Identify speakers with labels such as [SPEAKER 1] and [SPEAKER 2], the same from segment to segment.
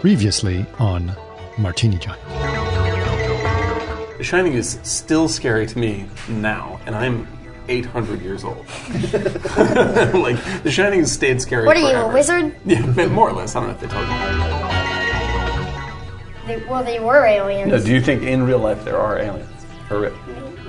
[SPEAKER 1] Previously on Martini Giant.
[SPEAKER 2] The Shining is still scary to me now, and I'm 800 years old. like, The Shining has stayed scary
[SPEAKER 3] What are you, a
[SPEAKER 2] forever.
[SPEAKER 3] wizard?
[SPEAKER 2] Yeah, more or less. I don't know if they told you.
[SPEAKER 3] They, well, they were aliens.
[SPEAKER 2] Uh, do you think in real life there are aliens? Or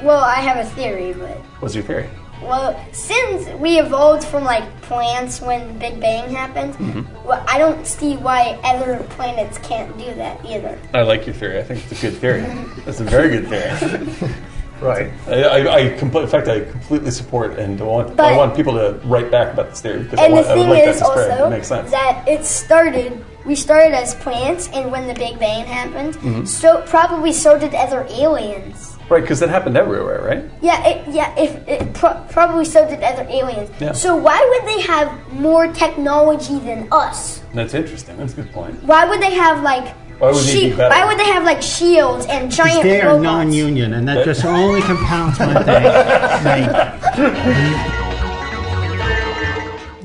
[SPEAKER 3] Well, I have a theory, but
[SPEAKER 2] what's your theory?
[SPEAKER 3] well, since we evolved from like plants when the Big Bang happened,
[SPEAKER 2] Mm-hmm.
[SPEAKER 3] well, I don't see why other planets can't do that either.
[SPEAKER 2] I like your theory. I think it's a good theory. That's a very good theory.
[SPEAKER 4] Right.
[SPEAKER 2] I, I, I compl- in fact, I completely support and want, I
[SPEAKER 3] But-
[SPEAKER 2] want people to write back about this theory because Oh, I,
[SPEAKER 3] And the
[SPEAKER 2] want, I
[SPEAKER 3] thing
[SPEAKER 2] like
[SPEAKER 3] is
[SPEAKER 2] that as prayer.
[SPEAKER 3] also
[SPEAKER 2] It makes sense.
[SPEAKER 3] that it started. We started as plants, and when the Big Bang happened,
[SPEAKER 2] Mm-hmm.
[SPEAKER 3] so probably so did other aliens.
[SPEAKER 2] right, because that happened everywhere, right?
[SPEAKER 3] Yeah, it, yeah. If it pro- probably so did other aliens.
[SPEAKER 2] Yeah.
[SPEAKER 3] So why would they have more technology than us?
[SPEAKER 2] That's interesting. That's a good point.
[SPEAKER 3] Why would they have like
[SPEAKER 2] Why would they
[SPEAKER 3] shi-
[SPEAKER 2] be better?
[SPEAKER 3] why would they have like shields and giant
[SPEAKER 5] They are
[SPEAKER 3] robots?
[SPEAKER 5] non-union, and that just only compounds my thing. Like-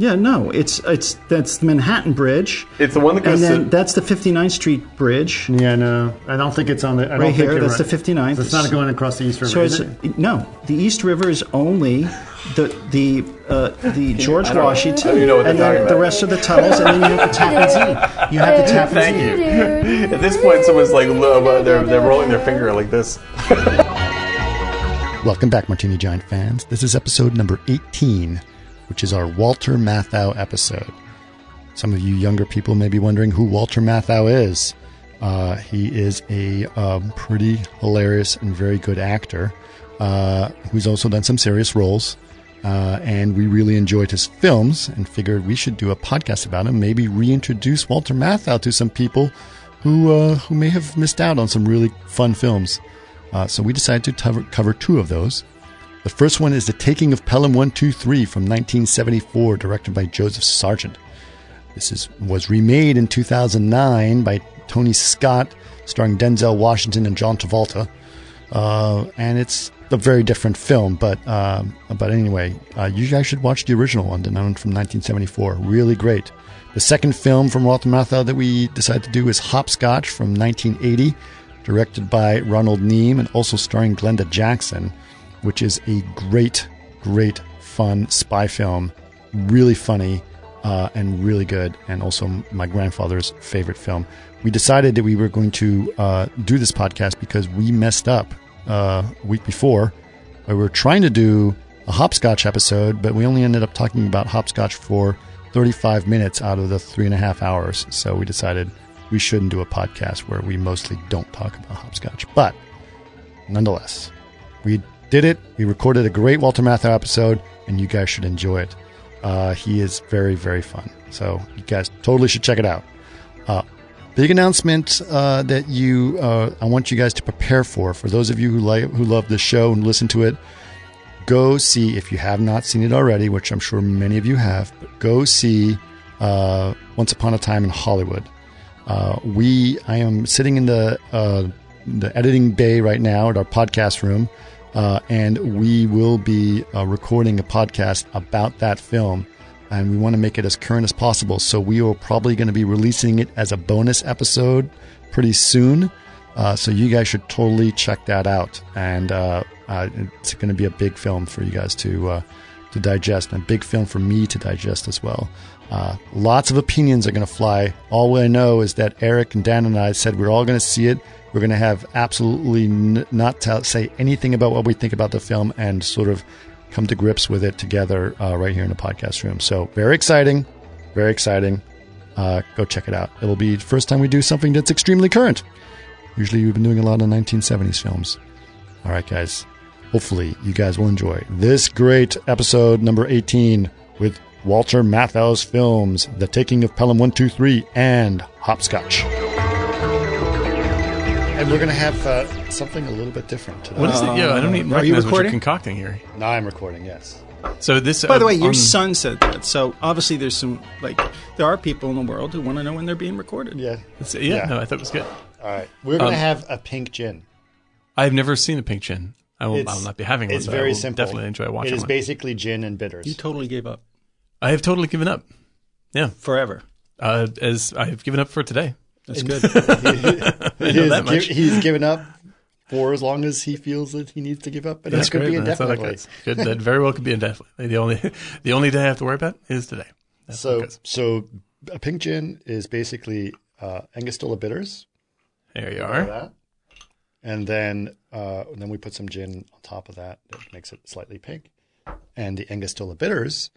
[SPEAKER 5] yeah, no, it's it's that's the Manhattan Bridge.
[SPEAKER 4] It's the one that goes
[SPEAKER 5] and then
[SPEAKER 4] to-
[SPEAKER 5] that's the 59th Street Bridge.
[SPEAKER 4] Yeah, no, I don't think it's on the. I don't
[SPEAKER 5] Right
[SPEAKER 4] think
[SPEAKER 5] here,
[SPEAKER 4] you're
[SPEAKER 5] that's
[SPEAKER 4] right.
[SPEAKER 5] the 59th.
[SPEAKER 4] So it's not going across the East River.
[SPEAKER 5] So
[SPEAKER 4] is
[SPEAKER 5] it's,
[SPEAKER 4] it?
[SPEAKER 5] no, the East River is only the the uh, the George
[SPEAKER 4] don't-
[SPEAKER 5] Washington,
[SPEAKER 4] I don't even know what
[SPEAKER 5] and
[SPEAKER 4] they're
[SPEAKER 5] then
[SPEAKER 4] talking
[SPEAKER 5] the
[SPEAKER 4] about.
[SPEAKER 5] rest of the tunnels, and then you have the Tappan Zee. You have the Tappan Zee.
[SPEAKER 4] At this point, someone's like, lo- lo- they're they're rolling their finger like this.
[SPEAKER 1] Welcome back, Martini Giant fans. This is episode number 18, which is our Walter Matthau episode. Some of you younger people may be wondering who Walter Matthau is. Uh, he is a um, pretty hilarious and very good actor uh, who's also done some serious roles. Uh, and we really enjoyed his films and figured we should do a podcast about him, maybe reintroduce Walter Matthau to some people who, uh, who may have missed out on some really fun films. Uh, so we decided to cover, cover two of those. The first one is The Taking of Pelham 123 from 1974, directed by Joseph Sargent. This is, was remade in 2009 by Tony Scott, starring Denzel Washington and John Travolta. Uh, and it's a very different film, but um, but anyway, uh, you guys should watch the original one, the one from 1974. Really great. The second film from Walter Matthau that we decided to do is Hopscotch from 1980, directed by Ronald Neame and also starring Glenda Jackson, which is a great, great, fun spy film. Really funny uh, and really good, and also my grandfather's favorite film. We decided that we were going to uh, do this podcast because we messed up uh, a week before. We were trying to do a hopscotch episode, but we only ended up talking about hopscotch for 35 minutes out of the three and a half hours. So we decided we shouldn't do a podcast where we mostly don't talk about hopscotch. But nonetheless, we did it. We recorded a great Walter Matthau episode, and you guys should enjoy it. Uh, he is very, very fun. So you guys totally should check it out. Uh, big announcement uh, that you uh, I want you guys to prepare for. For those of you who like who love the show and listen to it, go see if you have not seen it already, which I'm sure many of you have. But go see uh, Once Upon a Time in Hollywood. Uh, we, I am sitting in the uh, the editing bay right now at our podcast room, uh, and we will be uh, recording a podcast about that film, and we want to make it as current as possible. So we are probably going to be releasing it as a bonus episode pretty soon. Uh, so you guys should totally check that out, and uh, uh, it's going to be a big film for you guys to uh, to digest, and a big film for me to digest as well. Uh, lots of opinions are going to fly. All I know is that Eric and Dan and I said we're all going to see it. We're going to have absolutely n- not tell say anything about what we think about the film, and sort of come to grips with it together uh, right here in the podcast room. So very exciting, very exciting. Uh, go check it out. It'll be the first time we do something that's extremely current. Usually we've been doing a lot of 1970s films. All right, guys. Hopefully you guys will enjoy this great episode number 18 with Walter Matthau's films, The Taking of Pelham 123 and Hopscotch. And we're going to have uh, something a little bit different today.
[SPEAKER 6] What is it? Yeah, I don't even
[SPEAKER 5] are you
[SPEAKER 6] recognize what
[SPEAKER 5] recording?
[SPEAKER 6] you're concocting here.
[SPEAKER 1] Now I'm recording, yes.
[SPEAKER 6] So this. um,
[SPEAKER 5] By the way, your
[SPEAKER 6] on-
[SPEAKER 5] son said that. So obviously, there's some like there are people in the world who want to know when they're being recorded.
[SPEAKER 1] Yeah.
[SPEAKER 6] it's- Yeah,
[SPEAKER 1] yeah.
[SPEAKER 6] no, I thought it was good.
[SPEAKER 1] All right. We're
[SPEAKER 6] Um,
[SPEAKER 1] going to have a pink gin.
[SPEAKER 6] I've never seen a pink chin. I will. I will not be having one.
[SPEAKER 1] It's
[SPEAKER 6] but
[SPEAKER 1] very
[SPEAKER 6] I will
[SPEAKER 1] simple.
[SPEAKER 6] Definitely enjoy watching
[SPEAKER 1] It is
[SPEAKER 6] one.
[SPEAKER 1] basically gin and bitters.
[SPEAKER 5] You totally gave up
[SPEAKER 6] I have totally given up. Yeah,
[SPEAKER 5] forever.
[SPEAKER 6] uh, as I have given up for today.
[SPEAKER 5] That's good.
[SPEAKER 1] He's
[SPEAKER 7] that
[SPEAKER 1] gi-
[SPEAKER 7] much.
[SPEAKER 1] he's given up for as long as he feels that he needs to give up, and that could be
[SPEAKER 7] man. That's not like
[SPEAKER 1] indefinitely.
[SPEAKER 7] this. Could- that very well could be indefinitely. The only the only day I have to worry about is today. That's
[SPEAKER 1] So,
[SPEAKER 7] okay.
[SPEAKER 1] so a pink gin is basically uh, Angostura bitters,
[SPEAKER 7] there you are.
[SPEAKER 1] that, and then uh, and then we put some gin on top of that. It makes it slightly pink, and the Angostura bitters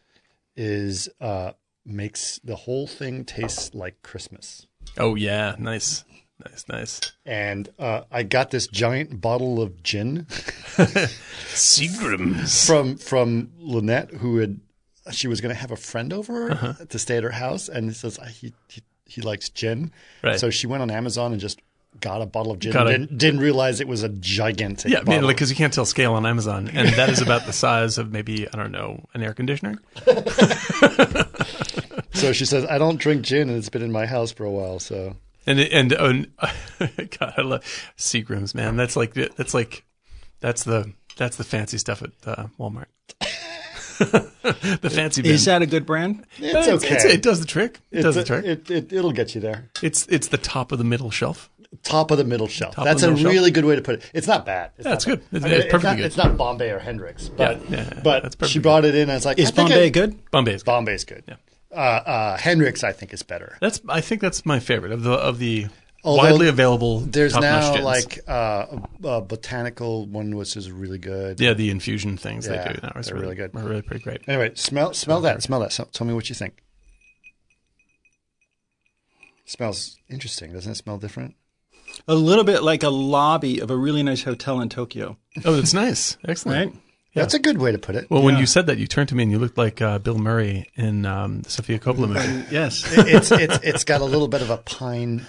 [SPEAKER 1] is uh, makes the whole thing taste like Christmas.
[SPEAKER 7] Oh yeah, nice, nice, nice.
[SPEAKER 1] And uh, I got this giant bottle of gin
[SPEAKER 7] Seagrams.
[SPEAKER 1] from from Lynette, who had she was going to have a friend over
[SPEAKER 7] Uh-huh.
[SPEAKER 1] to stay at her house, and he says "I- he he, he likes gin,
[SPEAKER 7] Right.
[SPEAKER 1] so she went on Amazon and just got a bottle of gin.
[SPEAKER 7] Got a-
[SPEAKER 1] didn't, didn't realize it was a gigantic.
[SPEAKER 7] Yeah, I mean,
[SPEAKER 1] bottle.
[SPEAKER 7] like because you can't tell scale on Amazon, and that is about the size of maybe I don't know an air conditioner.
[SPEAKER 1] so she says, "I don't drink gin, and it's been in my house for a while." So
[SPEAKER 7] And and, and God, I love Seagrams, man. That's like that's like that's the that's the fancy stuff at uh, Walmart. the fancy bin.
[SPEAKER 5] Is that a good brand?
[SPEAKER 1] it's
[SPEAKER 7] It's-
[SPEAKER 1] okay.
[SPEAKER 7] it's- it does the trick. It does the
[SPEAKER 1] It's a-
[SPEAKER 7] trick.
[SPEAKER 1] it, it, it'll get you there.
[SPEAKER 7] it's it's the top of the middle shelf.
[SPEAKER 1] Top of the middle shelf.
[SPEAKER 7] Top of
[SPEAKER 1] That's
[SPEAKER 7] the
[SPEAKER 1] a
[SPEAKER 7] middle shelf.
[SPEAKER 1] really good way to put it. It's not bad. It's
[SPEAKER 7] Yeah,
[SPEAKER 1] not
[SPEAKER 7] it's
[SPEAKER 1] bad.
[SPEAKER 7] good. It's-
[SPEAKER 1] I mean,
[SPEAKER 7] it's perfectly
[SPEAKER 1] not,
[SPEAKER 7] good.
[SPEAKER 1] It's not Bombay or Hendrix, but
[SPEAKER 7] Yeah, yeah, yeah, that's
[SPEAKER 1] but
[SPEAKER 7] perfectly
[SPEAKER 1] she brought it in. and I was like,
[SPEAKER 5] Is
[SPEAKER 1] I think
[SPEAKER 5] Bombay
[SPEAKER 1] I-
[SPEAKER 5] good?
[SPEAKER 7] Bombay's.
[SPEAKER 1] Bombay's good. Uh, uh, Hendrix, I think, is better.
[SPEAKER 7] That's I think that's my favorite of the of the
[SPEAKER 1] Although
[SPEAKER 7] widely available.
[SPEAKER 1] There's
[SPEAKER 7] top-notch
[SPEAKER 1] now
[SPEAKER 7] gins.
[SPEAKER 1] like uh, a botanical one, which is really good.
[SPEAKER 7] yeah the infusion things
[SPEAKER 1] Yeah,
[SPEAKER 7] they do. That was
[SPEAKER 1] they're
[SPEAKER 7] really,
[SPEAKER 1] really good.
[SPEAKER 7] Are really pretty great.
[SPEAKER 1] Anyway, smell smell that. Smell that. So, tell me what you think. Smells interesting, doesn't it? Smell different.
[SPEAKER 5] A little bit like a lobby of a really nice hotel in Tokyo,
[SPEAKER 7] Oh, that's nice. Excellent.
[SPEAKER 5] right?
[SPEAKER 1] That's a good way to put it.
[SPEAKER 7] Well, when you said that, you turned to me and you looked like uh, Bill Murray in um, the Sophia Coppola movie.
[SPEAKER 5] Yes.
[SPEAKER 1] it's it's it's got a little bit of a pine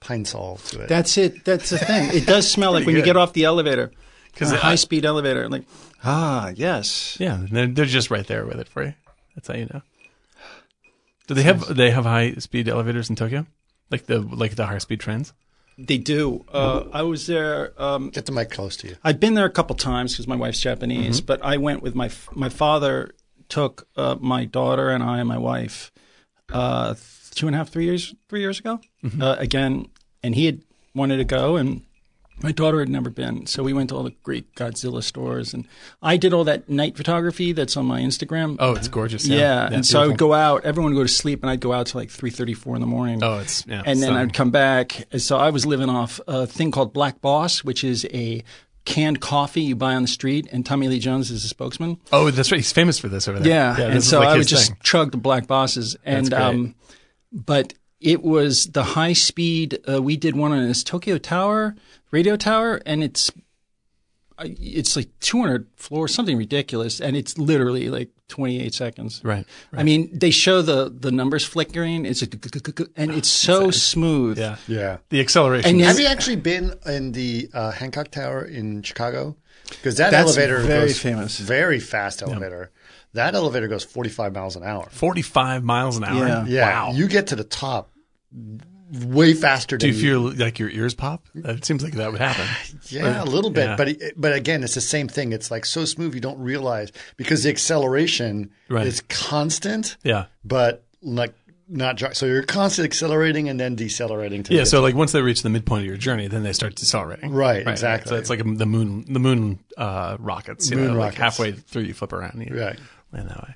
[SPEAKER 1] pine sol to it.
[SPEAKER 5] That's it. That's the thing. It does smell like when you get off the elevator, because a
[SPEAKER 7] it-
[SPEAKER 5] high speed elevator. Like, ah, yes.
[SPEAKER 7] yeah, they're, they're just right there with it for you. That's how you know. Do they have they have high speed elevators in Tokyo? Like the like the high speed trains?
[SPEAKER 5] They do. Uh, I was there. Um,
[SPEAKER 1] Get the mic close to you.
[SPEAKER 5] I've been there a couple times because my wife's Japanese, but I went with my f- my father took uh, my daughter and I and my wife uh, th- two and a half three years three years ago uh, again, and he had wanted to go and. My daughter had never been, so we went to all the great Godzilla stores, and I did all that night photography that's on my Instagram.
[SPEAKER 7] Oh, it's gorgeous.
[SPEAKER 5] Yeah,
[SPEAKER 7] Yeah,
[SPEAKER 5] and so I would go out. Everyone would go to sleep, and I'd go out till like three thirty, four in the morning.
[SPEAKER 7] Oh, it's- yeah,
[SPEAKER 5] and then
[SPEAKER 7] stunning.
[SPEAKER 5] I'd come back. And So I was living off a thing called Black Boss, which is a canned coffee you buy on the street, and Tommy Lee Jones is a spokesman.
[SPEAKER 7] Oh, that's right. He's famous for this over there.
[SPEAKER 5] Yeah,
[SPEAKER 7] this
[SPEAKER 5] and
[SPEAKER 7] is
[SPEAKER 5] so
[SPEAKER 7] like
[SPEAKER 5] I would
[SPEAKER 7] his
[SPEAKER 5] just
[SPEAKER 7] thing.
[SPEAKER 5] chug the Black Bosses, and
[SPEAKER 7] great.
[SPEAKER 5] um, but it was the high speed. Uh, we did one on this Tokyo Tower radio tower, and it's uh, it's like 200 floors, something ridiculous, and it's literally like 28 seconds.
[SPEAKER 7] right.
[SPEAKER 5] I mean, they show the the numbers flickering. It's a, and it's so smooth.
[SPEAKER 7] Yeah.
[SPEAKER 1] Yeah.
[SPEAKER 7] The acceleration.
[SPEAKER 5] And
[SPEAKER 1] Have
[SPEAKER 5] yet,
[SPEAKER 1] you actually been in the uh, Hancock Tower in Chicago? Because that
[SPEAKER 5] That's
[SPEAKER 1] elevator
[SPEAKER 5] very
[SPEAKER 1] goes
[SPEAKER 5] famous.
[SPEAKER 1] very fast elevator. That elevator goes 45 miles an hour.
[SPEAKER 7] 45 miles an hour.
[SPEAKER 5] Yeah.
[SPEAKER 1] Yeah,
[SPEAKER 7] Wow.
[SPEAKER 1] you get to the top way faster
[SPEAKER 7] Do
[SPEAKER 1] than
[SPEAKER 7] you
[SPEAKER 1] you-
[SPEAKER 7] feel like your ears pop? It seems like that would happen.
[SPEAKER 1] yeah, a little bit,
[SPEAKER 7] Yeah.
[SPEAKER 1] but it- but again, it's the same thing. It's like so smooth you don't realize because the acceleration
[SPEAKER 7] Right.
[SPEAKER 1] is constant.
[SPEAKER 7] Yeah.
[SPEAKER 1] but like not dri- so you're constantly accelerating and then decelerating. To
[SPEAKER 7] Yeah,
[SPEAKER 1] get-
[SPEAKER 7] so like once they reach the midpoint of your journey, then they start decelerating.
[SPEAKER 1] Right, exactly.
[SPEAKER 7] So it's like the moon, the moon uh, rockets. You
[SPEAKER 1] Moon
[SPEAKER 7] know,
[SPEAKER 1] rockets.
[SPEAKER 7] Like halfway through, you flip around. And you
[SPEAKER 1] Right.
[SPEAKER 7] Land that way.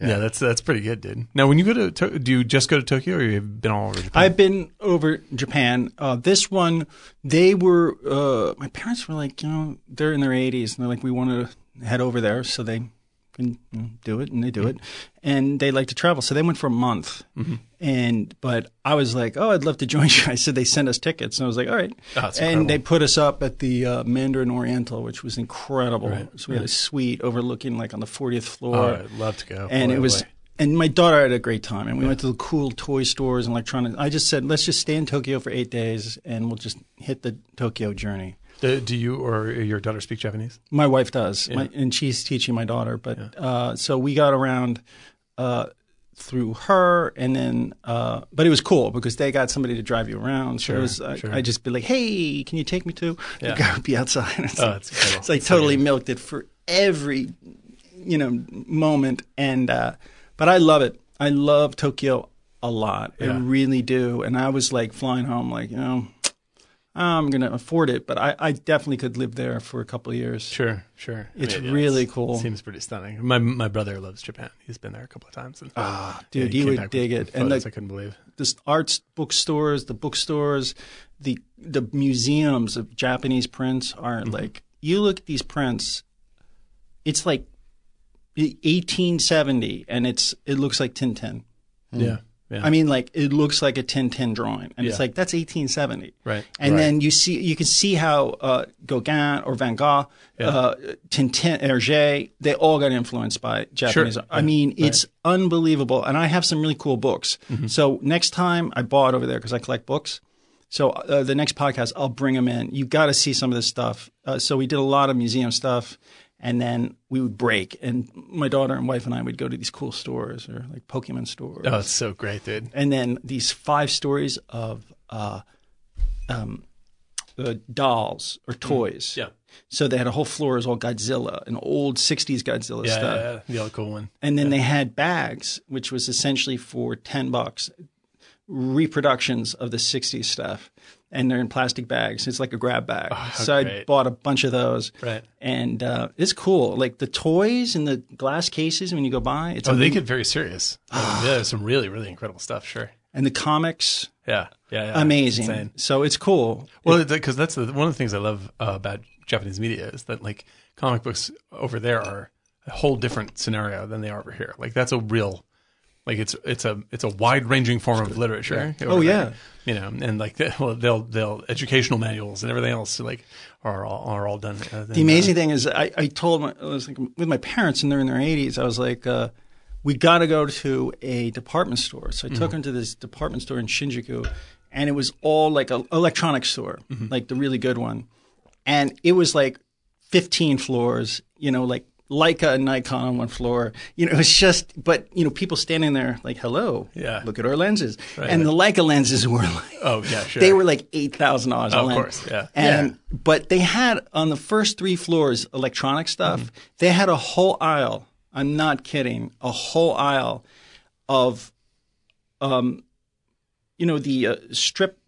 [SPEAKER 7] Yeah. that's that's pretty good, dude. Now, when you go to, to do you just go to Tokyo, or you've been all over Japan?
[SPEAKER 5] I've been over Japan. Uh, this one, they were. Uh, my parents were like, you know, they're in their 80s, and they're like, we want to head over there, so they can you know, do it, and they do it, and they like to travel, so they went for a month.
[SPEAKER 7] Mm-hmm.
[SPEAKER 5] And but I was like, oh, I'd love to join you. I said they sent us tickets, and I was like, all right.
[SPEAKER 7] Oh, that's
[SPEAKER 5] and
[SPEAKER 7] incredible.
[SPEAKER 5] they put us up at the uh, Mandarin Oriental, which was incredible. so we had a suite overlooking like on the 40th floor
[SPEAKER 7] Oh, I'd love to go.
[SPEAKER 5] and
[SPEAKER 7] Boy,
[SPEAKER 5] it was
[SPEAKER 7] boy.
[SPEAKER 5] and my daughter had a great time and we went to the cool toy stores and electronics i just said let's just stay in tokyo for eight days and we'll just hit the tokyo journey
[SPEAKER 7] uh, Do, do you or your daughter speak Japanese?
[SPEAKER 5] my wife does my, and she's teaching my daughter but uh, so we got around uh, through her and then uh, but it was cool because they got somebody to drive you around so it was I, i just be like hey can you take me to the guy would be outside It's like-
[SPEAKER 7] Oh, that's incredible.
[SPEAKER 5] so i totally milked it for every you know moment and uh, but i love it i love tokyo a lot. I
[SPEAKER 7] Yeah.
[SPEAKER 5] really do. And I was like flying home, like, you know, I'm going to afford it, but I, I definitely could live there for a couple of years.
[SPEAKER 7] Sure, sure. I
[SPEAKER 5] It's
[SPEAKER 7] mean, yeah,
[SPEAKER 5] really
[SPEAKER 7] it's-
[SPEAKER 5] cool.
[SPEAKER 7] Seems pretty stunning. My my brother loves Japan. He's been there a couple of times. And, yeah,
[SPEAKER 5] Ah, Dude,
[SPEAKER 7] he
[SPEAKER 5] you
[SPEAKER 7] came
[SPEAKER 5] would
[SPEAKER 7] back
[SPEAKER 5] dig
[SPEAKER 7] with
[SPEAKER 5] it. And
[SPEAKER 7] photos I
[SPEAKER 5] the,
[SPEAKER 7] couldn't believe.
[SPEAKER 5] the arts bookstores, the bookstores, the the museums of Japanese prints are
[SPEAKER 7] Mm-hmm.
[SPEAKER 5] like you look at these prints, it's like 1870, and it's it looks like Tintin. Mm.
[SPEAKER 7] Yeah, yeah.
[SPEAKER 5] I mean, like it looks like a Tintin drawing, and it's
[SPEAKER 7] Yeah.
[SPEAKER 5] like that's 1870,
[SPEAKER 7] Right.
[SPEAKER 5] And then you see, you can see how uh, Gauguin or Van Gogh, uh, Tintin, Hergé, they all got influenced by Japanese.
[SPEAKER 7] Sure.
[SPEAKER 5] I mean, it's unbelievable. And I have some really cool books.
[SPEAKER 7] Mm-hmm.
[SPEAKER 5] So next time I bought over there because I collect books. So uh, the next podcast, I'll bring them in. You got to see some of this stuff. Uh, so we did a lot of museum stuff, and then we would break, and my daughter and wife and I would go to these cool stores or like Pokemon stores
[SPEAKER 7] oh, it's so great, dude.
[SPEAKER 5] and then these five stories of uh, um, uh, dolls or toys.
[SPEAKER 7] Mm. Yeah.
[SPEAKER 5] So they had a whole floor is all Godzilla and old '60s Godzilla
[SPEAKER 7] Yeah,
[SPEAKER 5] stuff,
[SPEAKER 7] yeah, yeah, the old cool one.
[SPEAKER 5] and then they had bags, which was essentially for ten bucks, reproductions of the '60s stuff, and they're in plastic bags. It's like a grab bag. so I
[SPEAKER 7] Oh, great.
[SPEAKER 5] bought a bunch of those,
[SPEAKER 7] Right.
[SPEAKER 5] And uh, it's cool, like the toys and the glass cases when you go by. It's
[SPEAKER 7] Oh, they
[SPEAKER 5] amazing.
[SPEAKER 7] get very serious. yeah, there's some really, really incredible stuff. Sure.
[SPEAKER 5] and the comics,
[SPEAKER 7] Yeah, yeah, yeah. It's
[SPEAKER 5] amazing.
[SPEAKER 7] insane.
[SPEAKER 5] so it's cool.
[SPEAKER 7] Well, because that's the, one of the things I love uh, about Japanese media is that like comic books over there are a whole different scenario than they are over here. Like that's a real, like it's it's a it's a wide ranging form of literature. over
[SPEAKER 5] Oh,
[SPEAKER 7] there. you know, and like they, well, they'll they'll educational manuals and everything else like are all, are all done. Uh,
[SPEAKER 5] The amazing thing is, I, I told my, I was like with my parents, and they're in their 80s. I was like, uh, we got to go to a department store. So I
[SPEAKER 7] Mm-hmm.
[SPEAKER 5] took them to this department store in Shinjuku, and it was all like an electronics store,
[SPEAKER 7] Mm-hmm.
[SPEAKER 5] like the really good one. And it was like 15 floors, you know, like Leica and Nikon on one floor. You know, it was just, but, you know, people standing there like, hello,
[SPEAKER 7] Yeah.
[SPEAKER 5] look at our lenses. And the Leica lenses were like,
[SPEAKER 7] Oh yeah, sure.
[SPEAKER 5] They were like eight thousand dollars.
[SPEAKER 7] Of course, yeah.
[SPEAKER 5] And but they had on the first three floors electronic stuff.
[SPEAKER 7] Mm-hmm.
[SPEAKER 5] They had a whole aisle. I'm not kidding. A whole aisle of, um, you know the uh, strip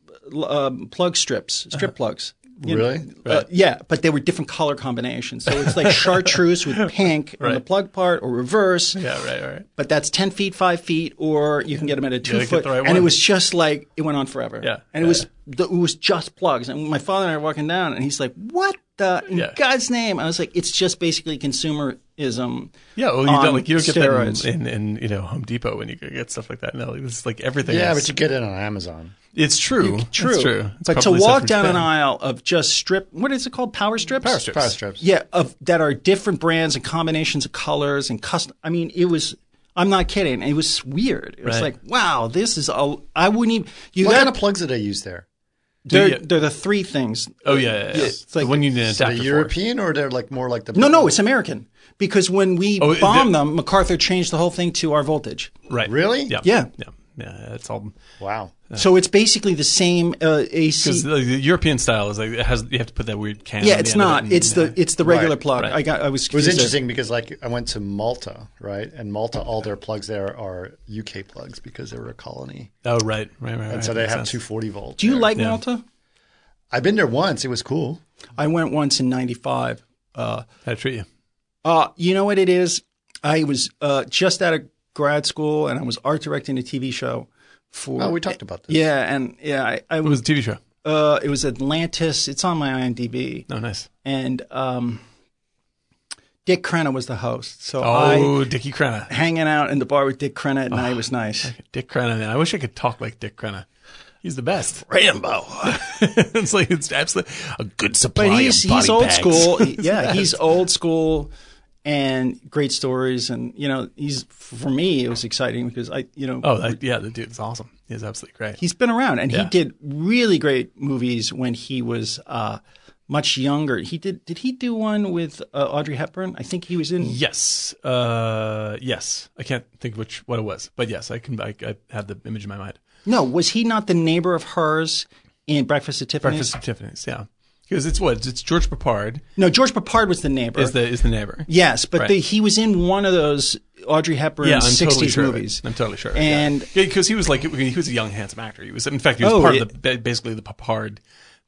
[SPEAKER 5] um, plug strips,
[SPEAKER 7] Uh-huh.
[SPEAKER 5] strip plugs. You know,
[SPEAKER 8] Really?
[SPEAKER 5] uh, yeah, but they were different color combinations. So it's like chartreuse with pink on the plug part or reverse
[SPEAKER 7] yeah, right, right.
[SPEAKER 5] but that's 10 feet, 5 feet, or you can get them at a 2
[SPEAKER 7] get
[SPEAKER 5] foot.
[SPEAKER 7] the right
[SPEAKER 5] and
[SPEAKER 7] one.
[SPEAKER 5] it was just like, it went on forever.
[SPEAKER 7] Yeah.
[SPEAKER 5] And it was the, it was just plugs. And my father and I were walking down, and he's like, what the, in
[SPEAKER 7] Yeah.
[SPEAKER 5] God's name? I was like, it's just basically consumerism.
[SPEAKER 7] Yeah, well, you
[SPEAKER 5] on
[SPEAKER 7] don't like you don't get
[SPEAKER 5] steroids.
[SPEAKER 7] that in, in, in you know Home Depot when you go get stuff like that. No, like, this is like everything.
[SPEAKER 8] Yeah,
[SPEAKER 7] is-
[SPEAKER 8] but you get it on Amazon.
[SPEAKER 7] It's true.
[SPEAKER 5] True.
[SPEAKER 7] It's true. It's
[SPEAKER 5] but to
[SPEAKER 7] probably stuff
[SPEAKER 5] walk
[SPEAKER 7] from
[SPEAKER 5] down an
[SPEAKER 7] Japan.
[SPEAKER 5] aisle of just strip, what is it called? Power strips? Power
[SPEAKER 8] Power strips.
[SPEAKER 5] Yeah, of that are different brands and combinations of colors and custom. I mean, it was. I'm not kidding. It was weird. It was
[SPEAKER 7] Right.
[SPEAKER 5] like, wow, this is a. I wouldn't even. You
[SPEAKER 8] What
[SPEAKER 5] got
[SPEAKER 8] kind of plugs do they use there?
[SPEAKER 5] They're,
[SPEAKER 7] you-
[SPEAKER 5] they're the three things.
[SPEAKER 7] Oh yeah, yeah, yeah.
[SPEAKER 5] it's
[SPEAKER 7] It's
[SPEAKER 5] like-
[SPEAKER 7] like when you need an
[SPEAKER 8] Are
[SPEAKER 7] adapter.
[SPEAKER 8] they
[SPEAKER 7] for it.
[SPEAKER 8] European or they're like more like the
[SPEAKER 5] No, no, it's American. Because when we
[SPEAKER 7] Oh, it-
[SPEAKER 5] bombed
[SPEAKER 7] the-
[SPEAKER 5] them, MacArthur changed the whole thing to our voltage.
[SPEAKER 7] right?
[SPEAKER 8] Really?
[SPEAKER 7] Yeah,
[SPEAKER 5] Yeah.
[SPEAKER 7] yeah, yeah. It's all
[SPEAKER 8] Wow.
[SPEAKER 5] So it's basically the same uh,
[SPEAKER 7] because
[SPEAKER 5] AC.
[SPEAKER 7] the European style is like it has you have to put that weird can.
[SPEAKER 5] yeah,
[SPEAKER 7] on
[SPEAKER 5] it's
[SPEAKER 7] the end of
[SPEAKER 5] not.
[SPEAKER 7] it and-
[SPEAKER 5] it's the it's the regular plug.
[SPEAKER 7] right.
[SPEAKER 5] I got. I was.
[SPEAKER 8] It was
[SPEAKER 5] Confused there.
[SPEAKER 8] interesting because like I went to Malta, right? And Malta, all their plugs there are UK plugs because they were a colony,
[SPEAKER 7] oh right, right, right.
[SPEAKER 8] and
[SPEAKER 7] right.
[SPEAKER 8] so they
[SPEAKER 7] Makes
[SPEAKER 8] have
[SPEAKER 7] sense.
[SPEAKER 8] 240 volts.
[SPEAKER 5] Do you
[SPEAKER 8] there.
[SPEAKER 5] like Malta?
[SPEAKER 8] I've been there once. It was cool.
[SPEAKER 5] I went once in '95. Uh,
[SPEAKER 7] How to treat you?
[SPEAKER 5] Uh, you know what it is? I was uh, just out of grad school and I was art directing a TV show for.
[SPEAKER 8] Oh, we talked about this.
[SPEAKER 5] Yeah, and yeah, I, I
[SPEAKER 7] It
[SPEAKER 5] was.
[SPEAKER 7] was a TV show.
[SPEAKER 5] Uh, it was Atlantis. It's on my IMDb,
[SPEAKER 7] Oh, nice.
[SPEAKER 5] and um, Dick Crenna was the host. So I
[SPEAKER 7] Oh, Dickie Crenna.
[SPEAKER 5] hanging out in the bar with Dick Crenna at night was nice.
[SPEAKER 7] Dick Crenna. Man, I wish I could talk like Dick Crenna. He's the best.
[SPEAKER 5] Rambo,
[SPEAKER 7] it's like it's absolutely a good supply.
[SPEAKER 5] but he's
[SPEAKER 7] of body
[SPEAKER 5] he's old
[SPEAKER 7] bags.
[SPEAKER 5] school. yeah, he's old school. And great stories, and you know, he's for me. It was exciting because I, you know,
[SPEAKER 7] Oh, that, yeah, the dude's awesome. He's absolutely great.
[SPEAKER 5] he's been around and he
[SPEAKER 7] Yeah.
[SPEAKER 5] did really great movies when he was uh, much younger. He did did he do one with uh, Audrey Hepburn? I think he was in
[SPEAKER 7] Yes. Uh, yes. I can't think which what it was, but yes, I can. I, I have the image in my mind.
[SPEAKER 5] No, was he not the neighbor of hers in Breakfast at Tiffany's?
[SPEAKER 7] Breakfast at Tiffany's. Yeah. because it's what it's George Papard
[SPEAKER 5] No, George Papard was the neighbor.
[SPEAKER 7] is the is the neighbor.
[SPEAKER 5] yes, but
[SPEAKER 7] Right.
[SPEAKER 5] the, he was in one of those Audrey Hepburn
[SPEAKER 7] Yeah, I'm
[SPEAKER 5] 60s
[SPEAKER 7] totally sure. of it.
[SPEAKER 5] movies.
[SPEAKER 7] I'm totally sure. of it, yeah. Uh,
[SPEAKER 5] And
[SPEAKER 7] yeah, because he was like he was a young handsome actor. He was in fact he was
[SPEAKER 5] Oh,
[SPEAKER 7] part
[SPEAKER 5] yeah.
[SPEAKER 7] of the ba- basically the Papard.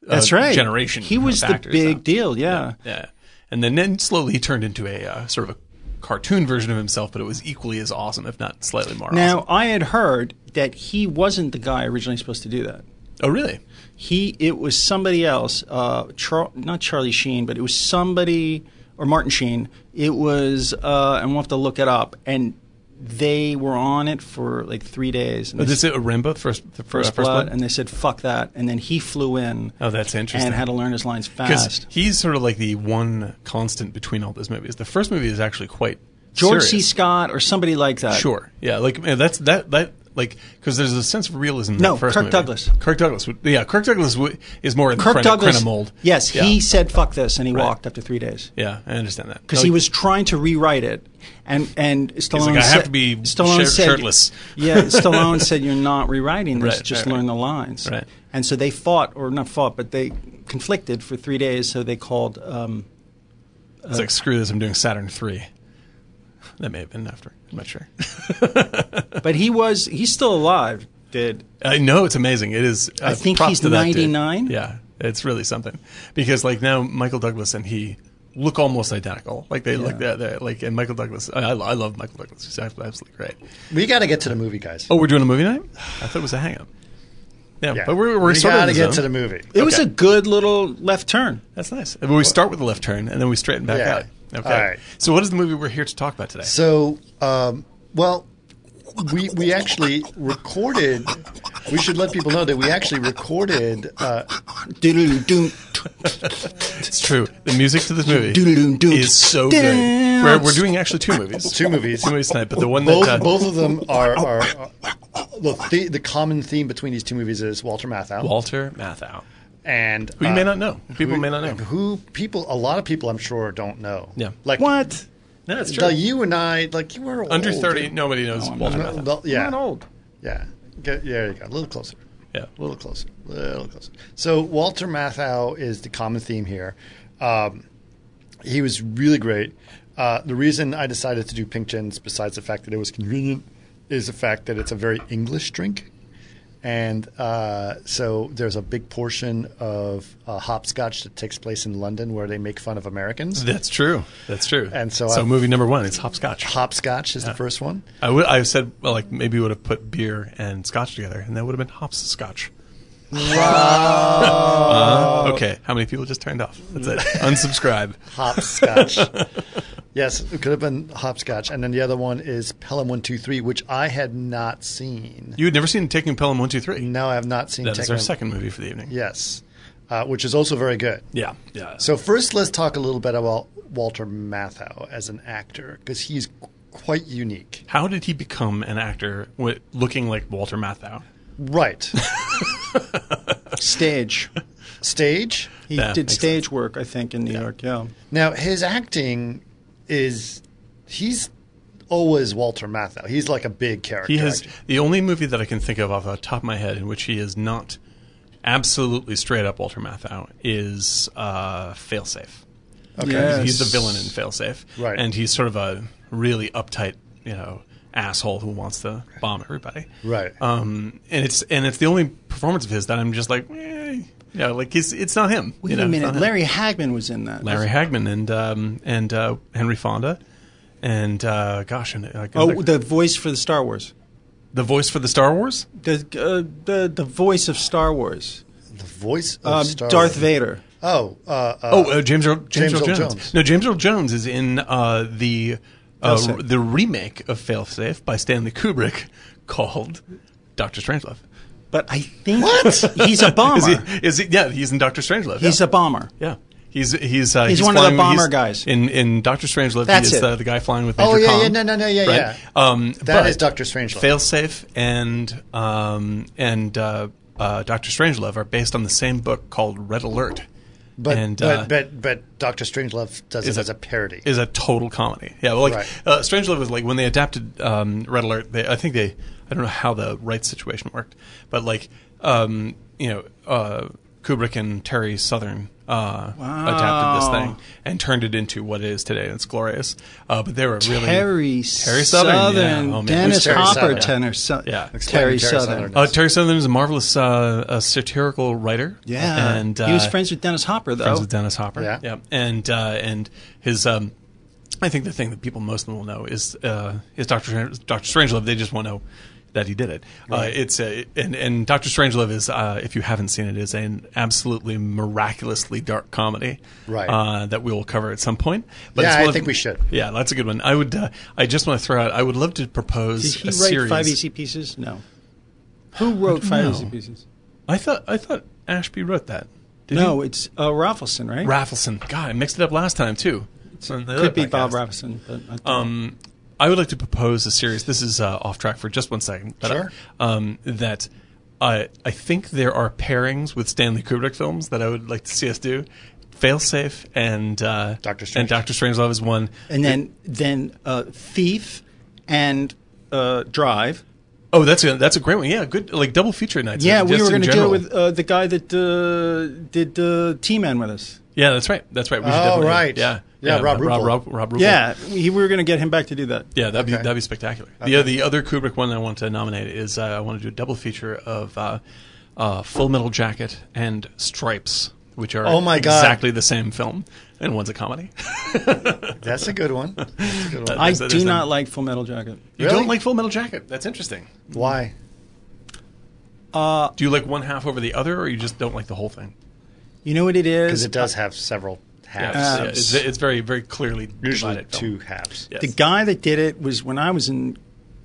[SPEAKER 7] Uh,
[SPEAKER 5] that's right.
[SPEAKER 7] Generation.
[SPEAKER 5] He was
[SPEAKER 7] of
[SPEAKER 5] the
[SPEAKER 7] actors,
[SPEAKER 5] big
[SPEAKER 7] so.
[SPEAKER 5] deal. Yeah.
[SPEAKER 7] Yeah. And then, then slowly he turned into a uh, sort of a cartoon version of himself, but it was equally as awesome, if not slightly more
[SPEAKER 5] Now
[SPEAKER 7] awesome.
[SPEAKER 5] I had heard that he wasn't the guy originally supposed to do that.
[SPEAKER 7] Oh, really?
[SPEAKER 5] He it was somebody else, uh, Char- not Charlie Sheen, but it was somebody or Martin Sheen. It was, uh, and we'll have to look it up. And they were on it for like three days. And
[SPEAKER 7] Oh,
[SPEAKER 5] they
[SPEAKER 7] this is it Arimba, first, the
[SPEAKER 5] first, blood, and they said fuck that, and then he flew in.
[SPEAKER 7] Oh, that's interesting.
[SPEAKER 5] And had to learn his lines
[SPEAKER 7] Because
[SPEAKER 5] fast.
[SPEAKER 7] he's sort of like the one constant between all those movies. The first movie is actually quite
[SPEAKER 5] George C.
[SPEAKER 7] serious.
[SPEAKER 5] Scott or somebody like that.
[SPEAKER 7] Sure. Yeah. Like man, that's that that like because there's a sense of realism. In
[SPEAKER 5] No,
[SPEAKER 7] that first
[SPEAKER 5] Kirk
[SPEAKER 7] movie.
[SPEAKER 5] Douglas.
[SPEAKER 7] Kirk Douglas. would- Yeah. Kirk Douglas would- is more in the
[SPEAKER 5] Kirk
[SPEAKER 7] Krenna-
[SPEAKER 5] Douglas.
[SPEAKER 7] Krenna mold.
[SPEAKER 5] Yes,
[SPEAKER 7] Yeah.
[SPEAKER 5] he said fuck this, and he walked after three days
[SPEAKER 7] Yeah, I understand that Oh,
[SPEAKER 5] because he was trying to rewrite it, and and Stallone
[SPEAKER 7] "I have
[SPEAKER 5] said-
[SPEAKER 7] to be
[SPEAKER 5] Stallone
[SPEAKER 7] shir-
[SPEAKER 5] said,
[SPEAKER 7] shirtless."
[SPEAKER 5] Yeah, Stallone said you're not rewriting this;
[SPEAKER 7] Right,
[SPEAKER 5] just
[SPEAKER 7] right,
[SPEAKER 5] learn
[SPEAKER 7] right.
[SPEAKER 5] the lines.
[SPEAKER 7] Right.
[SPEAKER 5] And so they fought, or not fought, but they conflicted for three days. So they called. Um, uh,
[SPEAKER 7] It's like screw this. I'm doing Saturn three. That may have been after. I'm not sure.
[SPEAKER 5] but he was he's still alive. Did
[SPEAKER 7] I know it's amazing. It is. Uh,
[SPEAKER 5] I think
[SPEAKER 7] props
[SPEAKER 5] he's
[SPEAKER 7] to that dude.
[SPEAKER 5] 99.
[SPEAKER 7] Yeah, it's really something because like now Michael Douglas and he look almost identical. Like they like that. They're, like and Michael Douglas. I, I lo- I love Michael Douglas. He's ab- absolutely great.
[SPEAKER 1] We got to get to the movie, guys.
[SPEAKER 7] Oh, we're doing a movie night. I thought it was a hang up. Yeah,
[SPEAKER 1] Yeah.
[SPEAKER 7] but we're we're
[SPEAKER 1] we
[SPEAKER 7] sort of
[SPEAKER 1] got to
[SPEAKER 7] in the
[SPEAKER 1] get to
[SPEAKER 7] zone.
[SPEAKER 1] the movie.
[SPEAKER 5] it was a good little left turn.
[SPEAKER 7] That's nice. But we start with the left turn and then we straighten back
[SPEAKER 1] Yeah.
[SPEAKER 7] out. Okay.
[SPEAKER 1] All right.
[SPEAKER 7] So what is the movie we're here to talk about today?
[SPEAKER 1] So, um, well, we we actually recorded. We should let people know that we actually recorded. Uh,
[SPEAKER 5] Doodle-doo-doo.
[SPEAKER 7] It's true. The music to this movie
[SPEAKER 5] Doo-doo-doo.
[SPEAKER 7] is so good.
[SPEAKER 5] Dance.
[SPEAKER 7] We're, we're doing actually two movies.
[SPEAKER 1] Two movies.
[SPEAKER 7] Two movies tonight, but the one that
[SPEAKER 1] both
[SPEAKER 7] uh,
[SPEAKER 1] both of them are are. are look, the, the common theme between these two movies is Walter Matthau,
[SPEAKER 7] Walter Matthau.
[SPEAKER 1] and
[SPEAKER 7] Who you
[SPEAKER 1] uh,
[SPEAKER 7] may not know. People
[SPEAKER 1] who-
[SPEAKER 7] may not know.
[SPEAKER 1] who people. A lot of people, I'm sure, don't know.
[SPEAKER 7] Yeah.
[SPEAKER 1] like
[SPEAKER 5] what?
[SPEAKER 7] No, it's
[SPEAKER 1] the- you and I, like you were
[SPEAKER 7] Under
[SPEAKER 1] old.
[SPEAKER 7] 30, nobody knows Walter
[SPEAKER 1] Oh, No, no,
[SPEAKER 7] Matthau.
[SPEAKER 1] yeah,
[SPEAKER 5] Not old.
[SPEAKER 1] yeah. Get, there you go. A little closer.
[SPEAKER 7] Yeah.
[SPEAKER 1] A little closer. A little closer. So Walter Matthau is the common theme here. Um, he was really great. Uh, the reason I decided to do Pink Gins, besides the fact that it was convenient, is the fact that it's a very English drink. And uh, so there's a big portion of uh, hopscotch that takes place in London where they make fun of Americans.
[SPEAKER 7] That's true. That's true.
[SPEAKER 1] And so
[SPEAKER 7] so
[SPEAKER 1] I've-
[SPEAKER 7] movie number one, it's hopscotch.
[SPEAKER 1] Hopscotch is the first one.
[SPEAKER 7] I would- I said, well, like, maybe would have put beer and scotch together, and that would have been hopscotch. Wow. okay. How many people just turned off? That's it. Unsubscribe.
[SPEAKER 1] hopscotch. yes, it could have been hopscotch. And then the other one is Pelham 123, which I had not seen.
[SPEAKER 7] You had never seen Taking Pelham 123.
[SPEAKER 1] No, I have not seen
[SPEAKER 7] That is
[SPEAKER 1] Tekken.
[SPEAKER 7] our second movie for the evening.
[SPEAKER 1] Yes, uh, which is also very good.
[SPEAKER 7] Yeah. Yeah.
[SPEAKER 1] So, first, let's talk a little bit about Walter Matthau as an actor because he's quite unique.
[SPEAKER 7] How did he become an actor wi- looking like Walter Matthau?
[SPEAKER 1] Right.
[SPEAKER 5] Stage.
[SPEAKER 1] Stage.
[SPEAKER 5] He
[SPEAKER 7] Yeah,
[SPEAKER 5] did
[SPEAKER 7] makes
[SPEAKER 5] stage work, I think, in New York. Yeah.
[SPEAKER 1] Now, his acting is, he's always Walter Matthau. He's like a big character.
[SPEAKER 7] He has
[SPEAKER 1] actor.
[SPEAKER 7] the only movie that I can think of off the top of my head in which he is not absolutely straight up Walter Matthau is uh, Failsafe.
[SPEAKER 1] Okay.
[SPEAKER 7] He's the villain in Failsafe,
[SPEAKER 1] Right.
[SPEAKER 7] And he's sort of a really uptight, you know, asshole who wants to bomb everybody,
[SPEAKER 1] Right.
[SPEAKER 7] Um, and it's and it's the only performance of his that I'm just like, eh, you know, like he's it's not him.
[SPEAKER 5] Wait
[SPEAKER 7] you know,
[SPEAKER 5] a
[SPEAKER 7] it's
[SPEAKER 5] minute.
[SPEAKER 7] not him.
[SPEAKER 5] Larry Hagman was in that.
[SPEAKER 7] Larry Hagman and um, and uh, Henry Fonda. And uh, gosh, and like,
[SPEAKER 5] Oh, the voice for the Star Wars.
[SPEAKER 7] the voice for the Star Wars.
[SPEAKER 5] The uh, the the voice of Star Wars.
[SPEAKER 1] the voice of
[SPEAKER 5] Um,
[SPEAKER 1] Star
[SPEAKER 5] Darth
[SPEAKER 1] Wars.
[SPEAKER 5] Vader.
[SPEAKER 1] Oh, uh, uh,
[SPEAKER 7] Oh, uh, James Earl, James,
[SPEAKER 1] James
[SPEAKER 7] Earl
[SPEAKER 1] Earl
[SPEAKER 7] Jones.
[SPEAKER 1] Jones.
[SPEAKER 7] No, James Earl Jones is in uh, the uh,
[SPEAKER 5] Failsafe.
[SPEAKER 7] r- the remake of Failsafe by Stanley Kubrick called Doctor Strangelove.
[SPEAKER 5] But I think he's a bomber.
[SPEAKER 7] Is he, is he? Yeah, he's in Doctor Strangelove.
[SPEAKER 5] he's
[SPEAKER 7] yeah.
[SPEAKER 5] a bomber.
[SPEAKER 7] yeah. He's he's uh,
[SPEAKER 5] He's one of the
[SPEAKER 7] flying-
[SPEAKER 5] bomber
[SPEAKER 7] he's-
[SPEAKER 5] guys.
[SPEAKER 7] in in Doctor Strangelove.
[SPEAKER 5] That's
[SPEAKER 7] he is
[SPEAKER 5] it.
[SPEAKER 7] Uh, the guy flying with.
[SPEAKER 1] Oh, yeah,
[SPEAKER 7] Major
[SPEAKER 1] yeah,
[SPEAKER 7] Khan,
[SPEAKER 1] no, no, no, yeah,
[SPEAKER 7] right?
[SPEAKER 1] yeah.
[SPEAKER 7] Um,
[SPEAKER 1] That
[SPEAKER 7] but
[SPEAKER 1] is Dr. Strangelove.
[SPEAKER 7] Failsafe and um, and uh, uh, Doctor Strangelove are based on the same book called Red Alert.
[SPEAKER 1] But,
[SPEAKER 7] and,
[SPEAKER 1] but,
[SPEAKER 7] uh,
[SPEAKER 1] but but Doctor Strangelove does it
[SPEAKER 7] a-
[SPEAKER 1] as a parody.
[SPEAKER 7] is a total comedy. Yeah, well, like
[SPEAKER 1] Right.
[SPEAKER 7] uh, Strangelove was like when they adapted um, Red Alert. They, I think they, I don't know how the rights situation worked, but like um, you know, uh, Kubrick and Terry Southern uh, uh, adapted this thing and turned it into what it is today. It's glorious. Uh, but they were really
[SPEAKER 5] Terry,
[SPEAKER 7] Terry Southern, yeah. Oh, man.
[SPEAKER 5] Dennis
[SPEAKER 8] Who's Terry
[SPEAKER 5] Hopper,
[SPEAKER 8] Southern?
[SPEAKER 5] Tenor, Sou-
[SPEAKER 7] Yeah.
[SPEAKER 5] Terry,
[SPEAKER 8] Terry
[SPEAKER 5] Southern. Oh,
[SPEAKER 8] Southern.
[SPEAKER 7] Uh, Terry Southern is a marvelous uh, a satirical writer.
[SPEAKER 5] Yeah,
[SPEAKER 7] and uh,
[SPEAKER 5] he was friends with Dennis Hopper though.
[SPEAKER 7] friends with Dennis Hopper.
[SPEAKER 8] Yeah.
[SPEAKER 7] and uh, and his. Um, I think the thing that people most will know is uh, is Doctor Doctor Strangelove. They just won't know that he did it. Uh, it's a, and and Doctor Strangelove is uh, if you haven't seen it is an absolutely miraculously dark comedy.
[SPEAKER 8] Right.
[SPEAKER 7] Uh, that we will cover at some point. But
[SPEAKER 8] Yeah,
[SPEAKER 7] it's
[SPEAKER 8] I
[SPEAKER 7] one of-
[SPEAKER 8] think we should.
[SPEAKER 7] Yeah, that's a good one. I would. Uh, I just want to throw out. I would love to propose
[SPEAKER 5] Did he
[SPEAKER 7] a
[SPEAKER 5] write
[SPEAKER 7] series.
[SPEAKER 5] Five Easy Pieces? No. Who wrote Five
[SPEAKER 7] know.
[SPEAKER 5] Easy Pieces?
[SPEAKER 7] I thought I thought Ashby wrote that. Did
[SPEAKER 5] no, it's uh, Raffleson, right?
[SPEAKER 7] Raffleson. God, I mixed it up last time too.
[SPEAKER 5] Could be Bob Raffleson. But I think-
[SPEAKER 7] Um, I would like to propose a series. This is uh, off track for just one second. But,
[SPEAKER 8] Sure.
[SPEAKER 7] um, that I I think there are pairings with Stanley Kubrick films that I would like to see us do. Failsafe and uh,
[SPEAKER 8] Doctor Strange.
[SPEAKER 7] and Doctor Strangelove is one.
[SPEAKER 5] and then then uh, Thief and uh, Drive.
[SPEAKER 7] Oh, that's a that's a great one. Yeah, good like double feature nights.
[SPEAKER 5] Yeah, we
[SPEAKER 7] just
[SPEAKER 5] were going
[SPEAKER 7] in
[SPEAKER 5] to do it
[SPEAKER 7] general.
[SPEAKER 5] with uh, the guy that uh, did uh, T-Man with us.
[SPEAKER 7] Yeah, that's right. That's right. We should
[SPEAKER 8] Oh,
[SPEAKER 7] definitely-
[SPEAKER 8] right.
[SPEAKER 7] Yeah,
[SPEAKER 8] Yeah, Rob
[SPEAKER 7] Rob,
[SPEAKER 8] Ruppel.
[SPEAKER 7] Rob, Rob Ruppel.
[SPEAKER 5] Yeah, we we were going to get him back to do that.
[SPEAKER 7] Yeah, that'd be that'd be spectacular. The The other Kubrick one I want to nominate is uh, I want to do a double feature of uh, uh, Full Metal Jacket and Stripes, which are
[SPEAKER 8] Oh my God.
[SPEAKER 7] exactly the same film, and one's a comedy.
[SPEAKER 8] That's a good one. That's a good one.
[SPEAKER 5] I
[SPEAKER 7] There's-
[SPEAKER 5] do
[SPEAKER 7] there's
[SPEAKER 5] not
[SPEAKER 7] them.
[SPEAKER 5] like Full Metal Jacket.
[SPEAKER 7] You
[SPEAKER 8] Really?
[SPEAKER 7] don't like Full Metal Jacket? That's interesting.
[SPEAKER 8] Why?
[SPEAKER 7] Do you like one half over the other, or you just don't like the whole thing?
[SPEAKER 5] You know what it is?
[SPEAKER 8] Because it does have several halves.
[SPEAKER 7] It's-
[SPEAKER 5] Um,
[SPEAKER 7] it's, it's very very clearly
[SPEAKER 8] Usually
[SPEAKER 7] divided
[SPEAKER 8] two
[SPEAKER 7] film.
[SPEAKER 8] halves.
[SPEAKER 7] Yes.
[SPEAKER 5] The guy that did it was when I was in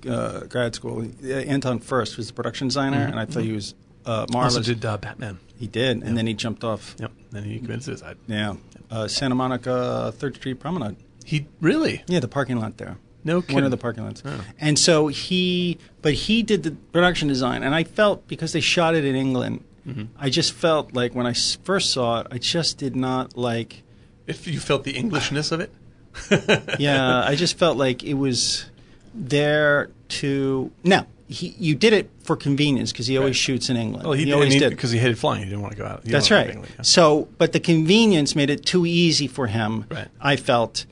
[SPEAKER 5] uh, grad school. uh, Anton First was the production designer, and I thought he was uh, marvelous.
[SPEAKER 7] Mm-hmm. also did uh, Batman.
[SPEAKER 5] he did, and then he jumped off.
[SPEAKER 7] Yep, then he committed suicide.
[SPEAKER 5] Yeah, uh, Santa Monica Third Street Promenade.
[SPEAKER 7] He really
[SPEAKER 5] Yeah, the parking lot there.
[SPEAKER 7] No
[SPEAKER 5] One
[SPEAKER 7] kidding.
[SPEAKER 5] of the parking lots. And so he, but he did the production design, and I felt because they shot it in England,
[SPEAKER 7] Mm-hmm.
[SPEAKER 5] I just felt like when I s- first saw it, I just did not like.
[SPEAKER 7] if you felt the Englishness of it.
[SPEAKER 5] yeah, I just felt like it was there to. Now, he, you did it for convenience because he always shoots in England.
[SPEAKER 7] Well,
[SPEAKER 5] he
[SPEAKER 7] he, did-
[SPEAKER 5] always
[SPEAKER 7] and he,
[SPEAKER 5] did.
[SPEAKER 7] because he hated flying. He didn't want to go out. He
[SPEAKER 5] That's
[SPEAKER 7] wanted to
[SPEAKER 5] right.
[SPEAKER 7] go to England, yeah.
[SPEAKER 5] So, but the convenience made it too easy for him.
[SPEAKER 7] Right.
[SPEAKER 5] I felt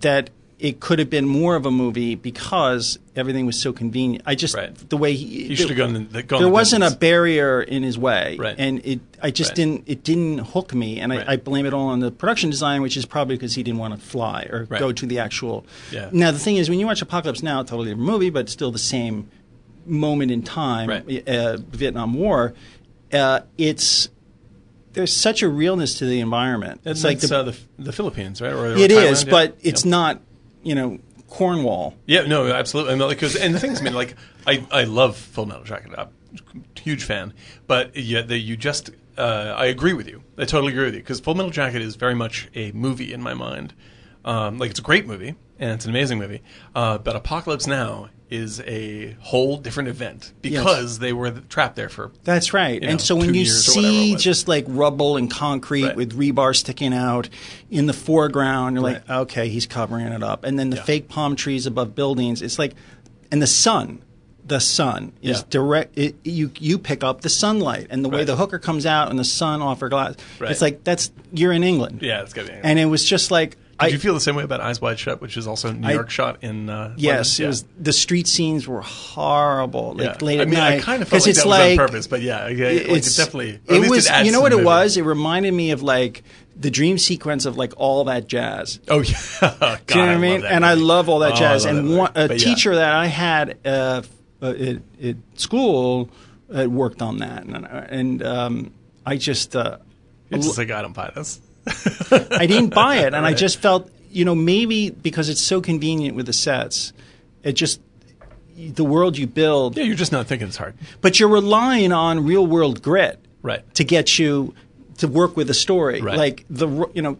[SPEAKER 5] that it could have been more of a movie because everything was so convenient. I just
[SPEAKER 7] Right.
[SPEAKER 5] the way he
[SPEAKER 7] You should have gone. The, gone
[SPEAKER 5] there
[SPEAKER 7] the
[SPEAKER 5] wasn't a
[SPEAKER 7] distance.
[SPEAKER 5] barrier in his way,
[SPEAKER 7] Right.
[SPEAKER 5] and it. I just
[SPEAKER 7] Right.
[SPEAKER 5] didn't. It didn't hook me, and I,
[SPEAKER 7] Right.
[SPEAKER 5] I blame it all on the production design, which is probably because he didn't want to fly or
[SPEAKER 7] Right.
[SPEAKER 5] go to the actual.
[SPEAKER 7] Yeah.
[SPEAKER 5] Now the thing is, when you watch Apocalypse Now, totally different movie, but still the same moment in time,
[SPEAKER 7] Right.
[SPEAKER 5] uh, Vietnam War. Uh, it's there's such a realness to the environment. It's
[SPEAKER 7] It's like
[SPEAKER 5] the,
[SPEAKER 7] the, uh, the the Philippines, right? Or, or
[SPEAKER 5] it is,
[SPEAKER 7] Thailand, yeah.
[SPEAKER 5] but it's
[SPEAKER 7] yeah.
[SPEAKER 5] not. You know, Cornwall.
[SPEAKER 7] Yeah, no, absolutely. And, like, 'cause- and the things, I mean, like I, I love Full Metal Jacket. I'm a huge fan, but yeah, the, you just uh, I agree with you. I totally agree with you because Full Metal Jacket is very much a movie in my mind. Um, like it's a great movie and it's an amazing movie, uh, but Apocalypse Now is a whole different event because they were trapped there for
[SPEAKER 5] That's right.
[SPEAKER 7] you
[SPEAKER 5] and
[SPEAKER 7] know,
[SPEAKER 5] so when
[SPEAKER 7] two
[SPEAKER 5] you
[SPEAKER 7] years or whatever it
[SPEAKER 5] see
[SPEAKER 7] was.
[SPEAKER 5] just like rubble and concrete
[SPEAKER 7] Right.
[SPEAKER 5] with rebar sticking out in the foreground, you're like,
[SPEAKER 7] Right.
[SPEAKER 5] okay, he's covering it up. And then the
[SPEAKER 7] Yeah.
[SPEAKER 5] fake palm trees above buildings, it's like, and the sun. The sun is
[SPEAKER 7] Yeah.
[SPEAKER 5] direct. It, you you pick up the sunlight and the way
[SPEAKER 7] Right.
[SPEAKER 5] the hooker comes out and the sun off her glass.
[SPEAKER 7] Right.
[SPEAKER 5] It's like that's you're in England.
[SPEAKER 7] yeah, it's gonna be.
[SPEAKER 5] And it was just like I,
[SPEAKER 7] Did you feel the same way about Eyes Wide Shut, which is also a New
[SPEAKER 5] I-
[SPEAKER 7] York shot in? Uh,
[SPEAKER 5] Yes,
[SPEAKER 7] London?
[SPEAKER 5] it was. The street scenes were horrible.
[SPEAKER 7] Yeah.
[SPEAKER 5] Like late
[SPEAKER 7] I
[SPEAKER 5] at
[SPEAKER 7] mean,
[SPEAKER 5] night,
[SPEAKER 7] I kind of
[SPEAKER 5] 'cause
[SPEAKER 7] felt like
[SPEAKER 5] it's
[SPEAKER 7] that
[SPEAKER 5] like,
[SPEAKER 7] was on purpose, but yeah, yeah like, it's definitely. or at
[SPEAKER 5] it
[SPEAKER 7] least
[SPEAKER 5] was
[SPEAKER 7] adds
[SPEAKER 5] you
[SPEAKER 7] to
[SPEAKER 5] know
[SPEAKER 7] the
[SPEAKER 5] what it
[SPEAKER 7] movie.
[SPEAKER 5] was it reminded me of like the dream sequence of like all that jazz
[SPEAKER 7] Oh yeah, God,
[SPEAKER 5] do you know what I
[SPEAKER 7] love
[SPEAKER 5] mean?
[SPEAKER 7] that
[SPEAKER 5] and I
[SPEAKER 7] movie.
[SPEAKER 5] love all that
[SPEAKER 7] Oh, I
[SPEAKER 5] jazz.
[SPEAKER 7] love
[SPEAKER 5] And
[SPEAKER 7] that
[SPEAKER 5] one,
[SPEAKER 7] movie.
[SPEAKER 5] a
[SPEAKER 7] But yeah.
[SPEAKER 5] teacher that I had uh, uh, at, at school uh, worked on that, and, and um, I just uh,
[SPEAKER 7] it's just like I don't buy this.
[SPEAKER 5] I didn't buy it, and I just felt, you know, maybe because it's so convenient with the sets, it just the world you build,
[SPEAKER 7] Yeah, you're just not thinking it's hard.
[SPEAKER 5] but you're relying on real world grit,
[SPEAKER 7] Right.
[SPEAKER 5] to get you to work with the story,
[SPEAKER 7] Right.
[SPEAKER 5] like the ro- you know.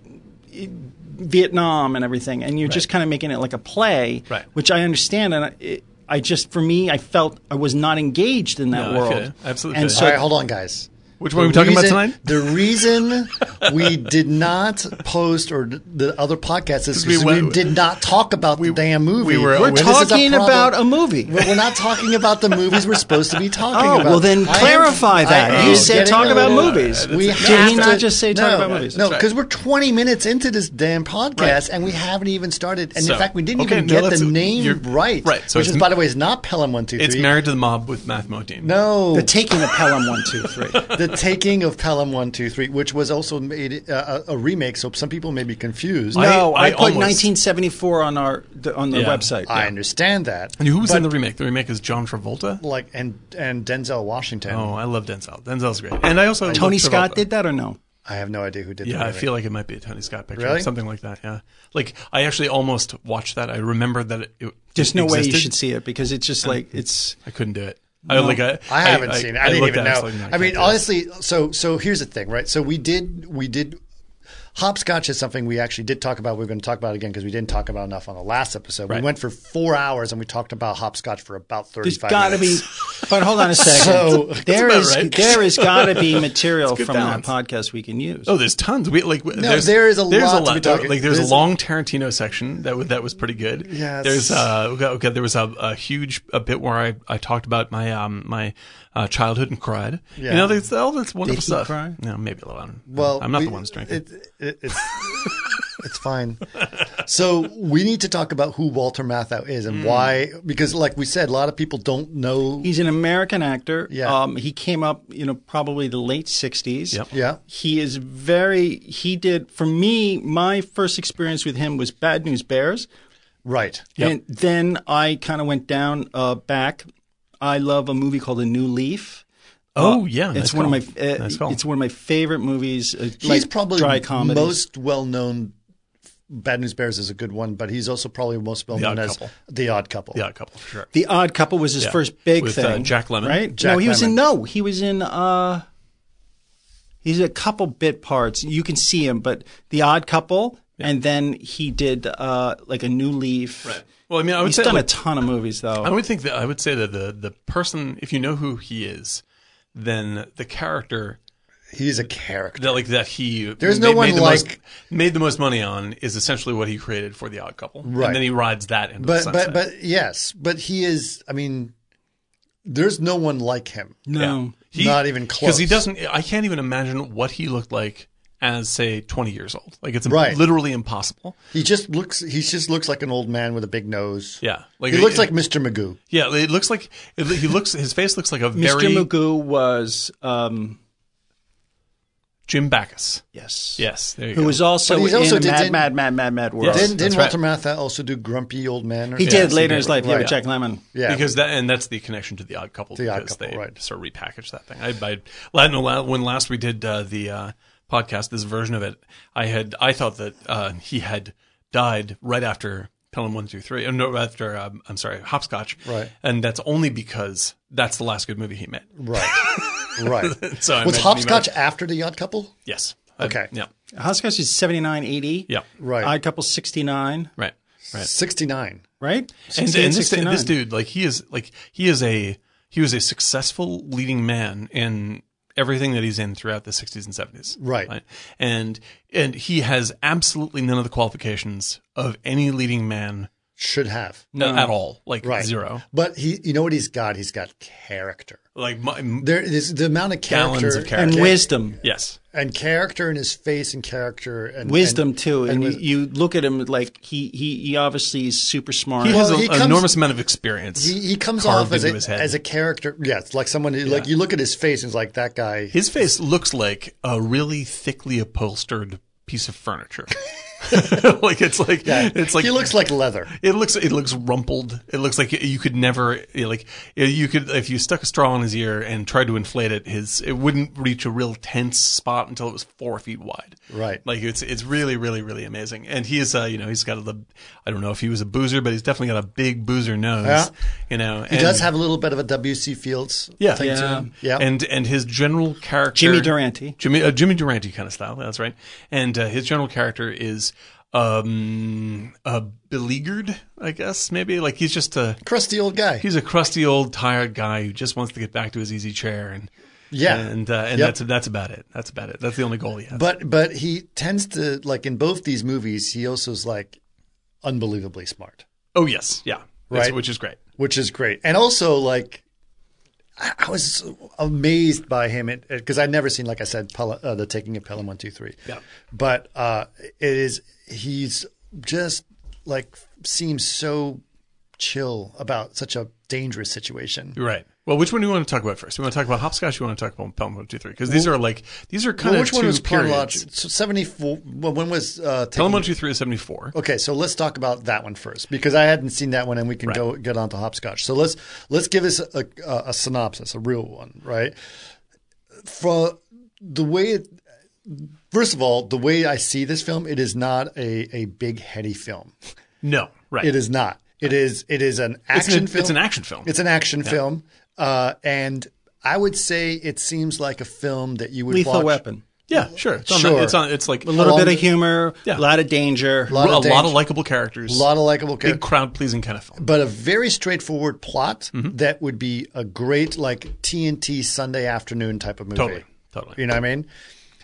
[SPEAKER 5] i- Vietnam and everything, and you're just
[SPEAKER 7] Right.
[SPEAKER 5] kind of making it like a play,
[SPEAKER 7] Right.
[SPEAKER 5] which I understand. And I, it, I just, for me, I felt I was not engaged in that
[SPEAKER 7] No, I feel
[SPEAKER 5] world.
[SPEAKER 7] you. Absolutely
[SPEAKER 5] And
[SPEAKER 7] feel you.
[SPEAKER 5] so
[SPEAKER 8] All right, hold on, guys.
[SPEAKER 7] Which one are we talking about
[SPEAKER 1] reason-
[SPEAKER 7] tonight?
[SPEAKER 1] The reason we did not post or d- the other podcast is
[SPEAKER 7] 'Cause we
[SPEAKER 1] because we,
[SPEAKER 7] went-
[SPEAKER 1] did not talk about the damn movie.
[SPEAKER 7] we were-
[SPEAKER 5] We're
[SPEAKER 7] This
[SPEAKER 1] is a
[SPEAKER 5] talking
[SPEAKER 1] problem.
[SPEAKER 5] about a movie.
[SPEAKER 1] We're we're not talking about the movies we're supposed to be talking
[SPEAKER 5] Oh,
[SPEAKER 1] about.
[SPEAKER 5] well, then
[SPEAKER 1] I am-
[SPEAKER 5] clarify that.
[SPEAKER 1] I
[SPEAKER 5] You
[SPEAKER 1] am
[SPEAKER 5] said
[SPEAKER 1] getting
[SPEAKER 5] talk
[SPEAKER 1] a
[SPEAKER 5] about
[SPEAKER 1] little- uh,
[SPEAKER 5] movies.
[SPEAKER 1] We
[SPEAKER 5] That's-
[SPEAKER 1] have
[SPEAKER 5] Did he
[SPEAKER 1] to-
[SPEAKER 5] not just say talk
[SPEAKER 1] no,
[SPEAKER 5] about movies?
[SPEAKER 1] No,
[SPEAKER 7] That's right.
[SPEAKER 1] because we're 20 minutes into this damn podcast and we haven't even started. And
[SPEAKER 7] So,
[SPEAKER 1] in fact, we didn't
[SPEAKER 7] okay,
[SPEAKER 1] even
[SPEAKER 7] no,
[SPEAKER 1] get
[SPEAKER 7] that's-
[SPEAKER 1] the
[SPEAKER 7] you're-
[SPEAKER 1] name right.
[SPEAKER 7] right, so
[SPEAKER 1] which is,
[SPEAKER 7] it's
[SPEAKER 1] by the way, is not Pelham One Two Three.
[SPEAKER 7] It's Married to the Mob with Matt Modine.
[SPEAKER 1] No,
[SPEAKER 5] The taking of Pelham one two three.
[SPEAKER 1] the taking of Pelham One Two Three, which was also made uh, a a remake, so some people may be confused.
[SPEAKER 7] I-
[SPEAKER 5] No, I,
[SPEAKER 7] I
[SPEAKER 5] put
[SPEAKER 7] almost-
[SPEAKER 5] 1974 on our th- on the
[SPEAKER 7] Yeah.
[SPEAKER 5] website.
[SPEAKER 1] I understand that.
[SPEAKER 7] And who was
[SPEAKER 1] But,
[SPEAKER 7] in the remake? The remake is John Travolta.
[SPEAKER 1] like and and Denzel Washington?
[SPEAKER 7] Oh, I love Denzel. Denzel's great. And I also love
[SPEAKER 5] Tony
[SPEAKER 7] Travolta.
[SPEAKER 5] Scott did that or no?
[SPEAKER 1] I have no idea who did.
[SPEAKER 7] Yeah,
[SPEAKER 1] the
[SPEAKER 7] I
[SPEAKER 1] remake.
[SPEAKER 7] feel like it might be a Tony Scott picture,
[SPEAKER 1] Really?
[SPEAKER 7] or something like that. Yeah, like I actually almost watched that. I remember that it. it
[SPEAKER 5] There's no way you
[SPEAKER 7] existed.
[SPEAKER 5] should see it because it's just like it's.
[SPEAKER 7] I couldn't do it. I like I,
[SPEAKER 1] I haven't seen it. I, didn't
[SPEAKER 7] looked
[SPEAKER 1] even
[SPEAKER 7] at it,
[SPEAKER 1] know.
[SPEAKER 7] was like, no,
[SPEAKER 1] I mean,
[SPEAKER 7] can't do this.
[SPEAKER 1] honestly, so so here's the thing, right? So we did we did hopscotch is something we actually did talk about. We're going to talk about it again because we didn't talk about enough on the last episode. We
[SPEAKER 7] Right.
[SPEAKER 1] went for four hours and we talked about hopscotch for about
[SPEAKER 5] There's
[SPEAKER 1] thirty-five.
[SPEAKER 5] got to be,
[SPEAKER 1] minutes.
[SPEAKER 5] but hold on a second.
[SPEAKER 1] So-
[SPEAKER 5] there
[SPEAKER 7] about
[SPEAKER 5] is
[SPEAKER 7] right.
[SPEAKER 5] there is got to be material
[SPEAKER 7] good
[SPEAKER 5] from
[SPEAKER 7] balance.
[SPEAKER 5] that podcast we can use.
[SPEAKER 7] Oh, there's tons. We like no, there's,
[SPEAKER 1] there is a
[SPEAKER 7] there's
[SPEAKER 1] lot to be talking-
[SPEAKER 7] Like there's,
[SPEAKER 1] there's-
[SPEAKER 7] a long Tarantino section that was that was pretty good.
[SPEAKER 1] Yes.
[SPEAKER 7] There's uh okay, okay, there was a, a huge a bit where I, I talked about my um my uh, childhood and cried.
[SPEAKER 1] Yeah.
[SPEAKER 7] You know, there's all this
[SPEAKER 5] Did
[SPEAKER 7] wonderful
[SPEAKER 5] he
[SPEAKER 7] stuff.
[SPEAKER 5] cry?
[SPEAKER 7] No, maybe a little. I don't-
[SPEAKER 1] Well,
[SPEAKER 7] I'm not
[SPEAKER 1] we-
[SPEAKER 7] the one who's drinking.
[SPEAKER 1] It, it, it's, it's fine. So we need to talk about who Walter Matthau is
[SPEAKER 7] Hmm.
[SPEAKER 1] and why, because like we said, a lot of people don't know.
[SPEAKER 5] He's an American actor.
[SPEAKER 1] Yeah.
[SPEAKER 5] Um, he came up, you know, probably the late 60s.
[SPEAKER 7] Yep.
[SPEAKER 1] Yeah.
[SPEAKER 5] He is very, he did, for me, my first experience with him was Bad News Bears.
[SPEAKER 1] Right.
[SPEAKER 5] And then I kind of went down uh, back. I love a movie called A New Leaf.
[SPEAKER 7] oh yeah,
[SPEAKER 5] it's
[SPEAKER 7] nice
[SPEAKER 5] one
[SPEAKER 7] call.
[SPEAKER 5] of my uh,
[SPEAKER 7] Nice call.
[SPEAKER 5] it's one of my favorite movies. Uh,
[SPEAKER 1] He's
[SPEAKER 5] like
[SPEAKER 1] probably
[SPEAKER 5] dry comedies.
[SPEAKER 1] most well known. Bad News Bears is a good one, but he's also probably most well known
[SPEAKER 7] Odd
[SPEAKER 1] as
[SPEAKER 7] Couple.
[SPEAKER 1] The Odd Couple.
[SPEAKER 7] yeah, a couple for sure.
[SPEAKER 5] The Odd Couple was his
[SPEAKER 7] Yeah.
[SPEAKER 5] first big
[SPEAKER 7] With,
[SPEAKER 5] thing.
[SPEAKER 7] uh, Jack Lemmon.
[SPEAKER 5] right?
[SPEAKER 1] Jack
[SPEAKER 5] no, he was in
[SPEAKER 1] Lemmon.
[SPEAKER 5] no, he was in. uh He's a couple bit parts. You can see him, but the Odd Couple, and then he did uh like a New Leaf. Right.
[SPEAKER 7] Well, I mean, I would
[SPEAKER 5] He's
[SPEAKER 7] say
[SPEAKER 5] done
[SPEAKER 7] like,
[SPEAKER 5] a ton of movies though.
[SPEAKER 7] I would think that I would say that the the person, if you know who he is, then the character
[SPEAKER 1] He's a character.
[SPEAKER 7] that like that he
[SPEAKER 1] There's no one
[SPEAKER 7] the
[SPEAKER 1] like-
[SPEAKER 7] most, made the most money on is essentially what he created for the Odd Couple,
[SPEAKER 1] Right.
[SPEAKER 7] And then he rides that into the
[SPEAKER 1] But
[SPEAKER 7] sunset.
[SPEAKER 1] but but yes, but he is. I mean, there's no one like him.
[SPEAKER 5] no.
[SPEAKER 1] Not even
[SPEAKER 7] because he
[SPEAKER 1] close.
[SPEAKER 7] doesn't. I can't even imagine what he looked like as say 20 years old. Like it's
[SPEAKER 1] Right.
[SPEAKER 7] literally impossible.
[SPEAKER 1] He just looks. He just looks like an old man with a big nose.
[SPEAKER 7] Yeah,
[SPEAKER 1] He looks like Mr. Magoo.
[SPEAKER 7] yeah. It looks like it, he looks. His face looks like a
[SPEAKER 5] Mr.
[SPEAKER 7] very
[SPEAKER 5] Magoo was um
[SPEAKER 7] Jim Backus.
[SPEAKER 5] yes
[SPEAKER 7] Yes, there you
[SPEAKER 5] who
[SPEAKER 7] go.
[SPEAKER 5] was also,
[SPEAKER 1] But he's
[SPEAKER 5] in
[SPEAKER 1] also
[SPEAKER 5] Mad,
[SPEAKER 1] did-
[SPEAKER 5] Mad
[SPEAKER 1] didn't-
[SPEAKER 5] Mad Mad Mad Mad World.
[SPEAKER 1] Didn't, didn't
[SPEAKER 7] right.
[SPEAKER 1] Walter Matthau also do Grumpy Old Man? Or
[SPEAKER 5] he
[SPEAKER 7] Yes,
[SPEAKER 5] did
[SPEAKER 7] he
[SPEAKER 5] later
[SPEAKER 7] did.
[SPEAKER 5] in his life. Yeah,
[SPEAKER 1] Right.
[SPEAKER 5] with Jack Lemmon.
[SPEAKER 1] Yeah.
[SPEAKER 7] Because that and that's the connection to the Odd Couple
[SPEAKER 1] The Odd
[SPEAKER 7] because
[SPEAKER 1] Couple,
[SPEAKER 7] they
[SPEAKER 1] right.
[SPEAKER 7] sort of repackaged that thing. I, I, I know la- when last we did uh, the uh, podcast, this version of it, I had I thought that uh, he had died right after Pelham One Two Three. uh, No, after um, I'm sorry, Hopscotch.
[SPEAKER 1] Right.
[SPEAKER 7] and that's only because that's the last good movie he made.
[SPEAKER 1] right, right.
[SPEAKER 7] So I imagine
[SPEAKER 1] was
[SPEAKER 7] he
[SPEAKER 1] Hopscotch
[SPEAKER 7] might-
[SPEAKER 1] after the Yacht Couple?
[SPEAKER 7] Yes. I-
[SPEAKER 1] Okay.
[SPEAKER 7] yeah.
[SPEAKER 5] Hopscotch is 79, 80.
[SPEAKER 7] Yeah.
[SPEAKER 1] Right.
[SPEAKER 5] Odd Couple 69,
[SPEAKER 7] Right. Right.
[SPEAKER 1] Sixty nine.
[SPEAKER 5] right?
[SPEAKER 7] and,
[SPEAKER 5] 68,
[SPEAKER 7] and this,
[SPEAKER 5] 69.
[SPEAKER 7] this dude like he is like he is a he was a successful leading man in everything that he's in throughout the 60s and 70s
[SPEAKER 1] Right.
[SPEAKER 7] and and he has absolutely none of the qualifications of any leading man
[SPEAKER 1] Should have
[SPEAKER 7] uh, at all like
[SPEAKER 1] right
[SPEAKER 7] zero
[SPEAKER 1] But he, you know what he's got? He's got character.
[SPEAKER 7] like my,
[SPEAKER 1] There is the amount of
[SPEAKER 7] Gallons
[SPEAKER 1] character,
[SPEAKER 7] of
[SPEAKER 5] and
[SPEAKER 7] character.
[SPEAKER 1] and,
[SPEAKER 5] wisdom.
[SPEAKER 7] yes
[SPEAKER 1] and character in his face and character and
[SPEAKER 5] Wisdom
[SPEAKER 1] and-
[SPEAKER 5] too, and,
[SPEAKER 1] wis-
[SPEAKER 5] you, you look at him like he, he he obviously is super smart.
[SPEAKER 7] he has
[SPEAKER 1] Well,
[SPEAKER 7] a-
[SPEAKER 1] he
[SPEAKER 7] an
[SPEAKER 1] comes-
[SPEAKER 7] enormous amount of experience
[SPEAKER 1] He, he comes off
[SPEAKER 7] carved
[SPEAKER 1] as a,
[SPEAKER 7] into his head.
[SPEAKER 1] as a character. Yes, like someone who, like you look at his face and it's like that guy.
[SPEAKER 7] his face looks like a really thickly upholstered piece of furniture like it's like it's like
[SPEAKER 1] he looks like leather.
[SPEAKER 7] It looks it looks rumpled. It looks like you could never like you could if you stuck a straw in his ear and tried to inflate it, his it wouldn't reach a real tense spot until it was four feet wide.
[SPEAKER 1] Right.
[SPEAKER 7] Like it's it's really really really amazing. And he is uh, you know he's got a I don't know if he was a boozer, but he's definitely got a big boozer nose.
[SPEAKER 1] Yeah.
[SPEAKER 7] You know
[SPEAKER 1] He does have a little bit of a W.C. Fields
[SPEAKER 7] Yeah.
[SPEAKER 1] thing to
[SPEAKER 5] Yeah.
[SPEAKER 1] him. Yeah,
[SPEAKER 7] and and his general character
[SPEAKER 5] Jimmy Durante.
[SPEAKER 7] Jimmy uh, Jimmy Durante kind of style. That's right. And uh, his general character is um uh beleaguered i guess maybe like he's just a
[SPEAKER 1] crusty old guy.
[SPEAKER 7] he's a crusty old tired guy who just wants to get back to his easy chair and
[SPEAKER 1] Yeah.
[SPEAKER 7] and uh, and
[SPEAKER 1] Yep.
[SPEAKER 7] that's that's about it. That's about it. That's the only goal he has.
[SPEAKER 1] But but he tends to like in both these movies, he also is like unbelievably smart,
[SPEAKER 7] oh yes, yeah, That's-
[SPEAKER 1] Right.
[SPEAKER 7] which is great.
[SPEAKER 1] which is great, and also like. I I was amazed by him because I'd never seen, like I said, Pel- uh, the Taking of Pelham One Two Three.
[SPEAKER 7] Yeah.
[SPEAKER 1] But uh, it is he's just like seems so chill about such a dangerous situation.
[SPEAKER 7] You're right. Well, which one do you want to talk about first? You want to talk about hopscotch? You want to talk about Pelham One Two Three? Because these are like these are kind
[SPEAKER 1] Well,
[SPEAKER 7] of
[SPEAKER 1] which
[SPEAKER 7] two
[SPEAKER 1] one was
[SPEAKER 7] periods.
[SPEAKER 1] chronological? So Seventy four. Well, when was uh, Taking-
[SPEAKER 7] Pelham One Two Three is seventy four.
[SPEAKER 1] Okay, so let's talk about that one first because I hadn't seen that one, and we can go get on to hopscotch. So let's let's give us a, a, a synopsis, a real one, right? For the way, it, first of all, the way I see this film, it is not a a big heady film.
[SPEAKER 7] No, right.
[SPEAKER 1] It is not. It is it is an
[SPEAKER 7] It's
[SPEAKER 1] action
[SPEAKER 7] an,
[SPEAKER 1] film.
[SPEAKER 7] it's an action film.
[SPEAKER 1] It's an action film, uh, and I would say it seems like a film that you would
[SPEAKER 5] Lethal
[SPEAKER 1] watch.
[SPEAKER 5] Weapon.
[SPEAKER 7] yeah, sure. It's on,
[SPEAKER 1] Sure.
[SPEAKER 7] It's on. It's like
[SPEAKER 5] A little
[SPEAKER 1] Along-
[SPEAKER 5] bit of humor,
[SPEAKER 7] Yeah.
[SPEAKER 5] a lot of danger.
[SPEAKER 1] lot of
[SPEAKER 7] a lot
[SPEAKER 1] danger.
[SPEAKER 7] of likable characters.
[SPEAKER 1] A lot of likable characters.
[SPEAKER 7] big crowd pleasing kind of film.
[SPEAKER 1] but a very straightforward plot
[SPEAKER 7] Mm-hmm.
[SPEAKER 1] that would be a great like TNT Sunday afternoon type of movie.
[SPEAKER 7] Totally, totally.
[SPEAKER 1] You know what I mean?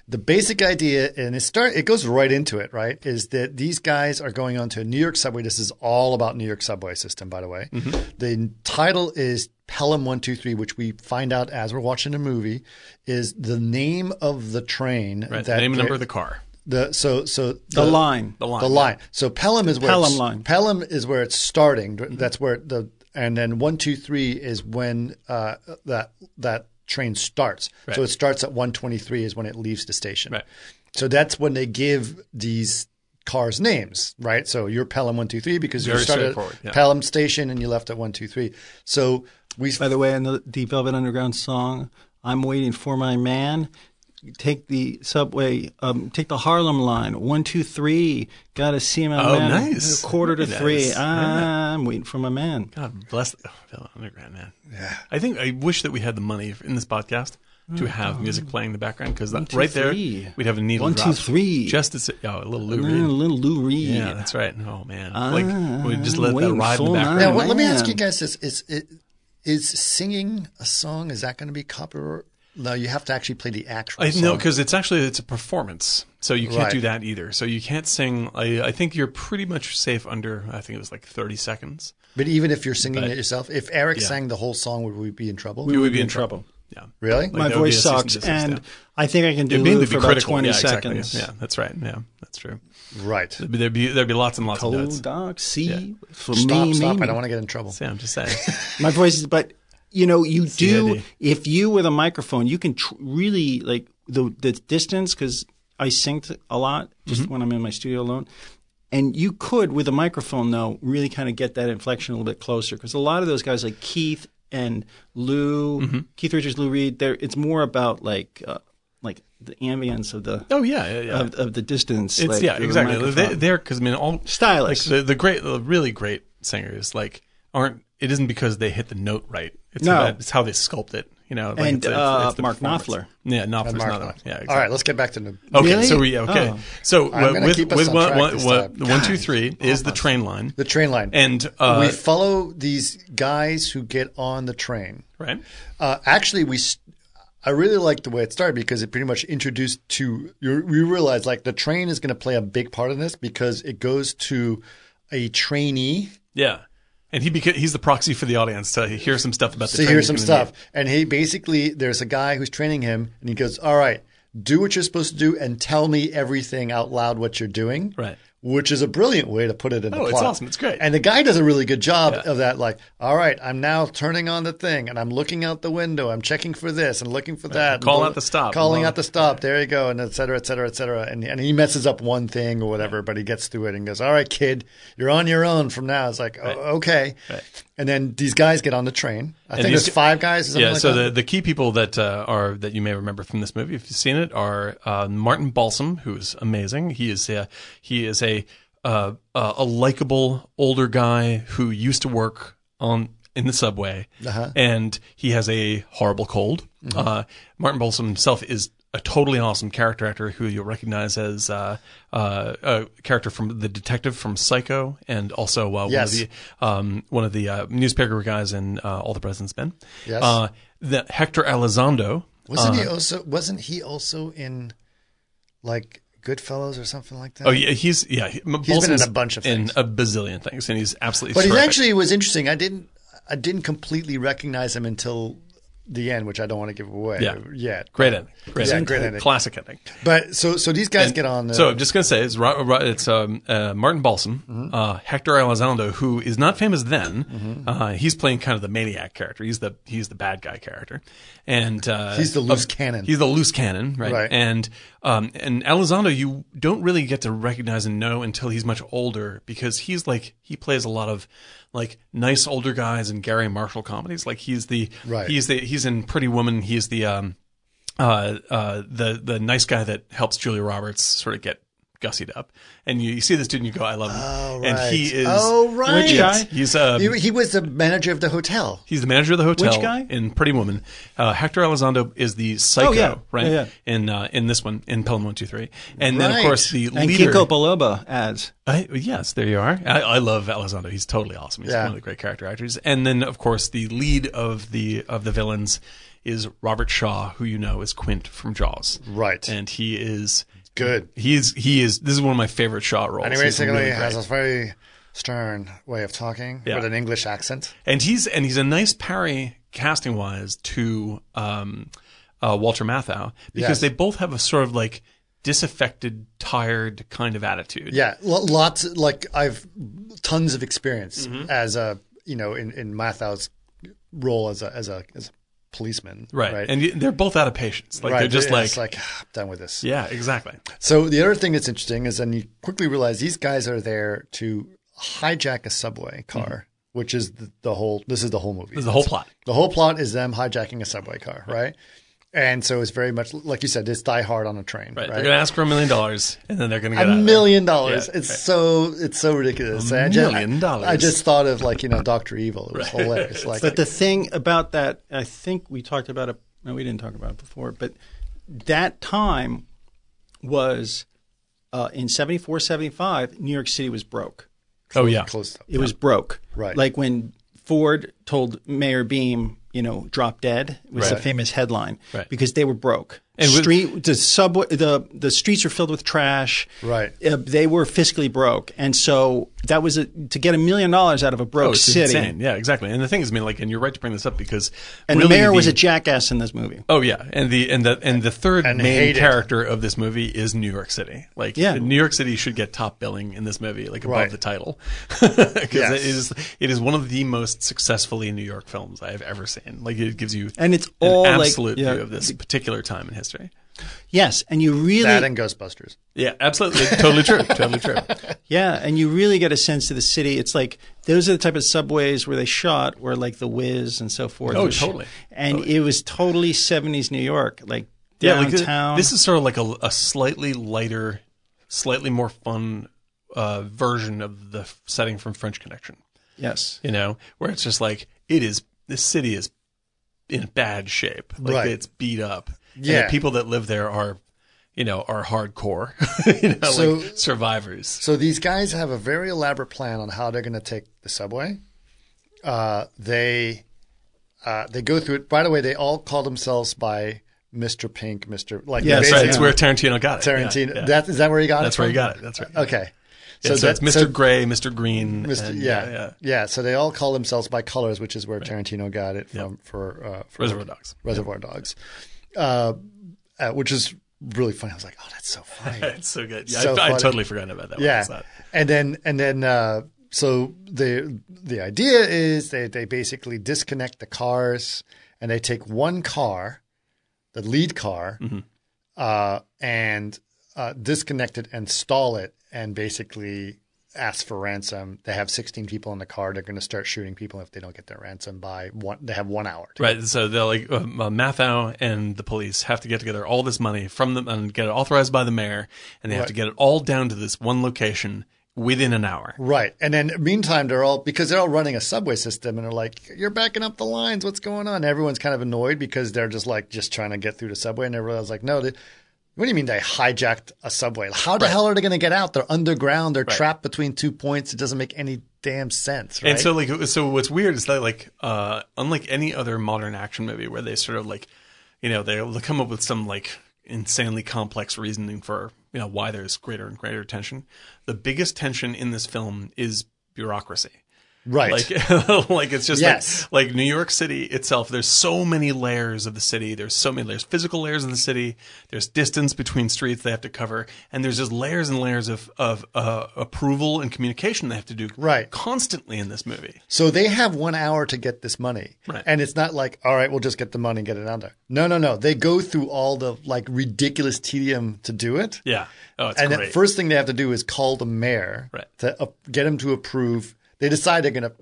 [SPEAKER 1] The basic idea, and it start it goes right into it, right? Is that these guys are going onto a New York subway. This is all about New York subway system, by the way.
[SPEAKER 7] Mm-hmm.
[SPEAKER 1] The title is Pelham One Two Three, which we find out as we're watching a movie, is the name of the train.
[SPEAKER 7] Right. the name and number of the car.
[SPEAKER 1] the so so
[SPEAKER 5] the, line.
[SPEAKER 7] The line.
[SPEAKER 1] the line. So Pelham is where
[SPEAKER 5] Pelham
[SPEAKER 1] it's-
[SPEAKER 5] line.
[SPEAKER 1] Pelham is where it's starting.
[SPEAKER 7] Mm-hmm.
[SPEAKER 1] That's where the and then one two three is when uh, that that train starts. So it starts at one twenty three is when it leaves the station.
[SPEAKER 7] Right.
[SPEAKER 1] So that's when they give these cars names, right? So you're Pelham one two three because you
[SPEAKER 7] Very
[SPEAKER 1] started
[SPEAKER 7] straightforward,
[SPEAKER 1] at
[SPEAKER 7] yeah.
[SPEAKER 1] Pelham station and you left at one two three. So we
[SPEAKER 5] By the way, in the, the Velvet Underground song, I'm waiting for my man. Take the subway, um, take the Harlem line. One, two, three. Gotta see my
[SPEAKER 7] Oh,
[SPEAKER 5] man.
[SPEAKER 7] nice.
[SPEAKER 5] Quarter to
[SPEAKER 7] Very
[SPEAKER 5] three.
[SPEAKER 7] nice. Very
[SPEAKER 5] I'm waiting for my man.
[SPEAKER 7] God bless the oh, Velvet Underground, man. Yeah. I think I wish that we had the money in this podcast to have music playing in the background because right
[SPEAKER 5] Mm, two,
[SPEAKER 7] there
[SPEAKER 5] three.
[SPEAKER 7] we'd have a needle
[SPEAKER 5] One,
[SPEAKER 7] drop.
[SPEAKER 5] two, three.
[SPEAKER 7] Just to say, oh, a little Lou
[SPEAKER 5] Mm,
[SPEAKER 7] Reed.
[SPEAKER 5] little Ah, Lou Reed.
[SPEAKER 7] Yeah, that's right. Oh man, like we just let that
[SPEAKER 5] waiting
[SPEAKER 7] ride in the
[SPEAKER 5] for
[SPEAKER 7] background.
[SPEAKER 1] now let me
[SPEAKER 5] man.
[SPEAKER 1] ask you guys this: is it is singing a song is that going to be copyright? No, you have to actually play the actual.
[SPEAKER 7] I,
[SPEAKER 1] song.
[SPEAKER 7] no, because it's actually it's a performance, so you can't
[SPEAKER 1] Right.
[SPEAKER 7] do that either. So you can't sing. I, I think you're pretty much safe under. I think it was like 30 seconds.
[SPEAKER 1] But even if you're singing it yourself, if Eric sang the whole song, would we be in trouble?
[SPEAKER 7] You would
[SPEAKER 5] be in trouble.
[SPEAKER 7] Yeah,
[SPEAKER 1] really?
[SPEAKER 7] Like,
[SPEAKER 5] My
[SPEAKER 7] that would be
[SPEAKER 5] voice
[SPEAKER 7] a cease and
[SPEAKER 5] sucks,
[SPEAKER 7] desist,
[SPEAKER 5] and
[SPEAKER 7] yeah.
[SPEAKER 5] I think I can do
[SPEAKER 7] It'd mainly
[SPEAKER 5] it
[SPEAKER 7] be
[SPEAKER 5] for about
[SPEAKER 7] critical.
[SPEAKER 5] twenty
[SPEAKER 7] yeah, exactly.
[SPEAKER 5] seconds.
[SPEAKER 7] Yeah, that's right. Yeah, that's true.
[SPEAKER 1] right.
[SPEAKER 7] There'd be there'd be, there'd be lots and lots of notes.
[SPEAKER 5] Cold dark sea for
[SPEAKER 1] Stop,
[SPEAKER 5] me.
[SPEAKER 1] stop.
[SPEAKER 5] me,
[SPEAKER 1] I don't want to get in trouble.
[SPEAKER 7] Yeah, I'm just saying.
[SPEAKER 5] My voice is, but you know, you
[SPEAKER 7] the
[SPEAKER 5] do.
[SPEAKER 7] idea.
[SPEAKER 5] If you with a microphone, you can tr- really like the the distance because I sing t- a lot just
[SPEAKER 7] Mm-hmm.
[SPEAKER 5] when I'm in my studio alone. And you could with a microphone though really kind of get that inflection a little bit closer because a lot of those guys like Keith and Lou,
[SPEAKER 7] Mm-hmm.
[SPEAKER 5] Keith Richards, Lou Reed, they're it's more about like uh, like the ambience of the
[SPEAKER 7] oh yeah, yeah, yeah.
[SPEAKER 5] of, of the distance.
[SPEAKER 7] It's
[SPEAKER 5] Um, like,
[SPEAKER 7] yeah,
[SPEAKER 5] of the
[SPEAKER 7] exactly. They,
[SPEAKER 5] microphone.
[SPEAKER 7] they're because I mean, all like
[SPEAKER 5] Stylish.
[SPEAKER 7] the, the great, the really great singers like aren't. It isn't because they hit the note right. It's
[SPEAKER 5] No.
[SPEAKER 7] about, it's how they sculpt it. You know, like
[SPEAKER 5] And,
[SPEAKER 7] it's, it's,
[SPEAKER 5] uh,
[SPEAKER 7] it's the
[SPEAKER 5] Mark
[SPEAKER 7] performance.
[SPEAKER 5] Knopfler.
[SPEAKER 7] Yeah, Knopfler's
[SPEAKER 1] Mark
[SPEAKER 7] another one.
[SPEAKER 1] Knopfler.
[SPEAKER 7] Yeah, exactly.
[SPEAKER 1] All right, let's get back to the.
[SPEAKER 7] Okay,
[SPEAKER 5] Really?
[SPEAKER 7] so we okay.
[SPEAKER 5] Oh.
[SPEAKER 7] So
[SPEAKER 1] I'm
[SPEAKER 7] uh,
[SPEAKER 1] gonna
[SPEAKER 7] with
[SPEAKER 1] keep us
[SPEAKER 7] with
[SPEAKER 1] on
[SPEAKER 7] one,
[SPEAKER 1] track
[SPEAKER 7] one,
[SPEAKER 1] this
[SPEAKER 7] one,
[SPEAKER 1] time.
[SPEAKER 7] one, two, three is the train line,
[SPEAKER 1] The train line.
[SPEAKER 7] and uh,
[SPEAKER 1] we follow these guys who get on the train.
[SPEAKER 7] right.
[SPEAKER 1] Uh, actually, we. s- I really like the way it started because it pretty much introduced to you. You realize like the train is going to play a big part in this because it goes to a trainee
[SPEAKER 7] Yeah, and he beca- he's the proxy for the audience to hear some stuff about
[SPEAKER 1] to
[SPEAKER 7] the. train
[SPEAKER 1] hear
[SPEAKER 7] he's
[SPEAKER 1] some
[SPEAKER 7] gonna
[SPEAKER 1] stuff. And he basically, there's a guy who's training him, and he goes, "All right, do what you're supposed to do, and tell me everything out loud what you're doing."
[SPEAKER 7] Right.
[SPEAKER 1] Which is a brilliant way to put it in the
[SPEAKER 7] Oh,
[SPEAKER 1] plot.
[SPEAKER 7] it's awesome. It's great.
[SPEAKER 1] And the guy does a really good job of that. Like, all right, I'm now turning on the thing, and I'm looking out the window. I'm checking for this and looking for that. and
[SPEAKER 7] Call
[SPEAKER 1] blah-
[SPEAKER 7] out the stop.
[SPEAKER 1] Calling
[SPEAKER 7] Blah.
[SPEAKER 1] out the stop. There you go, and et cetera, et cetera, et cetera. And and he messes up one thing or whatever, but he gets through it and goes, "All right, kid, you're on your own from now." It's like, oh, okay. And then these guys get on the train. I think
[SPEAKER 7] these
[SPEAKER 1] there's
[SPEAKER 7] gu-
[SPEAKER 1] five guys. or something
[SPEAKER 7] Yeah,
[SPEAKER 1] like
[SPEAKER 7] so
[SPEAKER 1] that.
[SPEAKER 7] the, the key people that uh, are that you may remember from this movie, if you've seen it, are uh, Martin Balsam, who is amazing. He is a, he is a uh, uh, a likable older guy who used to work on in the subway,
[SPEAKER 1] Uh-huh.
[SPEAKER 7] and he has a horrible cold.
[SPEAKER 1] Mm-hmm.
[SPEAKER 7] Uh, Martin Balsam himself is a totally awesome character actor who you'll recognize as uh, uh, a character from the detective from Psycho, and also uh,
[SPEAKER 1] Yes.
[SPEAKER 7] one of the um, one of the uh, newspaper guys in uh, All the President's Men.
[SPEAKER 1] Yes.
[SPEAKER 7] Uh, the Hector Elizondo
[SPEAKER 1] Wasn't he also? Wasn't he also in like Goodfellas or something like that?
[SPEAKER 7] Oh yeah, he's yeah. He's
[SPEAKER 1] been in a bunch of things.
[SPEAKER 7] in a bazillion things, and he's absolutely.
[SPEAKER 1] But he
[SPEAKER 7] terrific.
[SPEAKER 1] actually was interesting. I didn't I didn't completely recognize him until the end, which I don't want to give away
[SPEAKER 7] Yeah.
[SPEAKER 1] yet.
[SPEAKER 7] great ending, great,
[SPEAKER 1] Yeah,
[SPEAKER 7] ending.
[SPEAKER 1] great ending.
[SPEAKER 7] classic ending.
[SPEAKER 1] But so so these guys
[SPEAKER 7] And
[SPEAKER 1] get on. The,
[SPEAKER 7] so I'm just gonna say it's Ro- Ro- it's um, uh, Martin Balsam,
[SPEAKER 1] Mm-hmm.
[SPEAKER 7] uh, Hector Elizondo, who is not famous then. Uh, he's playing kind of the maniac character. He's the he's the bad guy character, and uh,
[SPEAKER 1] He's the loose cannon.
[SPEAKER 7] He's the loose cannon, right?
[SPEAKER 1] Right.
[SPEAKER 7] And um, and Elizondo, you don't really get to recognize and know until he's much older because he's like he plays a lot of like nice older guys in Gary Marshall comedies. Like he's the
[SPEAKER 1] Right.
[SPEAKER 7] he's the he's in Pretty Woman. He's the um, uh, uh, the the nice guy that helps Julia Roberts sort of get gussied up, and you, you see this dude and you go, "I love him,"
[SPEAKER 1] oh, right.
[SPEAKER 7] and he is
[SPEAKER 1] Oh right.
[SPEAKER 5] Which guy?
[SPEAKER 7] he's uh,
[SPEAKER 1] He, he was the manager of the hotel.
[SPEAKER 7] he's the manager of the hotel
[SPEAKER 5] Which guy?
[SPEAKER 7] in Pretty Woman. Uh, Hector Elizondo is the psycho,
[SPEAKER 5] Oh, yeah.
[SPEAKER 7] right?
[SPEAKER 5] Yeah, yeah.
[SPEAKER 7] In uh, in this one, in Pelham One Two Three, and then
[SPEAKER 1] Right.
[SPEAKER 7] of course the
[SPEAKER 5] And
[SPEAKER 7] leader.
[SPEAKER 5] Kiko Biloba ads.
[SPEAKER 7] I, yes, there you are. I, I love Elizondo. He's totally awesome. He's
[SPEAKER 1] Yeah.
[SPEAKER 7] one of the great character actors. And then, of course, the lead of the of the villains is Robert Shaw, who you know is Quint from Jaws,
[SPEAKER 1] Right.
[SPEAKER 7] And he is
[SPEAKER 1] Good.
[SPEAKER 7] he is he is this is one of my favorite Shaw roles.
[SPEAKER 1] And he
[SPEAKER 7] He's
[SPEAKER 1] basically
[SPEAKER 7] really great.
[SPEAKER 1] has a very stern way of talking
[SPEAKER 7] Yeah.
[SPEAKER 1] with an English accent.
[SPEAKER 7] and he's and he's a nice parry casting wise to um, uh, Walter Matthau
[SPEAKER 1] Yes.
[SPEAKER 7] because they both have a sort of like disaffected, tired kind of attitude.
[SPEAKER 1] Yeah, lo- lots like I've tons of experience
[SPEAKER 7] Mm-hmm.
[SPEAKER 1] as a you know in in Mathau's role as a as a as a policeman.
[SPEAKER 7] Right. and you, they're both out of patience. Like
[SPEAKER 1] right.
[SPEAKER 7] they're just
[SPEAKER 1] and
[SPEAKER 7] like,
[SPEAKER 1] it's like "Ah, I'm done with this.
[SPEAKER 7] yeah, exactly.
[SPEAKER 1] So the other thing that's interesting is then you quickly realize these guys are there to hijack a subway car, which is the, the whole. This is the whole movie.
[SPEAKER 7] Mm-hmm. This is the whole plot.
[SPEAKER 1] The whole plot is them hijacking a subway car, right? And so it's very much like you said, it's Die Hard on a train,
[SPEAKER 7] Right.
[SPEAKER 1] right?
[SPEAKER 7] They're gonna ask for a million dollars and then they're gonna get
[SPEAKER 1] A
[SPEAKER 7] out of there.
[SPEAKER 1] million dollars.
[SPEAKER 7] Yeah,
[SPEAKER 1] it's
[SPEAKER 7] right.
[SPEAKER 1] so it's so ridiculous. A
[SPEAKER 7] million dollars.
[SPEAKER 1] I just thought of like you know Doctor Evil. It was hilarious. Like
[SPEAKER 5] But the thing about that, I think we talked about it. No, we didn't talk about it before. But that time was uh, in 74, 75, New York City was broke.
[SPEAKER 7] Oh yeah.
[SPEAKER 1] close up.
[SPEAKER 5] It was broke.
[SPEAKER 1] Right.
[SPEAKER 5] Like when Ford told Mayor Beam, you know, drop dead was the
[SPEAKER 7] Right.
[SPEAKER 5] famous headline
[SPEAKER 7] Right.
[SPEAKER 5] because they were broke.
[SPEAKER 7] And with-
[SPEAKER 5] Street, the subway, the, the streets were filled with trash.
[SPEAKER 1] Right.
[SPEAKER 5] Uh, they were fiscally broke. And so that was a, to get a million dollars out of a
[SPEAKER 7] Oh,
[SPEAKER 5] broke
[SPEAKER 7] it's
[SPEAKER 5] city.
[SPEAKER 7] insane. Yeah, exactly. And the thing is, I mean, like, and you're right to bring this up because
[SPEAKER 5] And
[SPEAKER 7] really
[SPEAKER 5] the mayor was
[SPEAKER 7] the-
[SPEAKER 5] a jackass in this movie.
[SPEAKER 7] Oh yeah, and the and the and the third
[SPEAKER 1] And
[SPEAKER 7] main
[SPEAKER 1] hated.
[SPEAKER 7] character of this movie is New York City. Like,
[SPEAKER 5] Yeah.
[SPEAKER 7] New York City should get top billing in this movie, like above
[SPEAKER 1] Right.
[SPEAKER 7] the title, because
[SPEAKER 1] Yes.
[SPEAKER 7] it is it is one of the most successfully New York films I have ever seen. Like, it gives you
[SPEAKER 5] And it's
[SPEAKER 7] an
[SPEAKER 5] all, like,
[SPEAKER 7] absolute
[SPEAKER 5] yeah.
[SPEAKER 7] view of this particular time in history.
[SPEAKER 5] Yes, and you really
[SPEAKER 1] that and Ghostbusters.
[SPEAKER 7] Yeah, absolutely, totally true, totally true.
[SPEAKER 5] yeah, and you really get a sense of the city. It's like those are the type of subways where they shot, where like the Whiz and so forth.
[SPEAKER 7] Oh,
[SPEAKER 5] was shot.
[SPEAKER 7] totally.
[SPEAKER 5] And it was totally seventies New York, like
[SPEAKER 7] Yeah, like uh,
[SPEAKER 5] downtown.
[SPEAKER 7] this is sort of like a, a slightly lighter, slightly more fun uh, version of the f- setting from French Connection.
[SPEAKER 5] yes,
[SPEAKER 7] you know, where it's just like it is. This city is in bad shape. Like
[SPEAKER 1] Right.
[SPEAKER 7] it's beat up.
[SPEAKER 1] Yeah.
[SPEAKER 7] and the people that live there are, you know, are hardcore. you know,
[SPEAKER 1] So-
[SPEAKER 7] like survivors.
[SPEAKER 1] So these guys have a very elaborate plan on how they're going to take the subway. Uh, they uh, they go through it. By the way, they all call themselves by Mr. Pink, Mr. Like
[SPEAKER 5] Yes,
[SPEAKER 7] That's
[SPEAKER 1] basically
[SPEAKER 7] right. It's where Tarantino got it. Yeah,
[SPEAKER 1] Tarantino.
[SPEAKER 7] yeah.
[SPEAKER 1] That is that where you got it?
[SPEAKER 7] that's where you
[SPEAKER 1] from?
[SPEAKER 7] got it. That's right.
[SPEAKER 1] Okay.
[SPEAKER 7] Yeah, so,
[SPEAKER 1] that-
[SPEAKER 7] it's Mr.
[SPEAKER 1] so-
[SPEAKER 7] Gray, Mr. Green.
[SPEAKER 1] Mr.
[SPEAKER 7] and,
[SPEAKER 1] yeah,
[SPEAKER 7] yeah,
[SPEAKER 1] yeah, So they all call themselves by colors, which is where Tarantino got it from for, uh, for
[SPEAKER 7] Reservoir Dogs.
[SPEAKER 1] Reservoir Dogs, uh, uh, which is really funny. I was like, oh, that's so funny.
[SPEAKER 7] It's so good. Yeah,
[SPEAKER 1] So
[SPEAKER 7] I, I
[SPEAKER 1] funny.
[SPEAKER 7] totally forgot about that. one.
[SPEAKER 1] yeah,
[SPEAKER 7] It's not-
[SPEAKER 1] and then and then uh, so the the idea is they they basically disconnect the cars and they take one car, the lead car, uh, and uh, disconnect it and stall it and basically ask for ransom. They have 16 people in the car. They're going to start shooting people if they don't get their ransom by one. They have one hour. to-
[SPEAKER 7] Right, so they're like uh, Mathau and the police have to get together all this money from them and get it authorized by the mayor, and they have to get it all down to this one location within an hour.
[SPEAKER 1] Right. And then meantime, they're all because they're all running a subway system and they're like, you're backing up the lines. What's going on? Everyone's kind of annoyed because they're just like, just trying to get through the subway. And they realize, like, no, they, what do you mean they hijacked a subway? How the hell are they going to get out? They're underground. They're trapped between two points. It doesn't make any damn sense. Right.
[SPEAKER 7] And so, like, so what's weird is that, like, uh, unlike any other modern action movie where they sort of like you know they'll they'll come up with some like insanely complex reasoning for you know why there's greater and greater tension. The biggest tension in this film is bureaucracy.
[SPEAKER 1] Right.
[SPEAKER 7] Like, like it's just
[SPEAKER 1] Yes.
[SPEAKER 7] like, like New York City itself. There's so many layers of the city. There's so many layers, physical layers of the city. There's distance between streets they have to cover, and there's just layers and layers of of uh, approval and communication they have to do
[SPEAKER 1] Right.
[SPEAKER 7] constantly in this movie.
[SPEAKER 1] so they have one hour to get this money.
[SPEAKER 7] Right.
[SPEAKER 1] And it's not like, all right, we'll just get the money and get it out there. No, no, no. They go through all the like ridiculous tedium to do it.
[SPEAKER 7] Yeah. Oh, it's
[SPEAKER 1] and the
[SPEAKER 7] great.
[SPEAKER 1] first thing they have to do is call the mayor
[SPEAKER 7] Right.
[SPEAKER 1] to uh, get him to approve. They decide they're gonna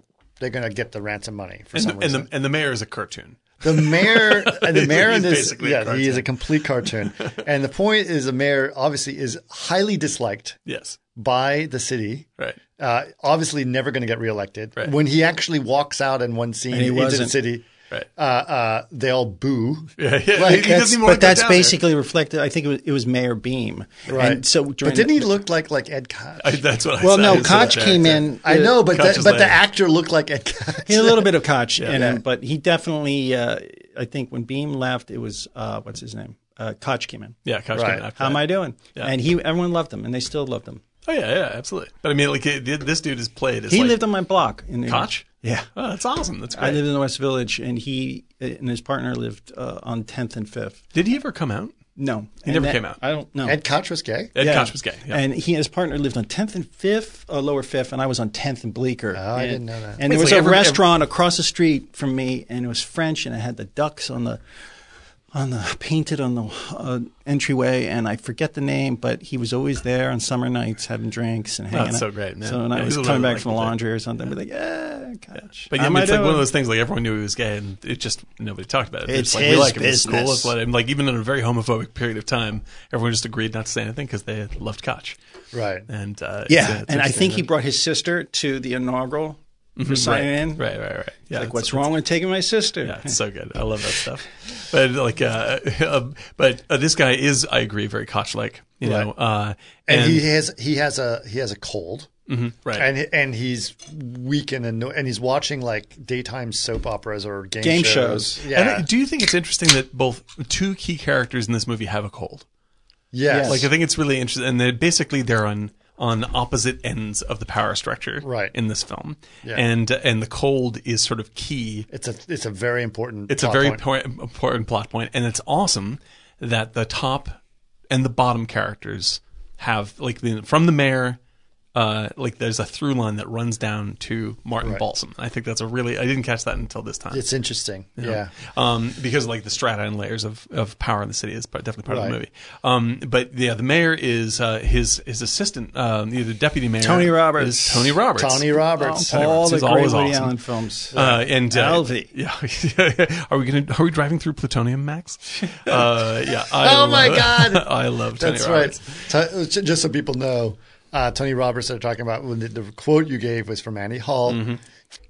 [SPEAKER 1] they're gonna get the ransom money for
[SPEAKER 7] and,
[SPEAKER 1] some
[SPEAKER 7] the, and
[SPEAKER 1] reason.
[SPEAKER 7] the and the mayor is a cartoon.
[SPEAKER 1] The mayor, and the mayor in
[SPEAKER 7] He's
[SPEAKER 1] this,
[SPEAKER 7] basically a
[SPEAKER 1] yeah, he is a complete cartoon. and the point is, the mayor obviously is highly disliked
[SPEAKER 7] Yes.
[SPEAKER 1] by the city.
[SPEAKER 7] Right.
[SPEAKER 1] Uh, obviously, never going to get reelected.
[SPEAKER 7] Right.
[SPEAKER 1] When he actually walks out in one scene
[SPEAKER 5] And he
[SPEAKER 1] into the
[SPEAKER 5] wasn't.
[SPEAKER 1] city,
[SPEAKER 7] Right.
[SPEAKER 1] uh, uh, they all boo.
[SPEAKER 7] Yeah. yeah.
[SPEAKER 1] Like,
[SPEAKER 7] he, he doesn't even
[SPEAKER 5] but
[SPEAKER 7] want to go
[SPEAKER 5] that's
[SPEAKER 7] down there.
[SPEAKER 5] basically reflected. I think it was, it was Mayor Beam.
[SPEAKER 1] Right.
[SPEAKER 5] And so during
[SPEAKER 1] but didn't
[SPEAKER 5] the-
[SPEAKER 1] he look like like Ed Koch?
[SPEAKER 7] I,
[SPEAKER 1] I,
[SPEAKER 7] that's what I
[SPEAKER 5] Well,
[SPEAKER 7] said.
[SPEAKER 5] no,
[SPEAKER 7] I said
[SPEAKER 5] Koch
[SPEAKER 7] that.
[SPEAKER 5] came in.
[SPEAKER 1] know, but
[SPEAKER 7] Koch
[SPEAKER 1] the,
[SPEAKER 7] is
[SPEAKER 1] but the
[SPEAKER 7] later.
[SPEAKER 1] actor looked like Ed Koch.
[SPEAKER 5] He had a little bit of Koch in
[SPEAKER 7] Yeah.
[SPEAKER 5] him, but he definitely. Uh, I think when Beam left, it was uh, what's his name? Uh, Koch came in.
[SPEAKER 7] Yeah, Koch
[SPEAKER 1] Right.
[SPEAKER 7] came in after
[SPEAKER 5] How am
[SPEAKER 7] that.
[SPEAKER 5] I doing? And he, everyone loved him, and they still loved him.
[SPEAKER 7] Oh yeah, yeah, absolutely. But I mean, like it, this dude is played as
[SPEAKER 5] He
[SPEAKER 7] like,
[SPEAKER 5] lived on my block in the
[SPEAKER 7] Koch?
[SPEAKER 5] Yeah,
[SPEAKER 7] Oh, that's awesome. That's
[SPEAKER 5] I
[SPEAKER 7] great.
[SPEAKER 5] lived in the West Village, and he and his partner lived uh, on Tenth and Fifth.
[SPEAKER 7] Did he ever come out?
[SPEAKER 5] No, he
[SPEAKER 7] never came out.
[SPEAKER 5] I don't know.
[SPEAKER 1] Ed Koch was gay.
[SPEAKER 7] Ed
[SPEAKER 5] Yeah.
[SPEAKER 7] Koch was gay. Yeah.
[SPEAKER 5] And he and his partner lived on 10th and 5th, uh, Lower 5th, and I was on 10th and Bleecker. Oh,
[SPEAKER 1] I didn't know that.
[SPEAKER 5] And there
[SPEAKER 7] Wait,
[SPEAKER 5] was
[SPEAKER 7] so
[SPEAKER 5] a
[SPEAKER 7] every-
[SPEAKER 5] restaurant across the street from me, and it was French, and it had the ducks on the on the painted on the uh, entryway, and I forget the name, but he was always there on summer nights having drinks and hanging
[SPEAKER 7] that's
[SPEAKER 5] out.
[SPEAKER 7] so great, man.
[SPEAKER 5] So when
[SPEAKER 7] Yeah,
[SPEAKER 5] I
[SPEAKER 7] he's
[SPEAKER 5] was
[SPEAKER 7] a
[SPEAKER 5] coming
[SPEAKER 7] little
[SPEAKER 5] back from the
[SPEAKER 7] like that.
[SPEAKER 5] laundry or something, I'd be like, yeah, gosh.
[SPEAKER 7] but yeah, I mean, it's like one of those things. Like everyone knew he was gay, and it just nobody talked about it. They're
[SPEAKER 1] It's
[SPEAKER 7] just like,
[SPEAKER 1] his
[SPEAKER 7] we like him. He's
[SPEAKER 1] business.
[SPEAKER 7] cool. Let's let him. Like even in a very homophobic period of time, everyone just agreed not to say anything because they loved Koch.
[SPEAKER 1] Right.
[SPEAKER 7] And uh,
[SPEAKER 1] Yeah,
[SPEAKER 7] it's- it's
[SPEAKER 5] And I
[SPEAKER 7] interesting
[SPEAKER 5] think
[SPEAKER 7] that-
[SPEAKER 5] he brought his sister to the inaugural for signing in.
[SPEAKER 7] Right, right, right. Yeah,
[SPEAKER 5] Like,
[SPEAKER 7] it's-
[SPEAKER 5] what's wrong with taking my sister?
[SPEAKER 7] Yeah, it's so good. I love that stuff. But like, uh, um, but uh, this guy is, I agree, very Koch-like. You know, uh,
[SPEAKER 1] And, he has he has a he has a cold.
[SPEAKER 7] right.
[SPEAKER 1] and and he's weak and anno- and he's watching like daytime soap operas or game,
[SPEAKER 5] Game
[SPEAKER 1] shows.
[SPEAKER 5] shows.
[SPEAKER 1] Yeah,
[SPEAKER 7] And I- do you think it's interesting that both two key characters in this movie have a cold?
[SPEAKER 1] yes.
[SPEAKER 7] Like, I think it's really interesting, and they're basically they're on on opposite ends of the power structure,
[SPEAKER 1] Right.
[SPEAKER 7] In this film, and and the cold is sort of key.
[SPEAKER 1] it's a it's a very important.
[SPEAKER 7] It's
[SPEAKER 1] plot
[SPEAKER 7] a very
[SPEAKER 1] point.
[SPEAKER 7] po- important plot point, and it's awesome that the top and the bottom characters have like the, from the mayor. Uh, like there's a through line that runs down to Martin Balsam. I think that's a really I didn't catch that until this time.
[SPEAKER 1] It's interesting. Yeah.
[SPEAKER 7] um, because like the strata and layers of, of power in the city is part, definitely part of
[SPEAKER 1] Right.
[SPEAKER 7] the movie. Um, but yeah, the mayor is uh, his his assistant, um, the deputy mayor,
[SPEAKER 5] Tony Roberts.
[SPEAKER 7] is Tony Roberts.
[SPEAKER 1] Tony Roberts.
[SPEAKER 7] Tony
[SPEAKER 5] All
[SPEAKER 7] Roberts
[SPEAKER 5] the
[SPEAKER 7] is
[SPEAKER 5] great
[SPEAKER 7] always
[SPEAKER 5] Woody
[SPEAKER 7] awesome.
[SPEAKER 5] Allen films.
[SPEAKER 7] Uh, and uh,
[SPEAKER 5] Alvy.
[SPEAKER 7] yeah. are we gonna are we driving through plutonium, Max? Uh, yeah. I
[SPEAKER 1] Oh, my
[SPEAKER 7] love-
[SPEAKER 1] God.
[SPEAKER 7] I love Tony
[SPEAKER 1] That's right.
[SPEAKER 7] Roberts.
[SPEAKER 1] So, j- just so people know, uh, Tony Roberts that are talking about when the, the quote you gave was from Annie Hall.
[SPEAKER 7] Mm-hmm.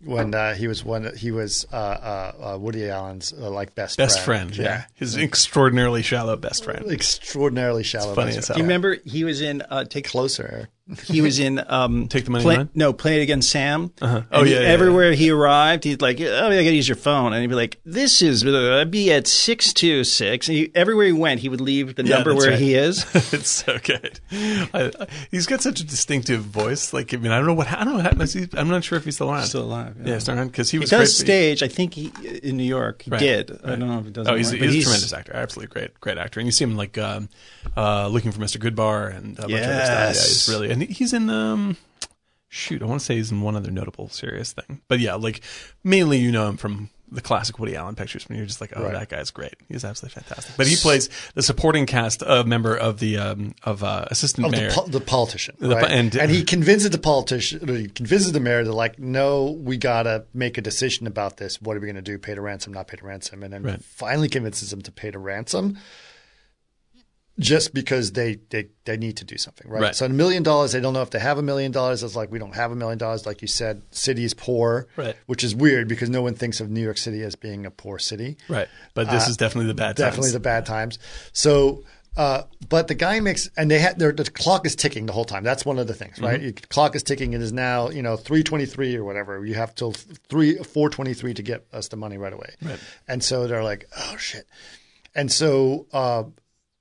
[SPEAKER 1] When uh, he was one, he was uh, uh, uh, Woody Allen's uh, like best
[SPEAKER 7] Best friend, yeah. his extraordinarily shallow best friend.
[SPEAKER 1] extraordinarily shallow.
[SPEAKER 7] funny
[SPEAKER 1] best
[SPEAKER 7] as
[SPEAKER 1] friend.
[SPEAKER 5] Do
[SPEAKER 7] hell.
[SPEAKER 5] you remember he was in uh, take
[SPEAKER 1] Closer, Eric.
[SPEAKER 5] he was in um,
[SPEAKER 7] Take the Money
[SPEAKER 5] play,
[SPEAKER 7] Line?
[SPEAKER 5] No, play it against Sam.
[SPEAKER 7] Oh,
[SPEAKER 5] And
[SPEAKER 7] yeah, yeah,
[SPEAKER 5] Everywhere he arrived, he'd like, oh, I gotta use your phone, and he'd be like, this is uh, I'd be at six two six. And he, everywhere he went, he would leave the number
[SPEAKER 7] that's
[SPEAKER 5] where
[SPEAKER 7] right.
[SPEAKER 5] he is.
[SPEAKER 7] it's so good. I, I, he's got such a distinctive voice. Like I mean, I don't know what I don't know. What happened. He's- I'm not sure if he's still around.
[SPEAKER 5] Still alive,
[SPEAKER 7] Yeah,
[SPEAKER 5] yeah.
[SPEAKER 7] still around because he
[SPEAKER 5] Um, He
[SPEAKER 7] was
[SPEAKER 5] does
[SPEAKER 7] great.
[SPEAKER 5] stage. I think he in New York. He
[SPEAKER 7] Right,
[SPEAKER 5] did. I
[SPEAKER 7] right.
[SPEAKER 5] don't know if he does.
[SPEAKER 7] Oh, he's,
[SPEAKER 5] anymore,
[SPEAKER 7] he's,
[SPEAKER 5] but
[SPEAKER 7] a tremendous actor. Absolutely great, great actor. And you see him like um, uh, looking for Mr. Goodbar and a bunch of other stuff. Yeah,
[SPEAKER 5] Yes.
[SPEAKER 7] he's really and he's in um, shoot. I want to say he's in one other notable serious thing, but yeah, like mainly you know him from the classic Woody Allen pictures. When you're just like, oh, that guy's great. He's absolutely fantastic. But he plays the supporting cast uh, member of the um, of uh, assistant
[SPEAKER 1] Of
[SPEAKER 7] mayor.
[SPEAKER 1] the, po- the politician,
[SPEAKER 7] po-
[SPEAKER 1] right?
[SPEAKER 7] and- uh,
[SPEAKER 1] and, he convinces the politician, or he convinces the mayor to like, no, we gotta make a decision about this. What are we gonna do? Pay to ransom, not pay to ransom, and then
[SPEAKER 7] Right.
[SPEAKER 1] finally convinces him to pay to ransom, just because they they, they need to do something, right?
[SPEAKER 7] Right.
[SPEAKER 1] So a million dollars, they don't know if they have a million dollars. It's like we don't have a million dollars, like you said. City is poor,
[SPEAKER 7] Right.
[SPEAKER 1] Which is weird because no one thinks of New York City as being a poor city,
[SPEAKER 7] Right, but this is definitely the bad.
[SPEAKER 1] definitely
[SPEAKER 7] times.
[SPEAKER 1] the bad times. So, uh, but the guy makes, and they had their the clock is ticking the whole time. That's one of the things,
[SPEAKER 7] Mm-hmm.
[SPEAKER 1] right? Your clock is ticking. It is now, you know, three twenty three or whatever. You have till three four twenty three to get us the money right away. Right. And so they're like, oh shit. And so uh,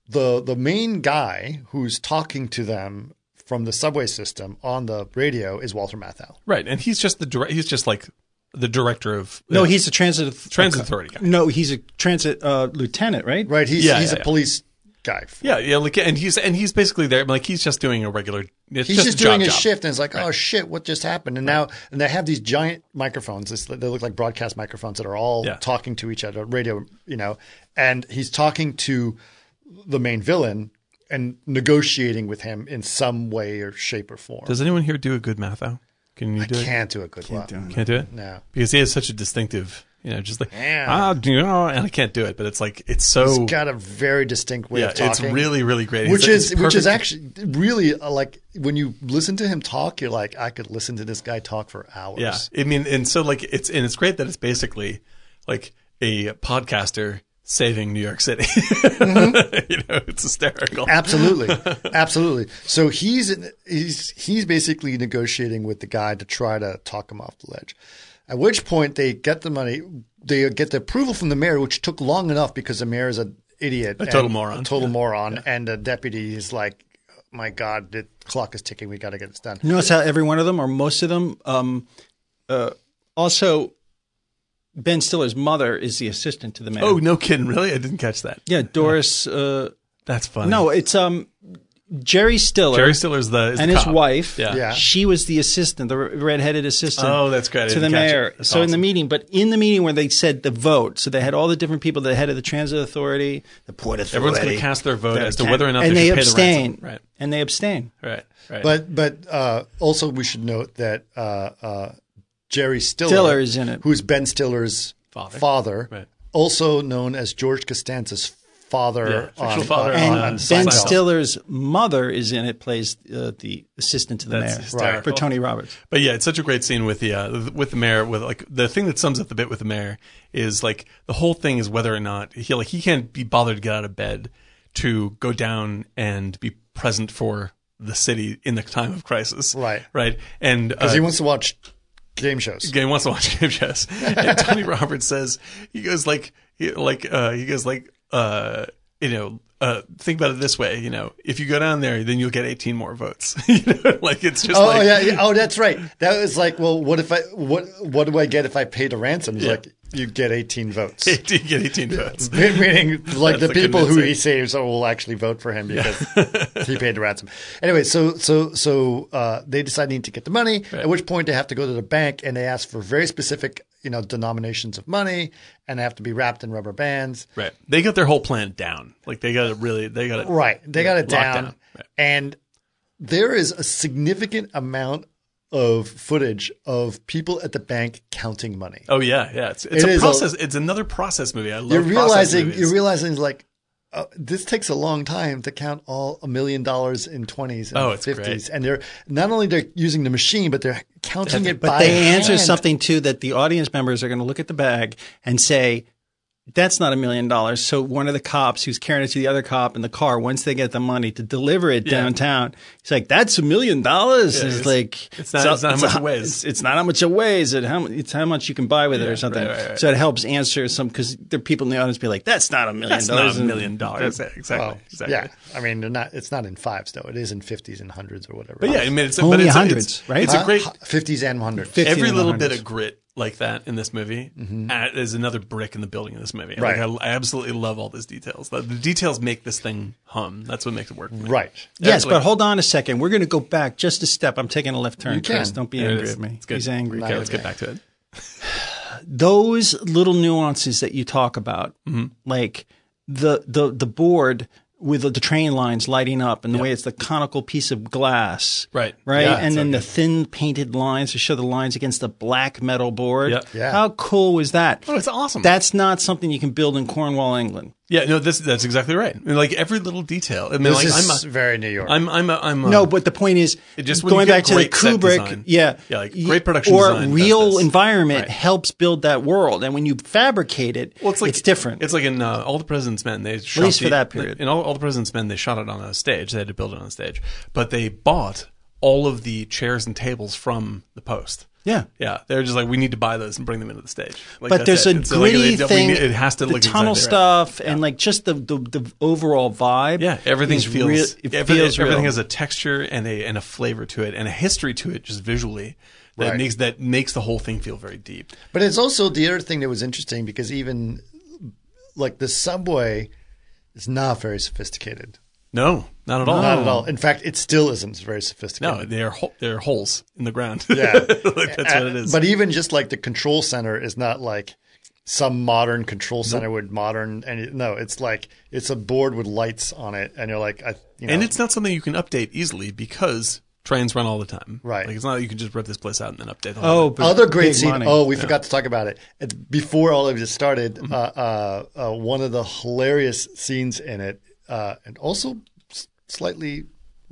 [SPEAKER 1] the the main guy who's talking to them from the subway system on the radio is Walter Matthau.
[SPEAKER 7] Right, and he's just the dire- he's just like the director of uh,
[SPEAKER 5] No, he's a transit
[SPEAKER 7] Transit authority guy.
[SPEAKER 5] No, he's a transit uh, lieutenant, right?
[SPEAKER 1] Right? He's
[SPEAKER 7] Yeah,
[SPEAKER 1] he's
[SPEAKER 7] yeah,
[SPEAKER 1] a
[SPEAKER 7] yeah.
[SPEAKER 1] police guy.
[SPEAKER 7] yeah yeah like and he's and he's basically there like he's just doing a regular it's
[SPEAKER 1] He's
[SPEAKER 7] just,
[SPEAKER 1] just,
[SPEAKER 7] a job
[SPEAKER 1] doing his
[SPEAKER 7] job.
[SPEAKER 1] shift, and it's like, oh shit, what just happened? And now, and they have these giant microphones. This, they look like broadcast microphones that are all
[SPEAKER 7] Yeah.
[SPEAKER 1] talking to each other, radio, you know. And he's talking to the main villain and negotiating with him in some way or shape or form.
[SPEAKER 7] Does anyone here do a good math though? Can you do it?
[SPEAKER 1] Can't do a good one.
[SPEAKER 7] Can't do it.
[SPEAKER 1] No.
[SPEAKER 7] because he has such a distinctive, you know, just like
[SPEAKER 1] Yeah.
[SPEAKER 7] ah, you know, and I can't do it. But it's like it's so
[SPEAKER 1] He's got a very distinct way
[SPEAKER 7] yeah,
[SPEAKER 1] of talking.
[SPEAKER 7] it's really really great.
[SPEAKER 1] which
[SPEAKER 7] It's-
[SPEAKER 1] is
[SPEAKER 7] it's
[SPEAKER 1] which is
[SPEAKER 7] perfect.
[SPEAKER 1] actually really uh, like when you listen to him talk, you're like, I could listen to this guy talk for hours.
[SPEAKER 7] yeah. I mean, and so like it's and it's great that it's basically like a podcaster saving New York City.
[SPEAKER 1] Mm-hmm.
[SPEAKER 7] you know, it's hysterical.
[SPEAKER 1] Absolutely, absolutely. So he's in, he's he's basically negotiating with the guy to try to talk him off the ledge. At which point they get the money, they get the approval from the mayor, which took long enough because the mayor is an idiot, a
[SPEAKER 7] total moron.
[SPEAKER 1] a total moron, and the deputy is like, "My God, the clock is ticking. We got to get this done."
[SPEAKER 5] You notice how every one of them, or most of them, um, uh, also Ben Stiller's mother is the assistant to the man.
[SPEAKER 7] Oh no, kidding! Really, I didn't catch that.
[SPEAKER 5] yeah, Doris. Uh,
[SPEAKER 7] That's funny.
[SPEAKER 5] no, it's um, Jerry Stiller
[SPEAKER 7] Jerry Stiller's the is
[SPEAKER 5] and
[SPEAKER 7] the
[SPEAKER 5] his
[SPEAKER 7] cop.
[SPEAKER 5] wife.
[SPEAKER 7] Yeah.
[SPEAKER 1] Yeah.
[SPEAKER 5] She was the assistant, the redheaded assistant.
[SPEAKER 7] Oh, that's great. I
[SPEAKER 5] To the
[SPEAKER 7] didn't catch it.
[SPEAKER 5] mayor.
[SPEAKER 7] That's
[SPEAKER 5] So in the
[SPEAKER 7] awesome.
[SPEAKER 5] meeting, but in the meeting where they said the vote, so they had all the different people, the head of the transit authority, the port authority.
[SPEAKER 7] Everyone's going to cast their vote as to whether or not
[SPEAKER 5] and
[SPEAKER 7] they,
[SPEAKER 5] they,
[SPEAKER 7] should
[SPEAKER 5] abstain.
[SPEAKER 7] pay the ransom.
[SPEAKER 5] And they abstain.
[SPEAKER 7] Right, right, right.
[SPEAKER 1] But but uh, also we should note that uh, uh, Jerry Stiller,
[SPEAKER 5] Stiller is in it.
[SPEAKER 1] who's Ben Stiller's
[SPEAKER 7] Father.
[SPEAKER 1] father,
[SPEAKER 7] Right.
[SPEAKER 1] also known as George Costanza's father,
[SPEAKER 7] Yeah,
[SPEAKER 1] on,
[SPEAKER 7] actual father
[SPEAKER 1] on-
[SPEAKER 5] And
[SPEAKER 1] on
[SPEAKER 7] uh,
[SPEAKER 5] Ben
[SPEAKER 1] Seinfeld.
[SPEAKER 7] Seinfeld.
[SPEAKER 5] Stiller's mother is in it, plays uh, the assistant to the
[SPEAKER 7] That's
[SPEAKER 5] mayor
[SPEAKER 7] hysterical.
[SPEAKER 5] for Tony Roberts.
[SPEAKER 7] But yeah, it's such a great scene with the uh, with the mayor. With like the thing that sums up the bit with the mayor is like the whole thing is whether or not he like he can't be bothered to get out of bed to go down and be present for the city in the time of crisis.
[SPEAKER 1] Right.
[SPEAKER 7] right, and uh,
[SPEAKER 1] Because he wants to watch game shows.
[SPEAKER 7] Game wants to watch game shows. And Tony Roberts says he goes like he, like uh, he goes like uh, you know uh, think about it this way. You know, if you go down there, then you'll get 18 more votes. you know, like it's just
[SPEAKER 1] Oh
[SPEAKER 7] like
[SPEAKER 1] yeah, yeah, oh that's right. That was like, well, what if I what what do I get if I paid a ransom? He's
[SPEAKER 7] Yeah.
[SPEAKER 1] like, you get eighteen votes.
[SPEAKER 7] 18 get 18 votes.
[SPEAKER 1] Meaning, like the
[SPEAKER 7] the
[SPEAKER 1] people who
[SPEAKER 7] convincing.
[SPEAKER 1] he saves are- will actually vote for him because he paid the ransom. Anyway, so so so uh, they decide they need to get the money. At which point they have to go to the bank and they ask for very specific, you know, denominations of money, and they have to be wrapped in rubber bands.
[SPEAKER 7] Right. They got their whole plan down. Like they got it really. They got it
[SPEAKER 1] Right, they got it
[SPEAKER 7] Locked
[SPEAKER 1] down,
[SPEAKER 7] down. Right.
[SPEAKER 1] and there is a significant amount of footage of people at the bank counting money.
[SPEAKER 7] Oh yeah, yeah. It's it's
[SPEAKER 1] It
[SPEAKER 7] a
[SPEAKER 1] is a-
[SPEAKER 7] process. it's another process movie. I love.
[SPEAKER 1] you're
[SPEAKER 7] process
[SPEAKER 1] realizing
[SPEAKER 7] movies.
[SPEAKER 1] you're realizing like uh, this takes a long time to count all a million dollars in 20s and
[SPEAKER 7] Oh, it's
[SPEAKER 1] 50s
[SPEAKER 7] great.
[SPEAKER 1] and they're not only they're using the machine but they're counting it
[SPEAKER 5] But
[SPEAKER 1] by
[SPEAKER 5] they answer
[SPEAKER 1] hand.
[SPEAKER 5] something too that the audience members are going to look at the bag and say, "That's not a million dollars." So one of the cops who's carrying it to the other cop in the car, once they get the money to deliver it downtown, he's like, "That's a million dollars." And It's
[SPEAKER 7] it's-
[SPEAKER 5] like
[SPEAKER 7] it's not- it's not how much it weighs.
[SPEAKER 5] It's, it's not how much it weighs. It how mu- it's how much you can buy with it or something.
[SPEAKER 7] right, right.
[SPEAKER 5] So it helps answer some because there are people in the audience be like, "That's not a million
[SPEAKER 7] That's
[SPEAKER 5] dollars."
[SPEAKER 7] not a million dollars. Exactly.
[SPEAKER 1] Oh,
[SPEAKER 7] exactly.
[SPEAKER 1] yeah i mean they're not it's not in fives though it is in 50s and hundreds or whatever
[SPEAKER 7] But yeah, I mean, it's but
[SPEAKER 5] Only
[SPEAKER 7] it's,
[SPEAKER 5] hundreds,
[SPEAKER 7] it's,
[SPEAKER 5] right?
[SPEAKER 7] It's a great
[SPEAKER 1] 50s and 100s
[SPEAKER 7] every
[SPEAKER 5] and
[SPEAKER 7] little
[SPEAKER 5] 100s.
[SPEAKER 7] bit of grit like that in this movie uh, is another brick in the building of this movie. Like,
[SPEAKER 1] Right.
[SPEAKER 7] I, I absolutely love all those details. The, the details make this thing hum. That's what makes it work. for me.
[SPEAKER 1] right
[SPEAKER 5] Yes,
[SPEAKER 7] Like-
[SPEAKER 5] but hold on a second. We're going to go back just a step. I'm taking a left turn,
[SPEAKER 1] can.
[SPEAKER 5] Chris. Don't be
[SPEAKER 7] There it
[SPEAKER 5] angry
[SPEAKER 7] is.
[SPEAKER 5] at me.
[SPEAKER 7] It's good.
[SPEAKER 5] He's angry.
[SPEAKER 7] Okay, let's get back to it.
[SPEAKER 5] those little nuances that you talk about,
[SPEAKER 7] Mm-hmm.
[SPEAKER 5] like the the the board with the train lines lighting up and the way it's the conical piece of glass,
[SPEAKER 7] Right.
[SPEAKER 5] right,
[SPEAKER 7] Yeah,
[SPEAKER 5] and
[SPEAKER 7] it's
[SPEAKER 5] then
[SPEAKER 7] okay.
[SPEAKER 5] the thin painted lines to show the lines against the black metal board.
[SPEAKER 7] Yep.
[SPEAKER 1] Yeah.
[SPEAKER 5] How cool was that?
[SPEAKER 7] Oh, it's awesome.
[SPEAKER 5] That's not something you can build in Cornwall, England.
[SPEAKER 7] yeah, no, this that's exactly right. I mean, like every little detail. I mean,
[SPEAKER 1] this
[SPEAKER 7] like
[SPEAKER 1] is
[SPEAKER 7] I'm a,
[SPEAKER 1] very new york
[SPEAKER 7] I'm I'm a, I'm a,
[SPEAKER 5] No, but the point is,
[SPEAKER 7] It just- when you
[SPEAKER 5] going
[SPEAKER 7] get
[SPEAKER 5] back to the
[SPEAKER 7] great set
[SPEAKER 5] Kubrick,
[SPEAKER 7] design-
[SPEAKER 5] yeah,
[SPEAKER 7] Yeah, like
[SPEAKER 5] y-
[SPEAKER 7] great production
[SPEAKER 5] or
[SPEAKER 7] design does
[SPEAKER 5] real
[SPEAKER 7] this.
[SPEAKER 5] environment
[SPEAKER 7] Right.
[SPEAKER 5] helps build that world. And when you fabricate it,
[SPEAKER 7] Well, it's like
[SPEAKER 5] different.
[SPEAKER 7] It's like in uh, All the President's Men. They shot
[SPEAKER 5] least for
[SPEAKER 7] the-
[SPEAKER 5] that period.
[SPEAKER 7] In all, all the President's Men, they shot it on a stage. They had to build it on a stage, but they bought all of the chairs and tables from the Post.
[SPEAKER 5] Yeah.
[SPEAKER 7] Yeah, they're just like we need to buy those and bring them into the stage.
[SPEAKER 5] but
[SPEAKER 7] Like, that's
[SPEAKER 5] there's a
[SPEAKER 7] It's like,
[SPEAKER 5] gritty
[SPEAKER 7] it's- we
[SPEAKER 5] thing.
[SPEAKER 7] need- it has to
[SPEAKER 5] the
[SPEAKER 7] look
[SPEAKER 5] tunnel
[SPEAKER 7] exactly right.
[SPEAKER 5] stuff and like just the the, the overall vibe.
[SPEAKER 7] Yeah, everything
[SPEAKER 5] is
[SPEAKER 7] feels
[SPEAKER 5] real- it
[SPEAKER 7] everything,
[SPEAKER 5] feels
[SPEAKER 7] everything
[SPEAKER 5] real.
[SPEAKER 7] has a texture and a and a flavor to it and a history to it just visually that
[SPEAKER 1] Right.
[SPEAKER 7] makes that makes the whole thing feel very deep.
[SPEAKER 1] But it's also the other thing that was interesting because even like the subway is not very sophisticated.
[SPEAKER 7] No, not at all.
[SPEAKER 1] Not at all. In fact, it still isn't very sophisticated.
[SPEAKER 7] Oh. No, they're ho- they're holes in the ground.
[SPEAKER 1] Yeah.
[SPEAKER 7] like, that's what it is.
[SPEAKER 1] Uh, But even just like the control center is not like some modern control center with modern and it- no, it's like it's a board with lights on it, and you're like, I, you know,
[SPEAKER 7] and it's not something you can update easily because trains run all the time.
[SPEAKER 1] Right.
[SPEAKER 7] Like it's not that you can just rip this place out and then update. the whole
[SPEAKER 5] oh,
[SPEAKER 7] thing.
[SPEAKER 5] but
[SPEAKER 1] other great
[SPEAKER 5] big
[SPEAKER 1] scene.
[SPEAKER 5] money.
[SPEAKER 1] Oh, we forgot to talk about it It- before all of this started.
[SPEAKER 7] Mm-hmm.
[SPEAKER 1] Uh, uh, uh, one of the hilarious scenes in it, uh, and also s- slightly,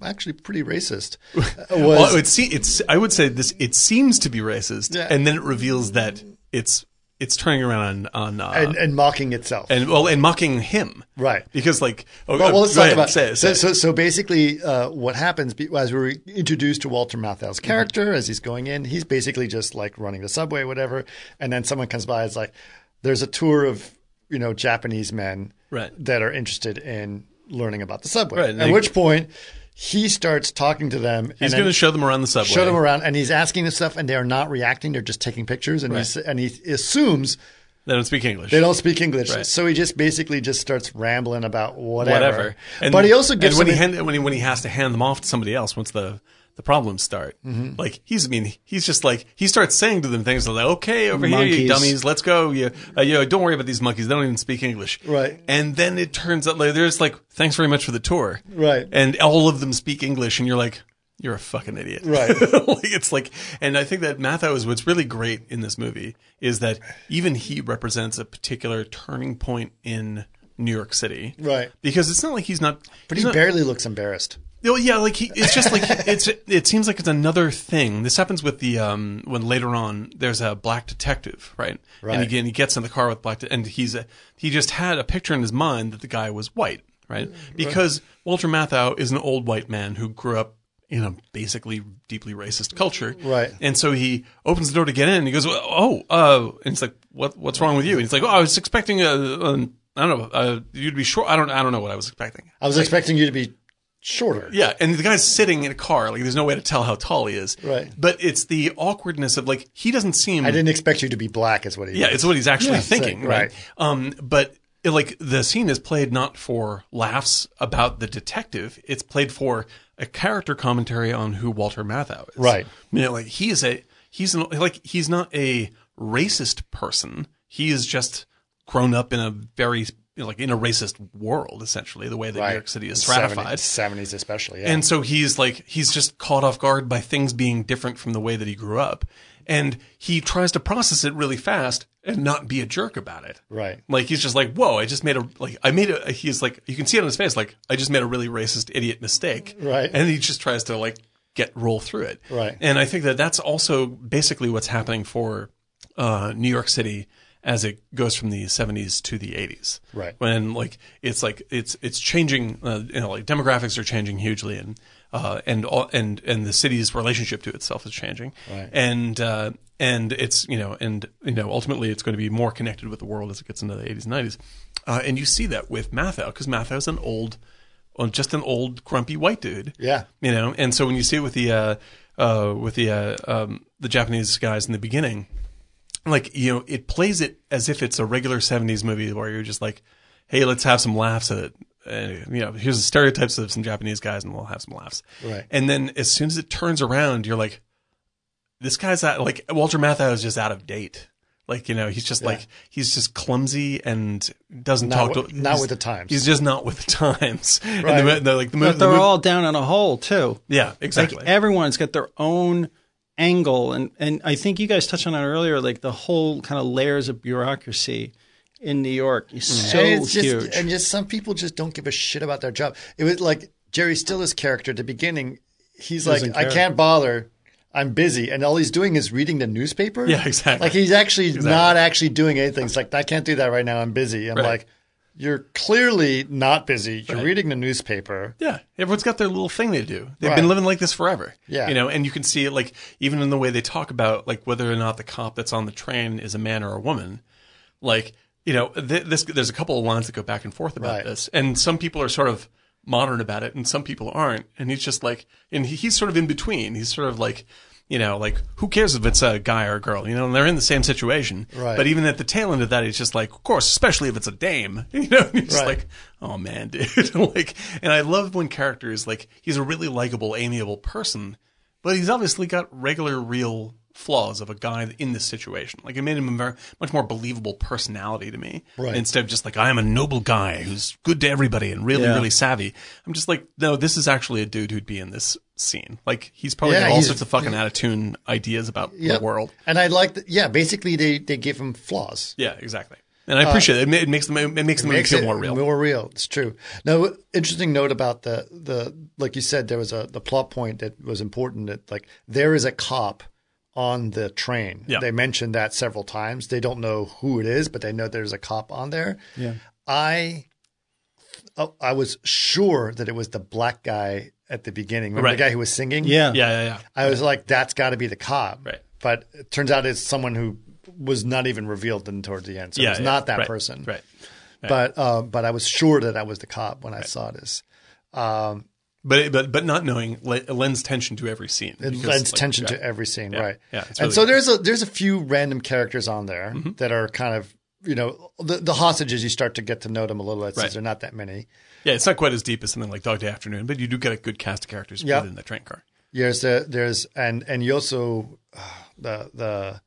[SPEAKER 1] actually, pretty racist. uh, Was
[SPEAKER 7] well, it's it's. I would say this. It seems to be racist,
[SPEAKER 1] Yeah.
[SPEAKER 7] and then it reveals that it's it's turning around on on. Uh,
[SPEAKER 1] and, and mocking itself.
[SPEAKER 7] and well, and mocking him,
[SPEAKER 1] Right.
[SPEAKER 7] Because like, oh,
[SPEAKER 1] well, well, let's
[SPEAKER 7] go
[SPEAKER 1] talk
[SPEAKER 7] ahead,
[SPEAKER 1] about
[SPEAKER 7] say it, say
[SPEAKER 1] so, so.
[SPEAKER 7] it.
[SPEAKER 1] So basically, uh, what happens be- as we're introduced to Walter Matthau's character as he's going in, he's basically just like running the subway, whatever. And then someone comes by. It's like there's a tour of you know Japanese men
[SPEAKER 7] Right.
[SPEAKER 1] that are interested in learning about the subway.
[SPEAKER 7] Right, and
[SPEAKER 1] At
[SPEAKER 7] they-
[SPEAKER 1] which point he starts talking to them.
[SPEAKER 7] He's going to show them around the subway.
[SPEAKER 1] show them around, and he's asking them stuff, and they are not reacting. They're just taking pictures, and he's, and he assumes
[SPEAKER 7] They don't speak English.
[SPEAKER 1] they don't speak English,
[SPEAKER 7] Right.
[SPEAKER 1] so he just basically just starts rambling about whatever.
[SPEAKER 7] whatever.
[SPEAKER 1] but he also gives
[SPEAKER 7] and when he
[SPEAKER 1] them-
[SPEAKER 7] hand, when he when he has to hand them off to somebody else once the the problems start.
[SPEAKER 1] Mm-hmm.
[SPEAKER 7] Like he's I mean he's just like he starts saying to them things like okay over here you
[SPEAKER 5] Monkeys.
[SPEAKER 7] dummies let's go you uh, you know, don't worry about these monkeys they don't even speak English
[SPEAKER 1] Right.
[SPEAKER 7] and then it turns out like there's like thanks very much for the tour
[SPEAKER 1] Right.
[SPEAKER 7] and all of them speak English and you're like. You're a fucking idiot,
[SPEAKER 1] Right.
[SPEAKER 7] like, it's like, and I think that Mathau is what's really great in this movie is that even he represents a particular turning point in New York City,
[SPEAKER 1] Right.
[SPEAKER 7] because it's not like he's not.
[SPEAKER 1] But
[SPEAKER 7] he's
[SPEAKER 1] he
[SPEAKER 7] not,
[SPEAKER 1] barely looks embarrassed.
[SPEAKER 7] Oh, yeah, like he, it's just like it's. It seems like it's another thing. This happens with the um when later on there's a black detective, right? And
[SPEAKER 1] Right.
[SPEAKER 7] again, he gets in the car with black, de- and he's a, he just had a picture in his mind that the guy was white, right?
[SPEAKER 1] Mm-hmm.
[SPEAKER 7] Because Walter Matthau is an old white man who grew up in a basically deeply racist culture,
[SPEAKER 1] Right.
[SPEAKER 7] And so he opens the door to get in, and he goes, "Oh, uh," and it's like, "What? What's wrong with you?" And he's like, "Oh, I was expecting a." a I don't know. Uh, you'd be short. I don't. I don't know what I was expecting.
[SPEAKER 1] I was expecting you to be shorter.
[SPEAKER 7] Yeah, and the guy's sitting in a car. Like, there's no way to tell how tall he is.
[SPEAKER 1] Right.
[SPEAKER 7] But it's the awkwardness of like he doesn't seem.
[SPEAKER 1] I didn't expect you to be black, is what he.
[SPEAKER 7] Yeah, it's what he's actually
[SPEAKER 1] so-
[SPEAKER 7] thinking, right?
[SPEAKER 1] right.
[SPEAKER 7] Um, but it, like the scene is played not for laughs about the detective; it's played for a character commentary on who Walter Matthau is.
[SPEAKER 1] Right.
[SPEAKER 7] You know, like he is a he's an, like he's not a racist person. He is just grown up in a very you know, like in a racist world, essentially the way that New York City is stratified
[SPEAKER 1] Seventies, especially. Yeah.
[SPEAKER 7] and so he's like he's just caught off guard by things being different from the way that he grew up and he tries to process it really fast and not be a jerk about it
[SPEAKER 1] Right.
[SPEAKER 7] like he's just like whoa i just made a like i made a he's like you can see it on his face like i just made a really racist idiot mistake
[SPEAKER 1] Right.
[SPEAKER 7] and he just tries to like get roll through it
[SPEAKER 1] Right.
[SPEAKER 7] and i think that that's also basically what's happening for uh, new york city as it goes from the 70s to the 80s
[SPEAKER 1] Right.
[SPEAKER 7] when like it's like it's it's changing uh, you know like demographics are changing hugely and uh, and all, and and the city's relationship to itself is changing
[SPEAKER 1] Right.
[SPEAKER 7] and uh, and it's you know and you know ultimately it's going to be more connected with the world as it gets into the 80s and 90s uh, and you see that with Mathau because Mathau's an old well, just an old grumpy white dude
[SPEAKER 1] Yeah.
[SPEAKER 7] you know and so when you see it with the uh, uh, with the uh, um, the Japanese guys in the beginning like you know it plays it as if it's a regular 70s movie where you're just like hey let's have some laughs at it and, you know here's the stereotypes of some japanese guys and we'll have some laughs
[SPEAKER 1] Right.
[SPEAKER 7] and then as soon as it turns around you're like this guy's out like walter mathau is just out of date like you know he's just like he's just clumsy and doesn't
[SPEAKER 1] Not
[SPEAKER 7] talk
[SPEAKER 1] wi-
[SPEAKER 7] to
[SPEAKER 1] not
[SPEAKER 7] he's-
[SPEAKER 1] with the times.
[SPEAKER 7] he's just not with the times And the
[SPEAKER 1] Right.
[SPEAKER 7] mo- the- like the
[SPEAKER 5] But
[SPEAKER 7] movie
[SPEAKER 5] they're all down in a hole too.
[SPEAKER 7] yeah exactly
[SPEAKER 5] Like everyone's got their own angle, and and I think you guys touched on it earlier, like the whole kind of layers of bureaucracy in New York is so
[SPEAKER 1] and Mm. it's just,
[SPEAKER 5] huge.
[SPEAKER 1] And just some people just don't give a shit about their job. It was like Jerry Stiller's character at the beginning. He's like,
[SPEAKER 5] doesn't
[SPEAKER 1] I
[SPEAKER 5] care.
[SPEAKER 1] can't bother. I'm busy, and all he's doing is reading the newspaper.
[SPEAKER 7] Yeah, exactly.
[SPEAKER 1] Like he's actually not actually doing anything. It's like I can't do that right now. I'm busy. I'm like, you're clearly not busy. You're reading the newspaper.
[SPEAKER 7] Yeah, everyone's got their little thing they do. They've
[SPEAKER 1] Right.
[SPEAKER 7] been living like this forever.
[SPEAKER 1] Yeah.
[SPEAKER 7] you know, and you can see it like even in the way they talk about like whether or not the cop that's on the train is a man or a woman. Like you know, th- this there's a couple of lines that go back and forth about
[SPEAKER 1] Right.
[SPEAKER 7] this, and some people are sort of modern about it, and some people aren't. And he's just like, and he, he's sort of in between. He's sort of like. You know, like who cares if it's a guy or a girl? You know, and they're in the same situation.
[SPEAKER 1] Right.
[SPEAKER 7] But even at the tail end of that, it's just like, of course, especially if it's a dame. You know, and you're just
[SPEAKER 1] Right.
[SPEAKER 7] like, oh man, dude. like, and I love when characters like he's a really likable, amiable person, but he's obviously got regular, real flaws of a guy in this situation. Like, it made him a very, much more believable personality to me.
[SPEAKER 1] Right.
[SPEAKER 7] Instead of just like, I am a noble guy who's good to everybody and really,
[SPEAKER 5] Yeah.
[SPEAKER 7] really savvy. I'm just like, no, this is actually a dude who'd be in this scene. Like, he's probably
[SPEAKER 1] Yeah,
[SPEAKER 7] got all
[SPEAKER 1] he's-
[SPEAKER 7] sorts of fucking out of tune ideas about
[SPEAKER 1] Yep.
[SPEAKER 7] the world.
[SPEAKER 1] And I like that. Yeah, basically they they give him flaws.
[SPEAKER 7] Yeah, exactly. And I appreciate it. It ma- It makes the mo- it makes the movie
[SPEAKER 1] makes
[SPEAKER 7] feel
[SPEAKER 1] Uh, it
[SPEAKER 7] more real.
[SPEAKER 1] More real. It's true. Now, interesting note about the the like you said, there was a the plot point that was important. That like there is a cop on the train.
[SPEAKER 7] Yeah.
[SPEAKER 1] They mentioned that several times. They don't know who it is, but they know there's a cop on there. Yeah. I oh, I was sure that it was the black guy at the beginning. Remember
[SPEAKER 7] Right.
[SPEAKER 1] the guy who was singing?
[SPEAKER 5] Yeah.
[SPEAKER 7] yeah, yeah, yeah.
[SPEAKER 1] I was like, that's got to be the cop.
[SPEAKER 7] Right.
[SPEAKER 1] But it turns out it's someone who was not even revealed then towards the end. So
[SPEAKER 7] yeah,
[SPEAKER 1] it's
[SPEAKER 7] yeah.
[SPEAKER 1] not that
[SPEAKER 7] Right,
[SPEAKER 1] person.
[SPEAKER 7] Right.
[SPEAKER 1] But uh, but I was sure that I was the cop when I saw this.
[SPEAKER 7] But but but not knowing le- lends tension to every scene.
[SPEAKER 1] It
[SPEAKER 7] because,
[SPEAKER 1] lends
[SPEAKER 7] like,
[SPEAKER 1] tension
[SPEAKER 7] yeah.
[SPEAKER 1] to every scene, right?
[SPEAKER 7] Yeah,
[SPEAKER 1] and
[SPEAKER 7] it's really
[SPEAKER 1] so
[SPEAKER 7] good. Mm-hmm.
[SPEAKER 1] there's a there's a few random characters on there that are kind of you know the, the hostages. You start to get to know them a little bit since
[SPEAKER 7] Right.
[SPEAKER 1] they are not that many.
[SPEAKER 7] Yeah, it's not quite as deep as something like Dog Day Afternoon, but you do get a good cast of characters
[SPEAKER 1] Yeah.
[SPEAKER 7] within the train car.
[SPEAKER 1] There's a, there's and and you also uh, the the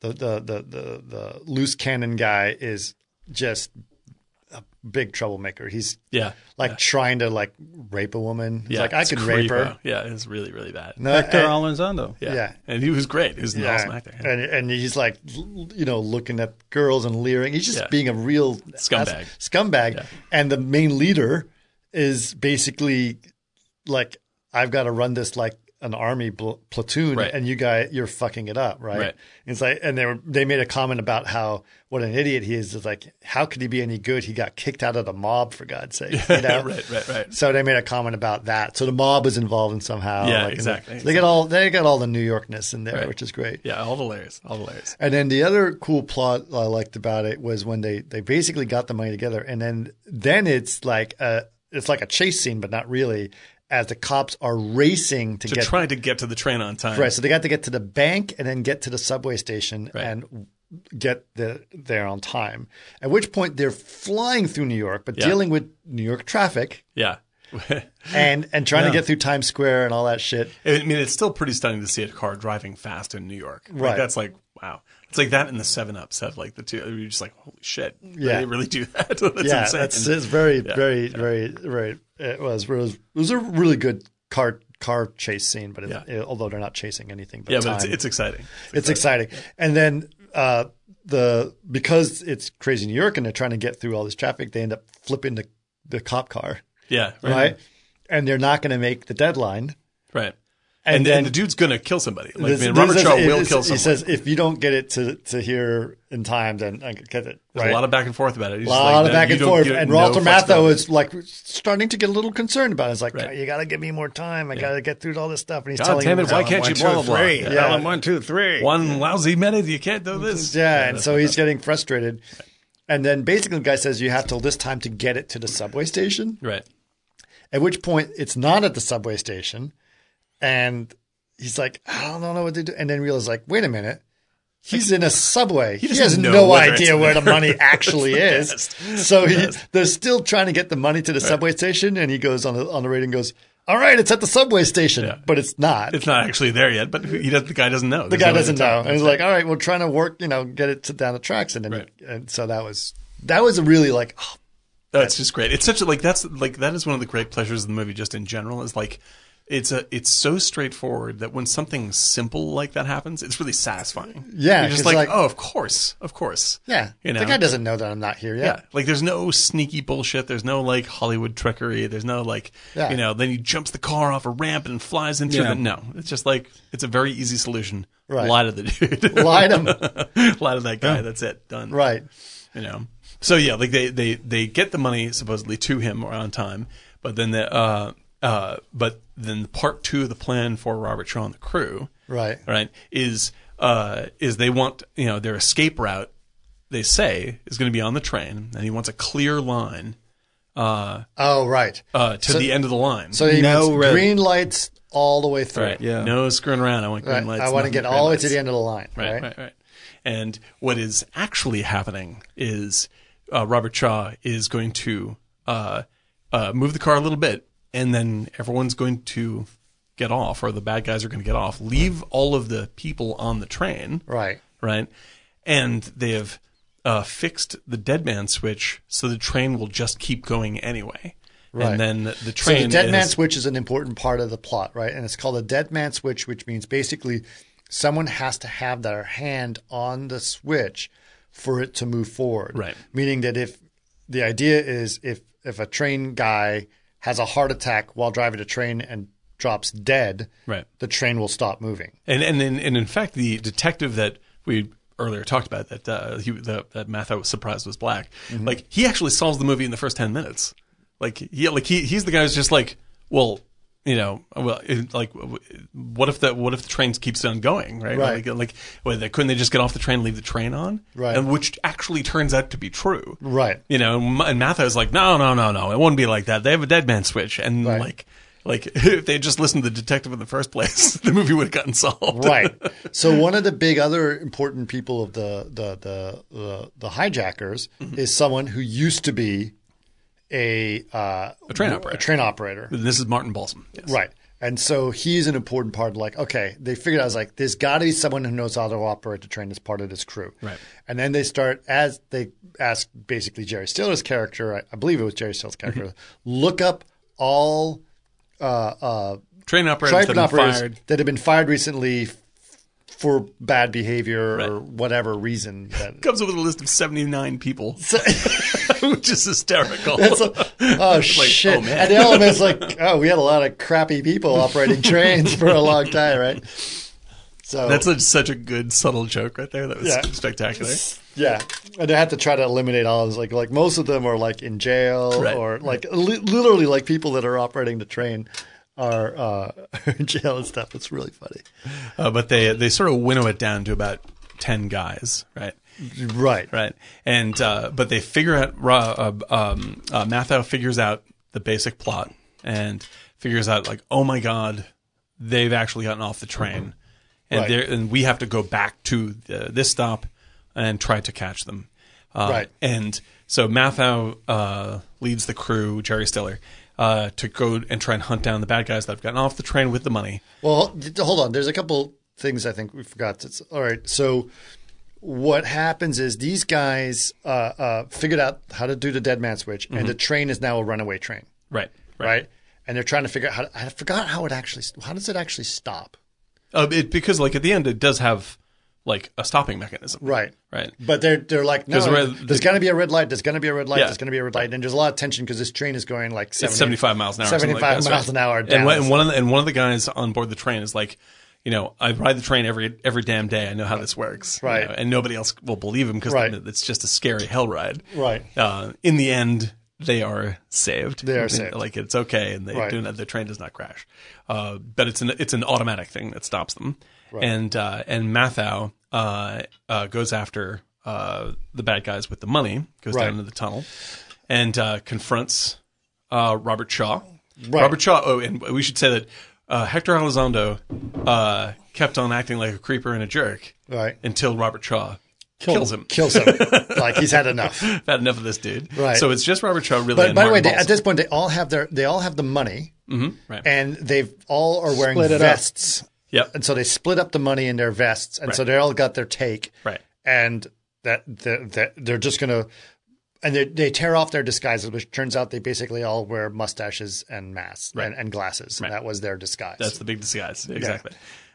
[SPEAKER 1] the the the the, the loose cannon guy is just a big troublemaker. He's
[SPEAKER 7] Yeah.
[SPEAKER 1] like trying to like rape a woman. He's
[SPEAKER 7] Yeah,
[SPEAKER 1] like I
[SPEAKER 7] it's
[SPEAKER 1] could
[SPEAKER 7] creepo.
[SPEAKER 1] rape her.
[SPEAKER 7] Yeah, it's really really bad.
[SPEAKER 1] No,
[SPEAKER 5] Hector
[SPEAKER 1] and-
[SPEAKER 5] Alonzando.
[SPEAKER 7] yeah.
[SPEAKER 1] yeah.
[SPEAKER 7] and he was great. He was an
[SPEAKER 1] yeah.
[SPEAKER 7] awesome actor. Yeah.
[SPEAKER 1] And and he's like, l- you know, looking at girls and leering. He's just
[SPEAKER 7] Yeah.
[SPEAKER 1] being a real
[SPEAKER 7] Scumbag.
[SPEAKER 1] ass- scumbag. And the main leader is basically like, I've got to run this like an army bl- platoon,
[SPEAKER 7] Right.
[SPEAKER 1] and you guy, you're fucking it up, right?
[SPEAKER 7] Right.
[SPEAKER 1] It's like, and they were they made a comment about how what an idiot he is. It's like, how could he be any good? He got kicked out of the mob for God's sake. You know?
[SPEAKER 7] Right, right, right.
[SPEAKER 1] So they made a comment about that. So the mob was involved in somehow.
[SPEAKER 7] Yeah,
[SPEAKER 1] like, and
[SPEAKER 7] exactly,
[SPEAKER 1] They, they got all they got all the New Yorkness in there,
[SPEAKER 7] Right.
[SPEAKER 1] which is great.
[SPEAKER 7] Yeah, all the layers, all the layers.
[SPEAKER 1] And then the other cool plot I liked about it was when they they basically got the money together, and then then it's like a it's like a chase scene, but not really, as the cops are racing to,
[SPEAKER 7] To
[SPEAKER 1] get
[SPEAKER 7] try to get to the train on time.
[SPEAKER 1] right. So they got to get to the bank and then get to the subway station
[SPEAKER 7] Right.
[SPEAKER 1] and get the, there on time. At which point they're flying through New York, but
[SPEAKER 7] Yeah.
[SPEAKER 1] dealing with New York traffic
[SPEAKER 7] Yeah.
[SPEAKER 1] and and trying to get through Times Square and all that shit.
[SPEAKER 7] I mean, it's still pretty stunning to see a car driving fast in New York. Like,
[SPEAKER 1] Right.
[SPEAKER 7] that's like, wow. It's like that and the 7 Ups have like the two. You're just like, holy shit.
[SPEAKER 1] Yeah.
[SPEAKER 7] They really do that. that's
[SPEAKER 1] yeah,
[SPEAKER 7] insane.
[SPEAKER 1] that's it's very, very, very, very. It was, it was it was a really good car car chase scene, but it,
[SPEAKER 7] Yeah.
[SPEAKER 1] it- although they're not chasing anything, but
[SPEAKER 7] yeah, but it's,
[SPEAKER 1] time.
[SPEAKER 7] it's exciting.
[SPEAKER 1] It's exciting. And then uh, the because it's crazy New York and they're trying to get through all this traffic, they end up flipping the the cop car,
[SPEAKER 7] Yeah.
[SPEAKER 1] right? And they're not going to make the deadline.
[SPEAKER 7] Right.
[SPEAKER 1] And
[SPEAKER 7] And, and,
[SPEAKER 1] then-
[SPEAKER 7] the dude's going to kill somebody. Like,
[SPEAKER 1] This-
[SPEAKER 7] I mean,
[SPEAKER 1] this
[SPEAKER 7] Robert
[SPEAKER 1] is-
[SPEAKER 7] Shaw
[SPEAKER 1] it
[SPEAKER 7] will
[SPEAKER 1] is-
[SPEAKER 7] kill
[SPEAKER 1] He
[SPEAKER 7] somebody.
[SPEAKER 1] says, "If you don't get it to to here in time, then I get it."
[SPEAKER 7] There's
[SPEAKER 1] right?
[SPEAKER 7] a lot of back and forth about it. He's
[SPEAKER 1] A
[SPEAKER 7] just
[SPEAKER 1] lot
[SPEAKER 7] like,
[SPEAKER 1] of
[SPEAKER 7] no,
[SPEAKER 1] back
[SPEAKER 7] you
[SPEAKER 1] and
[SPEAKER 7] don't
[SPEAKER 1] forth.
[SPEAKER 7] get
[SPEAKER 1] And
[SPEAKER 7] no
[SPEAKER 1] Walter Matthau
[SPEAKER 7] flexibility.
[SPEAKER 1] is like starting to get a little concerned about it. It's like,
[SPEAKER 7] Right.
[SPEAKER 1] you got to give me more time. I got to get through all this stuff. And he's
[SPEAKER 7] God
[SPEAKER 1] telling
[SPEAKER 7] damn
[SPEAKER 1] him
[SPEAKER 7] it, why
[SPEAKER 1] to-
[SPEAKER 7] can't you blah, blah, blah. Yeah.
[SPEAKER 1] Yeah.
[SPEAKER 5] Alan, one, two, three.
[SPEAKER 7] One lousy minute, you can't do this.
[SPEAKER 1] Yeah. And so he's getting frustrated. And then basically, the guy says, you have till this time to get it to the subway station,
[SPEAKER 7] Right.
[SPEAKER 1] at which point it's not at the subway station. And he's like, I don't know what to do. And then realizes, like, wait a minute. He's in a subway. He,
[SPEAKER 7] doesn't
[SPEAKER 1] has
[SPEAKER 7] know
[SPEAKER 1] no
[SPEAKER 7] whether it's
[SPEAKER 1] idea where the money actually is.
[SPEAKER 7] best.
[SPEAKER 1] So he, they're still trying to get the money to the subway station, and he goes on the, on the radio and goes, "All right, it's at the subway station, but it's not."
[SPEAKER 7] It's not actually there yet, but he does, the guy doesn't know.
[SPEAKER 1] the guy doesn't know, and he's like, "All right, we're trying to work, you know, get it to down the tracks." And then,
[SPEAKER 7] Right.
[SPEAKER 1] and so that was that was a really like, oh,
[SPEAKER 7] Oh, it's just great. It's such a like that's like that is one of the great pleasures of the movie just in general is like it's a it's so straightforward that when something simple like that happens, it's really satisfying.
[SPEAKER 1] Yeah,
[SPEAKER 7] You're just
[SPEAKER 1] 'cause, like-
[SPEAKER 7] like, oh, of course, of course.
[SPEAKER 1] yeah,
[SPEAKER 7] you know,
[SPEAKER 1] the guy doesn't know that I'm not here
[SPEAKER 7] Yeah.
[SPEAKER 1] yet.
[SPEAKER 7] Like there's no sneaky bullshit. There's no like Hollywood trickery. There's no like
[SPEAKER 1] Yeah.
[SPEAKER 7] you know, then he jumps the car off a ramp and flies into
[SPEAKER 5] Yeah.
[SPEAKER 7] it. No. It's just like it's a very easy solution.
[SPEAKER 1] Right.
[SPEAKER 7] Lie to the dude.
[SPEAKER 1] Lie to him,
[SPEAKER 7] Lie to that guy. That's it. Done.
[SPEAKER 1] right?
[SPEAKER 7] You know. So yeah, like they they they get the money supposedly to him or on time, but then the uh uh but then part two of the plan for Robert Shaw and the crew,
[SPEAKER 1] Right.
[SPEAKER 7] right, is uh is they want you know their escape route they say is going to be on the train, and he wants a clear line uh
[SPEAKER 1] Oh, right.
[SPEAKER 7] uh to the end of the line.
[SPEAKER 1] so he
[SPEAKER 5] No
[SPEAKER 1] no
[SPEAKER 5] red.
[SPEAKER 1] green lights all the way through.
[SPEAKER 7] right,
[SPEAKER 5] Yeah.
[SPEAKER 7] no screwing around. I want green
[SPEAKER 1] Right.
[SPEAKER 7] lights.
[SPEAKER 1] I want to
[SPEAKER 7] nothing
[SPEAKER 1] get
[SPEAKER 7] but
[SPEAKER 1] all the
[SPEAKER 7] red
[SPEAKER 1] way to
[SPEAKER 7] lights.
[SPEAKER 1] the end of the line. Right.
[SPEAKER 7] right, right, right. And what is actually happening is uh, Robert Shaw is going to uh, uh, move the car a little bit, and then everyone's going to get off, or the bad guys are going to get off, leave all of the people on the train,
[SPEAKER 1] Right.
[SPEAKER 7] right? And they have uh, fixed the dead man switch, so the train will just keep going anyway.
[SPEAKER 1] Right.
[SPEAKER 7] And then the
[SPEAKER 1] So
[SPEAKER 7] train
[SPEAKER 1] the dead
[SPEAKER 7] is,
[SPEAKER 1] man switch is an important part of the plot, right? And it's called a dead man switch, which means basically someone has to have their hand on the switch for it to move forward.
[SPEAKER 7] Right.
[SPEAKER 1] Meaning that if the idea is if if a train guy has a heart attack while driving a train and drops dead,
[SPEAKER 7] Right.
[SPEAKER 1] the train will stop moving.
[SPEAKER 7] And and in, and in fact, the detective that we earlier talked about that uh, he, the, that Matthew was surprised was black.
[SPEAKER 1] Mm-hmm.
[SPEAKER 7] Like he actually solves the movie in the first ten minutes. Like he like he he's the guy who's just like, well, you know, well, it, like what if the what if the train keeps on going, right?
[SPEAKER 1] Right.
[SPEAKER 7] Like, like well, they, couldn't they just get off the train, and leave the train on,
[SPEAKER 1] Right.
[SPEAKER 7] And which actually turns out to be true,
[SPEAKER 1] Right.
[SPEAKER 7] you know, and Ma- and Mathew's like, no, no, no, no, it won't be like that. They have a dead man switch, and
[SPEAKER 1] Right.
[SPEAKER 7] like, like if they had just listened to the detective in the first place, the movie would have gotten solved.
[SPEAKER 1] right. So one of the big other important people of the the the the, the hijackers
[SPEAKER 7] Mm-hmm.
[SPEAKER 1] is someone who used to be a uh, a
[SPEAKER 7] train operator.
[SPEAKER 1] A train operator.
[SPEAKER 7] This is Martin Balsam. Yes.
[SPEAKER 1] Right. And so he's an important part. Like, okay, they figured out, I was like, there's got to be someone who knows how to operate the train as part of this crew.
[SPEAKER 7] Right.
[SPEAKER 1] And then they start, as they ask basically Jerry Stiller's character, I, I believe it was Jerry Stiller's
[SPEAKER 7] Mm-hmm.
[SPEAKER 1] character, look up all uh, uh,
[SPEAKER 7] Train operators
[SPEAKER 1] tribe
[SPEAKER 7] that have been
[SPEAKER 1] operators
[SPEAKER 7] fired.
[SPEAKER 1] that have been fired recently f- for bad behavior or
[SPEAKER 7] Right.
[SPEAKER 1] whatever reason. That,
[SPEAKER 7] Comes up with a list of 79 people, which is hysterical.
[SPEAKER 1] It's a- oh shit!
[SPEAKER 7] oh, man.
[SPEAKER 1] And the element's like, oh, we had a lot of crappy people operating trains for a long time, right? So
[SPEAKER 7] That's a, such a good, subtle joke right there. That was
[SPEAKER 1] Yeah.
[SPEAKER 7] spectacular.
[SPEAKER 1] yeah, and they have to try to eliminate all those. Like, like most of them are like in jail
[SPEAKER 7] Right.
[SPEAKER 1] or like li- literally like people that are operating the train are uh, in jail and stuff. It's really funny,
[SPEAKER 7] Uh, but they, they sort of winnow it down to about 10 guys, right?
[SPEAKER 1] right?
[SPEAKER 7] Right. And, uh, but they figure out, Ra- uh, um, uh, Mathau figures out the basic plot and figures out, like, oh my God, they've actually gotten off the train. And,
[SPEAKER 1] Mm-hmm. Right.
[SPEAKER 7] they're and we have to go back to the, this stop and try to catch them. Uh,
[SPEAKER 1] Right.
[SPEAKER 7] And so Mathau uh, leads the crew, Jerry Stiller, uh, to go and try and hunt down the bad guys that have gotten off the train with the money.
[SPEAKER 1] Well, d- hold on. There's a couple things I think we forgot. It's, all right. So what happens is these guys uh, uh, figured out how to do the dead man switch, and the train is now a runaway train,
[SPEAKER 7] Mm-hmm. Right.
[SPEAKER 1] right? And they're trying to figure out how. I forgot how it actually. How does it actually stop?
[SPEAKER 7] Uh, it, because, like, at the end, it does have, like, a stopping mechanism.
[SPEAKER 1] Right.
[SPEAKER 7] Right.
[SPEAKER 1] But they're they're like no.
[SPEAKER 7] 'Cause we're-
[SPEAKER 1] there's going to be a red light. There's going to be a red light.
[SPEAKER 7] Yeah.
[SPEAKER 1] There's going to be a red light. And there's a lot of tension because this train is going like 70,
[SPEAKER 7] It's 75 miles an hour. or something
[SPEAKER 1] 75
[SPEAKER 7] like that,
[SPEAKER 1] miles
[SPEAKER 7] right?
[SPEAKER 1] an hour down.
[SPEAKER 7] And, one- and one of the, and one of the guys on board the train is like, you know, I ride the train every every damn day. I know how this works. you
[SPEAKER 1] Right.
[SPEAKER 7] know, and nobody else will believe him because
[SPEAKER 1] Right.
[SPEAKER 7] it's just a scary hell ride.
[SPEAKER 1] Right.
[SPEAKER 7] Uh, in the end, they are saved.
[SPEAKER 1] They are saved.
[SPEAKER 7] Like it's okay, and they
[SPEAKER 1] Right.
[SPEAKER 7] do not, the train does not crash. Uh, but it's an it's an automatic thing that stops them. And uh, and Mathau uh, uh, goes after uh, the bad guys with the money. Goes
[SPEAKER 1] Right.
[SPEAKER 7] down into the tunnel and uh, confronts uh, Robert Shaw.
[SPEAKER 1] Right.
[SPEAKER 7] Robert Shaw. Oh, and we should say that uh, Hector Elizondo uh, kept on acting like a creeper and a jerk
[SPEAKER 1] right.
[SPEAKER 7] until Robert Shaw kills him.
[SPEAKER 1] Kills him. like he's had enough.
[SPEAKER 7] I've had enough of this dude.
[SPEAKER 1] Right.
[SPEAKER 7] So it's just Robert Shaw really.
[SPEAKER 1] But
[SPEAKER 7] and
[SPEAKER 1] by the way,
[SPEAKER 7] Martin
[SPEAKER 1] they, at
[SPEAKER 7] Balsam.
[SPEAKER 1] this point, they all have their they all have the money,
[SPEAKER 7] right.
[SPEAKER 1] and they've all are wearing
[SPEAKER 5] Split it up.
[SPEAKER 1] vests,
[SPEAKER 7] yep.
[SPEAKER 1] and so they split up the money in their vests, and so they all got their take,
[SPEAKER 7] Right.
[SPEAKER 1] And that that, that they're just gonna, and they they tear off their disguises, which turns out they basically all wear mustaches and masks and, and glasses, and that was their disguise.
[SPEAKER 7] That's the big disguise. Exactly.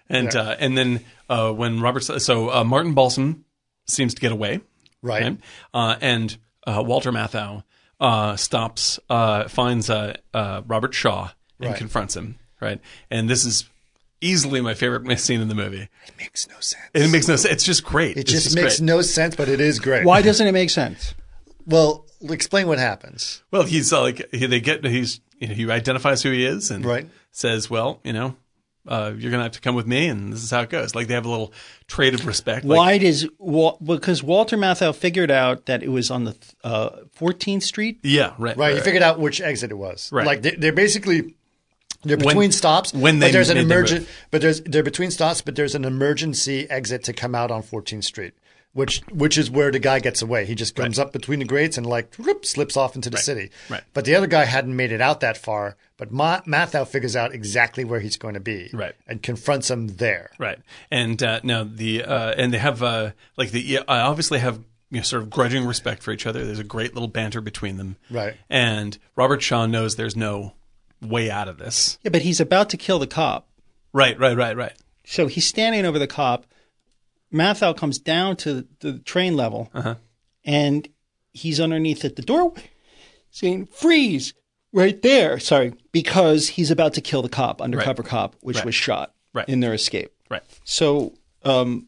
[SPEAKER 7] And uh, and then uh, when Robert so uh, Martin Balsam seems to get away,
[SPEAKER 1] right.
[SPEAKER 7] right? Uh, and uh, Walter Matthau uh, stops, uh, finds uh, uh, Robert Shaw and
[SPEAKER 1] Right.
[SPEAKER 7] confronts him, right? And this is easily my favorite scene in the movie.
[SPEAKER 1] Makes no sense.
[SPEAKER 7] It makes no sense. It's just great.
[SPEAKER 1] It just makes no sense, but it is great.
[SPEAKER 5] Why doesn't it make sense?
[SPEAKER 1] Well, explain what happens.
[SPEAKER 7] Well, he's uh, like he, they get he's you know, he identifies who he is and
[SPEAKER 1] Right.
[SPEAKER 7] says, "Well, you know, uh, you're gonna have to come with me, and this is how it goes." Like they have a little trade of respect. Like,
[SPEAKER 5] Why does Wal- because Walter Matthau figured out that it was on the uh, 14th Street
[SPEAKER 7] Yeah, right.
[SPEAKER 1] Right, you figured out which exit it was.
[SPEAKER 7] Right.
[SPEAKER 1] Like they, they're basically they're
[SPEAKER 7] When-
[SPEAKER 1] between stops.
[SPEAKER 7] when they
[SPEAKER 1] but there's an
[SPEAKER 7] made their
[SPEAKER 1] emergent,
[SPEAKER 7] move.
[SPEAKER 1] but there's they're between stops, but there's an emergency exit to come out on 14th Street, which which is where the guy gets away. He just comes up between the grates and like whoop, slips off into the city.
[SPEAKER 7] Right.
[SPEAKER 1] But the other guy hadn't made it out that far. But Ma- Mathau figures out exactly where he's going to be.
[SPEAKER 7] Right.
[SPEAKER 1] And confronts him there.
[SPEAKER 7] Right. And uh, now the uh, and they have uh, like the yeah, I obviously have you know, sort of grudging respect for each other. There's a great little banter between them.
[SPEAKER 1] Right.
[SPEAKER 7] And Robert Shaw knows there's no way out of this.
[SPEAKER 5] Yeah, but he's about to kill the cop.
[SPEAKER 7] Right. Right. Right. Right.
[SPEAKER 5] So he's standing over the cop. Mathau comes down to the train level
[SPEAKER 7] Uh-huh.
[SPEAKER 5] and he's underneath at the door saying, freeze right there. Sorry, because he's about to kill the cop, undercover cop, which was shot
[SPEAKER 7] Right.
[SPEAKER 5] in their escape.
[SPEAKER 7] Right.
[SPEAKER 5] So, um,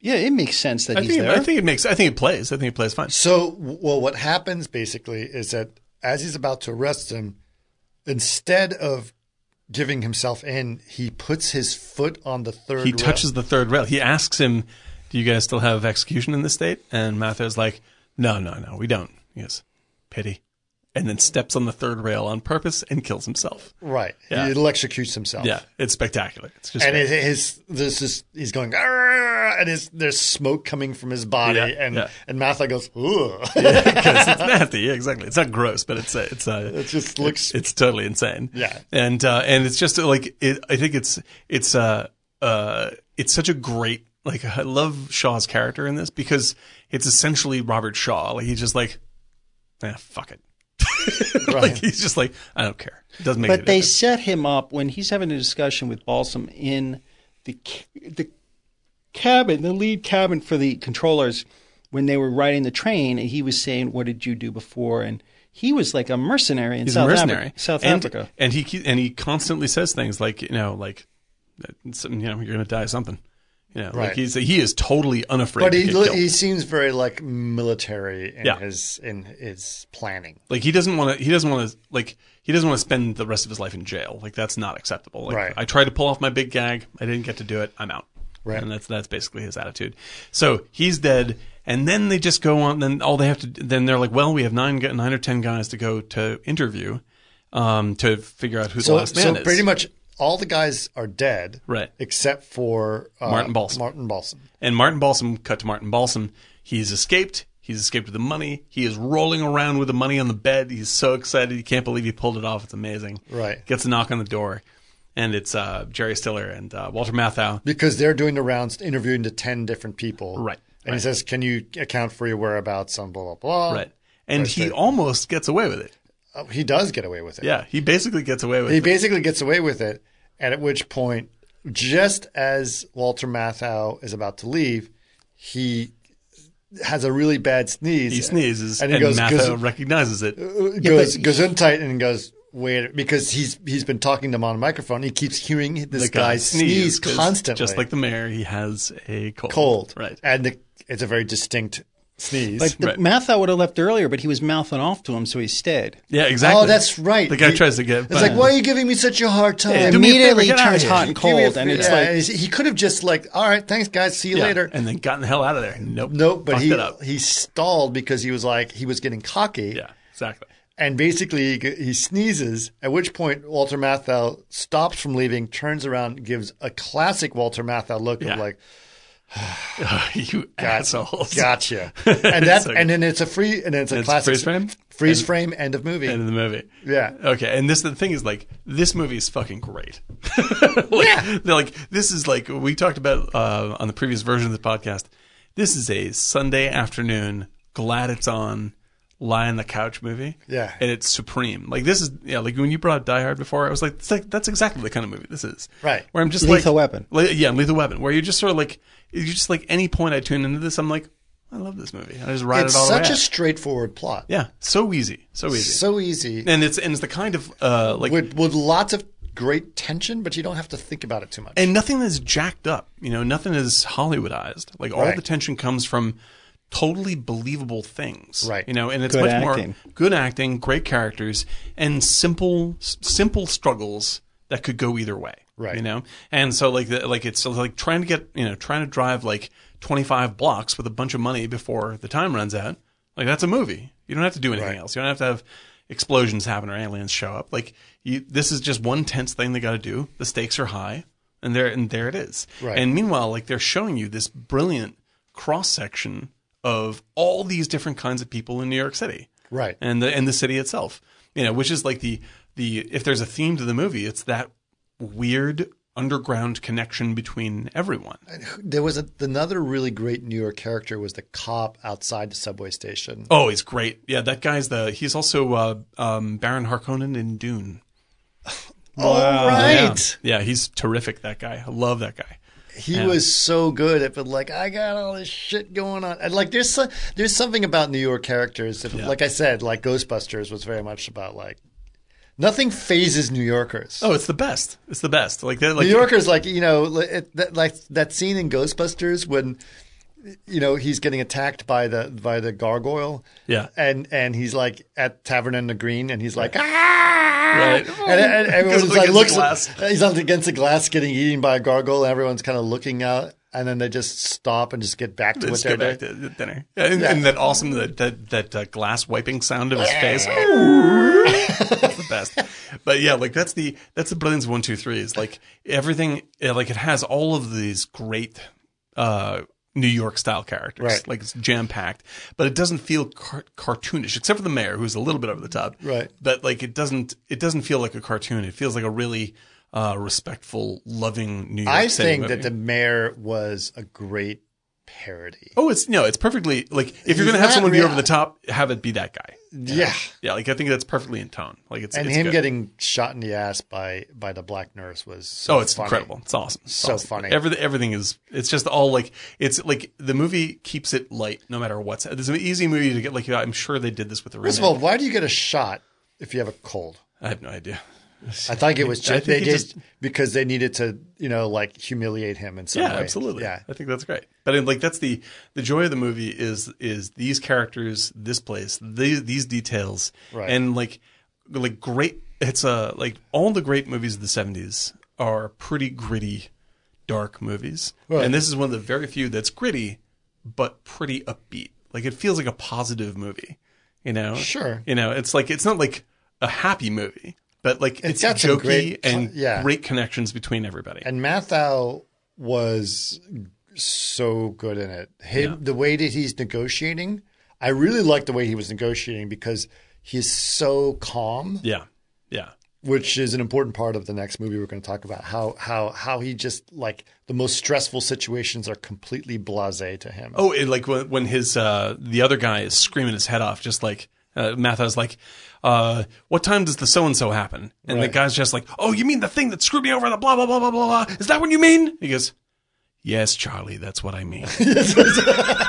[SPEAKER 5] yeah, it makes sense that
[SPEAKER 7] I
[SPEAKER 5] he's
[SPEAKER 7] think
[SPEAKER 5] there.
[SPEAKER 7] I think it makes I think it plays. I think it plays fine.
[SPEAKER 1] So, w- well, what happens basically is that as he's about to arrest him, instead of giving himself in, he puts his foot on the third.
[SPEAKER 7] He
[SPEAKER 1] rail.
[SPEAKER 7] touches the third rail. He asks him, "Do you guys still have execution in this state?" And Mathau's like, "No, no, no, we don't." He goes, "Pity," and then steps on the third rail on purpose and kills himself.
[SPEAKER 1] right.
[SPEAKER 7] Yeah.
[SPEAKER 1] He electrocutes himself.
[SPEAKER 7] Yeah, it's spectacular. It's just
[SPEAKER 1] And
[SPEAKER 7] great.
[SPEAKER 1] his, his this is he's going "Arr!" and his, there's smoke coming from his body
[SPEAKER 7] Yeah,
[SPEAKER 1] and
[SPEAKER 7] yeah.
[SPEAKER 1] and Matha goes ooh
[SPEAKER 7] because it's nasty. Yeah, exactly. It's not gross, but it's uh, it's uh,
[SPEAKER 1] it just looks
[SPEAKER 7] it's totally insane.
[SPEAKER 1] Yeah.
[SPEAKER 7] and uh, and it's just uh, like it, I think it's it's uh uh it's such a great like I love Shaw's character in this because it's essentially Robert Shaw. Like he's just like, ah, fuck it. like he's just like I don't care. It doesn't make. any
[SPEAKER 5] but they
[SPEAKER 7] difference.
[SPEAKER 5] set him up when he's having a discussion with Balsam in the ca- the cabin, the lead cabin for the controllers when they were riding the train, and he was saying, "What did you do before?" and he was like a mercenary in
[SPEAKER 7] He's
[SPEAKER 5] South,
[SPEAKER 7] a mercenary.
[SPEAKER 5] Afri- South
[SPEAKER 7] and,
[SPEAKER 5] Africa.
[SPEAKER 7] and he ke- and he constantly says things like you know like, it's- you know you're gonna die of something. You know, like
[SPEAKER 1] Right.
[SPEAKER 7] he's he is totally unafraid.
[SPEAKER 1] but
[SPEAKER 7] to
[SPEAKER 1] he
[SPEAKER 7] get
[SPEAKER 1] lo-
[SPEAKER 7] killed.
[SPEAKER 1] he seems very like military in
[SPEAKER 7] Yeah.
[SPEAKER 1] his in his planning
[SPEAKER 7] Like he doesn't want to. He doesn't want to. Like he doesn't want to spend the rest of his life in jail. Like that's not acceptable. Like,
[SPEAKER 1] Right.
[SPEAKER 7] I tried to pull off my big gag. I didn't get to do it. I'm out.
[SPEAKER 1] Right.
[SPEAKER 7] And that's that's basically his attitude. So he's dead. And then they just go on. Then all they have to. Then they're like, well, we have nine, gu- nine or ten guys to go to interview, um, to figure out who the
[SPEAKER 1] so
[SPEAKER 7] last
[SPEAKER 1] so
[SPEAKER 7] man is.
[SPEAKER 1] pretty much all the guys are dead
[SPEAKER 7] Right.
[SPEAKER 1] except for uh,
[SPEAKER 7] Martin Balsam.
[SPEAKER 1] Martin Balsam
[SPEAKER 7] And Martin Balsam, cut to Martin Balsam. He's escaped. He's escaped with the money. He is rolling around with the money on the bed. He's so excited. He can't believe he pulled it off. It's amazing.
[SPEAKER 1] Right.
[SPEAKER 7] Gets a knock on the door, and it's uh, Jerry Stiller and uh, Walter Matthau.
[SPEAKER 1] because they're doing the rounds, interviewing the ten different people.
[SPEAKER 7] Right,
[SPEAKER 1] And he says, "Can you account for your whereabouts?" On blah blah blah.
[SPEAKER 7] Right. And he almost gets away with it.
[SPEAKER 1] Uh, he does get away with it.
[SPEAKER 7] Yeah. He basically gets away with
[SPEAKER 1] He
[SPEAKER 7] it.
[SPEAKER 1] basically gets away with it. And at which point, just as Walter Matthau is about to leave, he has a really bad sneeze.
[SPEAKER 7] He sneezes,
[SPEAKER 1] and
[SPEAKER 7] and,
[SPEAKER 1] he goes,
[SPEAKER 7] Matthau
[SPEAKER 1] "Gesund-
[SPEAKER 7] recognizes it.
[SPEAKER 1] goes gesundheit and goes wait because he's he's been talking to him on a microphone. He keeps hearing this
[SPEAKER 7] The
[SPEAKER 1] guy, sneeze
[SPEAKER 7] 'cause
[SPEAKER 1] constantly,
[SPEAKER 7] uh, Just like the mayor, he has a cold.
[SPEAKER 1] cold.
[SPEAKER 7] Right.
[SPEAKER 1] and the, it's a very distinct sneeze.
[SPEAKER 5] Like the,
[SPEAKER 7] Right.
[SPEAKER 5] Mathau would have left earlier, but he was mouthing off to him, so he stayed.
[SPEAKER 7] Yeah, exactly.
[SPEAKER 1] Oh, that's right.
[SPEAKER 7] The guy tries to get
[SPEAKER 1] It's like, why are you giving me such a hard time?
[SPEAKER 7] Hey, do me a favor,
[SPEAKER 5] Immediately
[SPEAKER 7] get out of
[SPEAKER 5] turns
[SPEAKER 7] here.
[SPEAKER 5] hot and
[SPEAKER 1] Give me a
[SPEAKER 5] cold, and
[SPEAKER 1] favor.
[SPEAKER 5] it's
[SPEAKER 1] Yeah,
[SPEAKER 5] like
[SPEAKER 1] he's- he could have just like, all right, thanks guys, see you
[SPEAKER 7] Yeah,
[SPEAKER 1] later.
[SPEAKER 7] And then gotten the hell out of there. Nope.
[SPEAKER 1] No, but
[SPEAKER 7] Fucked
[SPEAKER 1] he
[SPEAKER 7] it up.
[SPEAKER 1] he stalled because he was like he was getting cocky,
[SPEAKER 7] Yeah, exactly.
[SPEAKER 1] and basically he, g- he sneezes. At which point Walter Matthau stops from leaving, turns around, gives a classic Walter Matthau look
[SPEAKER 7] Yeah.
[SPEAKER 1] of like,
[SPEAKER 7] you assholes.
[SPEAKER 1] gotcha, and that
[SPEAKER 7] So good.
[SPEAKER 1] and then it's a free and then it's a
[SPEAKER 7] It's
[SPEAKER 1] classic
[SPEAKER 7] freeze frame?
[SPEAKER 1] freeze frame, end of movie.
[SPEAKER 7] End of the movie.
[SPEAKER 1] Yeah.
[SPEAKER 7] Okay. And this the thing is like this movie is fucking great. like, They're like this is like we talked about uh, on the previous version of the podcast. This is a Sunday afternoon. Glad it's on. Lie on the couch movie.
[SPEAKER 1] Yeah.
[SPEAKER 7] And it's supreme. Like this is yeah. Like when you brought up Die Hard before, I was like, it's like that's exactly the kind of movie this is.
[SPEAKER 1] Right.
[SPEAKER 7] Where I'm just
[SPEAKER 5] Lethal
[SPEAKER 7] like,
[SPEAKER 5] Weapon.
[SPEAKER 7] Like, yeah, Lethal Weapon. Where you're just sort of like you just like any point I tune into this, I'm like. I love this movie. I just ride
[SPEAKER 1] it's
[SPEAKER 7] it all the
[SPEAKER 1] such
[SPEAKER 7] way
[SPEAKER 1] a
[SPEAKER 7] out.
[SPEAKER 1] straightforward plot,
[SPEAKER 7] Yeah, so easy, so easy,
[SPEAKER 1] so easy
[SPEAKER 7] and it's and it's the kind of uh like
[SPEAKER 1] with with lots of great tension, but you don't have to think about it too much.
[SPEAKER 7] and nothing that's jacked up. You know, nothing is Hollywoodized. Like all
[SPEAKER 1] Right.
[SPEAKER 7] the tension comes from totally believable things.
[SPEAKER 1] Right.
[SPEAKER 7] You know, and it's
[SPEAKER 5] Good
[SPEAKER 7] much
[SPEAKER 5] acting.
[SPEAKER 7] more good acting, great characters, and simple s- simple struggles that could go either way.
[SPEAKER 1] Right.
[SPEAKER 7] You know, and so like the, like it's like trying to get you know trying to drive like twenty five blocks with a bunch of money before the time runs out. Like that's a movie. You don't have to do anything
[SPEAKER 1] Right.
[SPEAKER 7] else. You don't have to have explosions happen or aliens show up. Like you, this is just one tense thing they got to do. The stakes are high, and there and there it is.
[SPEAKER 1] Right.
[SPEAKER 7] And meanwhile, like they're showing you this brilliant cross section of all these different kinds of people in New York City
[SPEAKER 1] Right.
[SPEAKER 7] and the and the city itself. You know, which is like the the if there's a theme to the movie, it's that weird underground connection between everyone.
[SPEAKER 1] There was a, another really great New York character was the cop outside the subway station.
[SPEAKER 7] Oh, he's great. Yeah, that guy's the he's also uh, um, Baron Harkonnen in Dune.
[SPEAKER 1] All right.
[SPEAKER 7] Yeah, he's terrific. That guy, I love that guy.
[SPEAKER 1] He was so good at but like I got all this shit going on. And like there's so, there's something about New York characters. If, Like I said, like Ghostbusters was very much about like nothing phases New Yorkers.
[SPEAKER 7] Oh, it's the best. It's the best. Like they're like
[SPEAKER 1] New Yorkers, like you know, li- it, that, like that scene in Ghostbusters when you know he's getting attacked by the by the gargoyle,
[SPEAKER 7] Yeah.
[SPEAKER 1] and and he's like at Tavern in the Green, and he's like ah, and,
[SPEAKER 7] Right.
[SPEAKER 1] and everyone's
[SPEAKER 7] Because
[SPEAKER 1] like
[SPEAKER 7] against
[SPEAKER 1] looks,
[SPEAKER 7] the glass.
[SPEAKER 1] he's on against the glass, getting eaten by a gargoyle, and everyone's kind of looking out, and then they just stop and just get back to what
[SPEAKER 7] Let's
[SPEAKER 1] they're
[SPEAKER 7] go
[SPEAKER 1] doing.
[SPEAKER 7] back to the dinner. Yeah, And, and that awesome that that, that uh, glass wiping sound of his face. that's the best. But yeah, like that's the that's the brilliance of one two three is like everything yeah, like it has all of these great uh New York style characters.
[SPEAKER 1] Right.
[SPEAKER 7] Like it's jam packed, but it doesn't feel car- cartoonish except for the mayor who's a little bit over the top.
[SPEAKER 1] Right.
[SPEAKER 7] But like it doesn't it doesn't feel like a cartoon. It feels like a really uh, respectful, loving New York
[SPEAKER 1] I
[SPEAKER 7] City
[SPEAKER 1] think
[SPEAKER 7] movie.
[SPEAKER 1] that the mayor was a great parody.
[SPEAKER 7] Oh, it's no, it's perfectly like if you're going to have
[SPEAKER 1] not
[SPEAKER 7] someone be
[SPEAKER 1] real-
[SPEAKER 7] over the top, have it be that guy.
[SPEAKER 1] Yeah.
[SPEAKER 7] Yeah, like I think that's perfectly in tone. Like it's
[SPEAKER 1] And
[SPEAKER 7] it's
[SPEAKER 1] him
[SPEAKER 7] good.
[SPEAKER 1] getting shot in the ass by by the black nurse was so
[SPEAKER 7] oh, it's
[SPEAKER 1] funny.
[SPEAKER 7] incredible. It's awesome. It's
[SPEAKER 1] So
[SPEAKER 7] awesome.
[SPEAKER 1] funny.
[SPEAKER 7] Everything everything is it's just all like it's like the movie keeps it light no matter what's. It's an easy movie to get. Like I'm sure they did this with the
[SPEAKER 1] First of all, why do you get a shot if you have a cold?
[SPEAKER 7] I have no idea.
[SPEAKER 1] I think it was
[SPEAKER 7] I
[SPEAKER 1] just,
[SPEAKER 7] think
[SPEAKER 1] they
[SPEAKER 7] it
[SPEAKER 1] did
[SPEAKER 7] just-
[SPEAKER 1] because they needed to, you know, like humiliate him in some
[SPEAKER 7] yeah
[SPEAKER 1] way.
[SPEAKER 7] absolutely
[SPEAKER 1] Yeah,
[SPEAKER 7] i think that's great but like that's the the joy of the movie is is these characters this place these these details
[SPEAKER 1] Right.
[SPEAKER 7] and like like great it's uh, like all the great movies of the 70s are pretty gritty dark movies
[SPEAKER 1] Right.
[SPEAKER 7] and this is one of the very few that's gritty but pretty upbeat like it feels like a positive movie you know
[SPEAKER 1] Sure.
[SPEAKER 7] you know it's like it's not like a happy movie but like it's,
[SPEAKER 1] got some
[SPEAKER 7] jokey
[SPEAKER 1] great-
[SPEAKER 7] and
[SPEAKER 1] yeah.
[SPEAKER 7] great connections between everybody
[SPEAKER 1] And Mathau was so good in it. Him, The way that he's negotiating, I really like the way he was negotiating because he's so calm,
[SPEAKER 7] yeah yeah
[SPEAKER 1] which is an important part of the next movie we're going to talk about. How how how he just like the most stressful situations are completely blasé to him.
[SPEAKER 7] Oh, it, like when, when his uh, the other guy is screaming his head off, just like uh, Mathau's like, uh, "What time does the so and so happen?" And the guy's just like, "Oh, you mean the thing that screwed me over? The blah blah blah blah blah blah. Is that what you mean?" He goes, "Yes, Charlie, that's what I mean." You know?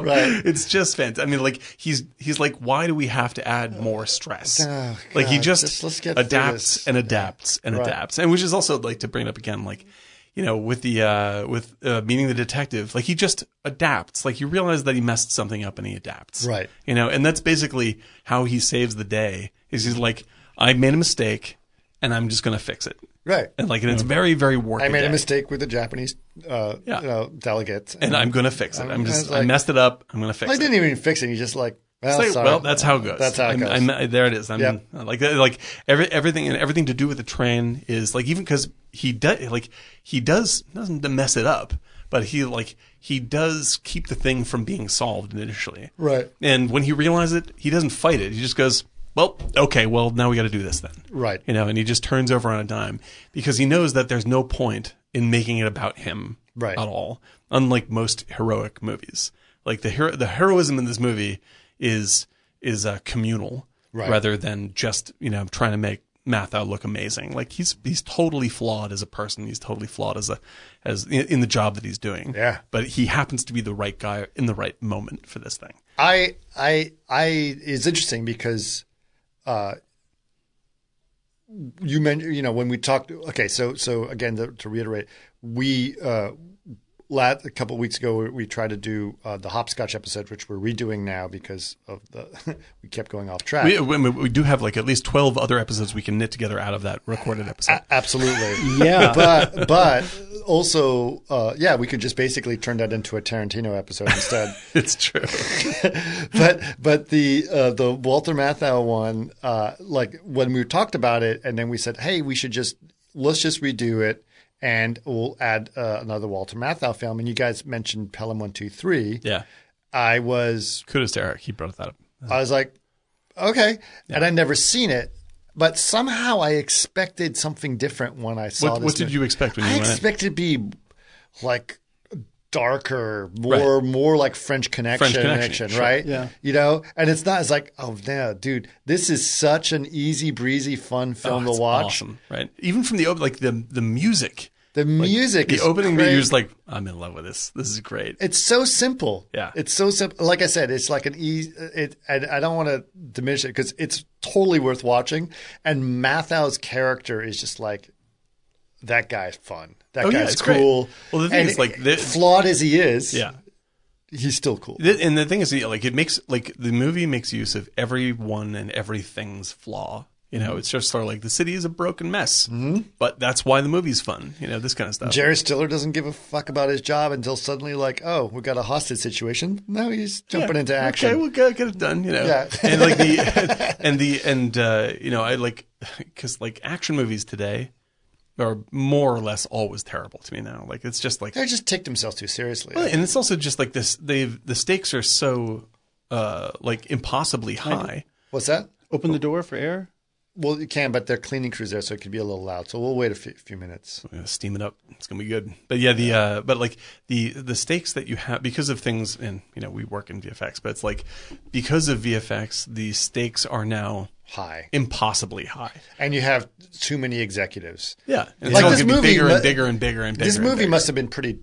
[SPEAKER 1] Right.
[SPEAKER 7] It's just fantastic. I mean, like he's he's like, why do we have to add more stress?
[SPEAKER 1] Oh,
[SPEAKER 7] like he
[SPEAKER 1] God,
[SPEAKER 7] just,
[SPEAKER 1] just let's get through
[SPEAKER 7] adapts
[SPEAKER 1] this.
[SPEAKER 7] and adapts and adapts, and which is also like to bring it up again, like you know, with the uh, with uh, meeting the detective, like he just adapts. Like you realize that he messed something up and he adapts,
[SPEAKER 1] Right.
[SPEAKER 7] You know, and that's basically how he saves the day. Is he's like, I made a mistake, and I'm just gonna fix it,
[SPEAKER 1] right.
[SPEAKER 7] and like, and it's very very work.
[SPEAKER 1] Mm. I made
[SPEAKER 7] day.
[SPEAKER 1] a mistake with the Japanese uh,
[SPEAKER 7] Yeah.
[SPEAKER 1] you know, delegate,
[SPEAKER 7] and I'm gonna fix it. I'm,
[SPEAKER 1] I
[SPEAKER 7] just,
[SPEAKER 1] was
[SPEAKER 7] I
[SPEAKER 1] like-
[SPEAKER 7] messed it up. I'm gonna fix
[SPEAKER 1] I
[SPEAKER 7] it.
[SPEAKER 1] didn't even fix it. He's just like, well,
[SPEAKER 7] It's like,
[SPEAKER 1] sorry.
[SPEAKER 7] well, that's how it goes.
[SPEAKER 1] That's how it
[SPEAKER 7] I'm-
[SPEAKER 1] goes.
[SPEAKER 7] I'm- I- there it is. I'm
[SPEAKER 1] Yep.
[SPEAKER 7] like that- like every everything and everything to do with the train is like even because he does like he does doesn't mess it up, but he like he does keep the thing from being solved initially.
[SPEAKER 1] Right.
[SPEAKER 7] And when he realizes it, he doesn't fight it. He just goes, well, okay, well now we got to do this then.
[SPEAKER 1] Right.
[SPEAKER 7] You know, and he just turns over on a dime because he knows that there's no um, point um, in making it about him
[SPEAKER 1] Right.
[SPEAKER 7] at all. Unlike most heroic movies, like the hero, the heroism in this movie is is uh, communal
[SPEAKER 1] Right.
[SPEAKER 7] rather than just you know trying to make Mathau look amazing. Like he's he's totally flawed as a person. He's totally flawed as a as in, in the job that he's doing.
[SPEAKER 1] Yeah.
[SPEAKER 7] but he happens to be the right guy in the right moment for this thing.
[SPEAKER 1] I, I, I. It's interesting because, uh, you mentioned, you know, when we talked. Okay, so, so again, to, to reiterate, we, uh, la- a couple weeks ago we, we tried to do uh, the hopscotch episode, which we're redoing now because of the we kept going off track.
[SPEAKER 7] We, we, we do have like at least 12 other episodes we can knit together out of that recorded episode.
[SPEAKER 1] Absolutely.
[SPEAKER 5] Yeah.
[SPEAKER 1] but but also uh, yeah, we could just basically turn that into a Tarantino episode instead.
[SPEAKER 7] it's true.
[SPEAKER 1] but but the uh, the Walter Matthau one, uh, like when we talked about it, and then we said, hey, we should just let's just redo it, and we'll add uh, another Walter Matthau film. And you guys mentioned Pelham One Two Three.
[SPEAKER 7] Yeah.
[SPEAKER 1] I was
[SPEAKER 7] Kudos to Eric. He brought that up.
[SPEAKER 1] I was like, okay, and I'd never seen it, but somehow I expected something different when I saw
[SPEAKER 7] What,
[SPEAKER 1] this.
[SPEAKER 7] what did
[SPEAKER 1] movie.
[SPEAKER 7] you expect when you
[SPEAKER 1] I
[SPEAKER 7] went in?
[SPEAKER 1] expect it to be like darker, more more like French Connection,
[SPEAKER 7] French Connection,
[SPEAKER 1] action,
[SPEAKER 7] sure.
[SPEAKER 1] right?
[SPEAKER 5] Yeah.
[SPEAKER 1] You know, and it's not. It's like, oh no, dude, this is such an easy breezy, fun film
[SPEAKER 7] Oh,
[SPEAKER 1] to
[SPEAKER 7] it's
[SPEAKER 1] watch.
[SPEAKER 7] Awesome, right? Even from the op- like the the music,
[SPEAKER 1] The music,
[SPEAKER 7] the
[SPEAKER 1] is
[SPEAKER 7] opening
[SPEAKER 1] great.
[SPEAKER 7] music is like I'm in love with this. This is great.
[SPEAKER 1] It's so simple.
[SPEAKER 7] Yeah.
[SPEAKER 1] It's so simple. Like I said, it's like an easy. It. I, I don't want to diminish it because it's totally worth watching. And Mathau's character is just like that guy's fun. That
[SPEAKER 7] Oh, yeah,
[SPEAKER 1] guy's
[SPEAKER 7] it's great.
[SPEAKER 1] cool.
[SPEAKER 7] Well, the thing
[SPEAKER 1] And
[SPEAKER 7] is, like, the-
[SPEAKER 1] flawed as he is,
[SPEAKER 7] yeah,
[SPEAKER 1] he's still cool.
[SPEAKER 7] Th- and the thing is, yeah, like it makes like the movie makes use of everyone and everything's flaw. You know, it's just sort of like the city is a broken mess, mm-hmm. but that's why the movie's fun. You know, this kind of stuff.
[SPEAKER 1] Jerry Stiller doesn't give a fuck about his job until suddenly, like, oh, we got a hostage situation. Now he's jumping into action.
[SPEAKER 7] Okay, we'll get, get it done. You know,
[SPEAKER 1] Yeah.
[SPEAKER 7] and like the and the and uh, you know, I like because like action movies today are more or less always terrible to me now. Like it's just like
[SPEAKER 1] they just take themselves too seriously.
[SPEAKER 7] Well, and it's also just like this. They've the stakes are so uh like impossibly high.
[SPEAKER 1] What's that?
[SPEAKER 5] Open the door for air.
[SPEAKER 1] Well, you can, but they're cleaning crews there, so it could be a little loud. So we'll wait a few, few minutes.
[SPEAKER 7] We're gonna steam it up. It's gonna be good. But yeah, the uh but like the the stakes that you have because of things, and you know we work in VFX, but it's like because of VFX, the stakes are now
[SPEAKER 1] High.
[SPEAKER 7] impossibly high.
[SPEAKER 1] And you have too many executives.
[SPEAKER 7] Yeah, and it's
[SPEAKER 1] Like
[SPEAKER 7] all
[SPEAKER 1] this
[SPEAKER 7] gonna be
[SPEAKER 1] movie
[SPEAKER 7] bigger
[SPEAKER 1] mu-
[SPEAKER 7] and bigger and bigger and bigger.
[SPEAKER 1] this
[SPEAKER 7] and
[SPEAKER 1] movie
[SPEAKER 7] bigger.
[SPEAKER 1] must have been pretty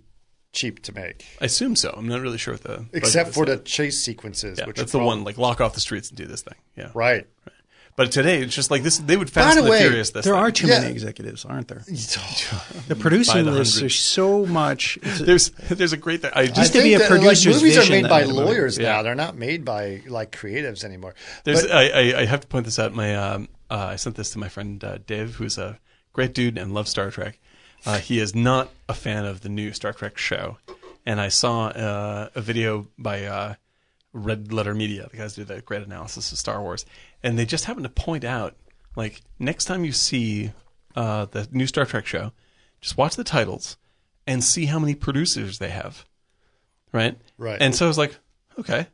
[SPEAKER 1] cheap to make,
[SPEAKER 7] I assume so. I'm not really sure what the budget
[SPEAKER 1] except
[SPEAKER 7] is.
[SPEAKER 1] for the chase sequences,
[SPEAKER 7] Yeah,
[SPEAKER 1] which
[SPEAKER 7] that's
[SPEAKER 1] are
[SPEAKER 7] the one like lock off the streets and do this thing. Yeah,
[SPEAKER 1] prob- Right.
[SPEAKER 7] But today it's just like this. They would fast
[SPEAKER 1] the
[SPEAKER 7] and the
[SPEAKER 1] way,
[SPEAKER 7] furious. This
[SPEAKER 5] There
[SPEAKER 7] thing.
[SPEAKER 5] are too
[SPEAKER 1] Yeah.
[SPEAKER 5] many executives, aren't there? The producing
[SPEAKER 7] the
[SPEAKER 5] lists
[SPEAKER 7] hundred.
[SPEAKER 5] are so much. It's
[SPEAKER 7] There's there's a great thing. I
[SPEAKER 1] I
[SPEAKER 7] just
[SPEAKER 5] to
[SPEAKER 1] think
[SPEAKER 5] be a
[SPEAKER 1] that, like,
[SPEAKER 5] producer's
[SPEAKER 1] movies are
[SPEAKER 5] vision
[SPEAKER 1] made
[SPEAKER 5] that
[SPEAKER 1] by
[SPEAKER 5] made the movie.
[SPEAKER 1] lawyers now.
[SPEAKER 7] Yeah.
[SPEAKER 1] They're not made by like creatives anymore.
[SPEAKER 7] there's I, I I have to point this out. My um uh, I sent this to my friend uh, Dave, who's a great dude and loves Star Trek. Uh, he is not a fan of the new Star Trek show, and I saw uh, a video by uh, Red Letter Media. The guys do the great analysis of Star Wars, and they just happened to point out like next time you see uh, the new Star Trek show, just watch the titles and see how many producers they have. right?
[SPEAKER 1] Right.
[SPEAKER 7] And so I was like, okay,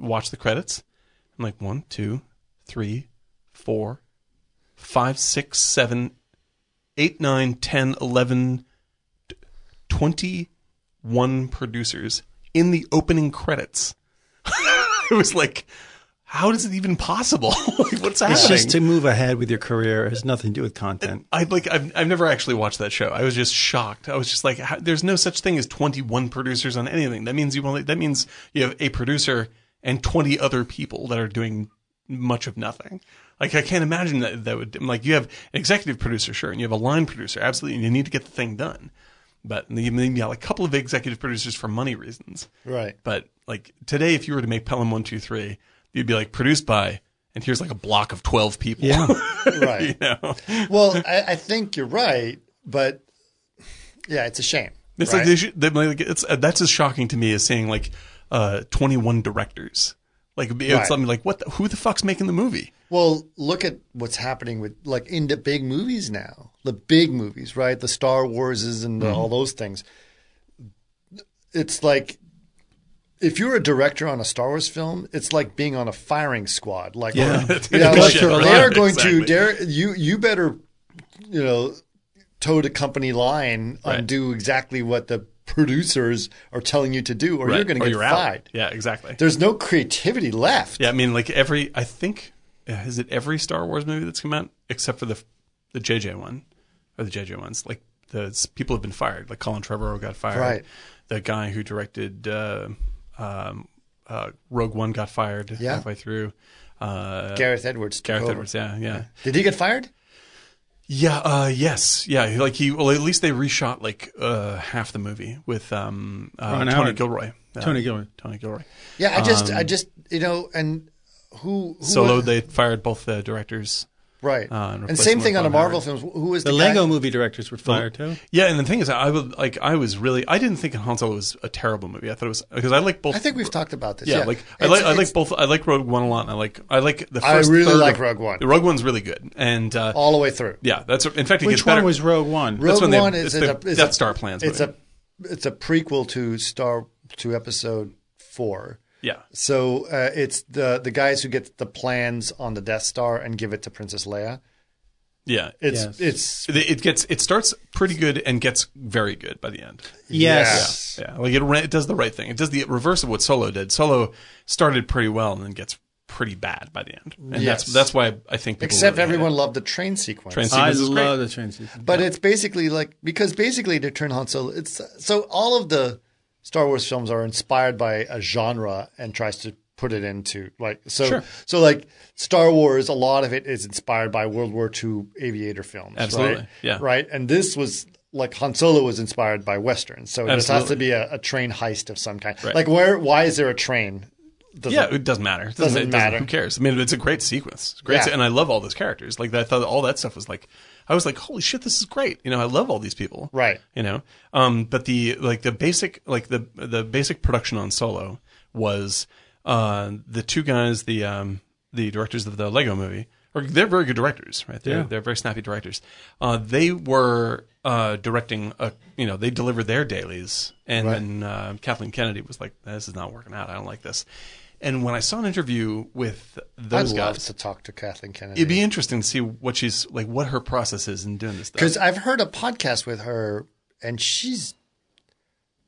[SPEAKER 7] watch the credits. I'm like, one, two, three, four, five, six, seven, eight, nine, ten, eleven, t- twenty-one producers in the opening credits. it was like, how is it even possible? like, what's happening?
[SPEAKER 5] just to move ahead with your career It has nothing to do with content.
[SPEAKER 7] I like I've I've never actually watched that show. I was just shocked. I was just like, how, there's no such thing as 21 producers on anything. That means you only that means you have a producer and 20 other people that are doing much of nothing. Like I can't imagine that that would I'm like you have an executive producer, sure, and you have a line producer, absolutely, and you need to get the thing done. But and you you have a couple of executive producers for money reasons.
[SPEAKER 1] Right.
[SPEAKER 7] But like today, if you were to make Pelham One Two Three, you'd be like produced by, and here's like a block of 12 people.
[SPEAKER 5] Yeah.
[SPEAKER 1] Right.
[SPEAKER 7] you know.
[SPEAKER 1] Well, I, I think you're right, but yeah, it's a shame.
[SPEAKER 7] It's
[SPEAKER 1] right?
[SPEAKER 7] like, they should, they, like it's uh, that's as shocking to me as seeing like uh, 21 directors. Like it'd be- it's
[SPEAKER 1] Right.
[SPEAKER 7] something like what the, who the fuck's making the movie?
[SPEAKER 1] well, look at what's happening with like in the big movies now, the big movies, right? The Star Warses and the- all
[SPEAKER 7] Mm-hmm.
[SPEAKER 1] those things. It's like if you're a director on a Star Wars film, it's like being on a firing squad. Like,
[SPEAKER 7] Yeah.
[SPEAKER 1] you know,
[SPEAKER 7] Go
[SPEAKER 1] like,
[SPEAKER 7] through a lot.
[SPEAKER 1] they're going
[SPEAKER 7] Exactly.
[SPEAKER 1] to dare you. You better, you know, toe the company line and
[SPEAKER 7] Right.
[SPEAKER 1] do exactly what the producers are telling you to do, or you're
[SPEAKER 7] Right.
[SPEAKER 1] going to
[SPEAKER 7] Or
[SPEAKER 1] get
[SPEAKER 7] you're out.
[SPEAKER 1] fired.
[SPEAKER 7] Yeah, exactly.
[SPEAKER 1] There's no creativity left.
[SPEAKER 7] Yeah, I mean like every I think uh, is it every Star Wars movie that's come out except for the the JJ one or the JJ ones like the s- people have been fired. Like Colin Trevorrow got fired.
[SPEAKER 1] Right.
[SPEAKER 7] The guy who directed uh, um, uh, Rogue One got fired
[SPEAKER 1] Yeah.
[SPEAKER 7] halfway through. Uh,
[SPEAKER 1] Gareth Edwards. took
[SPEAKER 7] Gareth
[SPEAKER 1] over.
[SPEAKER 7] Edwards, yeah, yeah.
[SPEAKER 1] Did he get fired?
[SPEAKER 7] Yeah, uh, yes, yeah. he- Like he, well, at least they reshot like uh, half the movie with um, uh,
[SPEAKER 5] Ron
[SPEAKER 7] Tony
[SPEAKER 5] Howard.
[SPEAKER 7] Gilroy. Uh,
[SPEAKER 5] Tony Gilroy.
[SPEAKER 7] Tony Gilroy.
[SPEAKER 1] Yeah, I just, I just, you know, and who, who
[SPEAKER 7] Um, Solo, they fired both the directors.
[SPEAKER 1] right?
[SPEAKER 7] uh,
[SPEAKER 1] and
[SPEAKER 7] and
[SPEAKER 1] same
[SPEAKER 7] replacement
[SPEAKER 1] thing on the
[SPEAKER 7] Von
[SPEAKER 1] Marvel films. Who is the,
[SPEAKER 5] The
[SPEAKER 1] guy-
[SPEAKER 5] Lego movie directors were fired too.
[SPEAKER 7] Yeah, and the thing is, I would like. I was really. I didn't think Han Solo was a terrible movie. I thought it was because I like both.
[SPEAKER 1] I think we've talked about this.
[SPEAKER 7] Yeah,
[SPEAKER 1] Yeah,
[SPEAKER 7] like I
[SPEAKER 1] It's-
[SPEAKER 7] like I like
[SPEAKER 1] it's
[SPEAKER 7] both. I like Rogue One a lot, and I like I like the. First
[SPEAKER 1] I really
[SPEAKER 7] third
[SPEAKER 1] like
[SPEAKER 7] of-
[SPEAKER 1] Rogue One.
[SPEAKER 7] The Rogue One's really good, and uh,
[SPEAKER 1] all the way through.
[SPEAKER 7] yeah, that's in fact it gets
[SPEAKER 5] Which
[SPEAKER 7] better.
[SPEAKER 5] one was Rogue One?
[SPEAKER 1] Rogue
[SPEAKER 7] when they-
[SPEAKER 1] One is,
[SPEAKER 7] it's
[SPEAKER 1] is
[SPEAKER 7] the
[SPEAKER 1] a, is
[SPEAKER 7] Death
[SPEAKER 1] a-
[SPEAKER 7] Star plans
[SPEAKER 1] It's
[SPEAKER 7] movie.
[SPEAKER 1] a it's a prequel to Star to Episode Four.
[SPEAKER 7] yeah.
[SPEAKER 1] So uh, it's the the guys who get the plans on the Death Star and give it to Princess Leia.
[SPEAKER 7] Yeah, it,
[SPEAKER 1] It's it's
[SPEAKER 5] Yes.
[SPEAKER 7] it gets it starts pretty good and gets very good by the end.
[SPEAKER 5] yes.
[SPEAKER 7] Yeah, like it, ra- it does the right thing. It does the reverse of what Solo did. Solo started pretty well and then gets pretty bad by the end, and
[SPEAKER 1] Yes.
[SPEAKER 7] that's that's why I think people
[SPEAKER 1] except
[SPEAKER 7] really hate
[SPEAKER 1] everyone
[SPEAKER 7] it.
[SPEAKER 1] loved the train sequence.
[SPEAKER 7] Train
[SPEAKER 5] I
[SPEAKER 7] sequence is great.
[SPEAKER 5] love the train scene.
[SPEAKER 1] But it's basically like because basically to turn Han Solo, it's so all of the Star Wars films are inspired by a genre and tries to put it into like so so like Star Wars, a lot of it is inspired by World War II aviator films, right?
[SPEAKER 7] Absolutely, yeah.
[SPEAKER 1] right. And this was like Han Solo was inspired by westerns, so it just has to
[SPEAKER 7] Absolutely.
[SPEAKER 1] be a, a train heist of some kind. Like where why is there a train? Doesn't-
[SPEAKER 7] Yeah, it doesn't matter. It doesn't,
[SPEAKER 1] Doesn't
[SPEAKER 7] it
[SPEAKER 1] matter.
[SPEAKER 7] Who cares? I mean, it's a great sequence. It's great,
[SPEAKER 1] Yeah.
[SPEAKER 7] se- and I love all those characters. Like I thought, all that stuff was like, I was like, holy shit, this is great. You know, I love all these people.
[SPEAKER 1] Right.
[SPEAKER 7] You know, um, but the like the basic like the the basic production on Solo was uh, the two guys, the um, the directors of the Lego Movie, or they're very good directors, right? They're, they're very snappy directors. Uh, they were uh, directing a, you know, they delivered their dailies, and then uh, Kathleen Kennedy was like, "This is not working out. I don't like this." And when I saw an interview with
[SPEAKER 1] I'd
[SPEAKER 7] those
[SPEAKER 1] love
[SPEAKER 7] guys,
[SPEAKER 1] to talk to Kathleen Kennedy.
[SPEAKER 7] it'd be interesting to see what she's like, what her process is in doing this stuff.
[SPEAKER 1] because I've heard a podcast with her, and she's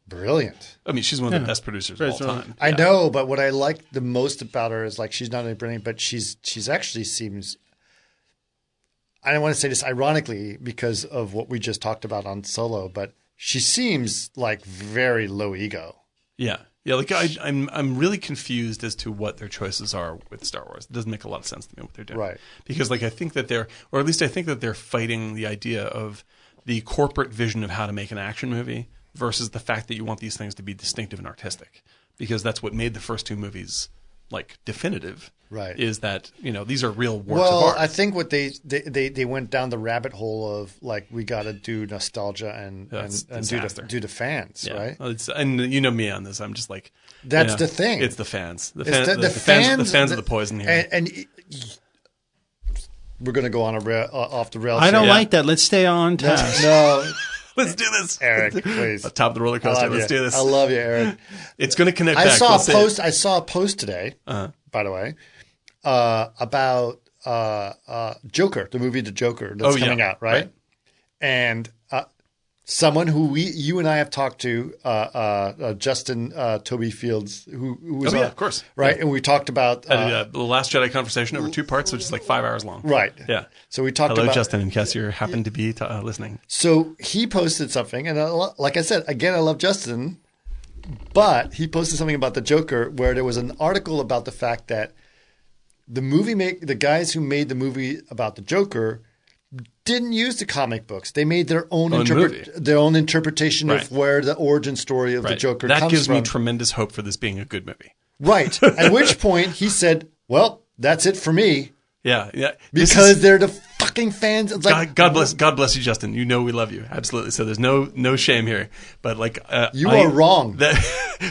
[SPEAKER 1] brilliant.
[SPEAKER 7] I mean, she's one of the best producers of all time.
[SPEAKER 1] I know, but what I like the most about her is like she's not only brilliant, but she's she's actually seems. I don't want to say this ironically because of what we just talked about on Solo, but she seems like very low ego.
[SPEAKER 7] Yeah, yeah. Like I, I'm, I'm really confused as to what their choices are with Star Wars. It doesn't make a lot of sense to me what they're doing.
[SPEAKER 1] Right.
[SPEAKER 7] Because like I think that they're, or at least I think that they're fighting the idea of the corporate vision of how to make an action movie versus the fact that you want these things to be distinctive and artistic. Because that's what made the first two movies like definitive.
[SPEAKER 1] Right.
[SPEAKER 7] Is that you know these are real works of
[SPEAKER 1] Well,
[SPEAKER 7] art.
[SPEAKER 1] I think what they, they they they went down the rabbit hole of like we got to do nostalgia and and,
[SPEAKER 7] That's
[SPEAKER 1] and do the
[SPEAKER 7] disaster.
[SPEAKER 1] do the fans
[SPEAKER 7] Yeah.
[SPEAKER 1] right.
[SPEAKER 7] Well, It's, and you know me on this. I'm just like
[SPEAKER 1] That's
[SPEAKER 7] you know,
[SPEAKER 1] the thing.
[SPEAKER 7] It's the fans. The,
[SPEAKER 1] It's
[SPEAKER 7] fan, the, the fans. The fans of the poison here.
[SPEAKER 1] And, and y- y- we're going to go on a ra- uh, off the rail.
[SPEAKER 5] I don't
[SPEAKER 1] train.
[SPEAKER 5] like that. Let's stay on task.
[SPEAKER 1] No,
[SPEAKER 7] Let's do this,
[SPEAKER 1] Eric, please.
[SPEAKER 7] Top of the roller
[SPEAKER 1] I
[SPEAKER 7] coaster.
[SPEAKER 1] love
[SPEAKER 7] Let's
[SPEAKER 1] you.
[SPEAKER 7] do this.
[SPEAKER 1] I love you, Eric.
[SPEAKER 7] It's going to connect.
[SPEAKER 1] I
[SPEAKER 7] back.
[SPEAKER 1] saw
[SPEAKER 7] We'll
[SPEAKER 1] a
[SPEAKER 7] see Uh-huh. it.
[SPEAKER 1] post. I saw a post today, by the way, uh, about uh, uh, Joker, the movie The Joker that's
[SPEAKER 7] Oh, yeah.
[SPEAKER 1] coming out, right?
[SPEAKER 7] Right.
[SPEAKER 1] And uh, someone who we, you and I have talked to, uh, uh, uh, Justin uh, Toby Fields, who, who was
[SPEAKER 7] Oh, yeah,
[SPEAKER 1] on-
[SPEAKER 7] of course.
[SPEAKER 1] right, and we talked about uh,
[SPEAKER 7] I did, uh, the Last Jedi conversation over two parts, which is like five hours long.
[SPEAKER 1] right.
[SPEAKER 7] Yeah.
[SPEAKER 1] So we talked
[SPEAKER 7] Hello,
[SPEAKER 1] about
[SPEAKER 7] Justin and Cass. You happen to be t- uh, listening.
[SPEAKER 1] So he posted something, and I lo- like I said, again, I love Justin, but he posted something about the Joker where there was an article about the fact that the movie make the guys who made the movie about the Joker didn't use the comic books. They made their own,
[SPEAKER 7] Own
[SPEAKER 1] interpret
[SPEAKER 7] movie.
[SPEAKER 1] their own interpretation
[SPEAKER 7] Right.
[SPEAKER 1] of where the origin story of the
[SPEAKER 7] Right.
[SPEAKER 1] Joker
[SPEAKER 7] that
[SPEAKER 1] comes
[SPEAKER 7] gives
[SPEAKER 1] from.
[SPEAKER 7] me tremendous hope for this being a good movie.
[SPEAKER 1] right. At which point he said, "Well, that's it for me
[SPEAKER 7] Yeah, yeah. This is-
[SPEAKER 1] because they're the fucking fans." It's like
[SPEAKER 7] God, God bless, God bless you, Justin. You know we love you absolutely. So there's no no shame here. But like, uh,
[SPEAKER 1] You
[SPEAKER 7] I-
[SPEAKER 1] are wrong.
[SPEAKER 7] That,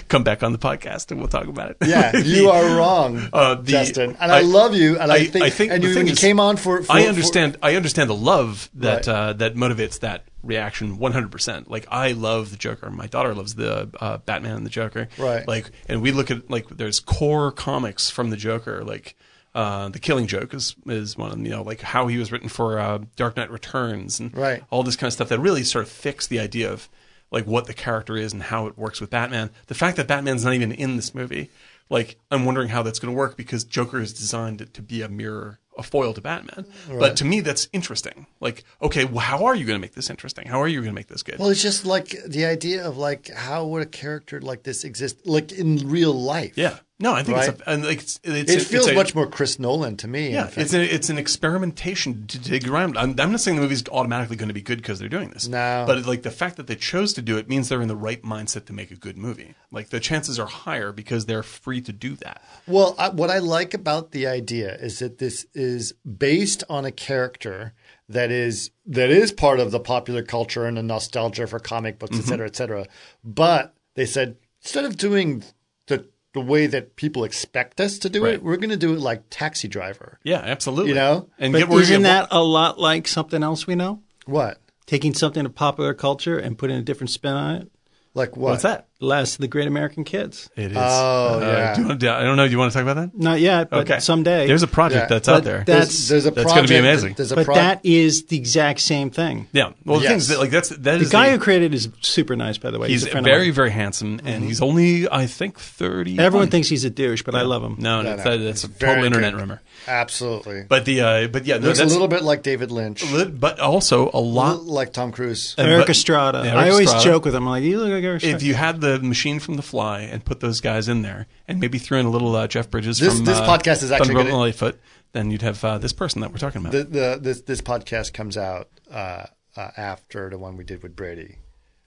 [SPEAKER 7] come back on the podcast and we'll talk about it.
[SPEAKER 1] Yeah, you
[SPEAKER 7] The-
[SPEAKER 1] are wrong,
[SPEAKER 7] uh, the-
[SPEAKER 1] Justin. And I,
[SPEAKER 7] I-
[SPEAKER 1] love you. And I, think, and
[SPEAKER 7] the
[SPEAKER 1] you,
[SPEAKER 7] thing
[SPEAKER 1] when you
[SPEAKER 7] is,
[SPEAKER 1] came on for, for
[SPEAKER 7] I understand. I understand the love that
[SPEAKER 1] Right.
[SPEAKER 7] uh, that motivates that reaction 100. percent Like I love the Joker. My daughter loves the uh, Batman and the Joker.
[SPEAKER 1] Right.
[SPEAKER 7] Like, and we look at like there's core comics from the Joker. Like uh, the Killing Joke is is one of them. You know, like how he was written for uh, Dark Knight Returns and
[SPEAKER 1] Right.
[SPEAKER 7] all this kind of stuff that really sort of fixed the idea of like what the character is and how it works with Batman. The fact that Batman's not even in this movie, like I'm wondering how that's going to work because Joker is designed to be a mirror, a foil to Batman. But to me, that's interesting. Like, okay, well, how are you going to make this interesting? How are you going to make this good?
[SPEAKER 1] Well, it's just like the idea of like how would a character like this exist like in real life?
[SPEAKER 7] yeah, No, I think
[SPEAKER 1] Right.
[SPEAKER 7] it's a, and like it's, it's
[SPEAKER 1] It
[SPEAKER 7] it's
[SPEAKER 1] feels
[SPEAKER 7] a-
[SPEAKER 1] much more Chris Nolan to me. in
[SPEAKER 7] Yeah,
[SPEAKER 1] fact.
[SPEAKER 7] it's a, it's an experimentation to dig around. I'm, I'm not saying the movie's automatically going to be good because they're doing this.
[SPEAKER 1] No.
[SPEAKER 7] but like the fact that they chose to do it means they're in the right mindset to make a good movie. Like the chances are higher because they're free to do that.
[SPEAKER 1] Well, I, what I like about the idea is that this is based on a character that is that is part of the popular culture and the nostalgia for comic books,
[SPEAKER 7] Mm-hmm.
[SPEAKER 1] et cetera, et cetera. But they said instead of doing the the way that people expect us to do it,
[SPEAKER 7] Right.
[SPEAKER 1] we're going to do it like Taxi Driver.
[SPEAKER 7] Yeah, absolutely.
[SPEAKER 1] You know?
[SPEAKER 7] and get
[SPEAKER 5] But
[SPEAKER 7] where you
[SPEAKER 5] isn't that
[SPEAKER 7] get-
[SPEAKER 5] a lot like something else we know?
[SPEAKER 1] What?
[SPEAKER 5] Taking something of popular culture and putting a different spin on it.
[SPEAKER 1] Like what?
[SPEAKER 7] What's that?
[SPEAKER 5] Last of the Great American Kids.
[SPEAKER 7] It is.
[SPEAKER 1] Oh,
[SPEAKER 7] Uh,
[SPEAKER 1] yeah.
[SPEAKER 7] do you wanna- I don't know. Do you want to talk about that?
[SPEAKER 5] Not yet, but
[SPEAKER 7] Okay.
[SPEAKER 5] someday.
[SPEAKER 7] There's a project
[SPEAKER 1] Yeah.
[SPEAKER 7] that's
[SPEAKER 5] But
[SPEAKER 7] out there.
[SPEAKER 5] that-
[SPEAKER 1] There's, there's a
[SPEAKER 7] That's
[SPEAKER 1] project,
[SPEAKER 7] gonna be amazing.
[SPEAKER 1] There's a
[SPEAKER 5] but
[SPEAKER 1] pro-
[SPEAKER 5] that is the exact same thing.
[SPEAKER 7] yeah. Well, the
[SPEAKER 1] Yes.
[SPEAKER 7] things that like that's that
[SPEAKER 5] The
[SPEAKER 7] is
[SPEAKER 5] guy who created it is super nice, by the way.
[SPEAKER 7] he's
[SPEAKER 5] a friend
[SPEAKER 7] very
[SPEAKER 5] Of
[SPEAKER 7] very handsome
[SPEAKER 1] Mm-hmm.
[SPEAKER 7] and he's only I think thirty.
[SPEAKER 5] mine. Everyone thinks he's a douche, but I love him.
[SPEAKER 7] no, no,
[SPEAKER 1] no.
[SPEAKER 7] that- that's a
[SPEAKER 1] Very
[SPEAKER 7] total internet
[SPEAKER 1] good.
[SPEAKER 7] rumor.
[SPEAKER 1] Absolutely.
[SPEAKER 7] But the uh, but yeah, no,
[SPEAKER 1] Looks a
[SPEAKER 7] that's
[SPEAKER 1] little bit like David Lynch,
[SPEAKER 7] but also a lot
[SPEAKER 1] like Tom Cruise.
[SPEAKER 5] Eric
[SPEAKER 7] but-
[SPEAKER 5] Estrada.
[SPEAKER 7] Yeah,
[SPEAKER 5] I
[SPEAKER 7] Eric
[SPEAKER 5] always
[SPEAKER 7] Estrada.
[SPEAKER 5] joke with him. I'm like, you look like Eric Estrada.
[SPEAKER 7] if you had the machine from The Fly and put those guys in there, and maybe threw in a little uh, Jeff Bridges
[SPEAKER 1] This-
[SPEAKER 7] from
[SPEAKER 1] this
[SPEAKER 7] uh,
[SPEAKER 1] podcast is actually
[SPEAKER 7] Thunder
[SPEAKER 1] gonna-
[SPEAKER 7] Road and Lilyfoot, then you'd have uh, this person that we're talking about.
[SPEAKER 1] the, the this this podcast comes out uh, uh, after the one we did with Brady.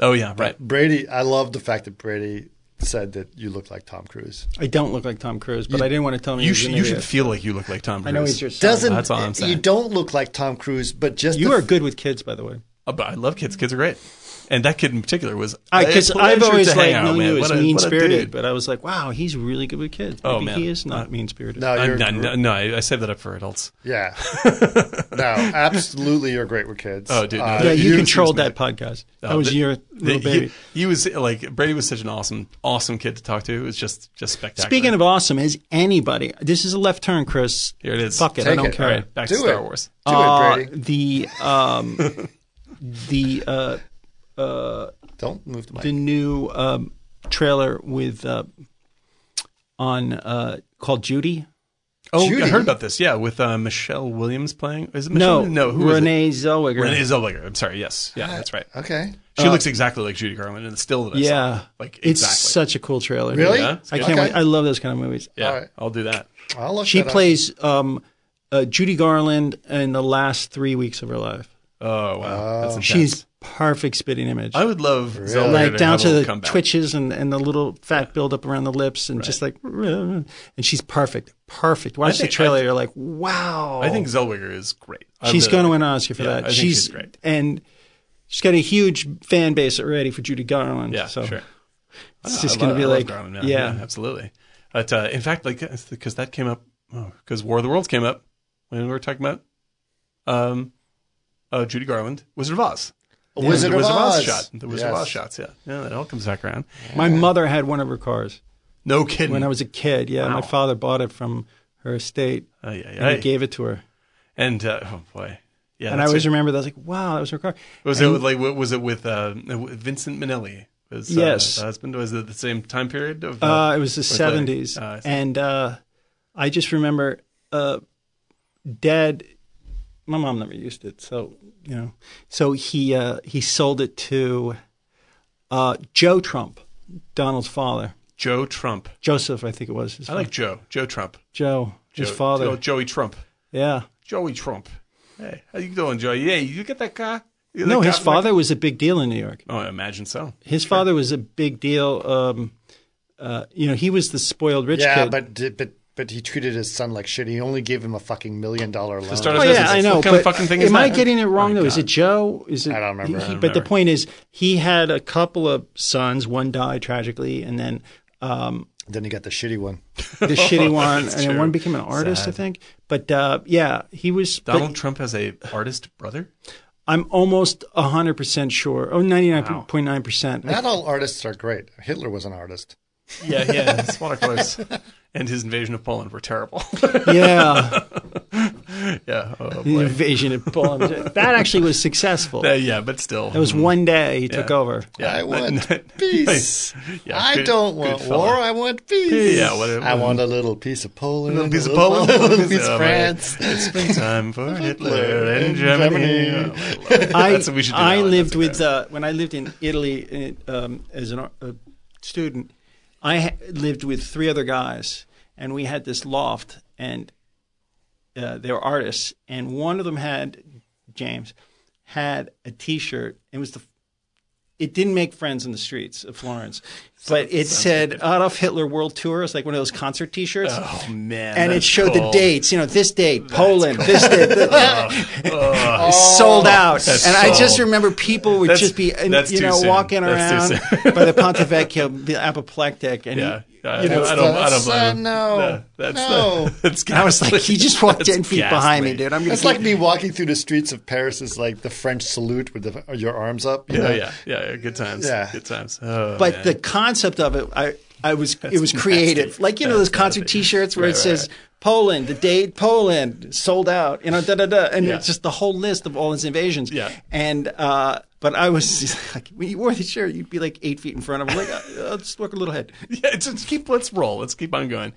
[SPEAKER 7] oh yeah, right.
[SPEAKER 1] Brady, I love the fact that Brady said that you look like Tom Cruise.
[SPEAKER 5] I don't look like Tom Cruise, but I didn't want to tell him. he
[SPEAKER 7] You
[SPEAKER 5] was
[SPEAKER 7] should
[SPEAKER 5] an
[SPEAKER 7] you
[SPEAKER 5] idiot.
[SPEAKER 7] should feel like you look like Tom Cruise.
[SPEAKER 5] I know he's your son.
[SPEAKER 1] Doesn't
[SPEAKER 7] that's all I'm
[SPEAKER 1] you
[SPEAKER 7] saying.
[SPEAKER 1] don't look like Tom Cruise, but just
[SPEAKER 5] You
[SPEAKER 1] the
[SPEAKER 5] are
[SPEAKER 1] f-
[SPEAKER 5] good with kids, by the way.
[SPEAKER 7] Uh, but I love kids. Kids are great, and that kid in particular was.
[SPEAKER 5] Because
[SPEAKER 7] a
[SPEAKER 5] I've
[SPEAKER 7] pleasure
[SPEAKER 5] always
[SPEAKER 7] to
[SPEAKER 5] like
[SPEAKER 7] hang out,
[SPEAKER 5] known
[SPEAKER 7] man.
[SPEAKER 5] you
[SPEAKER 7] What
[SPEAKER 5] as
[SPEAKER 7] a- what a
[SPEAKER 5] mean spirited,
[SPEAKER 7] dude.
[SPEAKER 5] but I was like, wow, he's really good with kids. Maybe
[SPEAKER 7] Oh, man.
[SPEAKER 5] he is not mean spirited.
[SPEAKER 1] No,
[SPEAKER 7] Uh,
[SPEAKER 1] you're
[SPEAKER 7] no, no, no, I, I saved that up for adults.
[SPEAKER 1] yeah. no, absolutely, you're great with kids. Uh,
[SPEAKER 7] Oh, dude, no.
[SPEAKER 2] Uh,
[SPEAKER 5] yeah, you,
[SPEAKER 7] you-
[SPEAKER 5] controlled that podcast. that
[SPEAKER 7] Oh,
[SPEAKER 5] was
[SPEAKER 7] the-
[SPEAKER 5] your
[SPEAKER 7] the-
[SPEAKER 5] little baby.
[SPEAKER 7] He, he was like Brady was such an awesome, awesome kid to talk to. It was just, just spectacular.
[SPEAKER 5] Speaking of awesome, is anybody? This is a left turn, Chris.
[SPEAKER 7] here it is.
[SPEAKER 5] Fuck it, I
[SPEAKER 1] Take
[SPEAKER 5] don't
[SPEAKER 1] it.
[SPEAKER 5] care.
[SPEAKER 7] All right, back
[SPEAKER 1] Do
[SPEAKER 7] to Star
[SPEAKER 1] it.
[SPEAKER 7] Wars.
[SPEAKER 1] Do
[SPEAKER 5] Uh,
[SPEAKER 1] it, Brady.
[SPEAKER 5] the um, the uh,
[SPEAKER 1] Don't move the mic.
[SPEAKER 5] the new um, trailer with uh, on uh, called Judy.
[SPEAKER 7] Oh,
[SPEAKER 1] Judy.
[SPEAKER 7] I heard about this. Yeah, with uh, Michelle Williams playing. Is it Michelle?
[SPEAKER 5] No,
[SPEAKER 7] no. Who is it?
[SPEAKER 5] Renee Zellweger.
[SPEAKER 7] Renee Zellweger. I'm sorry. Yes. Yeah, that's right.
[SPEAKER 1] okay,
[SPEAKER 7] She looks exactly like Judy Garland in the still that I saw.
[SPEAKER 5] Uh, yeah,
[SPEAKER 7] Like
[SPEAKER 5] it's
[SPEAKER 7] exactly.
[SPEAKER 5] such a cool trailer.
[SPEAKER 1] really?
[SPEAKER 7] Yeah.
[SPEAKER 5] I can't
[SPEAKER 1] Okay.
[SPEAKER 5] wait. I love those kind of movies.
[SPEAKER 7] yeah,
[SPEAKER 1] All right.
[SPEAKER 7] I'll do that.
[SPEAKER 1] I'll look
[SPEAKER 5] She
[SPEAKER 1] that up.
[SPEAKER 5] plays um, uh, Judy Garland in the last three weeks of her life.
[SPEAKER 7] Oh wow, that's intense.
[SPEAKER 5] She's perfect spitting image.
[SPEAKER 7] I would love Zellweger
[SPEAKER 5] like
[SPEAKER 7] to
[SPEAKER 5] down
[SPEAKER 7] have a
[SPEAKER 5] to
[SPEAKER 7] little
[SPEAKER 5] the
[SPEAKER 7] comeback.
[SPEAKER 5] twitches and, and the little fat buildup around the lips and just like and she's perfect perfect watch
[SPEAKER 7] think-
[SPEAKER 5] the trailer
[SPEAKER 7] I-
[SPEAKER 5] you're like wow
[SPEAKER 7] I think Zellweger is great. I
[SPEAKER 5] she's
[SPEAKER 7] really
[SPEAKER 5] going to
[SPEAKER 7] like
[SPEAKER 5] win
[SPEAKER 7] her.
[SPEAKER 5] an Oscar for
[SPEAKER 7] Yeah, I
[SPEAKER 5] that
[SPEAKER 7] think she's great.
[SPEAKER 5] and she's got a huge fan base already for Judy Garland
[SPEAKER 7] Yeah,
[SPEAKER 5] so
[SPEAKER 7] sure. Oh,
[SPEAKER 5] it's
[SPEAKER 7] I
[SPEAKER 5] just
[SPEAKER 7] love-
[SPEAKER 5] going to
[SPEAKER 7] I
[SPEAKER 5] be
[SPEAKER 7] love
[SPEAKER 5] like
[SPEAKER 7] Garland, yeah,
[SPEAKER 5] yeah,
[SPEAKER 7] yeah, absolutely. But uh, in fact, like because that came up because War of the Worlds came up when we were talking about um, uh, Judy Garland, Wizard of Oz.
[SPEAKER 1] Wizard
[SPEAKER 7] the
[SPEAKER 1] of Oz.
[SPEAKER 7] shot. The Wizard of
[SPEAKER 1] Yes.
[SPEAKER 7] Oz shots. Yeah, yeah, that all comes back around.
[SPEAKER 5] my mother had one of her cars
[SPEAKER 7] No kidding.
[SPEAKER 5] when I was a kid yeah my father bought it from her estate
[SPEAKER 7] Ay, ay,
[SPEAKER 5] and
[SPEAKER 7] ay.
[SPEAKER 5] he gave it to her
[SPEAKER 7] Oh, And uh, oh boy, yeah.
[SPEAKER 5] and I
[SPEAKER 7] that's
[SPEAKER 5] always
[SPEAKER 7] it.
[SPEAKER 5] remember that I was like wow that was her car
[SPEAKER 7] was it with, like wa- was it with uh, with Vincent Minnelli? Was, uh,
[SPEAKER 5] Yes.
[SPEAKER 7] the husband was it the same time period of?
[SPEAKER 5] Uh, it was the
[SPEAKER 7] that?
[SPEAKER 5] seventies,
[SPEAKER 7] Oh, I see.
[SPEAKER 5] and uh, I just remember uh, Dad. My mom never used it, so you know. So he uh, he sold it to uh, Joe Trump, Donald's father,
[SPEAKER 7] Joe Trump.
[SPEAKER 5] Joseph, I think it was. His
[SPEAKER 7] I like Joe. Joe Trump.
[SPEAKER 5] Joe, his
[SPEAKER 7] Joe-
[SPEAKER 5] father.
[SPEAKER 7] Joe- Joey Trump.
[SPEAKER 5] Yeah.
[SPEAKER 7] Joey Trump. Hey, how you doing, Joey? Yeah, you get that car? You get
[SPEAKER 5] No,
[SPEAKER 7] that
[SPEAKER 5] his
[SPEAKER 7] car back?
[SPEAKER 5] father was a big deal in New York.
[SPEAKER 7] Oh, I imagine so.
[SPEAKER 5] His father was a big deal. Um, uh, you know, he was the spoiled rich
[SPEAKER 1] Yeah,
[SPEAKER 5] kid.
[SPEAKER 1] but di- but but he treated his son like shit. He only gave him a fucking million dollar loan.
[SPEAKER 7] start
[SPEAKER 5] Oh
[SPEAKER 7] of
[SPEAKER 5] yeah,
[SPEAKER 7] business.
[SPEAKER 5] I know.
[SPEAKER 7] What kind
[SPEAKER 5] but
[SPEAKER 7] of fucking thing
[SPEAKER 5] am
[SPEAKER 7] is
[SPEAKER 5] I
[SPEAKER 7] that?
[SPEAKER 5] getting it wrong
[SPEAKER 7] Oh,
[SPEAKER 5] though? Is
[SPEAKER 7] God.
[SPEAKER 5] it Joe? Is it?
[SPEAKER 1] I don't remember.
[SPEAKER 5] he-
[SPEAKER 1] I don't
[SPEAKER 5] but the
[SPEAKER 7] remember.
[SPEAKER 5] point is, he had a couple of sons. One died tragically, and then um,
[SPEAKER 1] Then he got the shitty one.
[SPEAKER 5] the shitty one, and
[SPEAKER 7] Oh, that's
[SPEAKER 5] then
[SPEAKER 7] true.
[SPEAKER 5] one became an artist, I think. But uh, yeah, he was. but
[SPEAKER 7] Donald Trump has a artist brother.
[SPEAKER 5] I'm almost hundred percent sure. Oh, 99.9 percent.
[SPEAKER 1] Not all artists are great. Hitler was an artist.
[SPEAKER 7] Yeah, yeah. His watercolors and his invasion of Poland were terrible.
[SPEAKER 5] Yeah,
[SPEAKER 7] yeah, oh,
[SPEAKER 5] the
[SPEAKER 7] boy.
[SPEAKER 5] invasion of Poland. That actually was successful.
[SPEAKER 7] Uh,
[SPEAKER 5] That
[SPEAKER 7] yeah, but still,
[SPEAKER 5] was one day he took
[SPEAKER 7] Yeah.
[SPEAKER 5] over.
[SPEAKER 1] I want
[SPEAKER 7] Nice.
[SPEAKER 1] peace.
[SPEAKER 7] Yeah,
[SPEAKER 1] I
[SPEAKER 7] good-
[SPEAKER 1] don't
[SPEAKER 7] good
[SPEAKER 1] want
[SPEAKER 7] fella.
[SPEAKER 1] war. I want peace.
[SPEAKER 7] Yeah, what-
[SPEAKER 1] I want a little piece of Poland, a
[SPEAKER 7] little piece of Poland,
[SPEAKER 1] a little piece
[SPEAKER 7] Oh,
[SPEAKER 1] of
[SPEAKER 7] my-
[SPEAKER 1] France.
[SPEAKER 7] It's springtime for Hitler in
[SPEAKER 1] in Germany.
[SPEAKER 7] Germany. Oh, my lord.
[SPEAKER 5] I,
[SPEAKER 7] That's what we should do.
[SPEAKER 5] I
[SPEAKER 7] Alan.
[SPEAKER 5] lived uh, with
[SPEAKER 7] That's okay.
[SPEAKER 5] uh, when I lived in Italy it, um, as an, ar- a student. I ha- lived with three other guys, and we had this loft, and uh, they were artists, and one of them had James had a T-shirt. It was the it didn't make friends in the streets of Florence, but it said Adolf Hitler World Tour. It's like one of those concert T-shirts.
[SPEAKER 2] Oh man!
[SPEAKER 5] and it
[SPEAKER 2] that's
[SPEAKER 5] showed the
[SPEAKER 2] cool.
[SPEAKER 5] dates. You know, this date, Poland, this date, th-
[SPEAKER 2] Oh.
[SPEAKER 5] sold out. and I just
[SPEAKER 2] sold.
[SPEAKER 5] remember people would
[SPEAKER 2] That's-
[SPEAKER 5] just be, and,
[SPEAKER 2] that's
[SPEAKER 5] you
[SPEAKER 2] too
[SPEAKER 5] know,
[SPEAKER 2] soon.
[SPEAKER 5] walking
[SPEAKER 2] That's too
[SPEAKER 5] around by the Ponte Vecchio, be apoplectic, and
[SPEAKER 2] Yeah,
[SPEAKER 5] he,
[SPEAKER 2] I,
[SPEAKER 5] you know,
[SPEAKER 2] I don't. I don't
[SPEAKER 1] that's,
[SPEAKER 2] blame
[SPEAKER 1] uh,
[SPEAKER 2] him.
[SPEAKER 1] no.
[SPEAKER 2] that's
[SPEAKER 1] No.
[SPEAKER 2] that's
[SPEAKER 5] I was like,
[SPEAKER 2] ghastly.
[SPEAKER 5] he just walked
[SPEAKER 2] That's
[SPEAKER 5] ten feet behind me,
[SPEAKER 2] ghastly.
[SPEAKER 5] dude. I'm gonna
[SPEAKER 1] It's
[SPEAKER 5] be-
[SPEAKER 1] like me walking through the streets of Paris is like the French salute with the, your arms up. you
[SPEAKER 2] Yeah,
[SPEAKER 1] know?
[SPEAKER 2] Oh, yeah, yeah, yeah. Good times.
[SPEAKER 1] Yeah.
[SPEAKER 2] good times. Oh,
[SPEAKER 5] but
[SPEAKER 2] man.
[SPEAKER 5] the concept of it, I, I was, it was creative.
[SPEAKER 2] nasty.
[SPEAKER 5] Like you know
[SPEAKER 2] That's
[SPEAKER 5] those concert
[SPEAKER 2] nasty.
[SPEAKER 5] T-shirts where
[SPEAKER 2] Right,
[SPEAKER 5] it
[SPEAKER 2] right,
[SPEAKER 5] says
[SPEAKER 2] right.
[SPEAKER 5] Poland, the date Poland, sold out. You know, da da da, and
[SPEAKER 2] Yeah.
[SPEAKER 5] it's just the whole list of all his invasions.
[SPEAKER 2] Yeah.
[SPEAKER 5] And uh, but I was just like, when you wore the shirt, you'd be like eight feet in front of him. Like, uh, uh, let's work a little head.
[SPEAKER 2] yeah, it's, it's keep. Let's roll. Let's keep on going.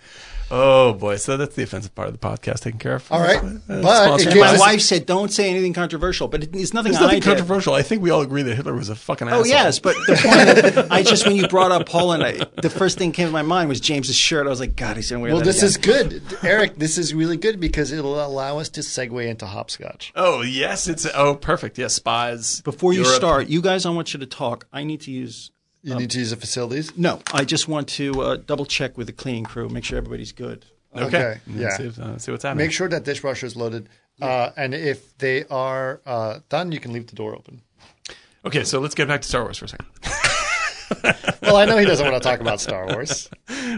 [SPEAKER 2] Oh boy, so that's the offensive part of the podcast taken care of.
[SPEAKER 1] All right,
[SPEAKER 2] Uh,
[SPEAKER 1] but it
[SPEAKER 2] sponsored
[SPEAKER 1] gives
[SPEAKER 2] by-
[SPEAKER 5] My
[SPEAKER 1] us-
[SPEAKER 5] wife said, "Don't say anything controversial," but it, it's nothing.
[SPEAKER 2] There's nothing
[SPEAKER 5] I did.
[SPEAKER 2] controversial. I think we all agree that Hitler was a fucking
[SPEAKER 5] Oh
[SPEAKER 2] asshole.
[SPEAKER 5] yes, but the point is, I just when you brought up Poland, I, the first thing came to my mind was James's shirt. I was like, God, he's gonna wear
[SPEAKER 1] Well,
[SPEAKER 5] that
[SPEAKER 1] this
[SPEAKER 5] again.
[SPEAKER 1] is good, Eric. This is really good because it'll allow us to segue into hopscotch.
[SPEAKER 2] Oh yes, it's oh perfect. Yes, spies.
[SPEAKER 5] Before you
[SPEAKER 2] Europe.
[SPEAKER 5] start, you guys, I want you to talk. I need to use.
[SPEAKER 1] You
[SPEAKER 7] oh.
[SPEAKER 1] need to use the facilities.
[SPEAKER 5] No, I just want to uh, double check with the cleaning crew, make sure everybody's good.
[SPEAKER 2] Okay.
[SPEAKER 1] Okay, yeah.
[SPEAKER 2] See, if- uh, see what's happening.
[SPEAKER 1] Make sure that dishwasher is loaded, uh, and if they are uh, done, you can leave the door open.
[SPEAKER 2] Okay, so let's get back to Star Wars for a second.
[SPEAKER 1] Well, I know he doesn't want to talk about Star Wars.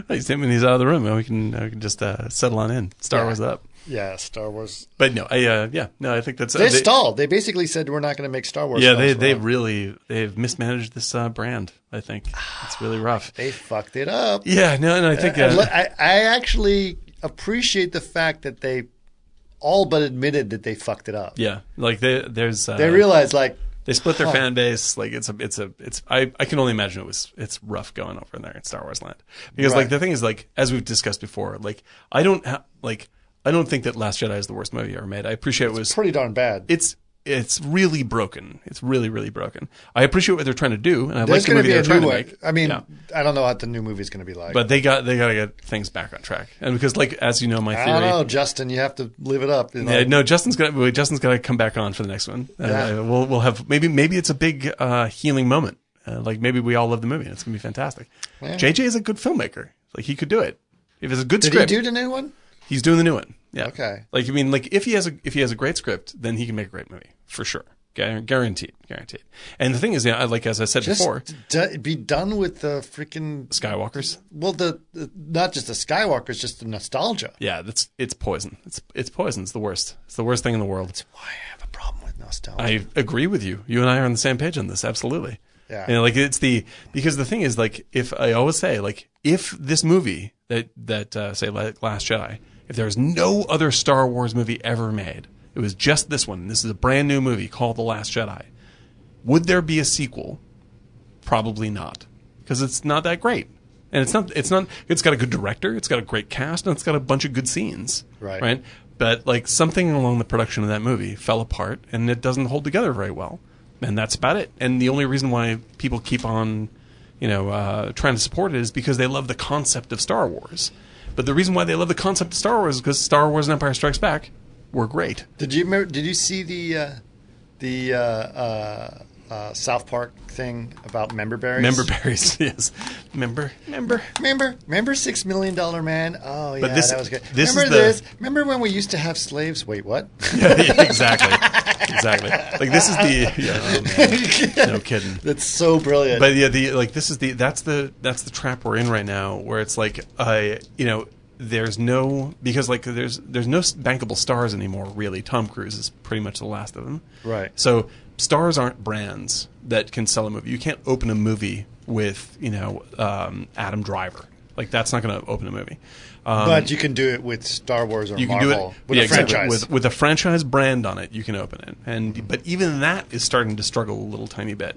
[SPEAKER 2] He's him when he's out of the room, and we can uh, we can just uh, settle on in. Star Wars up.
[SPEAKER 1] Yeah, Star Wars.
[SPEAKER 2] But no, I uh, yeah, no, I think that's
[SPEAKER 1] They,
[SPEAKER 2] uh, they-
[SPEAKER 1] stalled. They basically said we're not going to make Star Wars.
[SPEAKER 2] Yeah, they
[SPEAKER 1] films for
[SPEAKER 2] they
[SPEAKER 1] a while."
[SPEAKER 2] really they've mismanaged this uh, brand. I think it's really rough.
[SPEAKER 1] Ah. they fucked it up.
[SPEAKER 2] Yeah, no, and I think
[SPEAKER 1] I,
[SPEAKER 2] uh,
[SPEAKER 1] I, I actually appreciate the fact that they all but admitted that they fucked it up.
[SPEAKER 2] yeah, like they there's uh,
[SPEAKER 1] They realized, like,
[SPEAKER 2] they split their fan base. Like it's a it's a it's I I can only imagine it was it's rough going over there in Star Wars land because like
[SPEAKER 1] Right.
[SPEAKER 2] the thing is like as we've discussed before, like I don't ha- like I don't think that Last Jedi is the worst movie ever made. I appreciate it was
[SPEAKER 1] pretty darn bad.
[SPEAKER 2] it's it's really broken. It's really really broken. I appreciate what they're trying to do, and I
[SPEAKER 1] There's
[SPEAKER 2] like the
[SPEAKER 1] going to
[SPEAKER 2] movie
[SPEAKER 1] be
[SPEAKER 2] they're
[SPEAKER 1] a
[SPEAKER 2] trying
[SPEAKER 1] new
[SPEAKER 2] to
[SPEAKER 1] one.
[SPEAKER 2] make.
[SPEAKER 1] I mean,
[SPEAKER 2] Yeah.
[SPEAKER 1] I don't know what the new movie's going to be like.
[SPEAKER 2] But they got they got to get things back on track, and because like as you know, my
[SPEAKER 1] I
[SPEAKER 2] theory.
[SPEAKER 1] don't know, Justin. You have to live it up. You know?
[SPEAKER 2] Yeah, no, Justin's gonna wait, Justin's gonna come back on for the next one. Uh,
[SPEAKER 1] Yeah.
[SPEAKER 2] we'll we'll have maybe maybe it's a big uh, healing moment. Uh, like maybe we all love the movie. and It's gonna be fantastic. JJ is a good filmmaker. Like he could do it if it's a good
[SPEAKER 1] Did he
[SPEAKER 2] script.
[SPEAKER 1] do the new one?
[SPEAKER 2] he's doing the new one. Yeah.
[SPEAKER 1] Okay.
[SPEAKER 2] Like I mean, like if he has a if he has a great script, then he can make a great movie for sure. Gu- Guaranteed, guaranteed. And the thing is, yeah, I- like as I said
[SPEAKER 1] Just
[SPEAKER 2] before,
[SPEAKER 1] d- be done with the freaking
[SPEAKER 2] Skywalker's.
[SPEAKER 1] well, the, the not just the Skywalker's, just the nostalgia.
[SPEAKER 2] Yeah, that's it's poison. It's it's poison. It's the worst. It's the worst thing in the world.
[SPEAKER 1] Why I have a problem with nostalgia?
[SPEAKER 2] I agree with you. You and I are on the same page on this. Absolutely.
[SPEAKER 1] Yeah.
[SPEAKER 2] And like it's the because the thing is like if I always say like if this movie that that uh, say like Last Jedi if there was no other Star Wars movie ever made it was just this one this is a brand new movie called The Last Jedi would there be a sequel probably not because it's not that great and it's not it's not it's got a good director it's got a great cast and it's got a bunch of good scenes
[SPEAKER 1] Right.
[SPEAKER 2] right but like something along the production of that movie fell apart and it doesn't hold together very well and that's about it and the only reason why people keep on you know uh, trying to support it is because they love the concept of star wars but the reason why they love the concept of star wars is because star wars and empire strikes back were great
[SPEAKER 1] Did you remember, did you see the uh, the uh, uh, uh, South Park thing about member berries?
[SPEAKER 2] member berries yes member member
[SPEAKER 1] Remember, remember Six Million Dollar Man? Oh yeah,
[SPEAKER 2] this-
[SPEAKER 1] that was good.
[SPEAKER 2] this is
[SPEAKER 1] remember
[SPEAKER 2] the-
[SPEAKER 1] this? Remember when we used to have slaves? Wait, what?
[SPEAKER 2] yeah, exactly. Exactly. Like this is the yeah, oh, man. no kidding.
[SPEAKER 1] That's so brilliant.
[SPEAKER 2] But yeah, the like this is the that's the that's the trap we're in right now, where it's like I you know there's no because like there's there's no s- bankable stars anymore. Really, Tom Cruise is pretty much the last of them.
[SPEAKER 1] Right.
[SPEAKER 2] So stars aren't brands that can sell a movie. You can't open a movie with you know um, Adam Driver. Like that's not going to open a movie. Um,
[SPEAKER 1] But you can do it with Star Wars or
[SPEAKER 2] you
[SPEAKER 1] Marvel
[SPEAKER 2] can do it
[SPEAKER 1] with
[SPEAKER 2] yeah,
[SPEAKER 1] a
[SPEAKER 2] exactly.
[SPEAKER 1] franchise.
[SPEAKER 2] with, with a franchise brand on it you can open it and but even that is starting to struggle a little tiny bit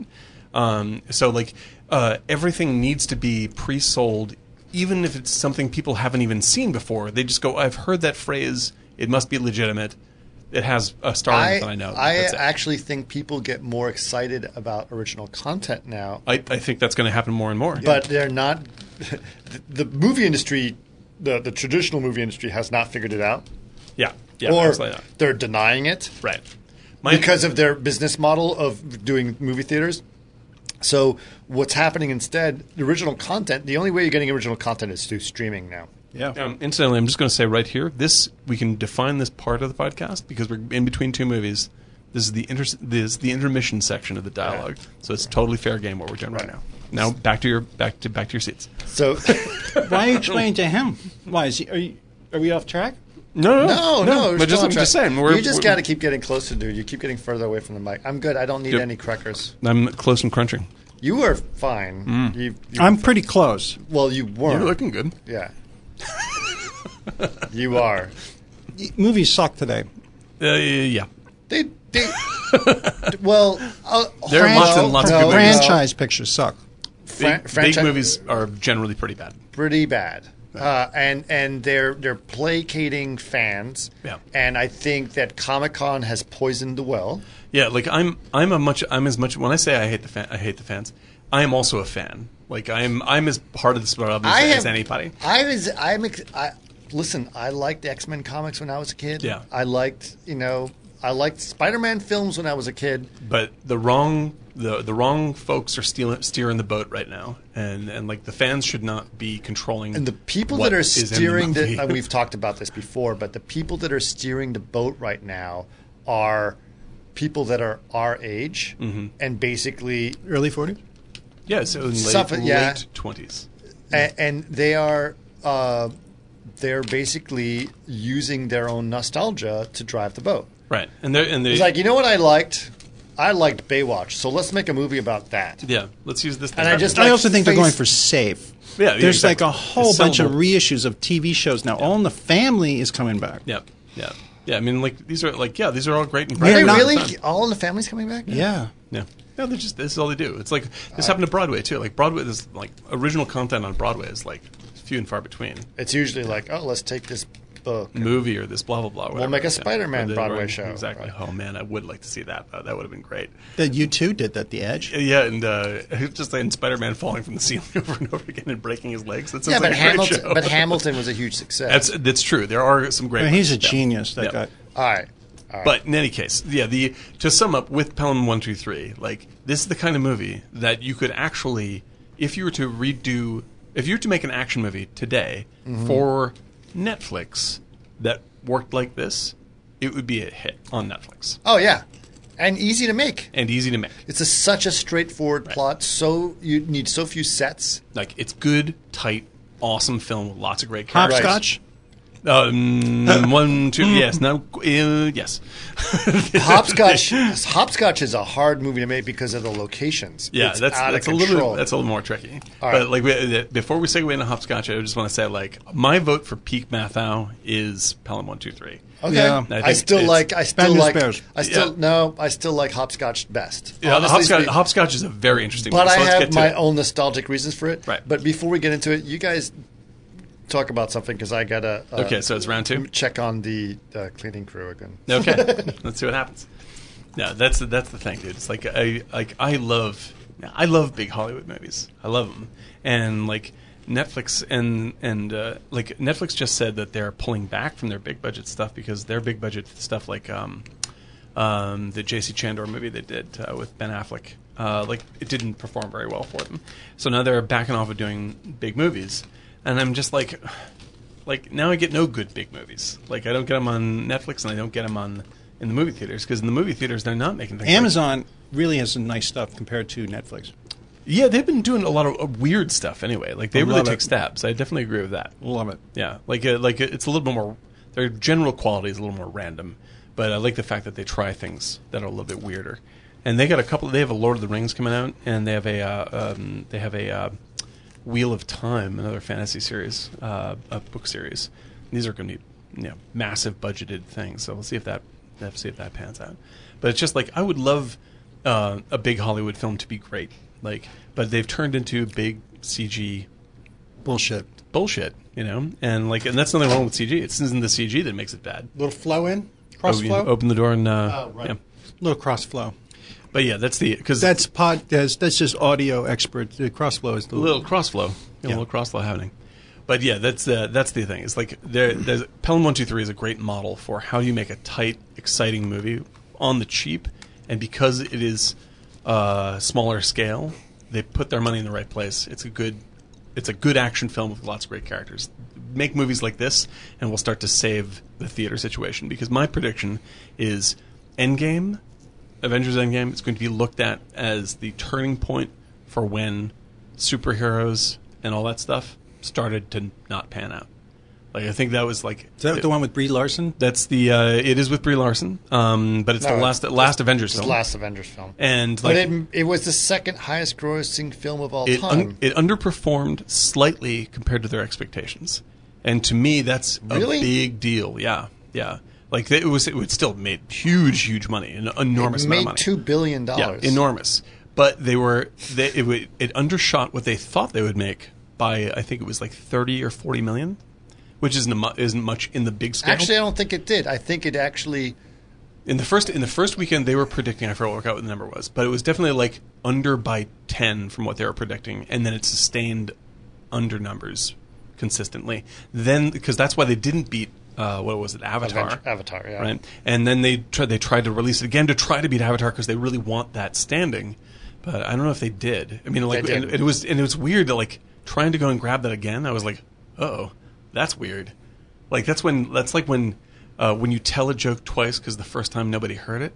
[SPEAKER 2] um, so like uh, everything needs to be pre-sold even if it's something people haven't even seen before they just go i've heard that phrase it must be legitimate
[SPEAKER 7] it has a star in it that I know. That's it.
[SPEAKER 1] actually think people get more excited about original content now,
[SPEAKER 7] I, I think that's going to happen more and more.
[SPEAKER 1] but they're not. The movie industry, the, the traditional movie industry, has not figured it out,
[SPEAKER 7] yeah, yeah,
[SPEAKER 1] or
[SPEAKER 7] it's like that.
[SPEAKER 1] they're denying it.
[SPEAKER 7] right. My,
[SPEAKER 1] because of their business model of doing movie theaters. So what's happening instead? The original content. The only way you're getting original content is through streaming now.
[SPEAKER 5] Yeah.
[SPEAKER 7] Um, incidentally, I'm just going to say right here, this we can define this part of the podcast because we're in between two movies. This is the inter- this is the intermission section of the dialogue, so it's totally fair game what we're doing right,
[SPEAKER 1] Right.
[SPEAKER 7] now. Now back to your back to back to your seats.
[SPEAKER 1] So
[SPEAKER 5] Why are you explaining to him? Why is he? Are, you, are we off track?
[SPEAKER 7] No,
[SPEAKER 1] no, no, we're
[SPEAKER 7] but
[SPEAKER 1] still
[SPEAKER 7] just,
[SPEAKER 1] on
[SPEAKER 7] I'm just
[SPEAKER 1] track.
[SPEAKER 7] saying, we're,
[SPEAKER 1] you just
[SPEAKER 7] we're-
[SPEAKER 1] got to keep getting closer, dude. You keep getting further away from the mic. I'm good. I don't need
[SPEAKER 7] Yep.
[SPEAKER 1] any crackers.
[SPEAKER 7] I'm close and crunching.
[SPEAKER 1] You were fine.
[SPEAKER 7] Mm.
[SPEAKER 1] You, you-
[SPEAKER 5] I'm pretty close.
[SPEAKER 1] well. You were.
[SPEAKER 7] You're looking good.
[SPEAKER 1] yeah. you are.
[SPEAKER 5] Y- Movies suck today.
[SPEAKER 7] Uh, yeah,
[SPEAKER 1] They. they well, uh,
[SPEAKER 7] There are lots
[SPEAKER 1] no,
[SPEAKER 7] and lots of
[SPEAKER 1] no,
[SPEAKER 7] good
[SPEAKER 1] no.
[SPEAKER 7] movies.
[SPEAKER 5] Franchise pictures suck.
[SPEAKER 1] Fra-
[SPEAKER 7] big, big
[SPEAKER 1] franchise-
[SPEAKER 7] movies are generally pretty bad.
[SPEAKER 1] pretty bad. Uh, and and they're they're placating fans,
[SPEAKER 7] Yeah.
[SPEAKER 1] and I think that Comic Con has poisoned the well.
[SPEAKER 7] Yeah, like I'm I'm a much I'm as much when I say I hate the fan I hate the fans. I am also a fan. Like I'm I'm as part of this problem as,
[SPEAKER 1] I have,
[SPEAKER 7] as anybody.
[SPEAKER 1] I was I'm ex- I, listen. I liked X Men comics when I was a kid.
[SPEAKER 7] Yeah.
[SPEAKER 1] I liked you know I liked Spider Man films when I was a kid.
[SPEAKER 7] but the wrong the the wrong folks are stealing, steering the boat right now, and and like the fans should not be controlling.
[SPEAKER 1] And the people
[SPEAKER 7] what
[SPEAKER 1] that are
[SPEAKER 7] is in the
[SPEAKER 1] steering the,
[SPEAKER 7] movie.
[SPEAKER 1] and we've talked about this before, but the people that are steering the boat right now are people that are our age
[SPEAKER 7] Mm-hmm.
[SPEAKER 1] and basically
[SPEAKER 5] Early 40s?
[SPEAKER 7] yeah, so in late,
[SPEAKER 1] Suffolk, yeah.
[SPEAKER 7] late twenties.
[SPEAKER 1] and, and they are uh, they're basically using their own nostalgia to drive the boat.
[SPEAKER 7] Right, and they're and they
[SPEAKER 1] It's like you know what I liked. I liked Baywatch, so let's make a movie about that.
[SPEAKER 7] yeah. Let's use this.
[SPEAKER 1] And I just-
[SPEAKER 5] I also think they're
[SPEAKER 1] face-
[SPEAKER 5] going for safe.
[SPEAKER 7] Yeah, yeah,
[SPEAKER 5] There's
[SPEAKER 7] exactly.
[SPEAKER 5] like a whole
[SPEAKER 7] It's
[SPEAKER 5] bunch of
[SPEAKER 7] sellable.
[SPEAKER 5] reissues of TV shows now. All in the Family is coming back.
[SPEAKER 7] yeah, yeah, yeah. I mean, like these are like yeah, these are all great. And
[SPEAKER 1] Are
[SPEAKER 7] great
[SPEAKER 1] they
[SPEAKER 5] not-
[SPEAKER 1] really
[SPEAKER 7] Yeah.
[SPEAKER 1] all in the family's coming back?
[SPEAKER 5] Yeah.
[SPEAKER 7] No, no, they're just this is all they do. It's like this happened to Broadway too. Like Broadway, this like original content on Broadway is like few and far between.
[SPEAKER 1] It's usually like, oh, let's take this book.
[SPEAKER 7] movie or this blah blah blah. whatever.
[SPEAKER 1] make a
[SPEAKER 7] Yeah.
[SPEAKER 1] Spider-Man
[SPEAKER 7] Or the-
[SPEAKER 1] Broadway
[SPEAKER 7] or-
[SPEAKER 1] show.
[SPEAKER 7] Exactly.
[SPEAKER 1] Right.
[SPEAKER 7] Oh man, I would like to see that. though. That would have been great.
[SPEAKER 5] That you two did that, The Edge.
[SPEAKER 7] Yeah, and uh, just like in Spider-Man falling from the ceiling over and over again and breaking his legs. That sounds
[SPEAKER 1] Yeah,
[SPEAKER 7] like
[SPEAKER 1] but
[SPEAKER 7] a great
[SPEAKER 1] Hamilton,
[SPEAKER 7] show.
[SPEAKER 1] but Hamilton was a huge success.
[SPEAKER 7] that's that's true. There are some great.
[SPEAKER 5] I mean, he's a
[SPEAKER 7] ones. Yeah.
[SPEAKER 5] genius, that
[SPEAKER 7] Yeah.
[SPEAKER 5] guy.
[SPEAKER 1] all right, all right.
[SPEAKER 7] But in any case, yeah. The to sum up with Pelham One Two Three, like this is the kind of movie that you could actually, if you were to redo, if you were to make an action movie today for Netflix that worked like this, it would be a hit on Netflix
[SPEAKER 1] oh yeah, and easy to make.
[SPEAKER 7] and easy to make.
[SPEAKER 1] It's a, such a straightforward plot. So you need so few sets.
[SPEAKER 7] Like it's good, tight, awesome film with lots of great characters.
[SPEAKER 5] Hopscotch?
[SPEAKER 7] Um, one, two, yes, no, uh, yes.
[SPEAKER 1] Hopscotch, Hopscotch is a hard movie to make because of the locations.
[SPEAKER 7] Yeah,
[SPEAKER 1] It's
[SPEAKER 7] that's
[SPEAKER 1] out of
[SPEAKER 7] that's a little
[SPEAKER 1] control.
[SPEAKER 7] bit, that's a little more tricky.
[SPEAKER 1] All right.
[SPEAKER 7] But like we, uh, before we segue into hopscotch, I just want to say like my vote for peak Mathau is Pelham one two three.
[SPEAKER 1] Okay.
[SPEAKER 5] Yeah. I
[SPEAKER 1] I,
[SPEAKER 7] think
[SPEAKER 1] still
[SPEAKER 7] it's-
[SPEAKER 1] like. I still
[SPEAKER 5] Spanish
[SPEAKER 1] like.
[SPEAKER 5] bears.
[SPEAKER 1] I still
[SPEAKER 7] Yeah.
[SPEAKER 1] no. I still like hopscotch best.
[SPEAKER 7] Yeah,
[SPEAKER 1] Honestly
[SPEAKER 7] hopscotch,
[SPEAKER 1] speak-
[SPEAKER 7] hopscotch is a very interesting.
[SPEAKER 1] But
[SPEAKER 7] one, so
[SPEAKER 1] I
[SPEAKER 7] let's
[SPEAKER 1] have
[SPEAKER 7] get to
[SPEAKER 1] my
[SPEAKER 7] it.
[SPEAKER 1] own nostalgic reasons for it.
[SPEAKER 7] Right.
[SPEAKER 1] But before we get into it, you guys talk about something because I gotta. Uh,
[SPEAKER 7] Okay, so it's round two.
[SPEAKER 1] Check on the uh, cleaning crew again.
[SPEAKER 7] Okay, let's see what happens. No, that's that's the thing, dude. It's like I like I love I love big Hollywood movies. I love them, and like Netflix and and uh, like Netflix just said that they're pulling back from their big budget stuff because their big budget stuff like um, um, the J.C. Chandor movie they did uh, with Ben Affleck. Uh, like it didn't perform very well for them, so now they're backing off of doing big movies, and I'm just like, like now I get no good big movies. Like I don't get them on Netflix, and I don't get them on in the movie theaters because in the movie theaters they're not making things. like-
[SPEAKER 5] Amazon really has some nice stuff compared to Netflix.
[SPEAKER 7] yeah, they've been doing a lot of uh, weird stuff anyway. Like they
[SPEAKER 5] I
[SPEAKER 7] really
[SPEAKER 5] love
[SPEAKER 7] take
[SPEAKER 5] it.
[SPEAKER 7] stabs. I definitely agree with that.
[SPEAKER 5] Love it.
[SPEAKER 7] Yeah, like uh, like uh, it's a little bit more. Their general quality is a little more random, but I like the fact that they try things that are a little bit weirder. And they got a couple. They have a Lord of the Rings coming out, and they have a uh, um, they have a uh, Wheel of Time, another fantasy series, uh, a book series. These are going to be you know massive budgeted things. So we'll see if that let's see if that pans out. But it's just like I would love uh, a big Hollywood film to be great, like, but they've turned into big CG
[SPEAKER 5] Bullshit.
[SPEAKER 7] bullshit, you know? And like and that's nothing wrong with CG. It's isn't the CG that makes it bad.
[SPEAKER 5] Little flow in.
[SPEAKER 7] open,
[SPEAKER 1] Crossflow?
[SPEAKER 7] open the door and uh,
[SPEAKER 1] Oh, right.
[SPEAKER 7] yeah.
[SPEAKER 5] little cross flow.
[SPEAKER 7] But yeah, that's the because
[SPEAKER 5] That's pod. That's, that's just audio expert. The cross flow is the
[SPEAKER 7] a little cross flow, yeah. a little cross flow happening. But yeah, that's uh, that's the thing. It's like there, there's Pelham One Two Three is a great model for how you make a tight, exciting movie on the cheap, and because it is uh, smaller scale, they put their money in the right place. It's a good, it's a good action film with lots of great characters. Make movies like this, and we'll start to save the theater situation. Because my prediction is, Endgame Avengers Endgame is going to be looked at as the turning point for when superheroes and all that stuff started to not pan out. Like I think that was like
[SPEAKER 5] Is that the one with Brie Larson?
[SPEAKER 7] That's the uh, it is with Brie Larson, um, but it's
[SPEAKER 1] No,
[SPEAKER 7] the last last Avengers
[SPEAKER 1] It's the
[SPEAKER 7] film.
[SPEAKER 1] last Avengers film.
[SPEAKER 7] and
[SPEAKER 1] but
[SPEAKER 7] like
[SPEAKER 1] it, it was the second highest grossing film of all
[SPEAKER 7] it,
[SPEAKER 1] time.
[SPEAKER 7] un- it underperformed slightly compared to their expectations, and to me that's
[SPEAKER 1] Really?
[SPEAKER 7] a big deal. Yeah, yeah. Like it was, it would still made huge, huge money, an enormous amount of
[SPEAKER 1] made
[SPEAKER 7] money.
[SPEAKER 1] two billion dollars.
[SPEAKER 7] Yeah, enormous. But they were they, it, wa- it undershot what they thought they would make by I think it was like thirty or forty million, which isn't a, mu- isn't much in the big scale.
[SPEAKER 1] Actually, I don't think it did. I think it actually
[SPEAKER 7] in the first in the first weekend they were predicting I forgot what the number was, but it was definitely like under by ten from what they were predicting, and then it sustained under numbers consistently. Then because that's why they didn't beat uh, what was it Avatar
[SPEAKER 1] Avenger- Avatar, yeah.
[SPEAKER 7] right? And then they tried they tried to release it again to try to beat Avatar because they really want that standing, but I don't know if they did. I mean, like
[SPEAKER 1] They did.
[SPEAKER 7] and it was and it was weird that like trying to go and grab that again. I was like, oh, that's weird. Like that's when that's like when uh, when you tell a joke twice because the first time nobody heard it,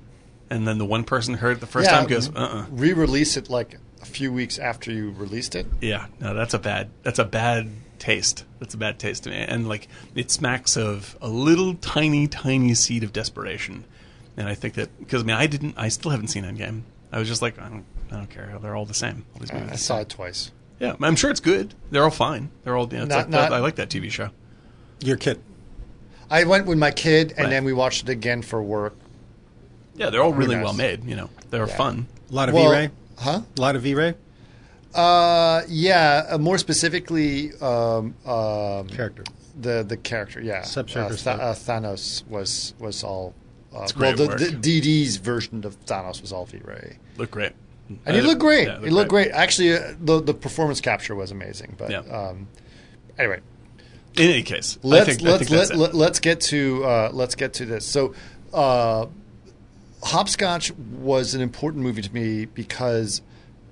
[SPEAKER 7] and then the one person heard it the first
[SPEAKER 1] yeah,
[SPEAKER 7] time goes, uh, uh
[SPEAKER 1] re-release it like a few weeks after you released it.
[SPEAKER 7] yeah, no, that's a bad that's a bad taste. That's a bad taste to me, and like it smacks of a little tiny tiny seed of desperation. And I think that because I mean I didn't I still haven't seen Endgame. I was just like I don't I don't care. They're all the same. All these
[SPEAKER 1] I
[SPEAKER 7] movies.
[SPEAKER 1] saw it twice.
[SPEAKER 7] Yeah, I'm sure it's good. They're all fine. They're all you know, it's
[SPEAKER 1] Not-
[SPEAKER 7] like that-
[SPEAKER 1] not-
[SPEAKER 7] I like that TV show.
[SPEAKER 5] Your kid.
[SPEAKER 1] I went with my kid, and
[SPEAKER 7] Right.
[SPEAKER 1] then we watched it again for work.
[SPEAKER 7] Yeah, they're all really
[SPEAKER 1] knows?
[SPEAKER 7] well made. You know, they're fun.
[SPEAKER 5] A lot of
[SPEAKER 1] Well,
[SPEAKER 5] V-Ray.
[SPEAKER 1] huh?
[SPEAKER 5] A lot of V-Ray
[SPEAKER 1] Uh, yeah. Uh, more specifically, um, um,
[SPEAKER 5] character.
[SPEAKER 1] the the character, yeah,
[SPEAKER 5] Subsurface
[SPEAKER 1] uh, Tha- uh, Thanos was was all. Uh, well,
[SPEAKER 7] great
[SPEAKER 1] the,
[SPEAKER 7] work.
[SPEAKER 1] the DD's version of Thanos was all V-Ray,
[SPEAKER 7] Look great. Uh,
[SPEAKER 1] and he looked great.
[SPEAKER 7] Yeah,
[SPEAKER 1] he looked great. Actually, uh, the the performance capture was amazing. But
[SPEAKER 7] Yeah.
[SPEAKER 1] um, anyway,
[SPEAKER 7] In any case, I
[SPEAKER 1] let's
[SPEAKER 7] think, I
[SPEAKER 1] let's
[SPEAKER 7] think that's
[SPEAKER 1] let, let,
[SPEAKER 7] it.
[SPEAKER 1] let's get to uh, let's get to this. So, uh, Hopscotch was an important movie to me because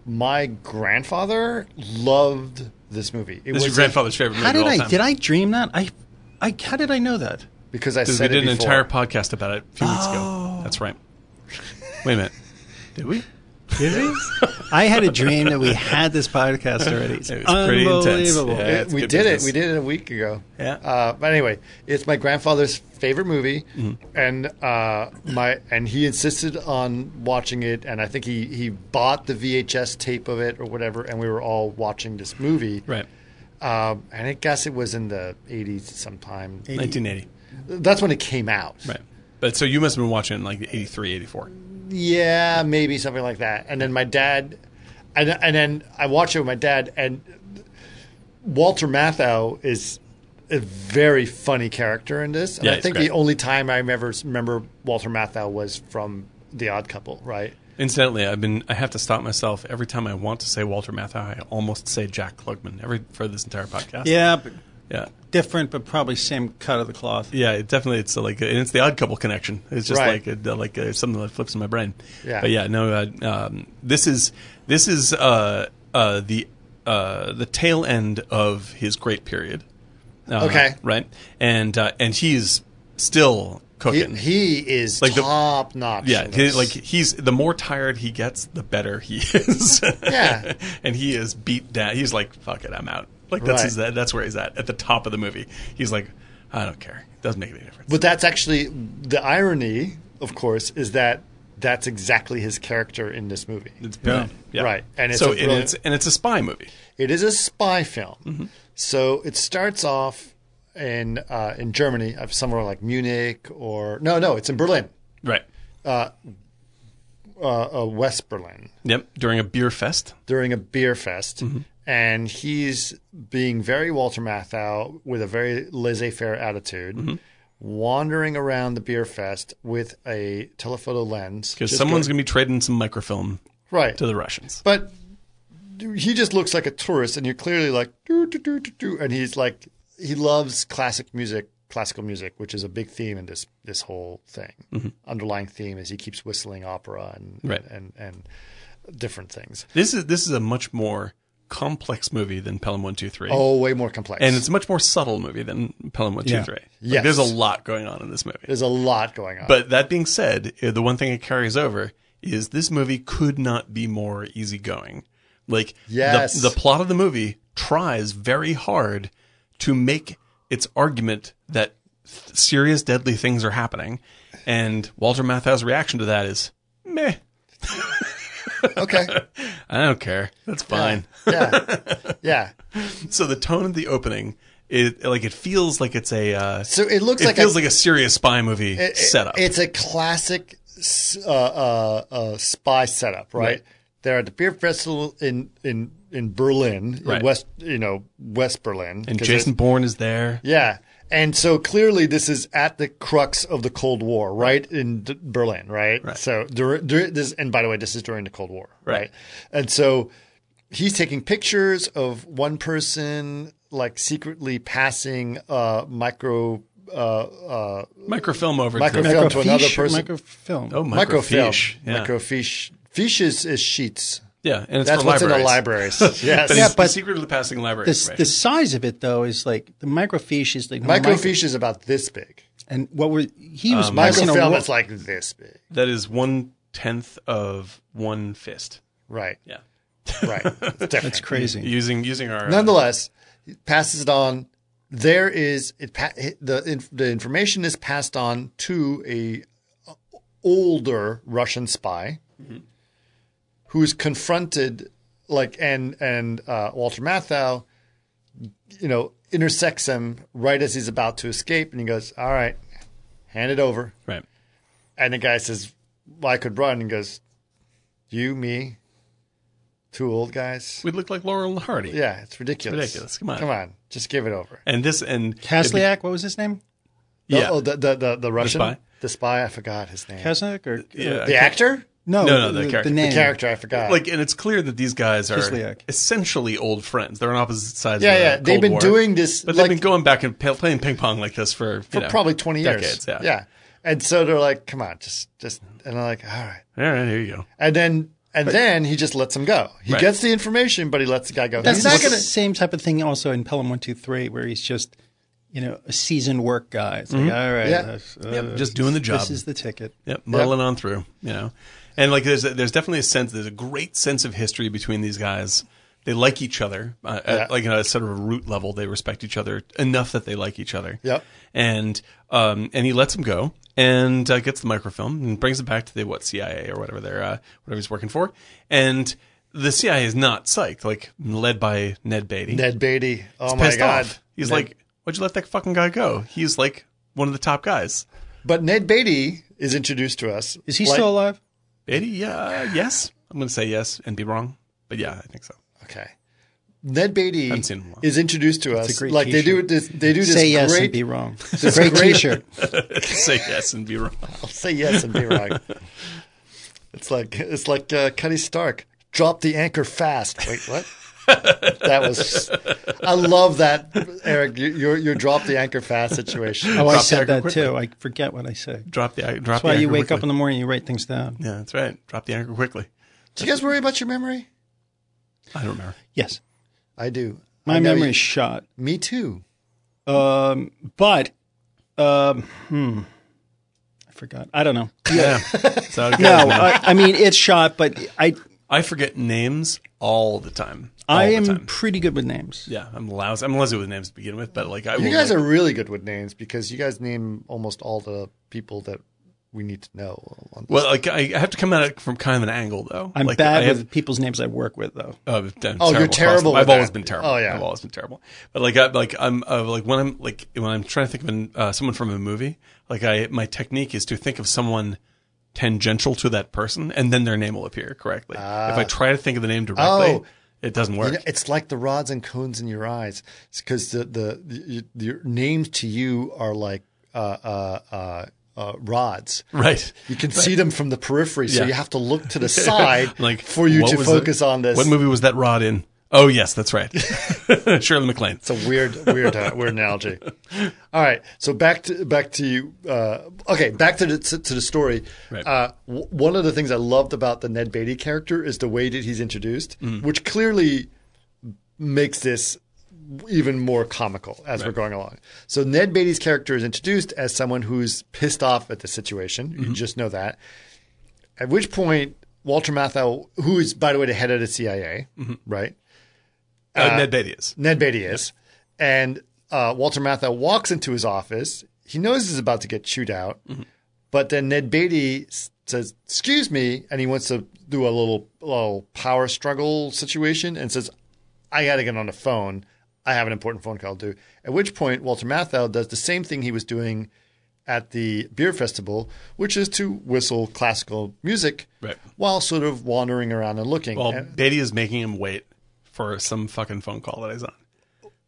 [SPEAKER 1] my grandfather loved this movie. It
[SPEAKER 7] this is
[SPEAKER 1] was
[SPEAKER 7] your grandfather's favorite movie
[SPEAKER 5] How did
[SPEAKER 7] of all
[SPEAKER 5] I?
[SPEAKER 7] time.
[SPEAKER 5] Did I dream that? I, I. How did I know that?
[SPEAKER 1] because I
[SPEAKER 7] Because we
[SPEAKER 1] said
[SPEAKER 7] did
[SPEAKER 1] it
[SPEAKER 7] an
[SPEAKER 1] before.
[SPEAKER 7] entire podcast about it a few weeks
[SPEAKER 1] Oh.
[SPEAKER 7] ago. That's right. Wait a minute. Did we?
[SPEAKER 5] Did we? I had a dream that we had this podcast already. It's
[SPEAKER 7] It was pretty intense.
[SPEAKER 5] unbelievable.
[SPEAKER 7] Yeah.
[SPEAKER 1] It-
[SPEAKER 7] it's
[SPEAKER 1] we
[SPEAKER 7] good
[SPEAKER 1] did
[SPEAKER 7] business.
[SPEAKER 1] it. We did it a week ago.
[SPEAKER 7] Yeah.
[SPEAKER 1] Uh, but anyway, it's my grandfather's favorite movie,
[SPEAKER 7] Mm-hmm.
[SPEAKER 1] and uh, my and he insisted on watching it, and I think he he bought the VHS tape of it or whatever, and we were all watching this movie.
[SPEAKER 7] Right.
[SPEAKER 1] Um, and I guess it was in the '80s sometime.
[SPEAKER 7] 1980.
[SPEAKER 1] That's when it came out.
[SPEAKER 7] Right. But so you must have been watching it in like 83, 84.
[SPEAKER 1] Yeah, maybe something like that. And then my dad, and and then I watch it with my dad, and Walter Matthau is a very funny character in this. And
[SPEAKER 7] Yeah,
[SPEAKER 1] I
[SPEAKER 7] he's
[SPEAKER 1] think
[SPEAKER 7] great.
[SPEAKER 1] the only time I remember remember Walter Matthau was from The Odd Couple, right?
[SPEAKER 7] Incidentally, I've been I have to stop myself every time I want to say Walter Matthau. I almost say Jack Klugman every for this entire podcast.
[SPEAKER 5] Yeah, but
[SPEAKER 7] Yeah.
[SPEAKER 5] different, but probably same cut of the cloth.
[SPEAKER 7] Yeah, it definitely it's like and it's the odd couple connection. It's just
[SPEAKER 1] Right.
[SPEAKER 7] like a, like a, something that flips in my brain.
[SPEAKER 1] Yeah.
[SPEAKER 7] But yeah, no, uh, um, this is this is uh, uh, the uh, the tail end of his great period. Uh,
[SPEAKER 1] Okay.
[SPEAKER 7] Right. And uh, and he's still
[SPEAKER 1] He,
[SPEAKER 7] cooking.
[SPEAKER 1] he is
[SPEAKER 7] Like the-
[SPEAKER 1] top notch.
[SPEAKER 7] yeah,
[SPEAKER 1] in
[SPEAKER 7] he,
[SPEAKER 1] this.
[SPEAKER 7] like he's the more tired he gets, the better he is.
[SPEAKER 1] Yeah.
[SPEAKER 7] and he is beat down. He's like, "Fuck it, I'm out." Like that's
[SPEAKER 1] Right.
[SPEAKER 7] his, that, that's where he's at at the top of the movie. He's like, "I don't care. It doesn't make any difference."
[SPEAKER 1] But that's actually the irony, of course, is that that's exactly his character in this movie.
[SPEAKER 7] It's brilliant.
[SPEAKER 1] Yeah. Right. And
[SPEAKER 7] And
[SPEAKER 1] it's
[SPEAKER 7] it's so
[SPEAKER 1] a
[SPEAKER 7] and
[SPEAKER 1] brilliant-
[SPEAKER 7] it's and it's a spy movie.
[SPEAKER 1] It is a spy film. So it starts off in uh, in Germany, uh, somewhere like Munich or no, no, it's in Berlin,
[SPEAKER 7] Right.
[SPEAKER 1] uh, uh, West Berlin,
[SPEAKER 7] Yep. During a beer fest.
[SPEAKER 1] during a beer fest, and he's being very Walter Matthau with a very laissez-faire attitude. wandering around the beer fest with a telephoto lens.
[SPEAKER 7] because
[SPEAKER 1] Just
[SPEAKER 7] someone's
[SPEAKER 1] go-
[SPEAKER 7] going to be trading some microfilm
[SPEAKER 1] right
[SPEAKER 7] to the Russians.
[SPEAKER 1] But he just looks like a tourist, and you're clearly like, doo, doo, doo, doo, doo, and he's like, he loves classic music, classical music, which is a big theme in this this whole thing. Underlying theme is he keeps whistling opera and
[SPEAKER 7] Mm-hmm. Right.
[SPEAKER 1] and, and different things.
[SPEAKER 7] This is this is a much more complex movie than Pelham One Two Three.
[SPEAKER 1] Oh, way more complex.
[SPEAKER 7] And it's a much more subtle movie than Pelham One Two Three.
[SPEAKER 5] Yeah.
[SPEAKER 7] Like,
[SPEAKER 1] Yes.
[SPEAKER 7] there's a lot going on in this movie.
[SPEAKER 1] there's a lot going on.
[SPEAKER 7] But that being said, uh, the one thing it carries over is this movie could not be more easygoing. Like
[SPEAKER 1] Yes.
[SPEAKER 7] the, the plot of the movie tries very hard to make its argument that th- serious deadly things are happening, and Walter Matthau's reaction to that is meh.
[SPEAKER 1] okay,
[SPEAKER 7] I don't care. That's fine.
[SPEAKER 1] yeah, yeah.
[SPEAKER 7] So the tone of the opening, it like it feels like it's a uh,
[SPEAKER 1] So it looks
[SPEAKER 7] it
[SPEAKER 1] like
[SPEAKER 7] feels
[SPEAKER 1] a,
[SPEAKER 7] like a serious spy movie
[SPEAKER 1] it-
[SPEAKER 7] setup.
[SPEAKER 1] It's a classic s- uh, uh, uh, spy setup, right? They're at the beer festival in in in Berlin, in
[SPEAKER 7] Right.
[SPEAKER 1] West you know West Berlin,
[SPEAKER 7] and
[SPEAKER 1] 'cause
[SPEAKER 7] Jason
[SPEAKER 1] there's-
[SPEAKER 7] Bourne is there.
[SPEAKER 1] yeah. And so clearly, this is at the crux of the Cold War, right in D- Berlin, right? right. So dur- dur- this, and by the way, this is during the Cold War, right?
[SPEAKER 7] Right.
[SPEAKER 1] And so he's taking pictures of one person, like secretly passing uh, micro uh, uh,
[SPEAKER 7] Microfilm over to
[SPEAKER 1] Microfilm Film to another person.
[SPEAKER 5] Microfilm.
[SPEAKER 7] Oh,
[SPEAKER 1] microfilm.
[SPEAKER 7] microfiche. Yeah.
[SPEAKER 1] Microfiche. Fiche is, is sheets.
[SPEAKER 7] yeah, and it's
[SPEAKER 1] That's
[SPEAKER 7] for
[SPEAKER 1] what's in the
[SPEAKER 7] libraries.
[SPEAKER 1] libraries.
[SPEAKER 7] But
[SPEAKER 1] yes.
[SPEAKER 7] yeah,
[SPEAKER 5] Yeah,
[SPEAKER 7] but
[SPEAKER 5] but
[SPEAKER 7] secretly passing library.
[SPEAKER 5] This, The size of it, though, is like the microfiche is like
[SPEAKER 1] Microfiche is about this big.
[SPEAKER 5] And what were he
[SPEAKER 7] Uh,
[SPEAKER 5] was passing a
[SPEAKER 1] Microfilm
[SPEAKER 5] wa-
[SPEAKER 1] is like this big.
[SPEAKER 7] that is one tenth of one fist.
[SPEAKER 1] Right.
[SPEAKER 7] Yeah,
[SPEAKER 1] Right. It's different.
[SPEAKER 5] It's crazy.
[SPEAKER 7] using using our uh,
[SPEAKER 1] Nonetheless, it passes it on. There is it pa- the inf- the information is passed on to a uh, older Russian spy who is confronted like and and uh, Walter Matthau you know intersects him right as he's about to escape and he goes all right hand it over
[SPEAKER 7] right.
[SPEAKER 1] and the guy says, well, I could run. And goes, You, me, two old guys.
[SPEAKER 7] We look like Laurel and Hardy.
[SPEAKER 1] Yeah, it's ridiculous.
[SPEAKER 7] Ridiculous. Come on.
[SPEAKER 1] Come on. Just give it over.
[SPEAKER 7] And this and
[SPEAKER 5] Kasliak, what was his name?
[SPEAKER 1] The-
[SPEAKER 7] Yeah.
[SPEAKER 1] oh, the, the, the, the Russian?
[SPEAKER 7] spy?
[SPEAKER 1] spy, I forgot his name.
[SPEAKER 5] Kasliak or
[SPEAKER 7] yeah,
[SPEAKER 1] the actor?
[SPEAKER 5] no?
[SPEAKER 7] No, no, the character.
[SPEAKER 5] name.
[SPEAKER 1] Character, I forgot.
[SPEAKER 7] like, and it's clear that these guys are
[SPEAKER 5] Kislyak.
[SPEAKER 7] essentially old friends. They're on opposite sides.
[SPEAKER 1] yeah,
[SPEAKER 7] of the
[SPEAKER 1] yeah. They've
[SPEAKER 7] Cold
[SPEAKER 1] been
[SPEAKER 7] War.
[SPEAKER 1] doing this
[SPEAKER 7] but
[SPEAKER 1] like,
[SPEAKER 7] they've been going back and pa- playing ping pong like this for, you
[SPEAKER 1] for
[SPEAKER 7] know,
[SPEAKER 1] probably 20 years.
[SPEAKER 7] decades. Yeah.
[SPEAKER 1] yeah. And so they're like, Come on, just, just, and I'm like, All right.
[SPEAKER 7] All right, here you go.
[SPEAKER 1] And then, and then he just lets him go. He
[SPEAKER 7] Right.
[SPEAKER 1] gets the information, but he lets the guy go.
[SPEAKER 5] That's
[SPEAKER 1] He's
[SPEAKER 5] not
[SPEAKER 1] not going
[SPEAKER 5] the
[SPEAKER 1] to.
[SPEAKER 5] same type of thing. Also in Pelham One Two Three, where he's just you know a seasoned work guy. It's like all right,
[SPEAKER 1] Yeah.
[SPEAKER 5] that's, uh,
[SPEAKER 7] Yep, just doing the Mm-hmm. job.
[SPEAKER 5] This is the ticket.
[SPEAKER 7] Yep, muddling on through, you know. And like, there's there's definitely a sense. There's a great sense of history between these guys. They like each other, uh, at, like at a sort of a root level. They respect each other enough that they like each other.
[SPEAKER 1] Yep.
[SPEAKER 7] And um and he lets him go and uh, gets the microfilm and brings it back to the what CIA or whatever they're uh, whatever he's working for. And the CIA is not psyched, like led by Ned Beatty.
[SPEAKER 1] Ned Beatty. Oh
[SPEAKER 7] He's
[SPEAKER 1] my
[SPEAKER 7] pissed
[SPEAKER 1] God.
[SPEAKER 7] off. He's
[SPEAKER 1] Ned-
[SPEAKER 7] like, "Why'd you let that fucking guy go? He's like one of the top guys."
[SPEAKER 1] But Ned Beatty is introduced to us.
[SPEAKER 5] Is he
[SPEAKER 1] Like-
[SPEAKER 5] still alive?
[SPEAKER 7] Beatty, yeah, uh, yes. I'm going to say yes and be wrong, but yeah, I think so.
[SPEAKER 1] Okay. Ned Beatty
[SPEAKER 7] Haven't seen him in a while.
[SPEAKER 1] is introduced to us.
[SPEAKER 5] great
[SPEAKER 1] like they do
[SPEAKER 5] t-shirt.
[SPEAKER 1] this they do this
[SPEAKER 5] Say yes
[SPEAKER 1] great
[SPEAKER 5] and be wrong. It's a great
[SPEAKER 1] great-
[SPEAKER 5] T-shirt.
[SPEAKER 7] say yes and be wrong.
[SPEAKER 1] say yes and be wrong. it's like it's like uh, Cuddy Stark. Drop the anchor fast. Wait, what? that was I love that Eric you your your drop the anchor fast situation.
[SPEAKER 5] Oh, I
[SPEAKER 7] Drop
[SPEAKER 5] said
[SPEAKER 7] the
[SPEAKER 5] that
[SPEAKER 7] anchor
[SPEAKER 5] too. I forget what I say.
[SPEAKER 7] Drop the drop
[SPEAKER 5] That's why
[SPEAKER 7] the
[SPEAKER 5] you
[SPEAKER 7] anchor
[SPEAKER 5] wake
[SPEAKER 7] quickly.
[SPEAKER 5] up in the morning, you write things down.
[SPEAKER 7] Yeah, that's right. Drop the anchor quickly.
[SPEAKER 1] Do you guys worry about your memory?
[SPEAKER 7] I don't remember.
[SPEAKER 5] Yes,
[SPEAKER 1] I do.
[SPEAKER 5] my
[SPEAKER 1] I know
[SPEAKER 5] memory
[SPEAKER 1] you-
[SPEAKER 5] is shot.
[SPEAKER 1] Me too.
[SPEAKER 5] Um, but um, hmm, I forgot. I don't know.
[SPEAKER 7] Yeah. so it goes,
[SPEAKER 5] No,
[SPEAKER 7] man.
[SPEAKER 5] I, I mean it's shot, but I
[SPEAKER 7] I forget names all the time. All
[SPEAKER 5] I
[SPEAKER 7] the
[SPEAKER 5] am
[SPEAKER 7] time.
[SPEAKER 5] pretty good with names.
[SPEAKER 7] Yeah, I'm lousy. I'm lousy with names to begin with, but like I
[SPEAKER 1] You
[SPEAKER 7] will,
[SPEAKER 1] guys
[SPEAKER 7] like-
[SPEAKER 1] are really good with names because you guys name almost all the people that we need to know. on-
[SPEAKER 7] well. Like I I have to come at it from kind of an angle though.
[SPEAKER 5] I'm
[SPEAKER 7] like,
[SPEAKER 5] bad
[SPEAKER 7] I have-
[SPEAKER 5] with people's names I work with, though.
[SPEAKER 7] Oh, I've done
[SPEAKER 1] Oh, you're
[SPEAKER 7] across
[SPEAKER 1] terrible
[SPEAKER 7] the-
[SPEAKER 1] with
[SPEAKER 7] I've always
[SPEAKER 1] that.
[SPEAKER 7] been terrible.
[SPEAKER 1] Oh, yeah.
[SPEAKER 7] I've always been terrible. But like, I, like I'm uh, like when I'm like when I'm trying to think of an, uh, someone from a movie, like I my technique is to think of someone tangential to that person, and then their name will appear correctly. if I try to think of the name directly,
[SPEAKER 1] Ah. Oh.
[SPEAKER 7] it doesn't
[SPEAKER 1] You
[SPEAKER 7] work.
[SPEAKER 1] know, it's like the rods and cones in your eyes. It's because the, the, the, your names to you are like uh, uh, uh, uh, rods.
[SPEAKER 7] Right.
[SPEAKER 1] You can see them from the periphery, so
[SPEAKER 7] Yeah.
[SPEAKER 1] you have to look to the side for you
[SPEAKER 7] what
[SPEAKER 1] to
[SPEAKER 7] was the-
[SPEAKER 1] focus on this.
[SPEAKER 7] What movie was that rod in? Oh yes, that's right. Shirley MacLaine.
[SPEAKER 1] It's a weird, weird, uh, weird analogy. All right, so back to back to you. Uh, okay, back to the to, to the story.
[SPEAKER 7] Right.
[SPEAKER 1] Uh, w- one of the things I loved about the Ned Beatty character is the way that he's introduced, which clearly makes this even more comical as we're going along. So Ned Beatty's character is introduced as someone who's pissed off at the situation. You just know that. At which point, Walter Matthau, who is by the way the head of the CIA, right?
[SPEAKER 7] Uh, Ned Beatty is.
[SPEAKER 1] Ned Beatty is. And uh, Walter Matthau walks into his office. He knows he's about to get chewed out,
[SPEAKER 7] Mm-hmm.
[SPEAKER 1] but then Ned Beatty s- says, "Excuse me," and he wants to do a little little power struggle situation, and says, "I got to get on the phone. I have an important phone call to do." At which point, Walter Matthau does the same thing he was doing at the beer festival, which is to whistle classical music
[SPEAKER 7] Right.
[SPEAKER 1] while sort of wandering around and looking
[SPEAKER 7] Well,
[SPEAKER 1] And-
[SPEAKER 7] Beatty is making him wait for some fucking phone call that he's on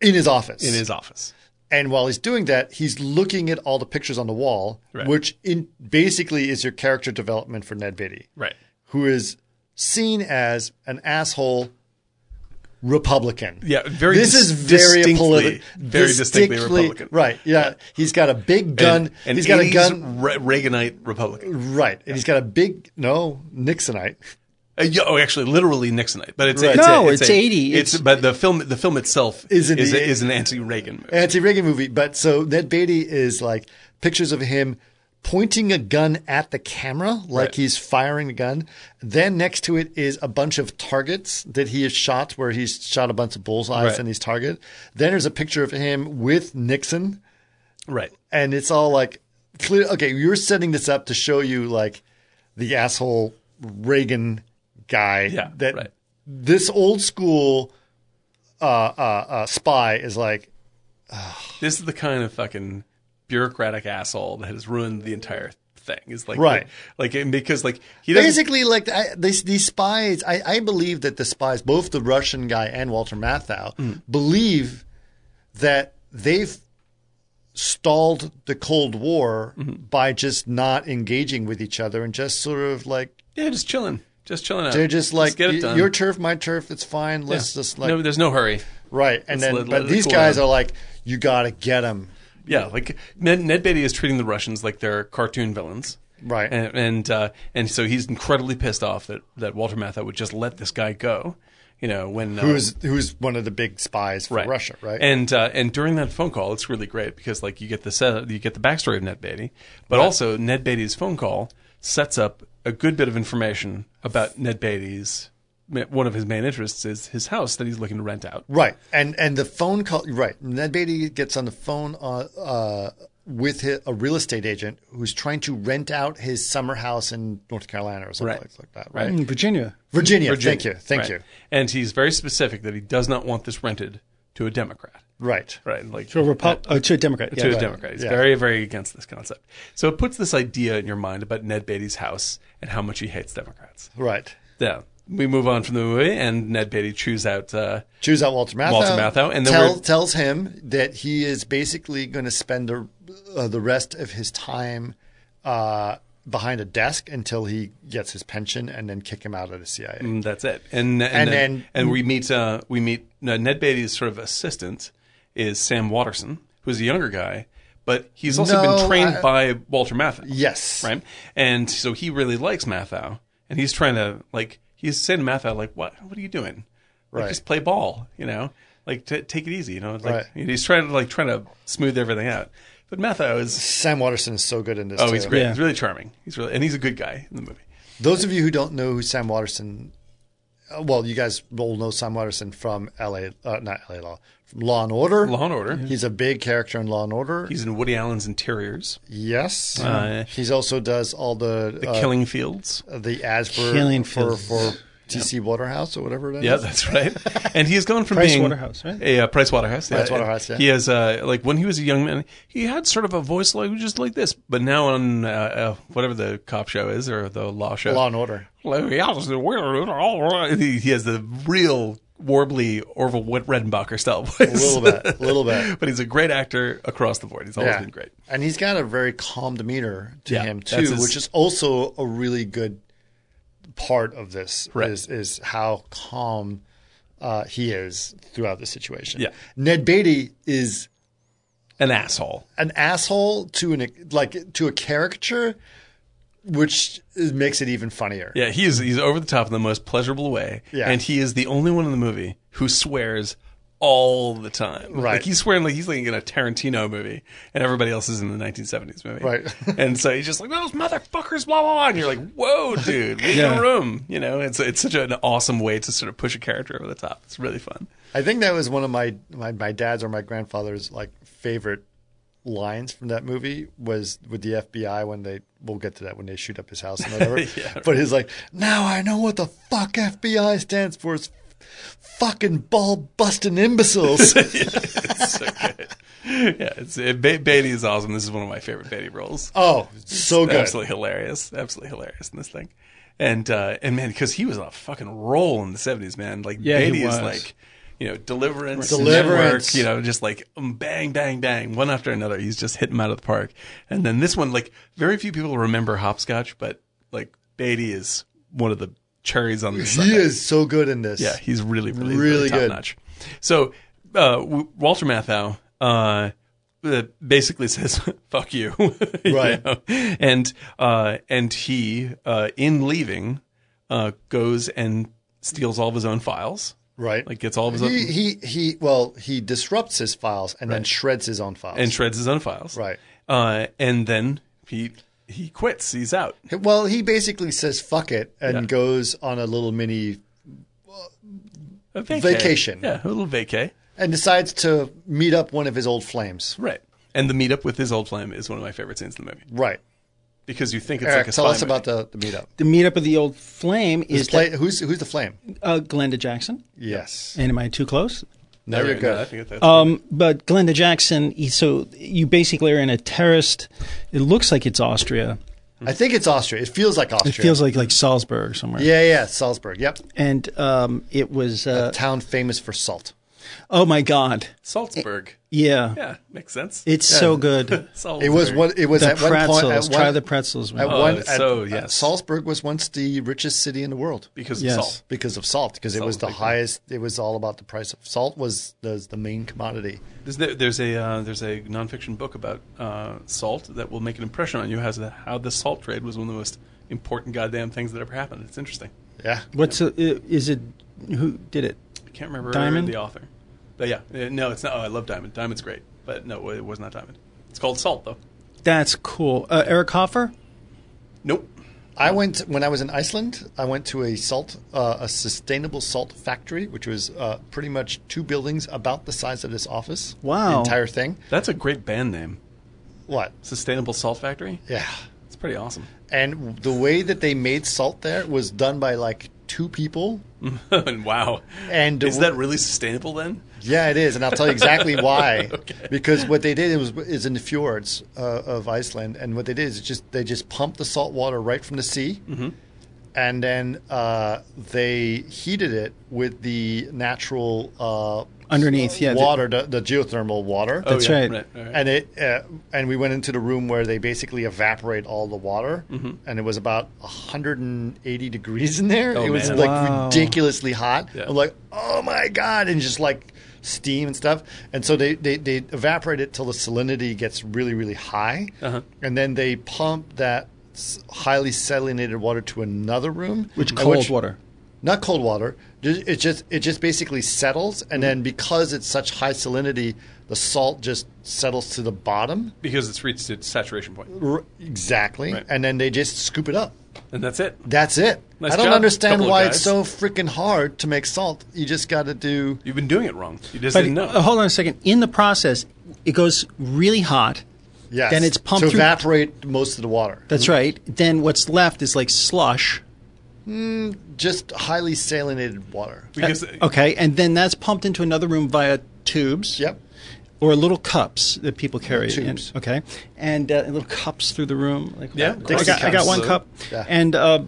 [SPEAKER 1] in his office.
[SPEAKER 7] in his office.
[SPEAKER 1] And while he's doing that, he's looking at all the pictures on the wall,
[SPEAKER 7] Right.
[SPEAKER 1] which in basically is your character development for Ned Beatty,
[SPEAKER 7] Right.
[SPEAKER 1] who is seen as an asshole Republican.
[SPEAKER 7] Yeah, very
[SPEAKER 1] This
[SPEAKER 7] dis-
[SPEAKER 1] is very
[SPEAKER 7] distinctly-
[SPEAKER 1] politi-
[SPEAKER 7] very distinctly Republican.
[SPEAKER 1] Right. Yeah. He's got a big gun.
[SPEAKER 7] And- and
[SPEAKER 1] he's got a
[SPEAKER 7] 80s
[SPEAKER 1] gun.
[SPEAKER 7] Re- Reaganite Republican.
[SPEAKER 1] Right. And he's got a big no Nixonite.
[SPEAKER 7] Uh, yeah, oh, actually, literally Nixonite, but it's,
[SPEAKER 1] Right.
[SPEAKER 7] it's
[SPEAKER 5] No,
[SPEAKER 7] a,
[SPEAKER 5] it's
[SPEAKER 7] a-
[SPEAKER 5] 80.
[SPEAKER 7] It's, but the film the film itself
[SPEAKER 1] Is
[SPEAKER 7] is,
[SPEAKER 1] in the
[SPEAKER 7] a,
[SPEAKER 1] 80s.
[SPEAKER 7] is an anti-Reagan movie.
[SPEAKER 1] anti-Reagan movie. But so Ned Beatty is like pictures of him pointing a gun at the camera, like he's firing the gun. Then next to it is a bunch of targets that he has shot, where he's shot a bunch of bullseyes
[SPEAKER 7] Right.
[SPEAKER 1] and he's target. Then there's a picture of him with Nixon,
[SPEAKER 7] right.
[SPEAKER 1] and it's all like clear. Okay, you're setting this up to show you like the asshole Reagan guy
[SPEAKER 7] Yeah,
[SPEAKER 1] that
[SPEAKER 7] right.
[SPEAKER 1] this old school uh, uh, uh, spy is like.
[SPEAKER 7] This is the kind of fucking bureaucratic asshole that has ruined the entire thing. Is like
[SPEAKER 1] Right.
[SPEAKER 7] like, and because like he doesn't.
[SPEAKER 1] basically like I, these, these spies I, I believe that the spies both the russian guy and walter matthau
[SPEAKER 7] Hmm.
[SPEAKER 1] believe that they've stalled the cold war
[SPEAKER 7] Mm-hmm.
[SPEAKER 1] by just not engaging with each other and just sort of like
[SPEAKER 7] yeah, just chilling, just chilling out.
[SPEAKER 1] they're just like
[SPEAKER 7] get it
[SPEAKER 1] "Y-
[SPEAKER 7] done.
[SPEAKER 1] your turf my turf it's fine let's
[SPEAKER 7] Yeah.
[SPEAKER 1] just like
[SPEAKER 7] no, there's no hurry.
[SPEAKER 1] right and then
[SPEAKER 7] let- let
[SPEAKER 1] but
[SPEAKER 7] it
[SPEAKER 1] these
[SPEAKER 7] cool
[SPEAKER 1] guys
[SPEAKER 7] down.
[SPEAKER 1] are like you gotta get them
[SPEAKER 7] Yeah, like Ned, Ned Beatty is treating the Russians like they're cartoon villains.
[SPEAKER 1] Right.
[SPEAKER 7] And and, uh, and so he's incredibly pissed off that, that Walter Matthau would just let this guy go, you know, when uh,
[SPEAKER 1] who's who's one of the big spies for russia right
[SPEAKER 7] And uh, and during that phone call, it's really great because like you get the set, you get the backstory of Ned Beatty, but also Ned Beatty's phone call sets up a good bit of information about Ned Beatty's one of his main interests is his house that he's looking to rent out.
[SPEAKER 1] Right, and and the phone call. Right, Ned Beatty gets on the phone uh, uh, with hi a real estate agent who's trying to rent out his summer house in North Carolina or something
[SPEAKER 7] Right.
[SPEAKER 1] like- like that. Right,
[SPEAKER 7] Right.
[SPEAKER 5] Mm, Virginia.
[SPEAKER 1] Virginia, Thank you, thank
[SPEAKER 7] Right.
[SPEAKER 1] you.
[SPEAKER 7] And he's very specific that he does not want this rented to a Democrat.
[SPEAKER 1] Right,
[SPEAKER 7] Right, like
[SPEAKER 5] To a, Repu- oh, to a Democrat.
[SPEAKER 7] to
[SPEAKER 5] Yeah.
[SPEAKER 7] a Democrat. He's
[SPEAKER 1] Yeah.
[SPEAKER 7] very, very against this concept. So it puts this idea in your mind about Ned Beatty's house and how much he hates Democrats.
[SPEAKER 1] right.
[SPEAKER 7] Yeah. We move on from the movie, and Ned Beatty chews out. Uh,
[SPEAKER 1] Choose out Walter Matthau.
[SPEAKER 7] Walter Matthau, and then
[SPEAKER 1] tell,
[SPEAKER 7] we're-
[SPEAKER 1] tells him that he is basically going to spend the uh, the rest of his time uh, behind a desk until he gets his pension, and then kick him out of the CIA.
[SPEAKER 7] and that's it. And and,
[SPEAKER 1] And
[SPEAKER 7] then,
[SPEAKER 1] then-
[SPEAKER 7] and we meet uh, we meet no, Ned Beatty's sort of assistant is Sam Watterson, who's a younger guy, but he's also
[SPEAKER 1] No,
[SPEAKER 7] been trained
[SPEAKER 1] I-
[SPEAKER 7] by Walter Matthau.
[SPEAKER 1] Yes,
[SPEAKER 7] right? And so he really likes Mathau, and he's trying to like he's saying to Mathau like, "What? What are you doing? Like,
[SPEAKER 1] Right.
[SPEAKER 7] just play ball, you know? Like, t- take it easy, you know? Like,
[SPEAKER 1] Right.
[SPEAKER 7] and he's trying to like trying to smooth everything out." But Mathau is
[SPEAKER 1] Sam Watterson is so good in this.
[SPEAKER 7] oh,
[SPEAKER 1] too.
[SPEAKER 7] he's great.
[SPEAKER 5] Yeah.
[SPEAKER 7] He's really charming. He's really and he's a good guy in the movie.
[SPEAKER 1] Those of you who don't know who Sam Watterson, uh, well, you guys will know Sam Watterson from L.A. Uh, not L.A. Law, from Law and Order.
[SPEAKER 7] Law and Order.
[SPEAKER 1] He's a big character in Law and Order.
[SPEAKER 7] He's in Woody Allen's Interiors,
[SPEAKER 1] yes,
[SPEAKER 7] Uh,
[SPEAKER 1] he's also does all the
[SPEAKER 7] The
[SPEAKER 1] uh,
[SPEAKER 7] Killing Fields.
[SPEAKER 1] the ads for
[SPEAKER 5] Killing
[SPEAKER 1] for,
[SPEAKER 5] fields.
[SPEAKER 1] for T.C. Waterhouse or whatever it is.
[SPEAKER 7] Yeah, that's right. and he has gone from
[SPEAKER 5] Price
[SPEAKER 7] being uh,
[SPEAKER 5] Waterhouse, right?
[SPEAKER 7] Yeah, Price Waterhouse.
[SPEAKER 1] Price Waterhouse, yeah.
[SPEAKER 7] He has uh, like when he was a young man, he had sort of a voice like just like this. But now on uh, uh, whatever the cop show is or the law show,
[SPEAKER 1] Law and Order.
[SPEAKER 7] Well, he has the real- he has the real warbly Orville Wed- Redenbacher style voice.
[SPEAKER 1] little bit, a little bit.
[SPEAKER 7] but he's a great actor across the board. He's always
[SPEAKER 1] Yeah.
[SPEAKER 7] been great.
[SPEAKER 1] And he's got a very calm demeanor to
[SPEAKER 7] Yeah,
[SPEAKER 1] him
[SPEAKER 7] that's
[SPEAKER 1] too,
[SPEAKER 7] his-
[SPEAKER 1] which is also a really good part of this
[SPEAKER 7] Right.
[SPEAKER 1] is is how calm uh, he is throughout the situation.
[SPEAKER 7] Yeah.
[SPEAKER 1] Ned Beatty is
[SPEAKER 7] An asshole.
[SPEAKER 1] an asshole to an like to a caricature, which is, makes it even funnier.
[SPEAKER 7] Yeah, he is. He's over the top in the most pleasurable way,
[SPEAKER 1] Yeah.
[SPEAKER 7] and he is the only one in the movie who swears all the time.
[SPEAKER 1] Right.
[SPEAKER 7] like he's swearing like he's like in a Tarantino movie, and everybody else is in the 1970s movie.
[SPEAKER 1] Right.
[SPEAKER 7] and so he's just like those motherfuckers, blah blah blah, and you're like, whoa, dude, leave
[SPEAKER 5] Yeah.
[SPEAKER 7] the room. You know, it's it's such an awesome way to sort of push a character over the top. It's really fun.
[SPEAKER 1] I think that was one of my, my my dad's or my grandfather's like favorite lines from that movie was with the FBI when they we'll get to that when they shoot up his house and whatever. But he's like, now I know what the fuck FBI stands for. It's fucking ball busting imbeciles.
[SPEAKER 7] It's so good. yeah, it's it, Ba- Beatty is awesome. This is one of my favorite Beatty roles.
[SPEAKER 1] oh, so good.
[SPEAKER 7] Absolutely hilarious. Absolutely hilarious in this thing. And uh, and man, because he was on a fucking roll in the seventies, man. Like
[SPEAKER 5] Yeah, he
[SPEAKER 7] Beatty is
[SPEAKER 5] was.
[SPEAKER 7] like, you know, deliverance,
[SPEAKER 1] Deliverance.
[SPEAKER 7] Network, you know, just like um, bang, bang, bang, one after another. He's just hitting him out of the park. And then this one, like, very few people remember hopscotch, but like Beatty is one of the cherries on the
[SPEAKER 1] He is so good in this.
[SPEAKER 7] yeah, he's really,
[SPEAKER 1] Really
[SPEAKER 7] really, Mm-hmm. really, top
[SPEAKER 1] good.
[SPEAKER 7] notch. So uh, W- Walter Matthau uh, uh, basically says "fuck you," you
[SPEAKER 1] Right.
[SPEAKER 7] know? And uh, and he, uh, in leaving, uh, goes and steals all of his own files.
[SPEAKER 1] Right.
[SPEAKER 7] Like gets all of his own
[SPEAKER 1] he, he he well, he disrupts his files and then shreds his own files.
[SPEAKER 7] and shreds his own files.
[SPEAKER 1] Right.
[SPEAKER 7] Uh, and then he he quits. He's out.
[SPEAKER 1] Well, he basically says fuck it and goes on a little mini
[SPEAKER 7] A vacay.
[SPEAKER 1] Vacation.
[SPEAKER 7] Yeah, a little vacay.
[SPEAKER 1] and decides to meet up one of his old flames.
[SPEAKER 7] Right. And the meetup with his old flame is one of my favorite scenes in the movie
[SPEAKER 1] Right.
[SPEAKER 7] because you think it's
[SPEAKER 1] Eric,
[SPEAKER 7] like a
[SPEAKER 1] tell
[SPEAKER 7] spy
[SPEAKER 1] us
[SPEAKER 7] movie.
[SPEAKER 1] about the, the meetup.
[SPEAKER 5] The meetup of the old flame is
[SPEAKER 1] Who's, play, who's who's the flame?
[SPEAKER 5] that, uh, Glenda Jackson.
[SPEAKER 1] Yes.
[SPEAKER 5] And am I too close?
[SPEAKER 1] No, you're
[SPEAKER 7] I
[SPEAKER 1] good.
[SPEAKER 7] think that's
[SPEAKER 5] Um, but Glenda Jackson. he- So you basically are in a terraced. It looks like it's Austria.
[SPEAKER 1] I think it's Austria. It feels like Austria.
[SPEAKER 5] It feels like like Salzburg or somewhere.
[SPEAKER 1] Yeah, yeah, Salzburg. Yep.
[SPEAKER 5] And um, it was. Uh,
[SPEAKER 1] Town famous for salt.
[SPEAKER 5] oh my God.
[SPEAKER 7] Salzburg.
[SPEAKER 5] Yeah.
[SPEAKER 7] Yeah, makes sense.
[SPEAKER 5] It's so good.
[SPEAKER 7] Salzburg.
[SPEAKER 1] It was what it was
[SPEAKER 5] The
[SPEAKER 1] at one point at
[SPEAKER 5] pretzels.
[SPEAKER 1] one,
[SPEAKER 5] Try the pretzels.
[SPEAKER 1] at
[SPEAKER 5] man.
[SPEAKER 7] Oh,
[SPEAKER 1] one- at-
[SPEAKER 7] so,
[SPEAKER 1] uh,
[SPEAKER 7] yes.
[SPEAKER 1] Salzburg was once the richest city in the world
[SPEAKER 7] because
[SPEAKER 5] Yes.
[SPEAKER 7] of salt.
[SPEAKER 1] because of salt because it was
[SPEAKER 7] Salt,
[SPEAKER 1] the
[SPEAKER 7] big one.
[SPEAKER 1] highest it was all about the price of salt was the, the main commodity.
[SPEAKER 7] There's, there, there's a uh, there's a nonfiction book about uh, salt that will make an impression on you as to how the salt trade was one of the most important goddamn things that ever happened. It's interesting.
[SPEAKER 1] Yeah.
[SPEAKER 5] What's a, i- is it? Who did it?
[SPEAKER 7] I can't remember
[SPEAKER 5] Diamond?
[SPEAKER 7] the author, but yeah, Uh, no, it's not. Oh, I love Diamond. Diamond's great, but no, it was not Diamond. It's called Salt though.
[SPEAKER 5] That's cool. Uh, Eric Hoffer.
[SPEAKER 7] Nope.
[SPEAKER 1] I went when I was in Iceland. I went to a salt, uh, a sustainable salt factory, which was uh, pretty much two buildings about the size of this office. the
[SPEAKER 5] Wow.
[SPEAKER 1] entire thing.
[SPEAKER 7] That's a great band name.
[SPEAKER 1] What?
[SPEAKER 7] Sustainable Salt Factory.
[SPEAKER 1] Yeah.
[SPEAKER 7] It's pretty awesome.
[SPEAKER 1] And the way that they made salt there was done by like two people.
[SPEAKER 7] Oh, And wow.
[SPEAKER 1] And
[SPEAKER 7] is that really sustainable then?
[SPEAKER 1] Yeah, it is, and I'll tell you exactly why. Because what they did was is in the fjords uh, of Iceland, and what they did is just they just pumped the salt water right from the sea, and then uh, they heated it with the natural uh,
[SPEAKER 5] Underneath, yeah, the-
[SPEAKER 1] water, the, the, geothermal water.
[SPEAKER 7] Oh,
[SPEAKER 5] That's
[SPEAKER 7] yeah,
[SPEAKER 5] right.
[SPEAKER 7] right, right.
[SPEAKER 1] And it uh, and we went into the room where they basically evaporate all the water,
[SPEAKER 7] Mm-hmm.
[SPEAKER 1] and it was about 180 degrees in there.
[SPEAKER 7] Oh,
[SPEAKER 1] it was
[SPEAKER 7] man.
[SPEAKER 1] like
[SPEAKER 5] Wow.
[SPEAKER 1] ridiculously hot.
[SPEAKER 7] Yeah.
[SPEAKER 1] I'm like, oh my god, and just like steam and stuff. And so they they, they evaporate it till the salinity gets really really high,
[SPEAKER 7] Uh-huh.
[SPEAKER 1] and then they pump that s- highly salinated water to another room,
[SPEAKER 5] Which
[SPEAKER 1] and
[SPEAKER 5] cold water.
[SPEAKER 1] Uh, not cold water. ju- It just it just basically settles, and then
[SPEAKER 5] Mm-hmm.
[SPEAKER 1] because it's such high salinity, the salt just settles to the bottom.
[SPEAKER 7] Because it's reached its saturation point,
[SPEAKER 1] R- exactly,
[SPEAKER 7] Right.
[SPEAKER 1] and then they just scoop it up.
[SPEAKER 7] and that's it.
[SPEAKER 1] That's it.
[SPEAKER 7] Nice
[SPEAKER 1] I don't
[SPEAKER 7] job,
[SPEAKER 1] understand
[SPEAKER 7] couple of
[SPEAKER 1] why it's
[SPEAKER 7] guys.
[SPEAKER 1] so freaking hard to make salt. You just got to do.
[SPEAKER 7] You've been doing it wrong. You just
[SPEAKER 5] But
[SPEAKER 7] didn't know.
[SPEAKER 5] uh, hold on a second. In the process, it goes really hot.
[SPEAKER 1] Yes.
[SPEAKER 5] Then it's pumped
[SPEAKER 1] to
[SPEAKER 5] through-
[SPEAKER 1] evaporate most of the water.
[SPEAKER 5] That's right. Then what's left is like slush.
[SPEAKER 1] Just highly salinated water.
[SPEAKER 7] because
[SPEAKER 5] Okay, and then that's pumped into another room via tubes.
[SPEAKER 1] Yep.
[SPEAKER 5] Or little cups that people carry. in.
[SPEAKER 1] Tubes.
[SPEAKER 5] okay, and uh, little cups through the room. Like,
[SPEAKER 7] Yeah,
[SPEAKER 5] I
[SPEAKER 7] Dixie
[SPEAKER 5] got, I got
[SPEAKER 7] cups.
[SPEAKER 5] one cup,
[SPEAKER 1] Yeah.
[SPEAKER 5] and uh,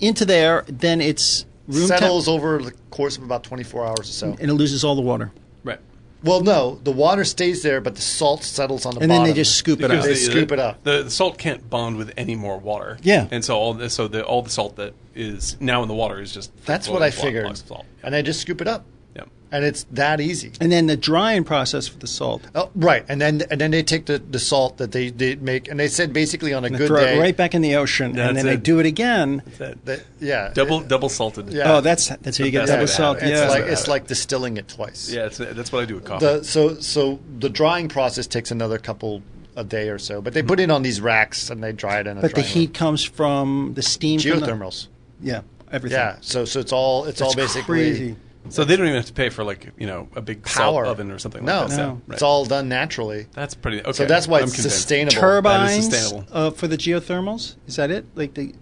[SPEAKER 5] into there. Then it's room temp-
[SPEAKER 1] settles over the course of about 24 hours or so.
[SPEAKER 5] and it loses all the water.
[SPEAKER 2] Right.
[SPEAKER 1] Well, no, the water stays there, but the salt settles on the
[SPEAKER 5] And
[SPEAKER 1] bottom.
[SPEAKER 5] then they just scoop it out.
[SPEAKER 1] they scoop it up.
[SPEAKER 2] The, the salt can't bond with any more water.
[SPEAKER 5] Yeah.
[SPEAKER 2] And so all the, so the all the salt that is now in the water is just
[SPEAKER 1] That's what
[SPEAKER 2] well,
[SPEAKER 1] I
[SPEAKER 2] blo-
[SPEAKER 1] figured.
[SPEAKER 2] blocks of Salt.
[SPEAKER 1] And they just scoop it up.
[SPEAKER 2] Yeah.
[SPEAKER 1] And it's that easy.
[SPEAKER 5] And then the drying process for the salt.
[SPEAKER 1] Oh, right, and then and then they take the, the salt that they, they make, and they said basically on a good
[SPEAKER 5] throw
[SPEAKER 1] day,
[SPEAKER 5] it right back in the ocean, and
[SPEAKER 2] That's
[SPEAKER 5] then they
[SPEAKER 2] it.
[SPEAKER 5] do it again.
[SPEAKER 2] That-
[SPEAKER 1] that- yeah,
[SPEAKER 2] double double salted.
[SPEAKER 1] Yeah.
[SPEAKER 5] Oh, that's that's how you get
[SPEAKER 2] That's
[SPEAKER 5] double
[SPEAKER 2] how it
[SPEAKER 5] salt.
[SPEAKER 2] happens.
[SPEAKER 1] It's
[SPEAKER 5] Yeah,
[SPEAKER 1] like it's like distilling it twice.
[SPEAKER 2] Yeah. It's, that's what I do with coffee.
[SPEAKER 1] The so so the drying process takes another couple a day or so, but they put it on these racks and they dry it in a.
[SPEAKER 5] Mm-hmm. but the
[SPEAKER 1] drying
[SPEAKER 5] heat comes from the steam.
[SPEAKER 1] room.
[SPEAKER 5] from the-
[SPEAKER 1] geothermals.
[SPEAKER 5] yeah, everything.
[SPEAKER 1] Yeah, so so it's all it's all
[SPEAKER 5] It's
[SPEAKER 1] basically
[SPEAKER 5] crazy.
[SPEAKER 2] so they don't even have to pay for like you know a big
[SPEAKER 1] power
[SPEAKER 2] salt oven or something.
[SPEAKER 1] No,
[SPEAKER 2] like that. So,
[SPEAKER 5] No.
[SPEAKER 2] right.
[SPEAKER 1] it's all done naturally.
[SPEAKER 2] That's pretty. Okay.
[SPEAKER 1] So that's why
[SPEAKER 2] I'm
[SPEAKER 1] it's
[SPEAKER 2] convinced.
[SPEAKER 1] sustainable.
[SPEAKER 5] Turbines
[SPEAKER 2] sustainable.
[SPEAKER 5] uh, for the geothermals. Is that it? Like the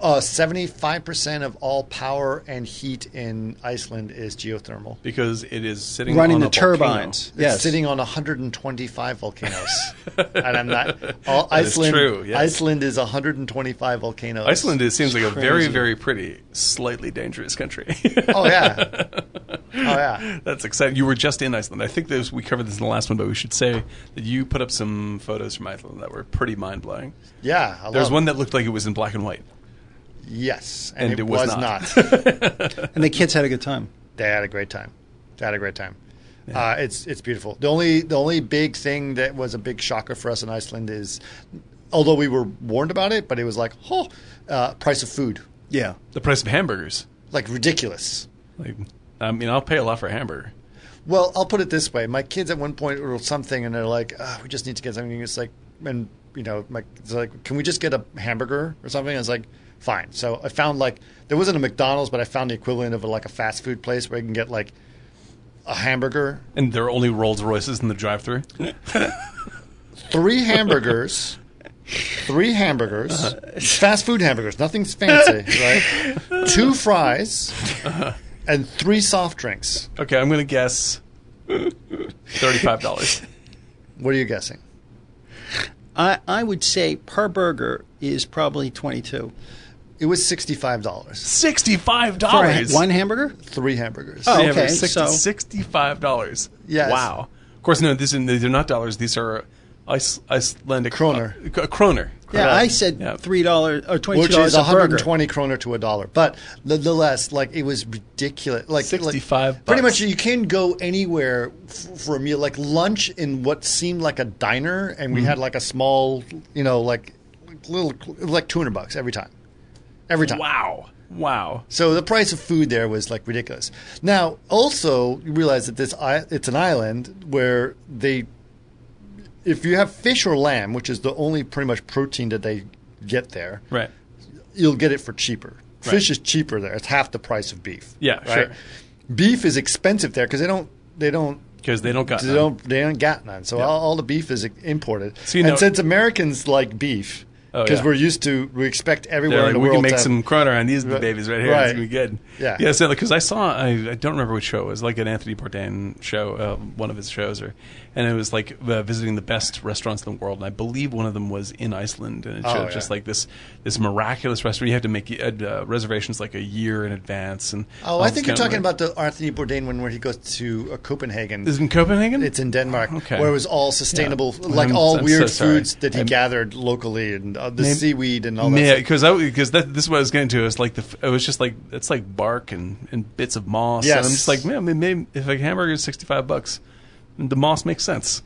[SPEAKER 1] Uh, Seventy-five percent of all power and heat in Iceland is geothermal.
[SPEAKER 2] Because it is sitting
[SPEAKER 5] running
[SPEAKER 2] on a
[SPEAKER 5] the turbines.
[SPEAKER 2] volcano.
[SPEAKER 1] It's
[SPEAKER 5] Yes.
[SPEAKER 1] sitting on 125 volcanoes, and I'm not. All
[SPEAKER 2] That is
[SPEAKER 1] Iceland,
[SPEAKER 2] true, yes.
[SPEAKER 1] Iceland is 125 volcanoes.
[SPEAKER 2] Iceland is, seems like a very, very pretty, slightly dangerous country.
[SPEAKER 1] Oh yeah. Oh yeah.
[SPEAKER 2] That's exciting. You were just in Iceland. I think there's, we covered this in the last one, but we should say that you put up some photos from Iceland that were pretty mind blowing.
[SPEAKER 1] Yeah. I
[SPEAKER 2] There was
[SPEAKER 1] love
[SPEAKER 5] Oh.
[SPEAKER 2] one that looked like it was in black and white.
[SPEAKER 1] it. Yes, and, it, was, not.
[SPEAKER 5] and the kids had a good time.
[SPEAKER 1] they had a great time. They had a great time. Uh, it's it's beautiful. The only the only big thing that was a big shocker for us in Iceland is, although we were warned about it, but it was like, oh, uh, price of food,
[SPEAKER 5] Yeah,
[SPEAKER 2] The price of hamburgers.
[SPEAKER 1] like ridiculous.
[SPEAKER 2] Like, I mean, I'll pay a lot for a hamburger.
[SPEAKER 1] Well, I'll put it this way: my kids at one point were something, and they're like, "Ah, "We just need to get something." It's like, and you know, my it's like, "Can we just get a hamburger or something?" I was like, "Fine." So I found like there wasn't a McDonald's, but I found the equivalent of like a fast food place where you can get like a hamburger,
[SPEAKER 2] And there are only Rolls Royces in the drive through.
[SPEAKER 1] three hamburgers. Three hamburgers, fast food hamburgers, nothing's fancy, right? Two fries, and three soft drinks.
[SPEAKER 2] Okay, I'm going to guess $35.
[SPEAKER 1] What are you guessing?
[SPEAKER 5] I I would say per burger is probably twenty two
[SPEAKER 1] It was sixty-five dollars.
[SPEAKER 5] for a-
[SPEAKER 2] $65.
[SPEAKER 5] one hamburger.
[SPEAKER 1] Three hamburgers.
[SPEAKER 5] Oh,
[SPEAKER 2] They have
[SPEAKER 5] okay.
[SPEAKER 2] a 60
[SPEAKER 5] so
[SPEAKER 2] sixty-five dollars.
[SPEAKER 1] Yes.
[SPEAKER 2] Wow. Of course, no. These are, these are not dollars. These are Ice, Icelandic
[SPEAKER 1] Kroner.
[SPEAKER 2] Uh, kroner.
[SPEAKER 5] yeah, I said
[SPEAKER 2] Yeah.
[SPEAKER 5] three dollars or twenty two
[SPEAKER 1] which is
[SPEAKER 5] dollars a burger.
[SPEAKER 1] 120 kroner to a dollar. But nonetheless, like it was ridiculous. Like like,
[SPEAKER 2] 65
[SPEAKER 1] pretty
[SPEAKER 2] bucks.
[SPEAKER 1] much, you can go anywhere f- for a meal. Like lunch in what seemed like a diner, and we had like a small, you know, like little, like 200 bucks every time, every time.
[SPEAKER 2] Wow. Wow.
[SPEAKER 1] So the price of food there was like ridiculous. Now, also you realize that this i- it's an island where they, if you have fish or lamb, which is the only pretty much protein that they get there,
[SPEAKER 2] Right.
[SPEAKER 1] you'll get it for cheaper. Fish is cheaper there; it's half the price of beef.
[SPEAKER 2] Yeah, sure.
[SPEAKER 1] Beef is expensive there because they don't they don't
[SPEAKER 2] Because they don't got.
[SPEAKER 1] they
[SPEAKER 2] none.
[SPEAKER 1] don't they don't got none. So all, all the beef is imported.
[SPEAKER 2] So you
[SPEAKER 1] and
[SPEAKER 2] know-
[SPEAKER 1] since Americans like beef,
[SPEAKER 2] Oh,
[SPEAKER 1] because
[SPEAKER 2] yeah.
[SPEAKER 1] we're used to we expect
[SPEAKER 2] They're
[SPEAKER 1] everywhere
[SPEAKER 2] like,
[SPEAKER 1] in the
[SPEAKER 2] we
[SPEAKER 1] world
[SPEAKER 2] can make
[SPEAKER 1] to have-
[SPEAKER 2] some kroner on these babies right here. It's
[SPEAKER 1] right.
[SPEAKER 2] gonna be good.
[SPEAKER 1] Yeah.
[SPEAKER 2] Yeah. So because I saw, I, I don't remember which show it was, like an Anthony Bourdain show, uh, one of his shows, or, and it was like uh, visiting the best restaurants in the world, and I believe one of them was in Iceland, and it showed
[SPEAKER 1] Oh, yeah.
[SPEAKER 2] just like this this miraculous restaurant. You have to make uh, uh, reservations like a year in advance, and
[SPEAKER 1] Oh,
[SPEAKER 2] all
[SPEAKER 1] I
[SPEAKER 2] this
[SPEAKER 1] think you're
[SPEAKER 2] kind of-
[SPEAKER 1] talking about the Anthony Bourdain one where he goes to uh, Copenhagen.
[SPEAKER 2] Is it in Copenhagen?
[SPEAKER 1] It's in Denmark,
[SPEAKER 2] Okay.
[SPEAKER 1] where it was all sustainable,
[SPEAKER 2] Yeah.
[SPEAKER 1] like
[SPEAKER 2] I'm-
[SPEAKER 1] all
[SPEAKER 2] I'm so
[SPEAKER 1] weird
[SPEAKER 2] sorry.
[SPEAKER 1] foods that he
[SPEAKER 2] I'm-
[SPEAKER 1] gathered locally and uh, the seaweed and all that.
[SPEAKER 2] Yeah,
[SPEAKER 1] stuff.
[SPEAKER 2] because because that this is what I was getting to. It's like the f- it was just like it's like bark and, and bits of moss. And I'm
[SPEAKER 1] Yes.
[SPEAKER 2] just like man, maybe, maybe if a hamburger is sixty five bucks, the moss makes sense.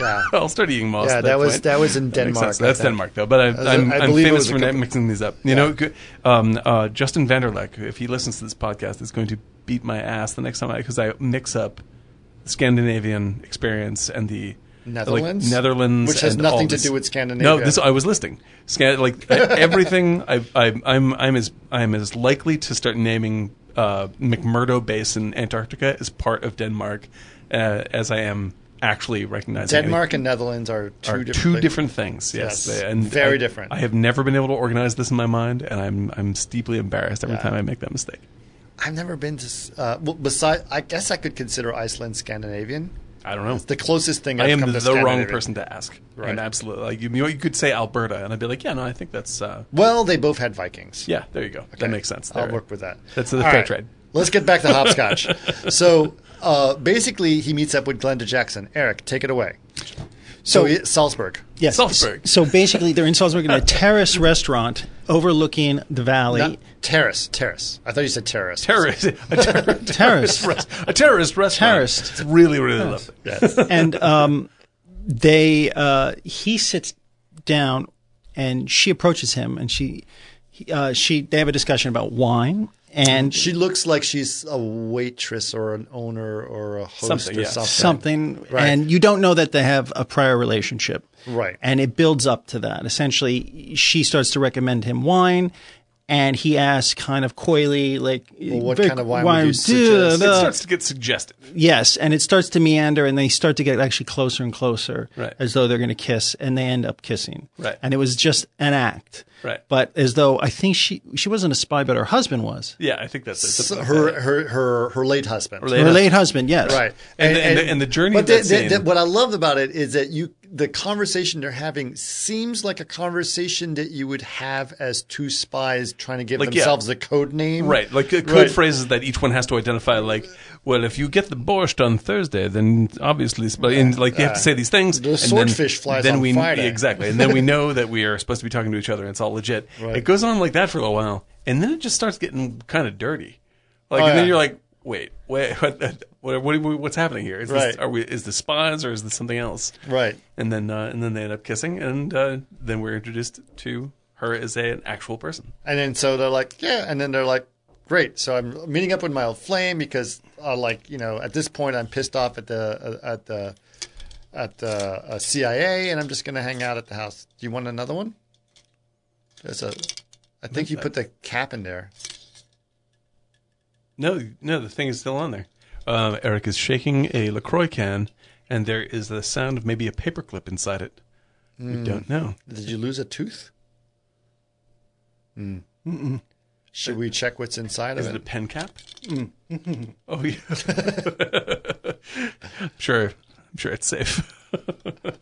[SPEAKER 1] Yeah.
[SPEAKER 2] I'll start eating moss.
[SPEAKER 1] Yeah,
[SPEAKER 2] at
[SPEAKER 1] that was-
[SPEAKER 2] point.
[SPEAKER 1] that was in
[SPEAKER 2] That makes
[SPEAKER 1] Denmark,
[SPEAKER 2] sense.
[SPEAKER 1] I
[SPEAKER 2] That's
[SPEAKER 1] think.
[SPEAKER 2] Denmark though, but I,
[SPEAKER 1] was-
[SPEAKER 2] I'm,
[SPEAKER 1] I
[SPEAKER 2] I'm
[SPEAKER 1] believe it
[SPEAKER 2] famous
[SPEAKER 1] was a
[SPEAKER 2] for not
[SPEAKER 1] couple-
[SPEAKER 2] mixing these up. You know, g- um, uh, Justin Vanderleck, if he listens to this podcast, is going to beat my ass the next time I because I mix up Scandinavian experience and the. like,
[SPEAKER 1] Netherlands?
[SPEAKER 2] Netherlands,
[SPEAKER 1] Which has
[SPEAKER 2] and
[SPEAKER 1] nothing
[SPEAKER 2] all
[SPEAKER 1] to
[SPEAKER 2] this-
[SPEAKER 1] do with Scandinavia.
[SPEAKER 2] No, this I was listing Scan- like I- everything. I, I, I'm I'm as I'm as likely to start naming uh, McMurdo Basin, Antarctica, as part of Denmark uh, as I am actually recognizing
[SPEAKER 1] Denmark and Netherlands are two
[SPEAKER 2] Are two
[SPEAKER 1] different.
[SPEAKER 2] different,
[SPEAKER 1] places.
[SPEAKER 2] things, yes,
[SPEAKER 1] Yes.
[SPEAKER 2] They- and
[SPEAKER 1] Very
[SPEAKER 2] I-
[SPEAKER 1] different.
[SPEAKER 2] I have never been able to organize this in my mind, and I'm I'm steeply embarrassed every time I make that mistake.
[SPEAKER 1] I've never been to. s- Uh, well, besides, I guess I could consider Iceland Scandinavian.
[SPEAKER 2] I don't know.
[SPEAKER 1] The closest thing I've
[SPEAKER 2] I am
[SPEAKER 1] come
[SPEAKER 2] the,
[SPEAKER 1] to Scandinavia.
[SPEAKER 2] wrong person to ask. Right.
[SPEAKER 1] Right.
[SPEAKER 2] And absolutely, like you, you, know, you could say Alberta, and I'd be like, yeah, no, I think that's uh,
[SPEAKER 1] Well, they both had Vikings.
[SPEAKER 2] yeah. There you go. That makes sense.
[SPEAKER 1] I'll
[SPEAKER 2] There.
[SPEAKER 1] work with that.
[SPEAKER 2] That's the
[SPEAKER 1] All
[SPEAKER 2] fair trade.
[SPEAKER 1] Let's get back to hopscotch. so uh, basically, he meets up with Glenda Jackson. Eric, take it away. So, he- Salzburg.
[SPEAKER 5] Yes.
[SPEAKER 2] Salzburg.
[SPEAKER 5] So basically, they're in Salzburg in a terrace restaurant overlooking the valley.
[SPEAKER 1] Not- Uh, terrace, terrace. I thought you said terrace.
[SPEAKER 2] Terrorist, a, terror,
[SPEAKER 5] terrace.
[SPEAKER 2] a terrorist restaurant.
[SPEAKER 5] Terrorist.
[SPEAKER 2] It's really, really lovely.
[SPEAKER 5] and um, they uh, he sits down and she approaches him and she he- uh, she they have a discussion about wine and
[SPEAKER 1] She looks like she's a waitress or an owner or a host
[SPEAKER 2] Something,
[SPEAKER 1] or
[SPEAKER 2] yeah.
[SPEAKER 1] something.
[SPEAKER 5] something and you don't know that they have a prior relationship
[SPEAKER 1] Right.
[SPEAKER 5] and it builds up to that essentially she starts to recommend him wine and he asks kind of coyly like
[SPEAKER 1] what
[SPEAKER 5] very-
[SPEAKER 1] kind of wine would you suggest?
[SPEAKER 5] da,
[SPEAKER 2] It
[SPEAKER 5] da.
[SPEAKER 2] starts to get suggestive.
[SPEAKER 5] Yes, and it starts to meander, and they start to get actually closer and closer,
[SPEAKER 2] Right.
[SPEAKER 5] as though they're going to kiss, and they end up kissing.
[SPEAKER 2] Right.
[SPEAKER 5] And it was just an act.
[SPEAKER 2] Right.
[SPEAKER 5] But as though I think she she wasn't a spy, but her husband was.
[SPEAKER 2] Yeah, I think that's it. That's
[SPEAKER 1] So
[SPEAKER 2] about
[SPEAKER 1] her,
[SPEAKER 2] that.
[SPEAKER 1] her, her, her late husband.
[SPEAKER 5] Her late husband, yes.
[SPEAKER 1] Right.
[SPEAKER 2] And the- and the- and the journey
[SPEAKER 1] But
[SPEAKER 2] of that
[SPEAKER 1] the- the-
[SPEAKER 2] scene-
[SPEAKER 1] what I love about it is that you the conversation they're having seems like a conversation that you would have as two spies trying to give
[SPEAKER 2] Like, yeah.
[SPEAKER 1] themselves a code name.
[SPEAKER 2] Right, like uh, code
[SPEAKER 1] Right.
[SPEAKER 2] phrases that each one has to identify. Like, well, if you get the borscht on Thursday, then obviously, it's- but in, like, you have to say these things.
[SPEAKER 1] The
[SPEAKER 2] and then-
[SPEAKER 1] swordfish flies
[SPEAKER 2] then
[SPEAKER 1] on
[SPEAKER 2] we,
[SPEAKER 1] Friday.
[SPEAKER 2] Exactly, and then we know that we are supposed to be talking to each other. and It's all legit. It goes on like that for a little while, and then it just starts getting kind of dirty. Like, and then
[SPEAKER 1] Oh, yeah.
[SPEAKER 2] you're like, wait, wait, what, what, what, what's happening here? Is this,
[SPEAKER 1] Right.
[SPEAKER 2] are we? Is this spies or is this something else?
[SPEAKER 1] Right.
[SPEAKER 2] And then, uh, and then they end up kissing, and uh, then we're introduced to her as a, an actual person.
[SPEAKER 1] And then so they're like, yeah. And then they're like, great. So I'm meeting up with my old flame because, uh, like, you know, at this point I'm pissed off at the uh, at the at the uh, CIA, and I'm just going to hang out at the house. Do you want another one? There's a. I think you put the cap in there.
[SPEAKER 2] No, no, the thing is still on there. Uh, Eric is shaking a Lacroix can, and there is the sound of maybe a paperclip inside it. We
[SPEAKER 1] Hmm.
[SPEAKER 2] don't know.
[SPEAKER 1] Did you lose a tooth? Mm. Should we check what's inside
[SPEAKER 2] Is
[SPEAKER 1] of
[SPEAKER 2] it a
[SPEAKER 1] it?
[SPEAKER 2] pen cap?
[SPEAKER 1] Hmm.
[SPEAKER 2] oh yeah. I'm sure. I'm sure it's safe.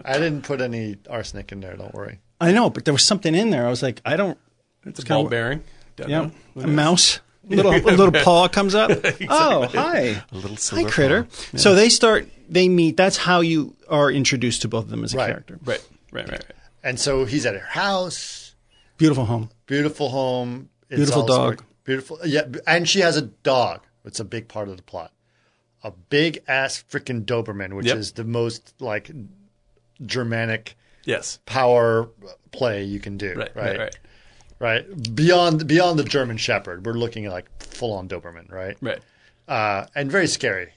[SPEAKER 1] I didn't put any arsenic in there. Don't worry.
[SPEAKER 5] I know, but there was something in there. I was like, I don't.
[SPEAKER 2] It's a
[SPEAKER 5] kinda-
[SPEAKER 2] ball bearing. Don't
[SPEAKER 5] Yeah.
[SPEAKER 2] know.
[SPEAKER 5] A mouse. Little a little paw comes up. Oh, hi.
[SPEAKER 2] A little
[SPEAKER 5] Hi,
[SPEAKER 2] silver
[SPEAKER 5] critter.
[SPEAKER 2] ball.
[SPEAKER 5] So they start. They meet. That's how you are introduced to both of them as a
[SPEAKER 1] Right.
[SPEAKER 5] character.
[SPEAKER 2] Right, right, right, right.
[SPEAKER 1] And so he's at her house.
[SPEAKER 5] Beautiful home.
[SPEAKER 1] Beautiful home. It's
[SPEAKER 5] Beautiful
[SPEAKER 1] all
[SPEAKER 5] dog.
[SPEAKER 1] sort- Beautiful. Yeah, and she has a dog. It's a big part of the plot. A big ass freaking Doberman, which
[SPEAKER 2] Yep.
[SPEAKER 1] is the most like Germanic
[SPEAKER 2] Yes.
[SPEAKER 1] power play you can do.
[SPEAKER 2] Right, right, right, right.
[SPEAKER 1] right. Beyond beyond the German Shepherd, we're looking at like full on Doberman, right? uh, and very scary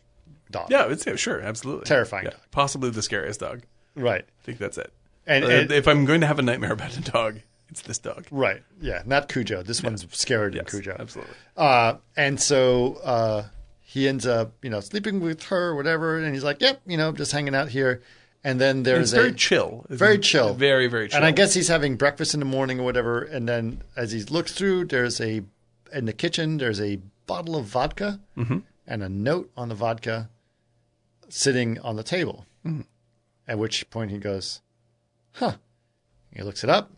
[SPEAKER 1] dog.
[SPEAKER 2] Yeah, Oh, it's yeah, sure, absolutely.
[SPEAKER 1] Terrifying
[SPEAKER 2] Yeah.
[SPEAKER 1] dog.
[SPEAKER 2] Possibly the scariest dog.
[SPEAKER 1] Right.
[SPEAKER 2] I think that's it.
[SPEAKER 1] And-
[SPEAKER 2] Uh,
[SPEAKER 1] and-
[SPEAKER 2] if I'm going to have a nightmare about a dog, it's this dog.
[SPEAKER 1] Right. Yeah. Not Cujo. This one's scarier than Cujo.
[SPEAKER 2] absolutely.
[SPEAKER 1] Uh, and so uh, he ends up, you know, sleeping with her, or whatever. And he's like, "Yep, you know, just hanging out here." And then there's
[SPEAKER 2] It's very
[SPEAKER 1] a
[SPEAKER 2] chill. It's
[SPEAKER 1] very chill,
[SPEAKER 2] Very, very chill.
[SPEAKER 1] And I guess he's having breakfast in the morning or whatever. And then as he looks through, there's a in the kitchen. There's a bottle of vodka
[SPEAKER 2] Mm-hmm.
[SPEAKER 1] and a note on the vodka sitting on the table.
[SPEAKER 2] Mm.
[SPEAKER 1] At which point he goes, "Huh." He looks it up,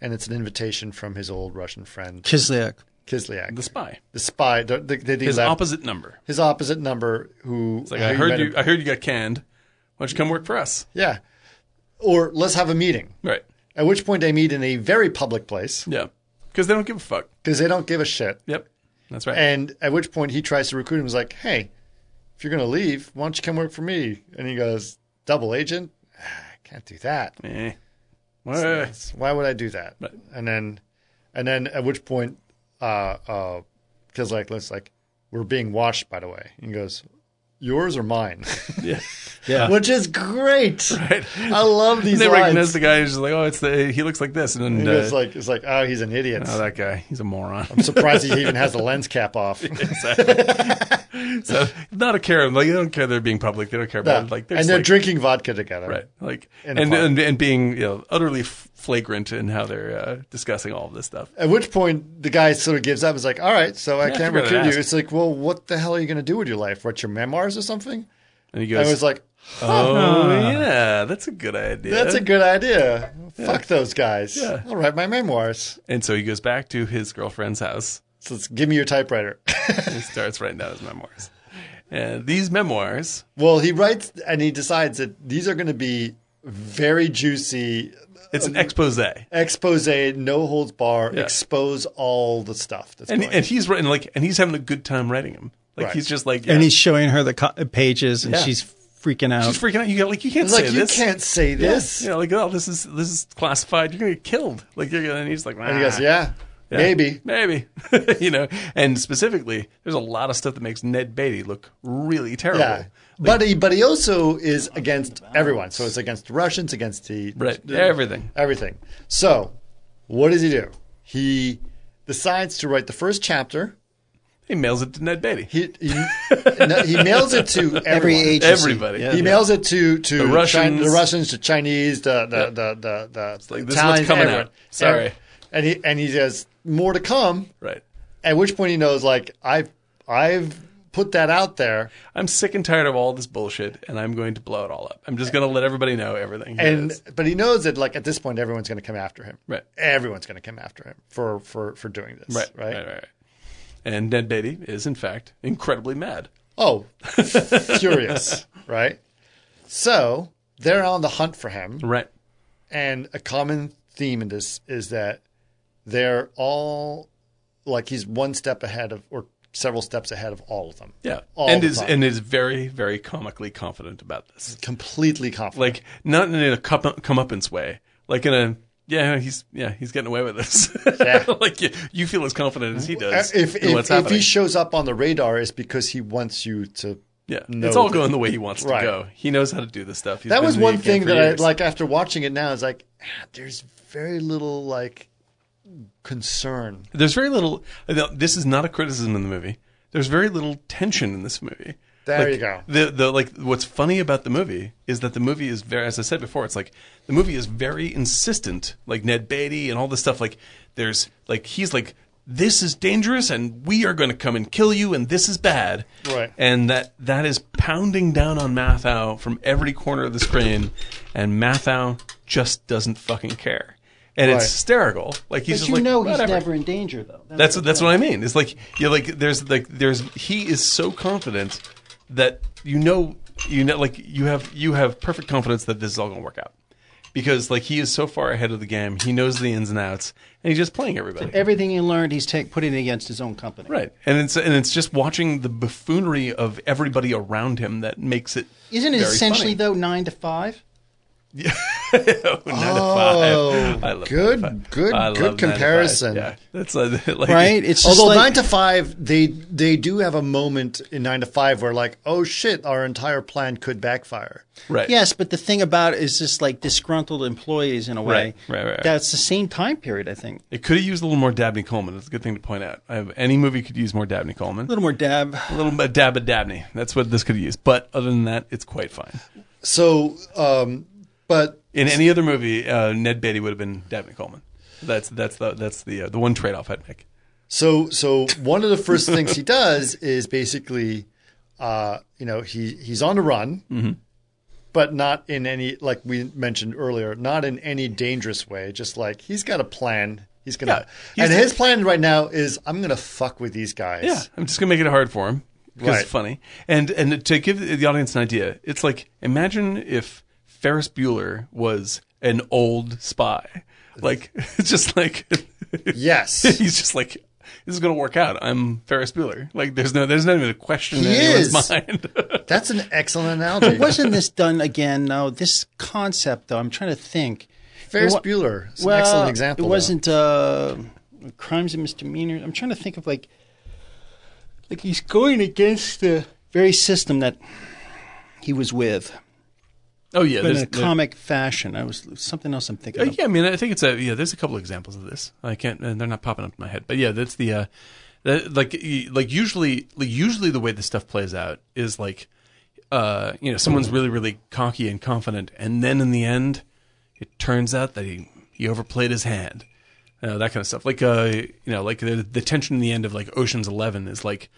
[SPEAKER 1] and it's an invitation from his old Russian friend
[SPEAKER 5] Kislyak.
[SPEAKER 1] Kislyak,
[SPEAKER 2] the
[SPEAKER 1] the,
[SPEAKER 2] spy.
[SPEAKER 1] spy. The, the, the, the
[SPEAKER 2] His
[SPEAKER 1] lab-
[SPEAKER 2] opposite number.
[SPEAKER 1] his opposite number. Who
[SPEAKER 2] It's like
[SPEAKER 1] who
[SPEAKER 2] I heard
[SPEAKER 1] met
[SPEAKER 2] you.
[SPEAKER 1] him-
[SPEAKER 2] I heard you got canned. Why don't you come work for us?
[SPEAKER 1] yeah. Or let's have a meeting.
[SPEAKER 2] Right.
[SPEAKER 1] At which point they meet in a very public place
[SPEAKER 2] Yeah. Because they don't give a fuck.
[SPEAKER 1] because they don't give a shit.
[SPEAKER 2] Yep. That's right.
[SPEAKER 1] And at which point he tries to recruit him. He's like, hey, if you're going to leave, why don't you come work for me? And he goes, double agent? Ah, I can't do that.
[SPEAKER 2] Eh. Well,
[SPEAKER 1] Why would I do that? And then, and then at which point, uh, uh, because like, let's like, we're being watched, by the way. And he goes, yours or mine?
[SPEAKER 2] Yeah.
[SPEAKER 1] Which is great.
[SPEAKER 2] Right.
[SPEAKER 1] I love these
[SPEAKER 2] they recognize
[SPEAKER 1] lines.
[SPEAKER 2] the guy who's just like, oh, it's the he looks Um, like this, and then
[SPEAKER 1] And
[SPEAKER 2] uh,
[SPEAKER 1] It's like, it's like, oh, he's an idiot.
[SPEAKER 2] oh, that guy, he's a moron.
[SPEAKER 1] I'm surprised he even has the lens cap off.
[SPEAKER 2] so not a care. Like they don't care. They're being public. They don't care about it. Like
[SPEAKER 1] and
[SPEAKER 2] just
[SPEAKER 1] they're
[SPEAKER 2] like-
[SPEAKER 1] drinking vodka together.
[SPEAKER 2] Right, like
[SPEAKER 1] In
[SPEAKER 2] and
[SPEAKER 1] a
[SPEAKER 2] and,
[SPEAKER 1] park.
[SPEAKER 2] and being you know, utterly f- flagrant in how they're uh, discussing all of this stuff.
[SPEAKER 1] At which point, the guy sort of gives up. It's like, all right, so I
[SPEAKER 2] I
[SPEAKER 1] can't
[SPEAKER 2] forgot to
[SPEAKER 1] recruit you.
[SPEAKER 2] ask.
[SPEAKER 1] It's like, well, what the hell are you going to do with your life? What's your memoirs or something?
[SPEAKER 2] And he
[SPEAKER 1] I
[SPEAKER 2] goes,
[SPEAKER 1] was like,
[SPEAKER 2] "Oh yeah, that's a good idea."
[SPEAKER 1] that's a good idea. Fuck those guys. I'll write my memoirs.
[SPEAKER 2] and so he goes back to his girlfriend's house
[SPEAKER 1] So it's, give me your typewriter.
[SPEAKER 2] and he starts writing down his memoirs. And these memoirs,
[SPEAKER 1] well, he writes and he decides that these are going to be very juicy
[SPEAKER 2] it's an expose.
[SPEAKER 1] expose, no holds bar,
[SPEAKER 2] Yeah.
[SPEAKER 1] expose all the stuff that's
[SPEAKER 2] And,
[SPEAKER 1] going.
[SPEAKER 2] and he's writing like, and he's having a good time writing them. Like
[SPEAKER 1] Right.
[SPEAKER 2] he's just like,
[SPEAKER 7] And
[SPEAKER 2] yeah.
[SPEAKER 7] he's showing her the co- pages, and
[SPEAKER 2] Yeah.
[SPEAKER 7] she's freaking out.
[SPEAKER 2] She's freaking out. You got like you can't
[SPEAKER 1] it's
[SPEAKER 2] say
[SPEAKER 1] like you
[SPEAKER 2] this.
[SPEAKER 1] can't say this.
[SPEAKER 2] You know, like oh, this is this is classified. You're gonna get killed. Like you're gonna. And he's like,
[SPEAKER 1] And he
[SPEAKER 2] "Nah."
[SPEAKER 1] goes, yeah, maybe.
[SPEAKER 2] maybe, you know. And specifically, there's a lot of stuff that makes Ned Beatty look really terrible.
[SPEAKER 1] Yeah. But he, but he also is against everyone. So it's against the Russians, against the
[SPEAKER 2] Right, everything.
[SPEAKER 1] everything. So, what does he do? He decides to write the first chapter.
[SPEAKER 2] He mails it to Ned Beatty.
[SPEAKER 1] He he, no, he mails it to
[SPEAKER 5] Every
[SPEAKER 1] everyone.
[SPEAKER 5] agency.
[SPEAKER 2] Everybody.
[SPEAKER 5] Yeah.
[SPEAKER 1] He mails it to to the
[SPEAKER 2] Russians.
[SPEAKER 1] the Russians, to Chinese, the the the the, the
[SPEAKER 2] like, this is
[SPEAKER 1] Italians,
[SPEAKER 2] what's coming
[SPEAKER 1] everyone.
[SPEAKER 2] out. Sorry.
[SPEAKER 1] Every- And he and he says more to come.
[SPEAKER 2] Right.
[SPEAKER 1] At which point he knows, like I've I've put that out there,
[SPEAKER 2] I'm sick and tired of all this bullshit, and I'm going to blow it all up. I'm just going to let everybody know everything. here
[SPEAKER 1] and
[SPEAKER 2] is.
[SPEAKER 1] but he knows that like at this point everyone's going to come after him.
[SPEAKER 2] Right.
[SPEAKER 1] Everyone's going to come after him for for for doing this.
[SPEAKER 2] right,
[SPEAKER 1] Right.
[SPEAKER 2] right, right, right. And Ned Beatty is in fact incredibly mad.
[SPEAKER 1] Oh, furious. Right. So they're on the hunt for him.
[SPEAKER 2] Right.
[SPEAKER 1] And a common theme in this is that they're all like he's one step ahead of or several steps ahead of all of them.
[SPEAKER 2] Yeah.
[SPEAKER 1] All
[SPEAKER 2] and
[SPEAKER 1] the
[SPEAKER 2] is
[SPEAKER 1] time.
[SPEAKER 2] and is very very comically confident about this.
[SPEAKER 1] Completely confident.
[SPEAKER 2] Like not in a come comeuppance way. Like in a yeah he's yeah he's getting away with this. Yeah. like you, you feel as confident as he does.
[SPEAKER 1] if
[SPEAKER 2] in what's
[SPEAKER 1] if, if
[SPEAKER 2] happening.
[SPEAKER 1] he shows up on the radar is because he wants you to
[SPEAKER 2] yeah.
[SPEAKER 1] no-
[SPEAKER 2] It's all going the way he wants
[SPEAKER 1] Right.
[SPEAKER 2] to go. He knows how to do this stuff. He's
[SPEAKER 1] that
[SPEAKER 2] been
[SPEAKER 1] was
[SPEAKER 2] in the
[SPEAKER 1] one
[SPEAKER 2] game
[SPEAKER 1] thing
[SPEAKER 2] for
[SPEAKER 1] that
[SPEAKER 2] years.
[SPEAKER 1] I like after watching it now is like ah, there's very little like concern.
[SPEAKER 2] There's very little. no, This is not a criticism in the movie. There's very little tension in this movie.
[SPEAKER 1] There
[SPEAKER 2] Like,
[SPEAKER 1] you go.
[SPEAKER 2] The the like what's funny about the movie is that the movie is very, as I said before, it's like the movie is very insistent. Like Ned Beatty and all this stuff. Like there's like he's like this is dangerous and we are going to come and kill you and this is bad.
[SPEAKER 1] Right.
[SPEAKER 2] And that that is pounding down on Mathau from every corner of the screen, and Mathau just doesn't fucking care. And
[SPEAKER 1] Right.
[SPEAKER 2] it's hysterical. Like he's
[SPEAKER 5] But
[SPEAKER 2] just
[SPEAKER 5] you
[SPEAKER 2] like,
[SPEAKER 5] know he's
[SPEAKER 2] whatever.
[SPEAKER 5] never in danger though.
[SPEAKER 2] That's that's what I mean. It's like you're like there's like there's he is so confident that you know you know like you have you have perfect confidence that this is all gonna work out because like he is so far ahead of the game. He knows the ins and outs, and he's just playing everybody.
[SPEAKER 5] everything he learned. He's take, putting it against his own company.
[SPEAKER 2] Right, and it's and it's just watching the buffoonery of everybody around him that makes it.
[SPEAKER 5] Isn't it
[SPEAKER 2] very
[SPEAKER 5] essentially
[SPEAKER 2] funny.
[SPEAKER 5] though nine to five?
[SPEAKER 2] oh, nine to five. I love
[SPEAKER 1] good-
[SPEAKER 2] nine to five.
[SPEAKER 1] good-
[SPEAKER 2] I
[SPEAKER 1] good
[SPEAKER 2] love nine to five.
[SPEAKER 1] comparison.
[SPEAKER 2] Yeah, that's like, like-
[SPEAKER 5] Right. It's just
[SPEAKER 1] Although
[SPEAKER 5] like,
[SPEAKER 1] nine to five, they they do have a moment in nine to five where like, oh shit, our entire plan could backfire.
[SPEAKER 2] right.
[SPEAKER 5] Yes, but the thing about it is just like disgruntled employees in a way.
[SPEAKER 2] Right, right, right, right.
[SPEAKER 5] That's the same time period, I think.
[SPEAKER 2] It could have used a little more Dabney Coleman. That's a good thing to point out. I have, any movie could use more Dabney Coleman.
[SPEAKER 7] a little more dab.
[SPEAKER 2] A little bit dab of Dabney. That's what this could use. But other than that, it's quite fine.
[SPEAKER 1] So, um, but
[SPEAKER 2] In any other movie, uh, Ned Beatty would have been Dabney Coleman. That's that's the that's the uh, the one trade off I'd make.
[SPEAKER 1] so so one of the first things he does is basically, uh, you know, he he's on the run,
[SPEAKER 5] Mm-hmm.
[SPEAKER 1] but not in any like we mentioned earlier, not in any dangerous way. Just like he's got a plan. He's gonna,
[SPEAKER 2] Yeah, he's-
[SPEAKER 1] and his plan right now is I'm gonna fuck with these guys.
[SPEAKER 2] Yeah, I'm just gonna make it hard for him because
[SPEAKER 1] Right.
[SPEAKER 2] it's funny. And and to give the audience an idea, it's like imagine if Ferris Bueller was an old spy. Like it's just like
[SPEAKER 1] Yes.
[SPEAKER 2] he's just like this is gonna work out. I'm Ferris Bueller. Like there's no there's not even a question in
[SPEAKER 1] He
[SPEAKER 2] anyone's
[SPEAKER 1] is.
[SPEAKER 2] mind.
[SPEAKER 1] That's an excellent analogy.
[SPEAKER 5] Wasn't this done again? No, this concept though. I'm trying to think.
[SPEAKER 1] Ferris
[SPEAKER 5] It wa-
[SPEAKER 1] Bueller. It's
[SPEAKER 5] well,
[SPEAKER 1] an excellent example.
[SPEAKER 5] It
[SPEAKER 1] though.
[SPEAKER 5] wasn't uh, crimes and misdemeanors. I'm trying to think of like, like he's going against the very system that he was with,
[SPEAKER 2] oh yeah,
[SPEAKER 5] but in
[SPEAKER 2] there's
[SPEAKER 5] a comic fashion. I was something else. I'm thinking.
[SPEAKER 7] Oh,
[SPEAKER 2] Uh,
[SPEAKER 5] of.
[SPEAKER 2] yeah, I mean, I think it's a yeah. There's a couple examples of this. I can't. uh, They're not popping up in my head, but yeah, that's the uh, that, like y- like usually like usually the way this stuff plays out is like uh you know someone's really really cocky and confident, and then in the end, it turns out that he he overplayed his hand. Uh, that kind of stuff. Like uh you know like the, the tension in the end of like Ocean's Eleven is like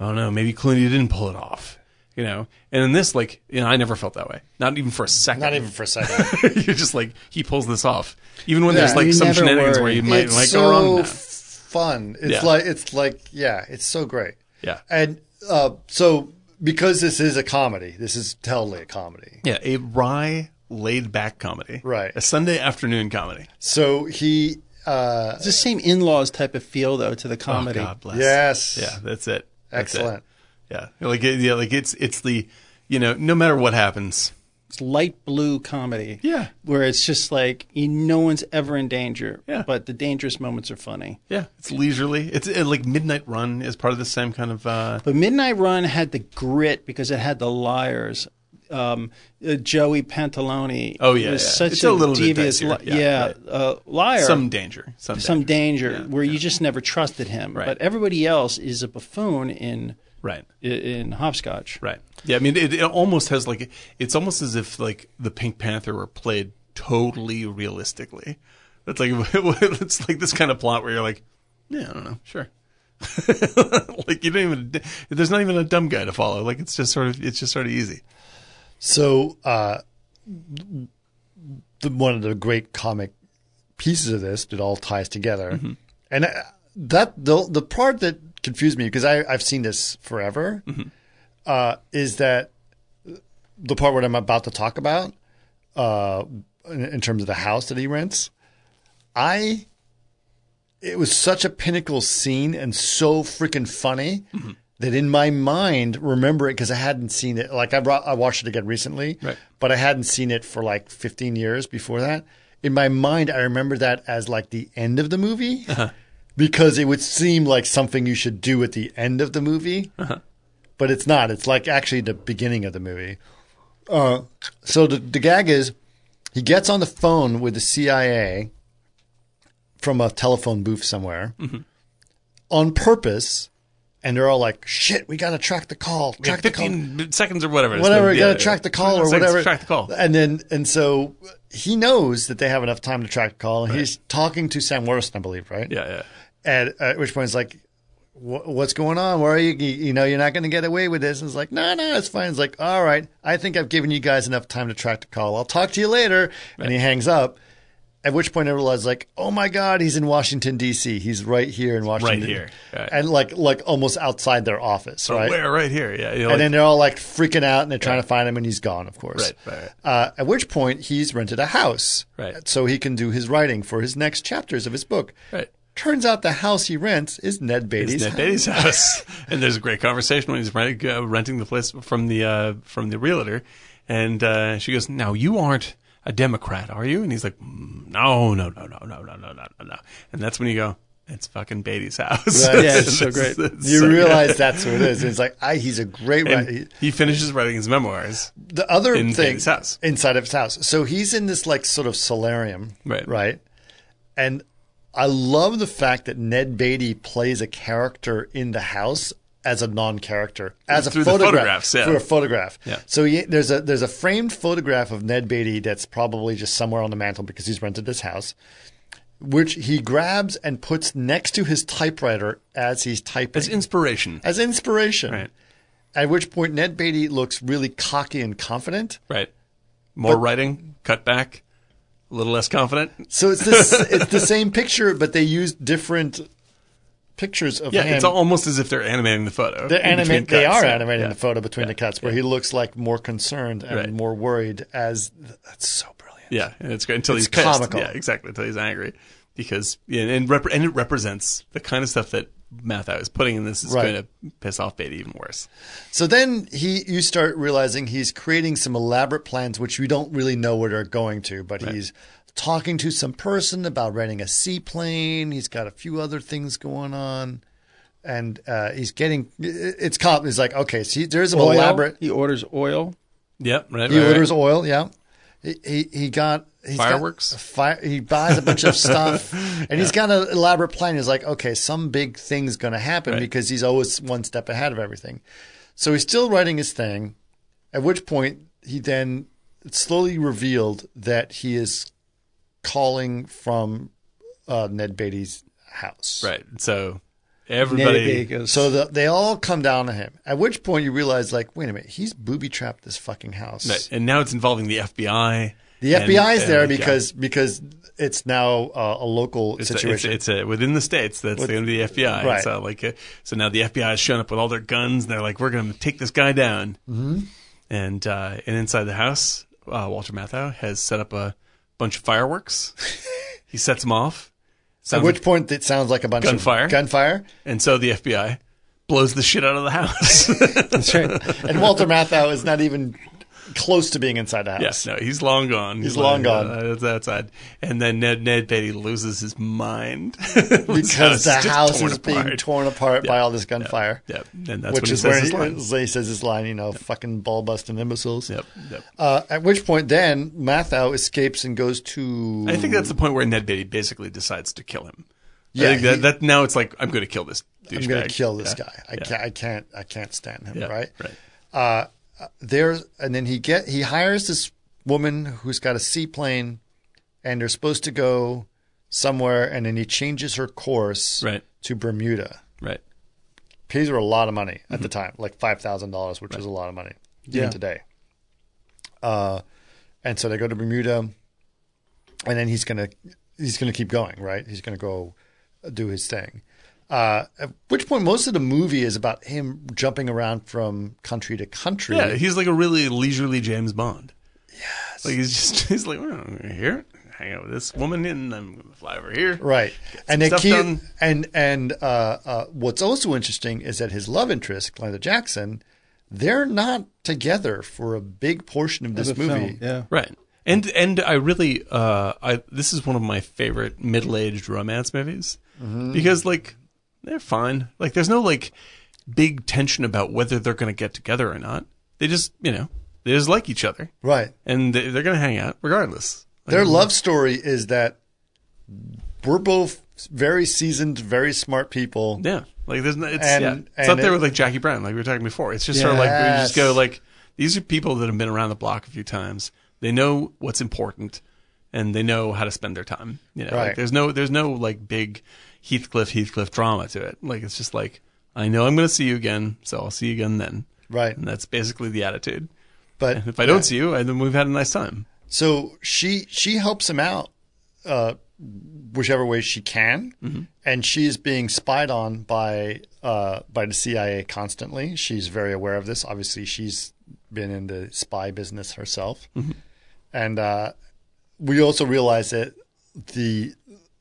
[SPEAKER 2] oh no, maybe Clooney didn't pull it off.
[SPEAKER 7] you know. And in this, like, you know, I never felt that way. Not even for a second.
[SPEAKER 1] Not even for a second.
[SPEAKER 7] You're just like he pulls this off, even when there's
[SPEAKER 1] Yeah,
[SPEAKER 7] like
[SPEAKER 1] you
[SPEAKER 7] some
[SPEAKER 5] never
[SPEAKER 7] shenanigans
[SPEAKER 5] worry.
[SPEAKER 7] where you might
[SPEAKER 1] it's
[SPEAKER 7] might
[SPEAKER 1] so
[SPEAKER 7] go wrong. in
[SPEAKER 1] f-
[SPEAKER 7] that.
[SPEAKER 1] fun. It's
[SPEAKER 7] Yeah.
[SPEAKER 1] like it's like yeah, it's so great.
[SPEAKER 7] Yeah.
[SPEAKER 1] and uh, so because this is a comedy, this is totally a comedy.
[SPEAKER 7] Yeah, a wry, laid back comedy.
[SPEAKER 1] Right.
[SPEAKER 7] A Sunday afternoon comedy.
[SPEAKER 1] So he, uh,
[SPEAKER 5] It's the same in-laws type of feel though to the comedy.
[SPEAKER 7] Oh, God bless.
[SPEAKER 1] yes,
[SPEAKER 7] Yeah, that's it. That's it.
[SPEAKER 1] excellent.
[SPEAKER 7] Yeah. Like it- yeah, like it's it's the you know, no matter what happens.
[SPEAKER 5] It's light blue comedy.
[SPEAKER 7] Yeah.
[SPEAKER 5] Where it's just like you, no one's ever in danger.
[SPEAKER 7] Yeah.
[SPEAKER 5] But the dangerous moments are funny.
[SPEAKER 7] Yeah. It's leisurely. It's uh like Midnight Run is part of the same kind of uh
[SPEAKER 5] But Midnight Run had the grit because it had the liars. Um, uh, Joey Pantalone.
[SPEAKER 7] Oh, yeah,
[SPEAKER 5] was
[SPEAKER 7] yeah.
[SPEAKER 5] such
[SPEAKER 7] It's a little bit
[SPEAKER 5] devious,
[SPEAKER 7] dicier.
[SPEAKER 5] li-
[SPEAKER 7] Yeah,
[SPEAKER 5] yeah, uh, liar.
[SPEAKER 7] some danger. Some,
[SPEAKER 5] some
[SPEAKER 7] danger.
[SPEAKER 5] danger where you just never trusted him.
[SPEAKER 7] Right.
[SPEAKER 5] But everybody else is a buffoon in
[SPEAKER 7] Right.
[SPEAKER 5] in, in hopscotch.
[SPEAKER 7] Right. Yeah, I mean it, it almost has like it's almost as if like the Pink Panther were played totally realistically. That's like it's like this kind of plot where you're like, yeah, I don't know, sure. like you don't even there's not even a dumb guy to follow. Like it's just sort of it's just sort of easy.
[SPEAKER 1] So uh, the, one of the great comic pieces of this that all ties together, and uh, that the the part that confused me because I I've seen this forever, uh, is that the part what I'm about to talk about uh, in, in terms of the house that he rents, I. It was such a pinnacle scene and so freaking funny that in my mind, remember it because I hadn't seen it. Like I, brought, I watched it again recently,
[SPEAKER 7] Right.
[SPEAKER 1] but I hadn't seen it for like 15 years before that. In my mind, I remember that as like the end of the movie because it would seem like something you should do at the end of the movie, but it's not. It's like actually the beginning of the movie. Uh, so the, the gag is he gets on the phone with the CIA from a telephone booth somewhere
[SPEAKER 7] Mm-hmm.
[SPEAKER 1] on purpose, and they're all like, "Shit, we got to track the call, track the call."
[SPEAKER 7] Fifteen seconds or whatever.
[SPEAKER 1] whatever.
[SPEAKER 7] Yeah,
[SPEAKER 1] got to
[SPEAKER 7] yeah.
[SPEAKER 1] track the call or
[SPEAKER 7] Seconds to
[SPEAKER 1] whatever.
[SPEAKER 7] Track the call.
[SPEAKER 1] And then, and so he knows that they have enough time to track the call. And he's talking to Sam Worthington, I believe, right?
[SPEAKER 7] Yeah, yeah.
[SPEAKER 1] And at which point, it's like, "Wha- "What's going on? Where are you? You you know, you're not going to get away with this." And it's like, "No, no, it's fine." It's like, "All right, I think I've given you guys enough time to track the call. I'll talk to you later." And he hangs up. At which point I realized, like, oh my god, he's in Washington D.C. He's right here in Washington,
[SPEAKER 7] here. Right.
[SPEAKER 1] and like, like almost outside their office, right?
[SPEAKER 7] Where right here. Yeah. you know,
[SPEAKER 1] and then
[SPEAKER 7] like-
[SPEAKER 1] they're all like freaking out and they're trying to find him and he's gone of course
[SPEAKER 7] Right, right.
[SPEAKER 1] Uh, at which point he's rented a house
[SPEAKER 7] Right.
[SPEAKER 1] so he can do his writing for his next chapters of his book
[SPEAKER 7] Right.
[SPEAKER 1] turns out the house he rents is ned beatty's
[SPEAKER 7] It's Ned
[SPEAKER 1] house.
[SPEAKER 7] Beatty's house, and there's a great conversation when he's rent, uh, renting the place from the uh, from the realtor, and uh, she goes, "Now you aren't a Democrat, are you?" And he's like, "Mm, "No, no, no, no, no, no, no, no, no." And that's when you go, "It's fucking Beatty's house."
[SPEAKER 1] Right. Yeah,
[SPEAKER 5] it's so great.
[SPEAKER 1] you realize that's who it is it's like I, he's a great writer He-
[SPEAKER 7] And he finishes writing his memoirs.
[SPEAKER 1] the other
[SPEAKER 7] In
[SPEAKER 1] thing
[SPEAKER 7] his house.
[SPEAKER 1] inside of his house. So he's in this like sort of solarium,
[SPEAKER 7] Right.
[SPEAKER 1] Right, and I love the fact that Ned Beatty plays a character in the house as a non-character, as a
[SPEAKER 7] Through the
[SPEAKER 1] photograph,
[SPEAKER 7] photographs, yeah.
[SPEAKER 1] through a photograph.
[SPEAKER 7] Yeah.
[SPEAKER 1] So he, there's a there's a framed photograph of Ned Beatty that's probably just somewhere on the mantle because he's rented this house. Which he grabs and puts next to his typewriter as he's typing
[SPEAKER 7] As inspiration,
[SPEAKER 1] as inspiration.
[SPEAKER 7] Right.
[SPEAKER 1] At which point, Ned Beatty looks really cocky and confident.
[SPEAKER 7] right? More writing, cut back, a little less confident.
[SPEAKER 1] So it's this, it's the same picture, but they use different pictures of
[SPEAKER 7] Yeah,
[SPEAKER 1] him.
[SPEAKER 7] it's almost as if they're animating the photo.
[SPEAKER 1] They're
[SPEAKER 7] in between
[SPEAKER 1] anima- they
[SPEAKER 7] cuts.
[SPEAKER 1] are
[SPEAKER 7] Yeah.
[SPEAKER 1] animating
[SPEAKER 7] Yeah.
[SPEAKER 1] the photo between the cuts, where he looks like more concerned and
[SPEAKER 7] Right.
[SPEAKER 1] more worried. As that's so brilliant.
[SPEAKER 7] Yeah, and it's great until
[SPEAKER 1] It's
[SPEAKER 7] he's pissed.
[SPEAKER 1] comical.
[SPEAKER 7] Yeah, exactly until he's angry because yeah, and rep- and it represents the kind of stuff that Mathau is putting in this is
[SPEAKER 1] Right.
[SPEAKER 7] going to piss off Beatty even worse.
[SPEAKER 1] So then he, you start realizing he's creating some elaborate plans, which you don't really know where they're going to, but he's talking to some person about renting a seaplane. He's got a few other things going on. And uh, he's getting it's cop. He's like, okay, see, there's an elaborate.
[SPEAKER 5] He orders oil.
[SPEAKER 7] Yep, right.
[SPEAKER 1] He
[SPEAKER 7] right,
[SPEAKER 1] orders
[SPEAKER 7] right.
[SPEAKER 1] oil. Yeah. He he, he got he's got
[SPEAKER 7] Fireworks?
[SPEAKER 1] a fire. He buys a bunch of stuff, and he's got an elaborate plan. He's like, okay, some big thing's going to happen because he's always one step ahead of everything. So he's still writing his thing. At which point, he then it's slowly revealed that he is calling from uh, Ned Beatty's house.
[SPEAKER 7] Right. So Everybody.
[SPEAKER 5] Nitty-gritty.
[SPEAKER 1] So the, they all come down to him. At which point you realize, like, wait a minute, he's booby trapped this fucking house.
[SPEAKER 7] Right. And now it's involving the FBI.
[SPEAKER 1] The
[SPEAKER 7] and-
[SPEAKER 1] FBI is
[SPEAKER 7] and,
[SPEAKER 1] there
[SPEAKER 7] yeah.
[SPEAKER 1] because because it's now uh, a local
[SPEAKER 7] It's a- it's a-
[SPEAKER 1] situation.
[SPEAKER 7] It's, a, within the states. That's going to be the FBI.
[SPEAKER 1] right.
[SPEAKER 7] So like, uh, so now the FBI is showing up with all their guns. And they're like, we're going to take this guy down. Mm-hmm. And uh, and inside the house, uh, Walter Matthau has set up a bunch of fireworks. he sets them off.
[SPEAKER 1] At
[SPEAKER 7] Sounds
[SPEAKER 1] which point it sounds like a bunch
[SPEAKER 7] Gunfire.
[SPEAKER 1] of gunfire.
[SPEAKER 7] And so the FBI blows the shit out of the house.
[SPEAKER 5] That's right.
[SPEAKER 1] And Walter Matthau is not even close to being inside the house.
[SPEAKER 7] yes, no, he's long gone.
[SPEAKER 1] He's long gone.
[SPEAKER 7] Uh, that's outside. And then Ned Ned Beatty loses his mind
[SPEAKER 1] Because the house is being
[SPEAKER 7] apart.
[SPEAKER 1] torn apart by all this gunfire.
[SPEAKER 7] Yep, and that's
[SPEAKER 1] Which
[SPEAKER 7] when he
[SPEAKER 1] is
[SPEAKER 7] says
[SPEAKER 1] where
[SPEAKER 7] his
[SPEAKER 1] he,
[SPEAKER 7] line.
[SPEAKER 1] he says his line, you know, fucking ball busting imbeciles.
[SPEAKER 7] Yep, yep.
[SPEAKER 1] Uh, at which point, then Matthau escapes and goes to.
[SPEAKER 7] I think that's the point where Ned Beatty basically decides to kill him.
[SPEAKER 1] Yeah,
[SPEAKER 7] I think that,
[SPEAKER 1] he-
[SPEAKER 7] that now it's like I'm going to kill this.
[SPEAKER 1] I'm
[SPEAKER 7] douchebag.
[SPEAKER 1] going to kill this
[SPEAKER 7] Yeah,
[SPEAKER 1] guy. I
[SPEAKER 7] yeah,
[SPEAKER 1] can't. I can't. I can't stand him.
[SPEAKER 7] yeah,
[SPEAKER 1] right.
[SPEAKER 7] Right.
[SPEAKER 1] There's and then he get he hires this woman who's got a seaplane, and they're supposed to go somewhere, and then he changes her course
[SPEAKER 7] Right.
[SPEAKER 1] to Bermuda.
[SPEAKER 7] Right.
[SPEAKER 1] Pays her a lot of money at
[SPEAKER 7] Mm-hmm.
[SPEAKER 1] the time, like five thousand dollars, which is a lot of money even today. Uh, and so they go to Bermuda, and then he's gonna he's gonna keep going, right? He's gonna go do his thing. Uh, at which point, most of the movie is about him jumping around from country to country.
[SPEAKER 7] Yeah, he's like a really leisurely James Bond. Yes. Like he's just he's like well, I'm here, hang out with this woman, and I'm going to fly over here.
[SPEAKER 1] Right. And they
[SPEAKER 7] stuff
[SPEAKER 1] keep
[SPEAKER 7] done.
[SPEAKER 1] and and uh, uh, what's also interesting is that his love interest, Glenda Jackson, they're not together for a big portion of this movie.
[SPEAKER 5] yeah.
[SPEAKER 7] Right. And and I really uh I this is one of my favorite middle-aged romance movies
[SPEAKER 1] Mm-hmm.
[SPEAKER 7] because like they're fine. Like there's no like big tension about whether they're going to get together or not. They just, you know, they just like each other
[SPEAKER 1] Right.
[SPEAKER 7] and they, they're going to hang out regardless. Like,
[SPEAKER 1] Their love story is that we're both very seasoned, very smart people.
[SPEAKER 7] yeah. Like there's no, it's
[SPEAKER 1] And-
[SPEAKER 7] yeah. It's
[SPEAKER 1] and
[SPEAKER 7] up there
[SPEAKER 1] it-
[SPEAKER 7] with like Jackie Brown like we were talking before. It's just sort of like we just
[SPEAKER 1] Yes.
[SPEAKER 7] go like these are people that have been around the block a few times. They know what's important and they know how to spend their time. You know, like
[SPEAKER 1] Right.
[SPEAKER 7] there's no there's no like big Heathcliff Heathcliff drama to it. Like it's just like I know I'm going to see you again, so I'll see you again then.
[SPEAKER 1] Right.
[SPEAKER 7] And that's basically the attitude.
[SPEAKER 1] But
[SPEAKER 7] If I don't see you, I, then we've had a nice time.
[SPEAKER 1] so she she helps him out uh, whichever way she can,
[SPEAKER 7] Mm-hmm.
[SPEAKER 1] and she is being spied on by uh, by the CIA constantly. She's very aware of this. Obviously, she's been in the spy business herself,
[SPEAKER 7] Mm-hmm.
[SPEAKER 1] and uh, we also realize that the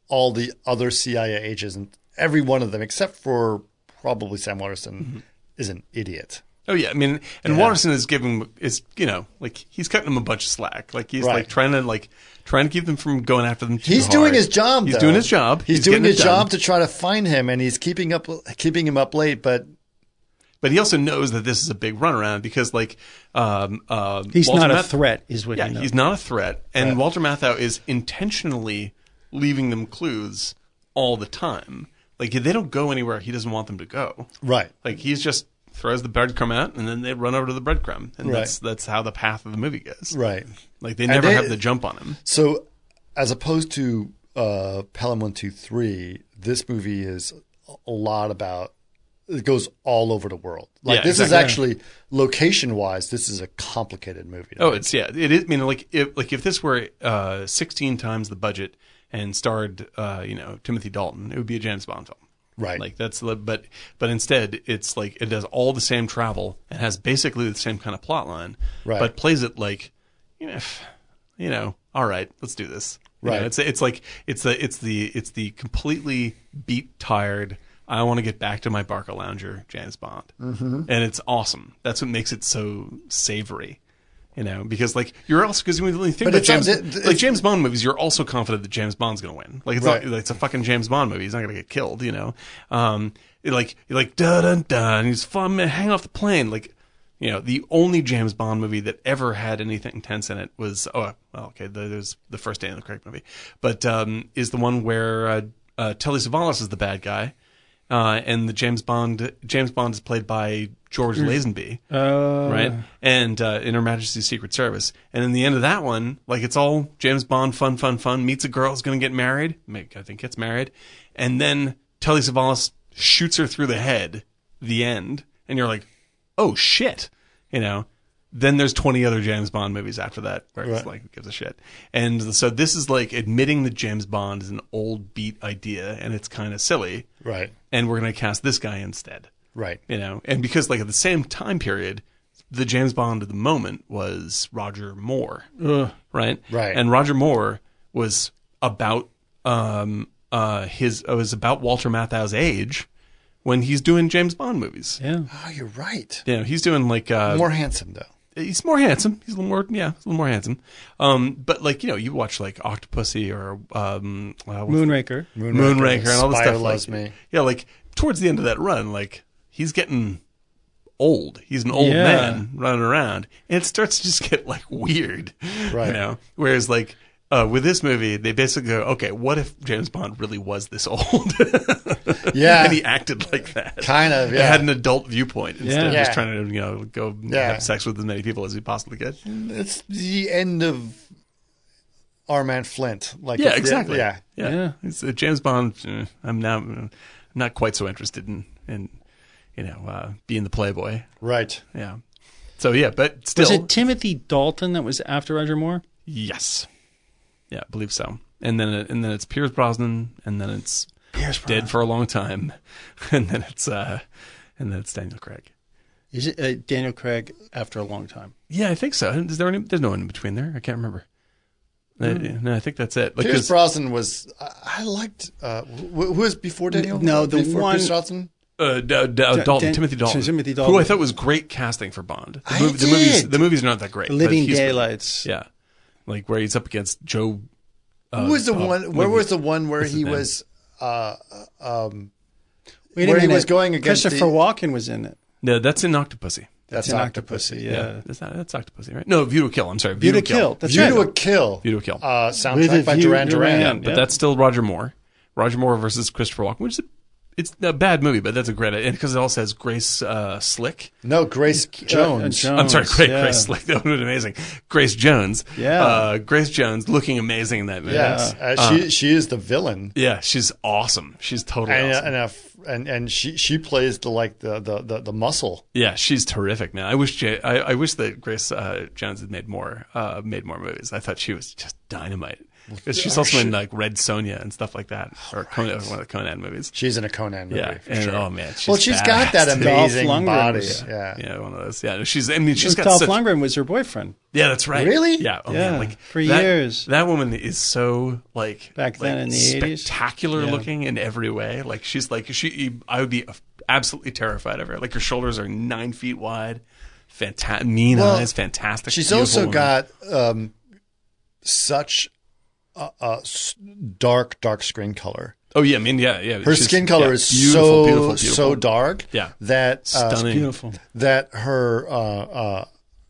[SPEAKER 1] all the other CIA agents, and every one of them except for probably Sam Waterston,
[SPEAKER 7] Mm-hmm.
[SPEAKER 1] is an idiot.
[SPEAKER 7] Oh yeah, I mean, and Watterson is giving is you know like he's cutting them a bunch of slack. Like he's
[SPEAKER 1] Right.
[SPEAKER 7] like trying to like trying to keep them from going after them. Too
[SPEAKER 1] He's
[SPEAKER 7] hard.
[SPEAKER 1] doing his job.
[SPEAKER 7] He's
[SPEAKER 1] though.
[SPEAKER 7] doing his job.
[SPEAKER 1] He's, doing
[SPEAKER 7] getting
[SPEAKER 1] his
[SPEAKER 7] it done.
[SPEAKER 1] job to try to find him, and he's keeping up, keeping him up late. But
[SPEAKER 7] but he also knows that this is a big runaround because like um, uh,
[SPEAKER 5] He's
[SPEAKER 7] Walter
[SPEAKER 5] not a
[SPEAKER 7] Matthau-
[SPEAKER 5] threat, is what
[SPEAKER 7] Yeah,
[SPEAKER 5] you know.
[SPEAKER 7] he's not a threat, and Walter Matthau is intentionally leaving them clues all the time. Like they don't go anywhere he doesn't want them to go.
[SPEAKER 1] right,
[SPEAKER 7] Like he's just throws the breadcrumb out, and then they run over to the breadcrumb, and
[SPEAKER 1] Right.
[SPEAKER 7] that's that's how the path of the movie goes.
[SPEAKER 1] right.
[SPEAKER 7] Like they never
[SPEAKER 1] they-
[SPEAKER 7] have the jump on him.
[SPEAKER 1] So, as opposed to uh, Pelham One Two Three, this movie is a lot about. It goes all over the world. Like
[SPEAKER 7] Yeah,
[SPEAKER 1] this is
[SPEAKER 7] exactly.
[SPEAKER 1] actually location wise, this is a complicated movie.
[SPEAKER 7] Oh, it's yeah. It is. I mean, like if like if this were uh, sixteen times the budget and starred uh, you know Timothy Dalton, it would be a James Bond film.
[SPEAKER 1] right.
[SPEAKER 7] Like that's the but but instead it's like it does all the same travel and has basically the same kind of plot line,
[SPEAKER 1] Right.
[SPEAKER 7] but plays it like you know, if, you know, all right, let's do this. You know,
[SPEAKER 1] Right.
[SPEAKER 7] it's it's like it's the it's the it's the completely beat tired. I want to get back to my Barca Lounger, James Bond, mm-hmm. and it's awesome. That's what makes it so savory. You know, because like you're also because when you think
[SPEAKER 1] But
[SPEAKER 7] about
[SPEAKER 1] it's not-
[SPEAKER 7] James,
[SPEAKER 1] it- it's-
[SPEAKER 7] like James Bond movies, you're also confident that James Bond's going to win. Like it's
[SPEAKER 1] Right.
[SPEAKER 7] not, it's a fucking James Bond movie. He's not going to get killed, you know. Um, it like you're like da da da, and he's fun man, hang off the plane. Like, you know, the only James Bond movie that ever had anything tense in it was oh well, okay, there- there's the first Daniel Craig movie, but um, is the one where uh, uh, Telly Savalas is the bad guy, uh, and the James Bond James Bond is played by George Lazenby
[SPEAKER 5] Uh,
[SPEAKER 7] right? And uh, in Her Majesty's Secret Service. And in the end of that one, like it's all James Bond, fun, fun, fun. Meets a girl, is going to get married. Make I think gets married, and then Telly Savalas shoots her through the head, the end, and you're like, oh shit, you know. Then there's 20 other James Bond movies after that where it's like, who gives a shit? And so this is like admitting that James Bond is an old beat idea and it's kind of silly,
[SPEAKER 1] Right.
[SPEAKER 7] and we're going to cast this guy instead
[SPEAKER 1] Right.
[SPEAKER 7] you know and because like at the same time period the james bond of the moment was roger moore right
[SPEAKER 1] Right.
[SPEAKER 7] and roger moore was about um uh his uh, was about walter matthau's age when he's doing james bond movies yeah
[SPEAKER 1] Oh, you're right.
[SPEAKER 7] you know he's doing like uh
[SPEAKER 1] More handsome though.
[SPEAKER 7] he's more handsome he's a little more yeah he's a little more handsome um but like you know you watch like octopussy or um uh, what's the-
[SPEAKER 5] Moonraker.
[SPEAKER 7] Moonraker, and all this
[SPEAKER 1] Spy
[SPEAKER 7] stuff.
[SPEAKER 1] Loves
[SPEAKER 7] like,
[SPEAKER 1] Me.
[SPEAKER 7] Yeah, like towards the end of that run, like he's getting old. He's an old
[SPEAKER 5] Yeah.
[SPEAKER 7] man running around, and it starts to just get like weird, right? You know, whereas like. Uh, with this movie, they basically go, okay, what if James Bond really was this old?
[SPEAKER 1] Yeah.
[SPEAKER 7] and he acted like that.
[SPEAKER 1] Kind of,
[SPEAKER 7] It
[SPEAKER 1] yeah.
[SPEAKER 7] had an adult viewpoint instead of
[SPEAKER 5] Yeah.
[SPEAKER 7] just trying to, you know, go
[SPEAKER 1] Yeah.
[SPEAKER 7] have sex with as many people as he possibly could.
[SPEAKER 1] It's the end of our man Flint. Like
[SPEAKER 7] Yeah,
[SPEAKER 1] it's the-
[SPEAKER 7] exactly.
[SPEAKER 1] yeah.
[SPEAKER 7] yeah.
[SPEAKER 5] Yeah.
[SPEAKER 7] It's, uh, James Bond. eh, I'm now I'm not quite so interested in in you know uh, being the playboy.
[SPEAKER 1] Right.
[SPEAKER 7] Yeah. So yeah, but still,
[SPEAKER 5] Was it Timothy Dalton that was after Roger Moore?
[SPEAKER 7] yes, yeah, I believe so. And then it, and then it's Pierce Brosnan, and then it's
[SPEAKER 9] Uh-huh.
[SPEAKER 7] dead for a long time, and then it's uh, and then it's Daniel Craig.
[SPEAKER 9] Is it uh, Daniel Craig after a long time?
[SPEAKER 7] Yeah, I think so. Is there any? There's no one in between there. I can't remember. Uh,
[SPEAKER 9] Hmm.
[SPEAKER 7] yeah, No, I think that's it. Like,
[SPEAKER 1] Pierce
[SPEAKER 7] 'cause-
[SPEAKER 1] Brosnan was. I, I liked. Uh, who, who was before Daniel? Uh,
[SPEAKER 9] no, the
[SPEAKER 1] before
[SPEAKER 9] one-
[SPEAKER 1] Pierce Brosnan.
[SPEAKER 7] Uh, D- D-
[SPEAKER 9] Dan-
[SPEAKER 7] Dalton, Timothy Dalton,
[SPEAKER 9] Timothy
[SPEAKER 7] who I
[SPEAKER 9] Dalton.
[SPEAKER 7] thought was great casting for Bond. The,
[SPEAKER 9] I
[SPEAKER 7] the movies,
[SPEAKER 9] did.
[SPEAKER 7] the movies are not that great. but
[SPEAKER 9] Living
[SPEAKER 7] he's-
[SPEAKER 9] Daylights.
[SPEAKER 7] yeah, like where he's up against Joe. Uh,
[SPEAKER 1] who was the
[SPEAKER 7] uh,
[SPEAKER 9] oh,
[SPEAKER 1] one? Where
[SPEAKER 7] wait,
[SPEAKER 1] was the one where
[SPEAKER 7] what's his
[SPEAKER 1] he
[SPEAKER 7] name?
[SPEAKER 1] was? Uh, um,
[SPEAKER 9] Wait a
[SPEAKER 1] Where he
[SPEAKER 9] minute.
[SPEAKER 1] was going against
[SPEAKER 9] Christopher
[SPEAKER 1] the-
[SPEAKER 9] Walken was in it.
[SPEAKER 7] No, that's in Octopussy.
[SPEAKER 1] that's
[SPEAKER 9] It's an
[SPEAKER 1] Octopussy.
[SPEAKER 9] Octopussy. Yeah.
[SPEAKER 7] That's not, that's Octopussy, right? No, View to a Kill. I'm sorry,
[SPEAKER 9] View to Kill. That's
[SPEAKER 1] View
[SPEAKER 9] right.
[SPEAKER 1] to a Kill.
[SPEAKER 7] View to a Kill.
[SPEAKER 1] Uh,
[SPEAKER 9] With
[SPEAKER 1] soundtrack
[SPEAKER 9] a
[SPEAKER 1] by
[SPEAKER 9] View
[SPEAKER 1] Duran
[SPEAKER 9] to
[SPEAKER 1] Duran.
[SPEAKER 7] yeah,
[SPEAKER 9] Duran.
[SPEAKER 7] but
[SPEAKER 9] yeah.
[SPEAKER 7] that's still Roger Moore. Roger Moore versus Christopher Walken, which is a, it's a bad movie, but that's a great and because it also has Grace uh, Slick.
[SPEAKER 1] No, Grace Jones.
[SPEAKER 7] I'm sorry, Grace,
[SPEAKER 5] Oh, yeah.
[SPEAKER 7] Grace Slick. That would have been amazing. Grace Jones.
[SPEAKER 5] Yeah.
[SPEAKER 7] Uh, Grace Jones looking amazing in that movie.
[SPEAKER 1] Yes, uh,
[SPEAKER 7] Uh-huh.
[SPEAKER 1] she she is the villain,
[SPEAKER 7] Yeah, she's awesome. She's totally
[SPEAKER 1] and uh,
[SPEAKER 7] awesome.
[SPEAKER 1] and, a f and and she she plays the like the the the, the muscle.
[SPEAKER 7] yeah, she's terrific, man. I wish J- I, I wish that Grace uh, Jones had made more uh, made more movies. I thought she was just dynamite. 'Cause she's also in like Red Sonja and stuff like that, or Conan, one of the Conan movies.
[SPEAKER 1] She's in a Conan movie.
[SPEAKER 7] Yeah,
[SPEAKER 1] for
[SPEAKER 7] and
[SPEAKER 1] sure.
[SPEAKER 7] oh man, she's
[SPEAKER 1] well, she's got that
[SPEAKER 7] badass.
[SPEAKER 1] amazing
[SPEAKER 5] Dolph Lundgren
[SPEAKER 1] body.
[SPEAKER 5] was-
[SPEAKER 1] Yeah.
[SPEAKER 7] Yeah, one of those. Yeah, she's. I mean, she's got
[SPEAKER 5] Dolph
[SPEAKER 7] such.
[SPEAKER 5] Lundgren was her boyfriend.
[SPEAKER 7] Yeah, that's right.
[SPEAKER 1] Really?
[SPEAKER 7] Yeah. Oh,
[SPEAKER 5] Yeah,
[SPEAKER 7] Man, like
[SPEAKER 5] for
[SPEAKER 7] that-
[SPEAKER 5] years.
[SPEAKER 7] That woman is so like
[SPEAKER 5] Back then
[SPEAKER 7] like,
[SPEAKER 5] in the 80s.
[SPEAKER 7] spectacular looking in every way. Like she's like she. I would be absolutely terrified of her. Like her shoulders are nine feet wide. Fantastic, mean
[SPEAKER 1] Well,
[SPEAKER 7] eyes, fantastic.
[SPEAKER 1] She's
[SPEAKER 7] beautiful
[SPEAKER 1] also
[SPEAKER 7] woman.
[SPEAKER 1] got um, such a, a s- dark, dark screen color.
[SPEAKER 7] Oh yeah, I mean yeah, yeah.
[SPEAKER 1] Her
[SPEAKER 7] she's-
[SPEAKER 1] skin color
[SPEAKER 7] yeah,
[SPEAKER 1] is
[SPEAKER 7] beautiful,
[SPEAKER 1] so
[SPEAKER 7] beautiful, beautiful.
[SPEAKER 1] so dark
[SPEAKER 7] Yeah.
[SPEAKER 1] that uh,
[SPEAKER 7] stunning.
[SPEAKER 5] Beautiful.
[SPEAKER 1] that her uh, uh,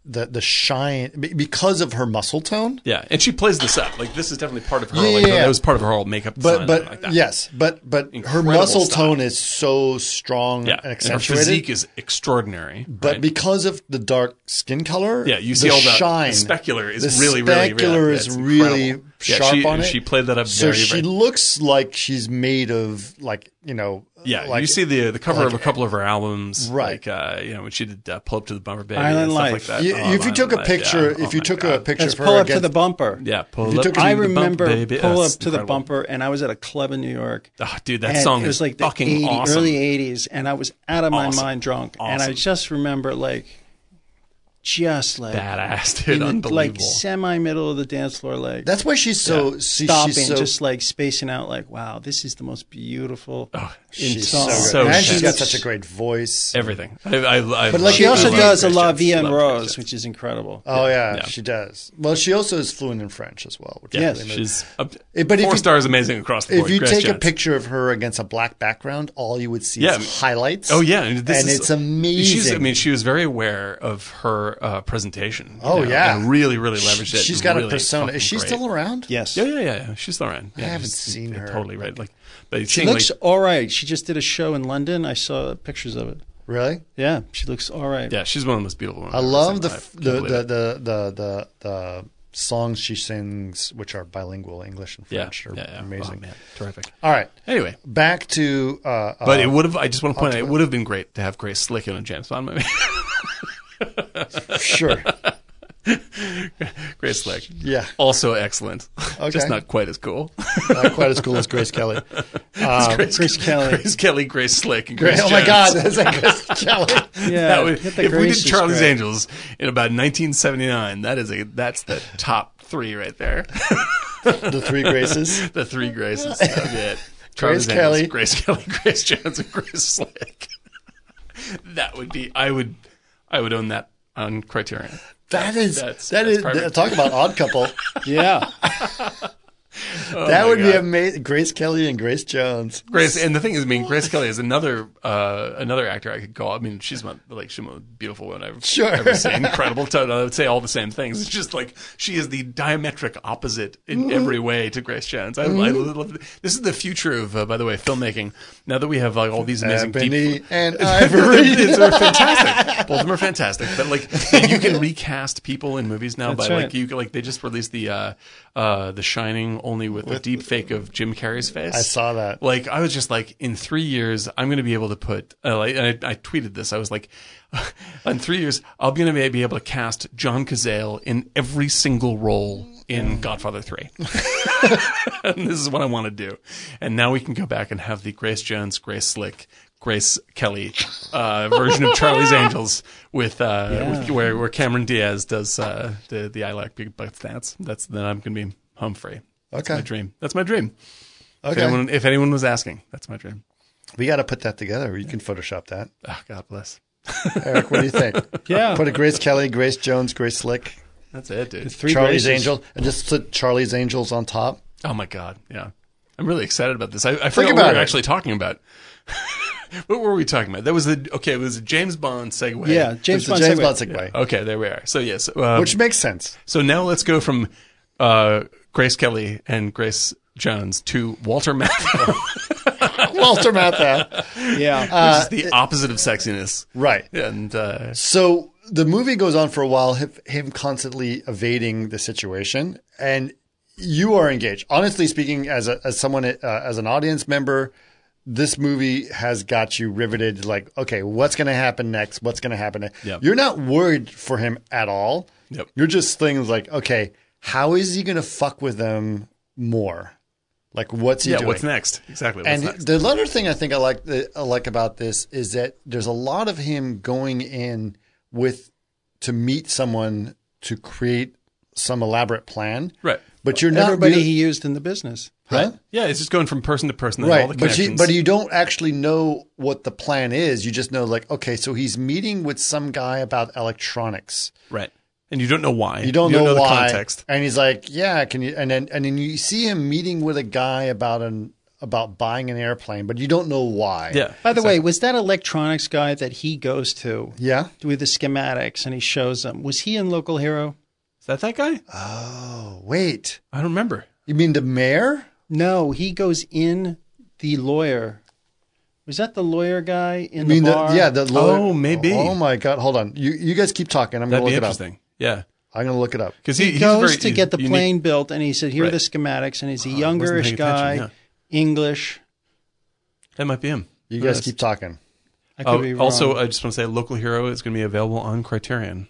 [SPEAKER 1] the the shine be- because of her muscle tone.
[SPEAKER 7] Yeah, and she plays this up. Like this is definitely part of her.
[SPEAKER 1] Yeah,
[SPEAKER 7] like,
[SPEAKER 1] yeah, yeah.
[SPEAKER 7] That was part of her whole makeup.
[SPEAKER 1] But
[SPEAKER 7] design and
[SPEAKER 1] but
[SPEAKER 7] like that.
[SPEAKER 1] yes, but but
[SPEAKER 7] Incredible
[SPEAKER 1] her muscle
[SPEAKER 7] style.
[SPEAKER 1] tone is so strong
[SPEAKER 7] yeah.
[SPEAKER 1] and
[SPEAKER 7] her
[SPEAKER 1] accentuated.
[SPEAKER 7] physique is extraordinary.
[SPEAKER 1] but
[SPEAKER 7] right?
[SPEAKER 1] because of the dark skin color,
[SPEAKER 7] Yeah, you see
[SPEAKER 1] the
[SPEAKER 7] all the,
[SPEAKER 1] shine.
[SPEAKER 7] the specular is
[SPEAKER 1] The
[SPEAKER 7] really, really,
[SPEAKER 1] specular
[SPEAKER 7] really
[SPEAKER 1] is
[SPEAKER 7] it's
[SPEAKER 1] really
[SPEAKER 7] incredible. Yeah,
[SPEAKER 1] sharp
[SPEAKER 7] she,
[SPEAKER 1] on it.
[SPEAKER 7] She played that up
[SPEAKER 1] so
[SPEAKER 7] very,
[SPEAKER 1] she
[SPEAKER 7] very.
[SPEAKER 1] looks like she's made of like you know
[SPEAKER 7] Yeah,
[SPEAKER 1] like,
[SPEAKER 7] you see the the cover of a couple of her albums,
[SPEAKER 1] Right.
[SPEAKER 7] Like uh, you know when she did uh, "Pull Up to the Bumper Baby"
[SPEAKER 5] Island
[SPEAKER 7] and stuff
[SPEAKER 5] Life.
[SPEAKER 7] like that.
[SPEAKER 1] You-
[SPEAKER 7] Oh,
[SPEAKER 1] if you
[SPEAKER 7] Island
[SPEAKER 1] took a
[SPEAKER 7] Life,
[SPEAKER 1] picture,
[SPEAKER 7] yeah.
[SPEAKER 1] if
[SPEAKER 7] Oh
[SPEAKER 1] you
[SPEAKER 7] my
[SPEAKER 1] took a
[SPEAKER 7] God.
[SPEAKER 1] picture
[SPEAKER 5] That's
[SPEAKER 1] of her
[SPEAKER 5] pull up to
[SPEAKER 1] against,
[SPEAKER 5] the bumper.
[SPEAKER 7] yeah, pull
[SPEAKER 1] you
[SPEAKER 7] up.
[SPEAKER 1] took
[SPEAKER 7] to
[SPEAKER 1] a-
[SPEAKER 5] I
[SPEAKER 7] the Bumper
[SPEAKER 5] remember
[SPEAKER 7] Baby.
[SPEAKER 5] pull
[SPEAKER 7] That's
[SPEAKER 5] up to the
[SPEAKER 7] incredible.
[SPEAKER 5] bumper, and I was at a club in New York.
[SPEAKER 7] Oh, dude, that
[SPEAKER 5] and
[SPEAKER 7] song
[SPEAKER 5] it was
[SPEAKER 7] is
[SPEAKER 5] like the
[SPEAKER 7] fucking
[SPEAKER 5] 80
[SPEAKER 7] awesome.
[SPEAKER 5] early 80s and i was out of my
[SPEAKER 7] Awesome.
[SPEAKER 5] mind drunk and i
[SPEAKER 7] Awesome.
[SPEAKER 5] just remember like just like
[SPEAKER 7] Badass,
[SPEAKER 5] in
[SPEAKER 7] dude,
[SPEAKER 5] the,
[SPEAKER 7] unbelievable.
[SPEAKER 5] like semi middle of the dance floor like
[SPEAKER 1] that's why she's so she-
[SPEAKER 5] stopping
[SPEAKER 1] she's so,
[SPEAKER 5] just like spacing out like wow this is the most beautiful in
[SPEAKER 1] Oh, she's
[SPEAKER 5] song.
[SPEAKER 1] so,
[SPEAKER 7] So
[SPEAKER 1] good. and
[SPEAKER 7] good.
[SPEAKER 1] she's got
[SPEAKER 7] She's-
[SPEAKER 1] such a great voice.
[SPEAKER 7] Everything. I, I, I
[SPEAKER 1] But,
[SPEAKER 7] love-
[SPEAKER 1] like,
[SPEAKER 5] she also
[SPEAKER 7] I love
[SPEAKER 5] does a
[SPEAKER 7] Grace
[SPEAKER 5] la
[SPEAKER 7] Jones.
[SPEAKER 5] vie en
[SPEAKER 7] Love Grace
[SPEAKER 5] rose
[SPEAKER 7] Jones.
[SPEAKER 5] which is incredible
[SPEAKER 1] oh yeah,
[SPEAKER 7] yeah.
[SPEAKER 1] she does. Well, she also is fluent in French as well. Which
[SPEAKER 5] Yes,
[SPEAKER 1] really
[SPEAKER 7] She's up,
[SPEAKER 1] If- but if
[SPEAKER 7] four
[SPEAKER 1] you-
[SPEAKER 7] stars, amazing across the board.
[SPEAKER 1] if you
[SPEAKER 7] Grace
[SPEAKER 1] take a
[SPEAKER 7] Jones.
[SPEAKER 1] picture of her against a black background, all you would see
[SPEAKER 7] Yeah.
[SPEAKER 1] is highlights.
[SPEAKER 7] Oh yeah, and, this
[SPEAKER 1] and
[SPEAKER 7] is-
[SPEAKER 1] it's amazing.
[SPEAKER 7] She's, I mean, she was very aware of her uh, presentation. you
[SPEAKER 1] Oh, yeah.
[SPEAKER 7] and really, really leveraged it.
[SPEAKER 1] she's
[SPEAKER 7] and
[SPEAKER 1] got a
[SPEAKER 7] really
[SPEAKER 1] persona.
[SPEAKER 7] fucking
[SPEAKER 1] Is she
[SPEAKER 7] great. Oh,
[SPEAKER 1] still around?
[SPEAKER 5] yes
[SPEAKER 7] Yeah, yeah, yeah, yeah. She's still around. Yeah,
[SPEAKER 1] haven't
[SPEAKER 7] she's-
[SPEAKER 1] seen
[SPEAKER 7] you're
[SPEAKER 1] her.
[SPEAKER 7] Totally right. Like, but
[SPEAKER 5] she
[SPEAKER 7] she
[SPEAKER 5] looks
[SPEAKER 7] Like,
[SPEAKER 5] all right she just did a show in london i saw pictures of it
[SPEAKER 1] Really?
[SPEAKER 5] yeah she looks all right
[SPEAKER 7] yeah, she's one of the most beautiful. Women
[SPEAKER 1] I
[SPEAKER 7] I've ever
[SPEAKER 1] love
[SPEAKER 7] seen
[SPEAKER 1] the
[SPEAKER 7] live.
[SPEAKER 1] f-
[SPEAKER 7] Can't
[SPEAKER 1] the,
[SPEAKER 7] believe
[SPEAKER 1] the,
[SPEAKER 7] it.
[SPEAKER 1] the the the the songs she sings, which are bilingual, English and French, are
[SPEAKER 7] Oh,
[SPEAKER 1] amazing.
[SPEAKER 7] terrific.
[SPEAKER 1] All right,
[SPEAKER 7] Anyway,
[SPEAKER 1] back to uh,
[SPEAKER 7] but
[SPEAKER 1] uh,
[SPEAKER 7] it would have. I just want to point out, it would have been great to have Grace Slick in a James Bond movie.
[SPEAKER 1] sure,
[SPEAKER 7] Grace Slick,
[SPEAKER 1] yeah,
[SPEAKER 7] also excellent,
[SPEAKER 1] Okay.
[SPEAKER 7] just not quite as cool.
[SPEAKER 1] not quite as cool as Grace Kelly. Um,
[SPEAKER 5] Grace Kelly.
[SPEAKER 7] Grace Kelly, Grace Slick, and Grace
[SPEAKER 1] Oh my
[SPEAKER 7] Jones.
[SPEAKER 1] God, that's like Grace Kelly.
[SPEAKER 5] Yeah,
[SPEAKER 7] That would-
[SPEAKER 5] hit the
[SPEAKER 7] if we
[SPEAKER 5] Grace
[SPEAKER 7] did Charlie's
[SPEAKER 5] subscribe.
[SPEAKER 7] Angels in about 1979, that is a that's the top three right there.
[SPEAKER 1] The Three Graces.
[SPEAKER 7] the three Graces. That'd be it. Charlie's
[SPEAKER 1] Kelly.
[SPEAKER 7] Angels, Grace Kelly, Grace Jones, and Grace Slick. that would be. I would. I would own that on Criterion.
[SPEAKER 1] That is
[SPEAKER 7] That's-
[SPEAKER 1] that
[SPEAKER 7] that's
[SPEAKER 1] is
[SPEAKER 7] perfect. Oh
[SPEAKER 1] talk about odd couple.
[SPEAKER 5] Yeah.
[SPEAKER 1] that
[SPEAKER 7] my
[SPEAKER 1] would be
[SPEAKER 7] God.
[SPEAKER 1] amazing. Grace Kelly and Grace Jones.
[SPEAKER 7] Grace, and the thing is, I mean, Grace Kelly is another uh, another actor I could call. I mean, she's my like she's the most beautiful woman I've
[SPEAKER 1] Sure.
[SPEAKER 7] ever seen. Incredible. So I would say all the same things. It's just like she is the diametric opposite in every way to Grace Jones. I, I love this is the future of, uh, by the way, filmmaking. Now that we have like all these amazing deep,
[SPEAKER 1] Ebony and Ivory.
[SPEAKER 7] these are fantastic. Both of them are fantastic. But like and you can recast people in movies now by like
[SPEAKER 5] right.
[SPEAKER 7] you can, like they just released the uh, uh, the Shining only with, a deep fake of Jim Carrey's face.
[SPEAKER 1] I saw that.
[SPEAKER 7] Like I was just like in three years I'm going to be able to put uh, like, and I, I tweeted this. I was like, in three years I'm going to be able to cast John Cazale in every single role in Godfather Three. and this is what I want to do. And now we can go back and have the Grace Jones, Grace Slick, Grace Kelly uh, version of Charlie's Angels with, uh, with where, where Cameron Diaz does uh, the the I like big butt dance. That's then I'm gonna be home free. That's
[SPEAKER 1] Okay.
[SPEAKER 7] my dream. That's my dream. If
[SPEAKER 1] Okay,
[SPEAKER 7] anyone, if anyone was asking, that's my dream.
[SPEAKER 1] we got to put that together. You can Photoshop that.
[SPEAKER 7] Oh, God bless.
[SPEAKER 1] Eric, what do you think?
[SPEAKER 5] Yeah.
[SPEAKER 1] Put a Grace Kelly, Grace Jones, Grace Slick,
[SPEAKER 7] That's it, dude.
[SPEAKER 5] Three
[SPEAKER 1] Charlie's
[SPEAKER 5] Graces.
[SPEAKER 1] Angel, and just put Charlie's Angels on top.
[SPEAKER 7] Oh my God. Yeah. I'm really excited about this. I, I forgot
[SPEAKER 1] about
[SPEAKER 7] what we were
[SPEAKER 1] it.
[SPEAKER 7] actually talking about. what were we talking about? That was the okay. It was a James Bond segue.
[SPEAKER 5] Yeah, James
[SPEAKER 1] It's the
[SPEAKER 5] Bond.
[SPEAKER 1] James
[SPEAKER 5] segue.
[SPEAKER 1] Bond segue,
[SPEAKER 7] Okay, there we are. So yes, uh,
[SPEAKER 1] which makes sense.
[SPEAKER 7] So now let's go from uh, Grace Kelly and Grace Jones to Walter Matthau,
[SPEAKER 1] Walter Matthau.
[SPEAKER 5] Yeah.
[SPEAKER 1] Uh,
[SPEAKER 7] which is the opposite of sexiness.
[SPEAKER 1] Right.
[SPEAKER 7] And uh,
[SPEAKER 1] So the movie goes on for a while, him- him constantly evading the situation, and you are engaged. Honestly speaking, as a, as someone uh, as an audience member, this movie has got you riveted. Like, okay, what's going to happen next? What's going to happen? Next?
[SPEAKER 7] Yep.
[SPEAKER 1] You're not worried for him at all.
[SPEAKER 7] Yep.
[SPEAKER 1] You're just things like, okay, how is he going to fuck with them more? Like, what's he
[SPEAKER 7] yeah,
[SPEAKER 1] doing?
[SPEAKER 7] what's next? Exactly. What's
[SPEAKER 1] and
[SPEAKER 7] next?
[SPEAKER 1] the other thing I think I like that I like about this is that there's a lot of him going in with to meet someone to create some elaborate plan,
[SPEAKER 7] Right.
[SPEAKER 1] But you're not
[SPEAKER 5] Everybody
[SPEAKER 1] really,
[SPEAKER 5] he used in the business.
[SPEAKER 1] huh?
[SPEAKER 7] Yeah, it's just going from person to person. And All the
[SPEAKER 1] right? But you,
[SPEAKER 7] connections.
[SPEAKER 1] but you don't actually know what the plan is. You just know like, okay, so he's meeting with some guy about electronics.
[SPEAKER 7] right. And you don't know why.
[SPEAKER 1] You don't know,
[SPEAKER 7] the
[SPEAKER 1] why.
[SPEAKER 7] context.
[SPEAKER 1] And he's like, yeah, can you? And then and then you see him meeting with a guy about an about buying an airplane, but you don't know why.
[SPEAKER 7] Yeah.
[SPEAKER 5] By the way, was that electronics guy that he goes to
[SPEAKER 1] Yeah.
[SPEAKER 5] with the schematics and he shows them? Was he in Local Hero?
[SPEAKER 7] Is that that guy?
[SPEAKER 1] Oh, Wait.
[SPEAKER 7] I don't remember.
[SPEAKER 1] You mean the mayor?
[SPEAKER 5] No, he goes in the lawyer. Was that the lawyer guy in
[SPEAKER 1] I mean,
[SPEAKER 5] the
[SPEAKER 1] the,
[SPEAKER 5] bar?
[SPEAKER 1] yeah, the lawyer.
[SPEAKER 7] Oh, maybe.
[SPEAKER 1] Oh my God! Hold on. You you guys keep talking. I'm
[SPEAKER 7] That'd
[SPEAKER 1] gonna
[SPEAKER 7] be
[SPEAKER 1] look it up.
[SPEAKER 7] interesting. Yeah.
[SPEAKER 1] I'm gonna look it up.
[SPEAKER 7] Because
[SPEAKER 5] he
[SPEAKER 7] he's
[SPEAKER 5] goes
[SPEAKER 7] very
[SPEAKER 5] to get the
[SPEAKER 7] unique-
[SPEAKER 5] plane built, and he said, "Here are the
[SPEAKER 7] Right. Uh,
[SPEAKER 5] schematics." And he's a
[SPEAKER 7] I wasn't paying
[SPEAKER 5] youngerish
[SPEAKER 7] attention,
[SPEAKER 5] guy,
[SPEAKER 7] yeah.
[SPEAKER 5] English.
[SPEAKER 7] That might be him.
[SPEAKER 1] You guys
[SPEAKER 7] Yes.
[SPEAKER 1] keep talking.
[SPEAKER 5] I could be
[SPEAKER 7] Oh,
[SPEAKER 5] wrong.
[SPEAKER 7] also, I just want to say Local Hero is going to be available on Criterion.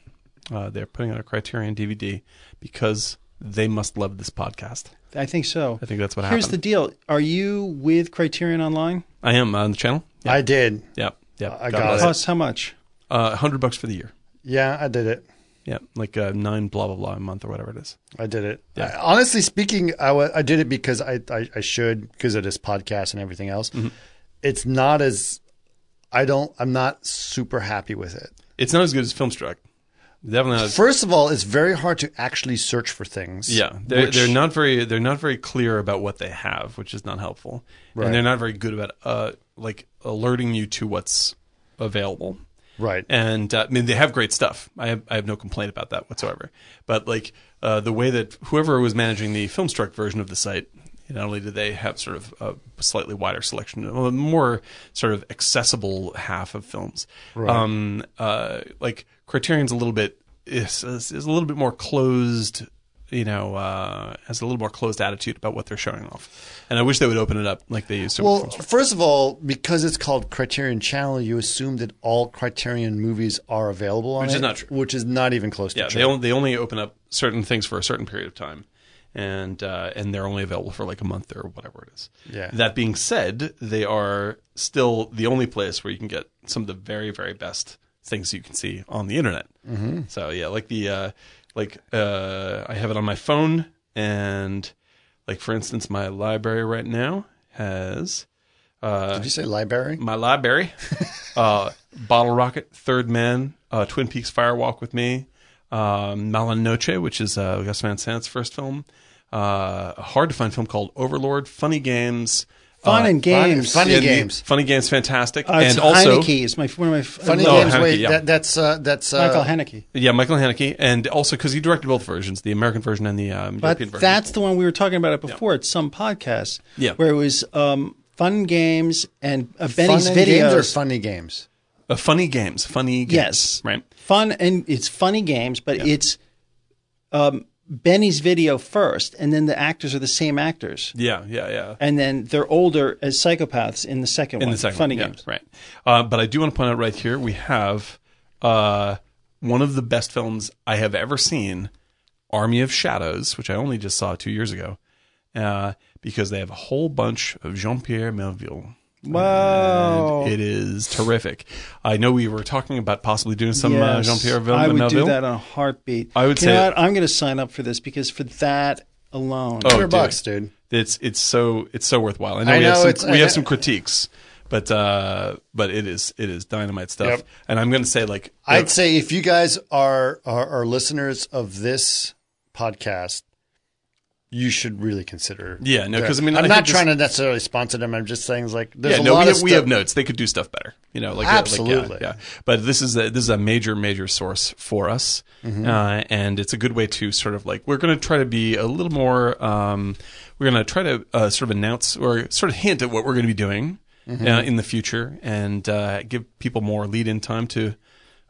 [SPEAKER 7] Uh, they're putting out a Criterion DVD because they must love this podcast.
[SPEAKER 5] I think so.
[SPEAKER 7] uh, I think that's what
[SPEAKER 5] Here's the
[SPEAKER 7] happened.
[SPEAKER 5] deal: Are you with Criterion Online?
[SPEAKER 7] I am uh, on the channel. Yeah,
[SPEAKER 1] I did.
[SPEAKER 7] yeah, yeah.
[SPEAKER 1] I got it.
[SPEAKER 5] Plus, how much?
[SPEAKER 7] Uh, hundred bucks for the year.
[SPEAKER 1] Yeah, I did it.
[SPEAKER 7] Yeah, like uh, nine blah blah blah a month or whatever it is.
[SPEAKER 1] I did it. I- honestly speaking, I wa- I did it because I, I, I should because of this podcast and everything else.
[SPEAKER 7] Mm-hmm.
[SPEAKER 1] It's not as I don't. I'm not super happy with it.
[SPEAKER 7] It's not as good as Filmstruck. Definitely. Not as,
[SPEAKER 1] First of all, it's very hard to actually search for things.
[SPEAKER 7] yeah, they're,
[SPEAKER 1] which-
[SPEAKER 7] they're not very they're not very clear about what they have, which is not helpful.
[SPEAKER 1] Right.
[SPEAKER 7] And they're not very good about uh like alerting you to what's available.
[SPEAKER 1] right.
[SPEAKER 7] and uh, I mean they have great stuff. I have I have no complaint about that whatsoever. But like uh, the way that whoever was managing the Filmstruck version of the site, not only did they have sort of a slightly wider selection, a more sort of accessible half of films, um, uh, like Criterion's a little bit is, is a little bit more closed
[SPEAKER 2] you know uh, has a little more closed attitude about what they're showing off. And I wish they would open it up like they used to.
[SPEAKER 1] Well, first of all, because it's called Criterion Channel, you assume that all Criterion movies are available on
[SPEAKER 2] Which
[SPEAKER 1] is
[SPEAKER 2] is not true.
[SPEAKER 1] Which is not even close
[SPEAKER 2] yeah,
[SPEAKER 1] to
[SPEAKER 2] they
[SPEAKER 1] true.
[SPEAKER 2] only, they only open up certain things for a certain period of time, and uh, and they're only available for like a month or whatever it is.
[SPEAKER 1] Yeah.
[SPEAKER 2] That being said, they are still the only place where you can get some of the very very best things you can see on the internet. Mm-hmm. So yeah, like the uh, like uh, I have it on my phone, and like for instance, my library right now has.
[SPEAKER 1] Did you say library?
[SPEAKER 2] my library, uh, Bottle Rocket, Third Man, uh, Twin Peaks Firewalk with Me, um, Malanoche, which is uh, Gus Van Sant's first film, uh, a hard to find film called Overlord, Funny Games.
[SPEAKER 5] Fun
[SPEAKER 2] uh,
[SPEAKER 5] and games.
[SPEAKER 1] Funny
[SPEAKER 2] yeah, the-
[SPEAKER 1] games.
[SPEAKER 2] Funny Games, fantastic.
[SPEAKER 5] Uh,
[SPEAKER 2] and also,
[SPEAKER 5] Heineke is my one of my
[SPEAKER 1] Funny
[SPEAKER 2] Oh,
[SPEAKER 1] games.
[SPEAKER 2] Haneke,
[SPEAKER 1] wait,
[SPEAKER 2] yeah.
[SPEAKER 1] that, that's uh, that's uh,
[SPEAKER 5] Michael Haneke.
[SPEAKER 2] yeah, Michael Haneke. And also, because he directed both versions, the American version and the um,
[SPEAKER 5] But
[SPEAKER 2] European version.
[SPEAKER 5] that's the one we were talking about it before. It's some podcast
[SPEAKER 2] Yeah.
[SPEAKER 5] where it was um, fun games and uh, Benny's
[SPEAKER 1] fun and
[SPEAKER 5] videos.
[SPEAKER 1] games or funny games.
[SPEAKER 2] Uh, funny Games. Funny Games.
[SPEAKER 5] yes,
[SPEAKER 2] Right?
[SPEAKER 5] Fun and it's funny games, but it's um, Benny's video first, and then the actors are the same actors,
[SPEAKER 2] Yeah, yeah, yeah.
[SPEAKER 5] and then they're older as psychopaths in the second
[SPEAKER 2] in
[SPEAKER 5] one.
[SPEAKER 2] the second
[SPEAKER 5] funny
[SPEAKER 2] one, yeah,
[SPEAKER 5] games.
[SPEAKER 2] right? Uh, but I do want to point out right here we have uh, one of the best films I have ever seen, Army of Shadows, which I only just saw two years ago, uh, because they have a whole bunch of Jean Pierre Melville.
[SPEAKER 1] Oh.
[SPEAKER 2] Wow, it is terrific. I know we were talking about possibly doing some uh,
[SPEAKER 5] Yes.
[SPEAKER 2] Jean Pierre Melville.
[SPEAKER 5] I would do that on a heartbeat.
[SPEAKER 2] I would
[SPEAKER 5] you know
[SPEAKER 2] say-
[SPEAKER 5] what? I'm going to sign up for this because for that alone,
[SPEAKER 2] Oh,
[SPEAKER 1] Hundred
[SPEAKER 2] dude.
[SPEAKER 1] bucks, dude.
[SPEAKER 2] It's it's so it's so worthwhile. I know,
[SPEAKER 1] I
[SPEAKER 2] we
[SPEAKER 1] know,
[SPEAKER 2] have
[SPEAKER 1] it's-
[SPEAKER 2] some, we
[SPEAKER 1] I-
[SPEAKER 2] have some critiques, but uh, but it is it is dynamite stuff.
[SPEAKER 1] Yep.
[SPEAKER 2] And I'm going to say like
[SPEAKER 1] I'd say if you guys are, are are listeners of this podcast, you should really consider.
[SPEAKER 2] Yeah, no, 'cause I
[SPEAKER 1] that.
[SPEAKER 2] mean,
[SPEAKER 1] I'm
[SPEAKER 2] I
[SPEAKER 1] not
[SPEAKER 2] think
[SPEAKER 1] trying to necessarily sponsor them. I'm just saying, like, there's
[SPEAKER 2] yeah,
[SPEAKER 1] a
[SPEAKER 2] no,
[SPEAKER 1] lot
[SPEAKER 2] we
[SPEAKER 1] of
[SPEAKER 2] have, we
[SPEAKER 1] stuff-
[SPEAKER 2] have notes. They could do stuff better. You know, like like,
[SPEAKER 1] Absolutely.
[SPEAKER 2] yeah, yeah. But this is a, this is a major major source for us,
[SPEAKER 1] Mm-hmm.
[SPEAKER 2] uh, and it's a good way to sort of like we're going to try to be a little more. Um, we're going to try to uh, sort of announce or sort of hint at what we're going to be doing
[SPEAKER 1] Mm-hmm.
[SPEAKER 2] uh, in the future, and uh, give people more lead in time to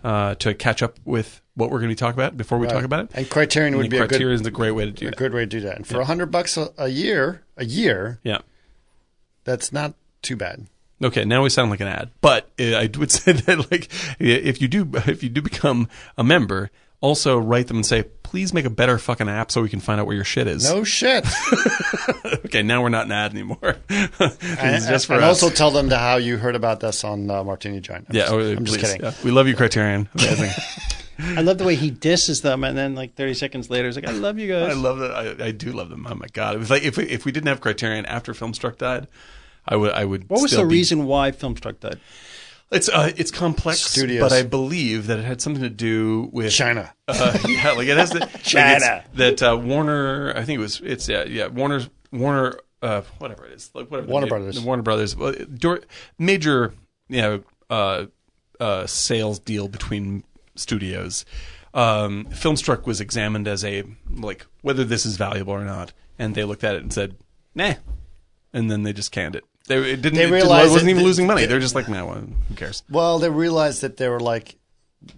[SPEAKER 2] uh, to catch up with what we're going to be talking about before we talk about it.
[SPEAKER 1] And Criterion would
[SPEAKER 2] And
[SPEAKER 1] be a
[SPEAKER 2] criteria
[SPEAKER 1] good,
[SPEAKER 2] is a great way to do
[SPEAKER 1] a
[SPEAKER 2] that.
[SPEAKER 1] good way to do that. And for a hundred bucks a, a year, a year,
[SPEAKER 2] Yeah.
[SPEAKER 1] that's not too bad.
[SPEAKER 2] Okay, now we sound like an ad, but uh, I would say that like if you do if you do become a member, also write them and say please make a better fucking app so we can find out where your shit is.
[SPEAKER 1] No shit.
[SPEAKER 2] Okay, now we're not an ad anymore. this
[SPEAKER 1] and,
[SPEAKER 2] is just for
[SPEAKER 1] and
[SPEAKER 2] us.
[SPEAKER 1] also tell them to how you heard about this on uh, Martini Giant. I'm
[SPEAKER 2] yeah,
[SPEAKER 1] just,
[SPEAKER 2] oh,
[SPEAKER 1] I'm
[SPEAKER 2] please.
[SPEAKER 1] just kidding.
[SPEAKER 2] Yeah. We love you, Criterion. Amazing.
[SPEAKER 5] I love the way he disses them, and then like 30 seconds later, he's like, "I love you guys."
[SPEAKER 2] I love that. I, I do love them. Oh my god! If like if we, if we didn't have Criterion after Filmstruck died, I would I would.
[SPEAKER 5] what was
[SPEAKER 2] still
[SPEAKER 5] the
[SPEAKER 2] be-
[SPEAKER 5] reason why Filmstruck died?
[SPEAKER 2] It's uh, it's complex,
[SPEAKER 1] Studios.
[SPEAKER 2] but I believe that it had something to do with
[SPEAKER 1] China.
[SPEAKER 2] Uh, yeah, like it has the
[SPEAKER 5] China.
[SPEAKER 2] like it's- that uh, Warner. I think it was. It's yeah, yeah. Warner's Warner. Uh, whatever it is, like whatever. the
[SPEAKER 1] Warner
[SPEAKER 2] ma-
[SPEAKER 1] Brothers.
[SPEAKER 2] the Warner Brothers. well, dur- Major, you know, uh, uh, sales deal between studios. Um, Filmstruck was examined as a like whether this is valuable or not, and they looked at it and said, "Nah," and then they just canned it. They it didn't.
[SPEAKER 1] They
[SPEAKER 2] it didn't-
[SPEAKER 1] realized
[SPEAKER 2] it wasn't
[SPEAKER 1] that-
[SPEAKER 2] even losing money.
[SPEAKER 1] that-
[SPEAKER 2] They're just like, "No, well, who cares?"
[SPEAKER 1] Well, they realized that they were like,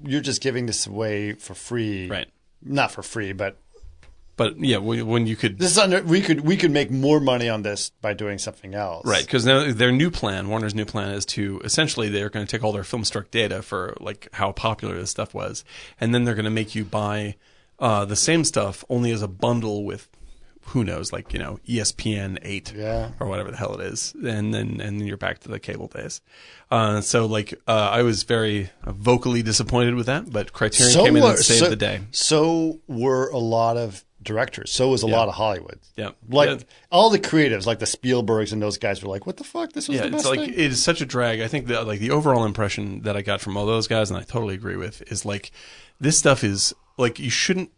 [SPEAKER 1] you're just giving this away for free.
[SPEAKER 2] Right.
[SPEAKER 1] Not for free, but
[SPEAKER 2] But yeah, when when you could
[SPEAKER 1] this is under, we could we could make more money on this by doing something else.
[SPEAKER 2] Right, because their new plan, Warner's new plan, is to essentially they're going to take all their Filmstruck data for like how popular this stuff was, and then they're going to make you buy uh, the same stuff only as a bundle with who knows, like you know E ESPN eight
[SPEAKER 1] Yeah.
[SPEAKER 2] or whatever the hell it is, and then and then you're back to the cable days. Uh, so like uh, I was very vocally disappointed with that, but Criterion came in and
[SPEAKER 1] were-
[SPEAKER 2] saved
[SPEAKER 1] so-
[SPEAKER 2] the day.
[SPEAKER 1] So were a lot of directors. So was a lot of Hollywood.
[SPEAKER 2] Yeah.
[SPEAKER 1] Like
[SPEAKER 2] Yeah.
[SPEAKER 1] all the creatives, like the Spielbergs and those guys were like, "What the fuck? This was
[SPEAKER 2] Yeah,
[SPEAKER 1] the
[SPEAKER 2] it's
[SPEAKER 1] best
[SPEAKER 2] like
[SPEAKER 1] thing."
[SPEAKER 2] it is such a drag. I think that like the overall impression that I got from all those guys, and I totally agree with, is like this stuff is like you shouldn't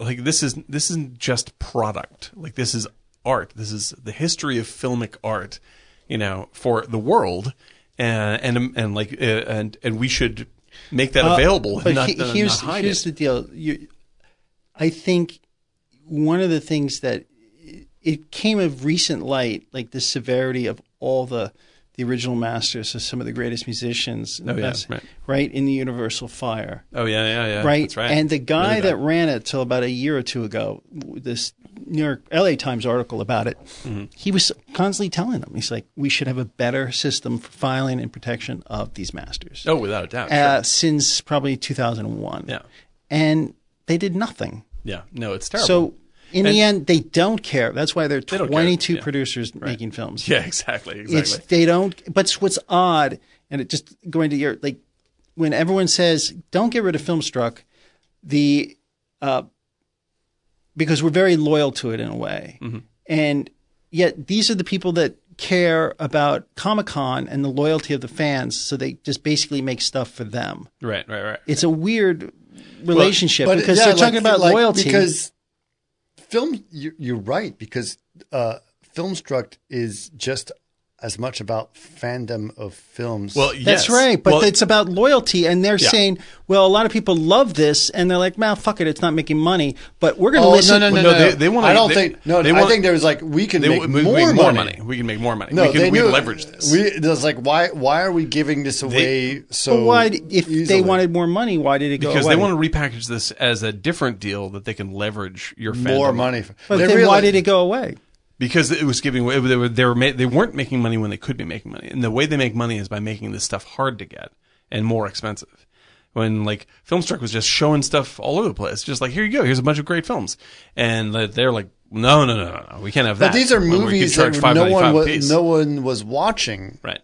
[SPEAKER 2] like this is this isn't just product. Like this is art. This is the history of filmic art. You know, for the world, and and and like uh, and and we should make that available.
[SPEAKER 5] But
[SPEAKER 2] and not,
[SPEAKER 5] he-
[SPEAKER 2] uh,
[SPEAKER 5] here's
[SPEAKER 2] not hide
[SPEAKER 5] here's
[SPEAKER 2] it.
[SPEAKER 5] the deal. You, I think one of the things that it came of recent light, like the severity of all the the original masters of some of the greatest musicians.
[SPEAKER 2] Oh, yeah,
[SPEAKER 5] That's-
[SPEAKER 2] right.
[SPEAKER 5] right in the Universal Fire.
[SPEAKER 2] Oh yeah, yeah, yeah.
[SPEAKER 5] right?
[SPEAKER 2] That's right.
[SPEAKER 5] And the guy
[SPEAKER 2] Really bad.
[SPEAKER 5] that ran it till about a year or two ago, w- this New York LA Times article about it,
[SPEAKER 2] Mm-hmm.
[SPEAKER 5] he was constantly telling them, he's like, we should have a better system for filing and protection of these masters
[SPEAKER 2] oh, without a doubt. sure.
[SPEAKER 5] uh, since probably 2001.
[SPEAKER 2] Yeah.
[SPEAKER 5] And they did nothing.
[SPEAKER 2] Yeah. No, it's terrible.
[SPEAKER 5] So in
[SPEAKER 2] And-
[SPEAKER 5] the end, they don't care. That's why there are
[SPEAKER 2] don't care.
[SPEAKER 5] 22
[SPEAKER 2] Yeah.
[SPEAKER 5] producers making films.
[SPEAKER 2] yeah, exactly,
[SPEAKER 5] It's
[SPEAKER 2] exactly.
[SPEAKER 5] they don't. But it's what's odd, and it just going to your like when everyone says don't get rid of Filmstruck, the uh, because we're very loyal to it in a way,
[SPEAKER 2] Mm-hmm.
[SPEAKER 5] and yet these are the people that care about Comic Con and the loyalty of the fans, so they just basically make stuff for them.
[SPEAKER 2] right, right, right.
[SPEAKER 5] It's a weird relationship
[SPEAKER 1] But,
[SPEAKER 5] because
[SPEAKER 1] yeah,
[SPEAKER 5] they're
[SPEAKER 1] like-
[SPEAKER 5] talking about
[SPEAKER 1] like,
[SPEAKER 5] loyalty.
[SPEAKER 1] Because uh, film, you, you're right. Because uh, Filmstruct is just as much about fandom of films.
[SPEAKER 2] Well, yes.
[SPEAKER 5] That's right, but
[SPEAKER 2] Well,
[SPEAKER 5] it's about loyalty, and they're
[SPEAKER 2] Yeah.
[SPEAKER 5] saying, "Well, a lot of people love this, and they're like, well, fuck it, it's not making money, but we're going to
[SPEAKER 1] oh no
[SPEAKER 5] listen."
[SPEAKER 1] no no,
[SPEAKER 2] Well,
[SPEAKER 1] no,
[SPEAKER 2] no, they- they wanna-
[SPEAKER 1] I don't
[SPEAKER 2] they-
[SPEAKER 1] think no.
[SPEAKER 2] they
[SPEAKER 1] I
[SPEAKER 2] want-
[SPEAKER 1] think there was like we can
[SPEAKER 2] they,
[SPEAKER 1] make,
[SPEAKER 2] we
[SPEAKER 1] more,
[SPEAKER 2] can make
[SPEAKER 1] money.
[SPEAKER 2] more money. We can make more money.
[SPEAKER 1] No,
[SPEAKER 2] we can
[SPEAKER 1] they
[SPEAKER 2] we
[SPEAKER 1] knew-
[SPEAKER 2] leverage this.
[SPEAKER 1] We, it was like why why are we giving this away so?
[SPEAKER 5] But why, if
[SPEAKER 1] easily?
[SPEAKER 5] they wanwanted more money, why did it go
[SPEAKER 2] because
[SPEAKER 5] away?
[SPEAKER 2] they want to repackage this as a different deal that they can leverage your fandom
[SPEAKER 1] more
[SPEAKER 2] on.
[SPEAKER 1] money, for,
[SPEAKER 5] but
[SPEAKER 1] they
[SPEAKER 5] then why
[SPEAKER 1] realized-
[SPEAKER 5] did it go away?
[SPEAKER 2] because it was giving away. They were they were ma- they weren't making money when they could be making money, and the way they make money is by making this stuff hard to get and more expensive. When like Filmstruck was just showing stuff all over the place, just like here you go, here's a bunch of great films, and like, they're like, no, no, no, no, no, we can't have that.
[SPEAKER 1] But these are
[SPEAKER 2] when we could
[SPEAKER 1] movies
[SPEAKER 2] charge
[SPEAKER 1] that no one
[SPEAKER 2] $5.95 a
[SPEAKER 1] was
[SPEAKER 2] piece.
[SPEAKER 1] no one was watching.
[SPEAKER 2] right.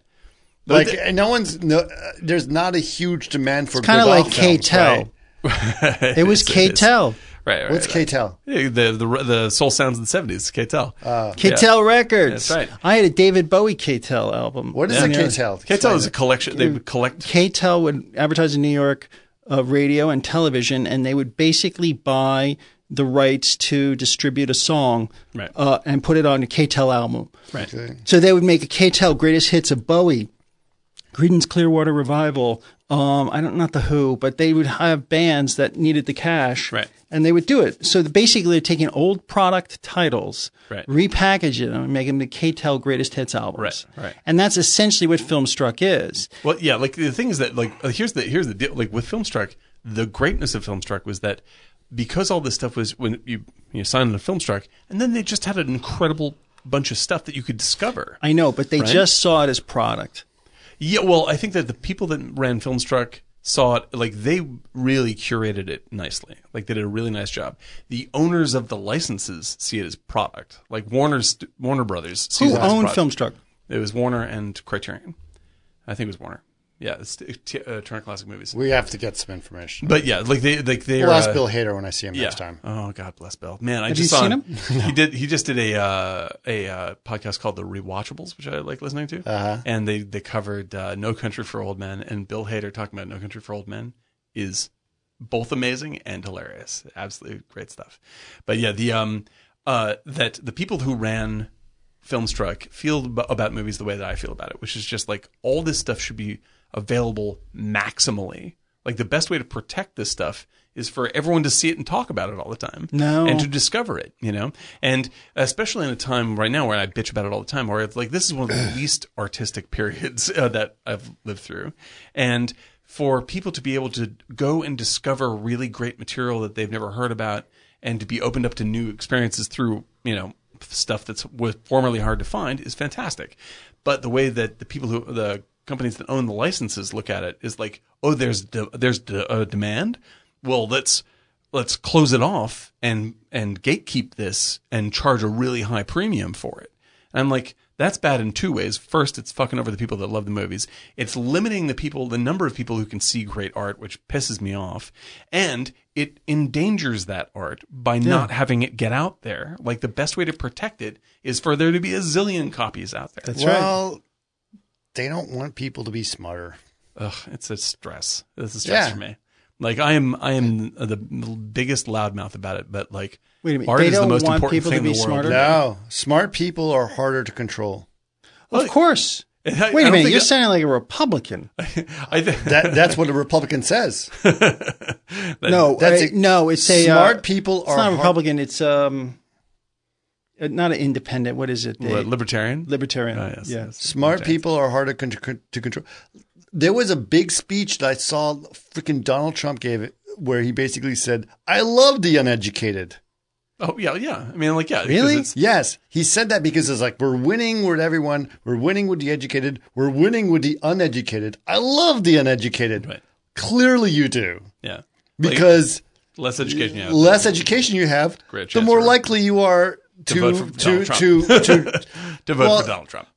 [SPEAKER 1] Like no one's no. Uh, there's not a huge demand for.
[SPEAKER 5] Kind of
[SPEAKER 1] good
[SPEAKER 5] like E
[SPEAKER 1] art films,
[SPEAKER 5] K-Tel.
[SPEAKER 1] right?
[SPEAKER 5] It was K-Tel.
[SPEAKER 2] Right, right.
[SPEAKER 1] What's
[SPEAKER 2] right.
[SPEAKER 1] K-Tel?
[SPEAKER 2] Yeah, the the the soul sounds of the seventies. K-Tel.
[SPEAKER 5] K-Tel Records.
[SPEAKER 2] That's right.
[SPEAKER 5] I had a David Bowie K-Tel album.
[SPEAKER 1] What is
[SPEAKER 5] Yeah.
[SPEAKER 1] a K-Tel?
[SPEAKER 2] K-Tel is a collection. They would collect.
[SPEAKER 5] K-Tel would advertise in New York uh, radio and television, and they would basically buy the rights to distribute a song
[SPEAKER 2] Right.
[SPEAKER 5] uh, and put it on a K-Tel album.
[SPEAKER 2] Right.
[SPEAKER 5] So they would make a K-Tel greatest hits of Bowie, Creedence Clearwater Revival. Um, I don't not the Who, but they would have bands that needed the cash,
[SPEAKER 2] Right.
[SPEAKER 5] And they would do it. So basically, they're taking old product titles,
[SPEAKER 2] Right.
[SPEAKER 5] repackaging them, and making them the K-Tel greatest hits albums,
[SPEAKER 2] Right, right.
[SPEAKER 5] And that's essentially what Filmstruck is.
[SPEAKER 2] Well, yeah. Like the thing is that like uh, here's the here's the deal. Like with Filmstruck, the greatness of Filmstruck was that because all this stuff was when you you signed on to Filmstruck, and then they just had an incredible bunch of stuff that you could discover.
[SPEAKER 5] I know, but they just saw it as product.
[SPEAKER 2] Yeah, well, I think that the people that ran Filmstruck saw it like they really curated it nicely. Like they did a really nice job. The owners of the licenses see it as product. Like Warner's Warner Brothers. Sees
[SPEAKER 5] Who
[SPEAKER 2] it as
[SPEAKER 5] owned
[SPEAKER 2] product.
[SPEAKER 5] Filmstruck?
[SPEAKER 2] It was Warner and Criterion. I think it was Warner. Yeah, it's uh, T- uh, Turner Classic Movies.
[SPEAKER 1] We have to get some information.
[SPEAKER 2] but yeah, like they like they
[SPEAKER 1] We'll
[SPEAKER 2] are,
[SPEAKER 1] ask
[SPEAKER 2] uh,
[SPEAKER 1] Bill Hader when I see him
[SPEAKER 2] yeah.
[SPEAKER 1] next time.
[SPEAKER 2] Oh God bless Bill. Man, I
[SPEAKER 5] Have
[SPEAKER 2] just
[SPEAKER 5] you
[SPEAKER 2] saw
[SPEAKER 5] seen
[SPEAKER 2] He did. He just did a uh, a uh, podcast called The Rewatchables, which I like listening to. Uh-huh. And they they covered uh, No Country for Old Men, and Bill Hader talking about No Country for Old Men is both amazing and hilarious. Absolutely great stuff. But yeah, the um uh that the people who ran Filmstruck feel ab- about movies the way that I feel about it, which is just like all this stuff should be available maximally. Like the best way to protect this stuff is for everyone to see it and talk about it all the time.
[SPEAKER 5] No.
[SPEAKER 2] And to discover it, you know? And especially in a time right now where I bitch about it all the time, where it's like this is one of the least artistic periods uh, that I've lived through. And for people to be able to go and discover really great material that they've never heard about and to be opened up to new experiences through, you know, stuff that's was formerly hard to find is fantastic. But the way that the people who the companies that own the licenses look at it is like, oh, there's de- there's de- a demand. Well, let's let's close it off and and gatekeep this and charge a really high premium for it. And I'm like, that's bad in two ways. First, it's fucking over the people that love the movies. It's limiting the people, the number of people who can see great art, which pisses me off. And it endangers that art by not having it get out there. Like the best way to protect it is for there to be a zillion copies out there.
[SPEAKER 5] That's
[SPEAKER 1] well, they don't want people to be smarter.
[SPEAKER 2] Ugh, it's a stress. It's a stress
[SPEAKER 1] Yeah.
[SPEAKER 2] for me. Like I am, I am the biggest loudmouth about it. But like,
[SPEAKER 5] Wait a minute,
[SPEAKER 2] art
[SPEAKER 5] they
[SPEAKER 2] is the
[SPEAKER 5] don't
[SPEAKER 2] most
[SPEAKER 5] want
[SPEAKER 2] important
[SPEAKER 5] people
[SPEAKER 2] thing
[SPEAKER 5] to
[SPEAKER 2] in the
[SPEAKER 5] be
[SPEAKER 2] world.
[SPEAKER 5] smarter?
[SPEAKER 1] No, smart people are harder to control.
[SPEAKER 5] Of course.
[SPEAKER 2] I- I
[SPEAKER 5] Wait a
[SPEAKER 2] don't
[SPEAKER 5] minute,
[SPEAKER 2] think-
[SPEAKER 5] you're sounding like a Republican.
[SPEAKER 2] I think
[SPEAKER 1] That that's what a Republican says.
[SPEAKER 5] no,
[SPEAKER 1] That's
[SPEAKER 5] I-
[SPEAKER 1] a-
[SPEAKER 5] no, it's a
[SPEAKER 1] smart
[SPEAKER 5] uh,
[SPEAKER 1] people
[SPEAKER 5] It's
[SPEAKER 1] are
[SPEAKER 5] not
[SPEAKER 1] har-
[SPEAKER 5] Republican. It's um, uh, not an independent. What is it? They-
[SPEAKER 7] What, libertarian?
[SPEAKER 5] libertarian.
[SPEAKER 7] Ah, yes,
[SPEAKER 5] yeah.
[SPEAKER 7] yes.
[SPEAKER 1] Smart people are harder con- con- to control. There was a big speech that I saw freaking Donald Trump gave it where he basically said, I love the uneducated.
[SPEAKER 7] Oh yeah, yeah. I mean, like yeah. 'cause
[SPEAKER 5] Really?
[SPEAKER 7] it's-
[SPEAKER 1] Yes, he said that because it's like we're winning with everyone, we're winning with the educated, we're winning with the uneducated. I love the uneducated.
[SPEAKER 7] Right.
[SPEAKER 1] Clearly, you do
[SPEAKER 7] Yeah. Like,
[SPEAKER 1] because
[SPEAKER 7] less education. Yeah.
[SPEAKER 1] less education you have,
[SPEAKER 7] Great
[SPEAKER 1] the
[SPEAKER 7] chance
[SPEAKER 1] more
[SPEAKER 7] for-
[SPEAKER 1] likely you are
[SPEAKER 7] to vote
[SPEAKER 1] to
[SPEAKER 7] for
[SPEAKER 1] to
[SPEAKER 7] Donald
[SPEAKER 1] to,
[SPEAKER 7] Trump.
[SPEAKER 1] to,
[SPEAKER 7] to vote
[SPEAKER 1] well,
[SPEAKER 7] for Donald Trump.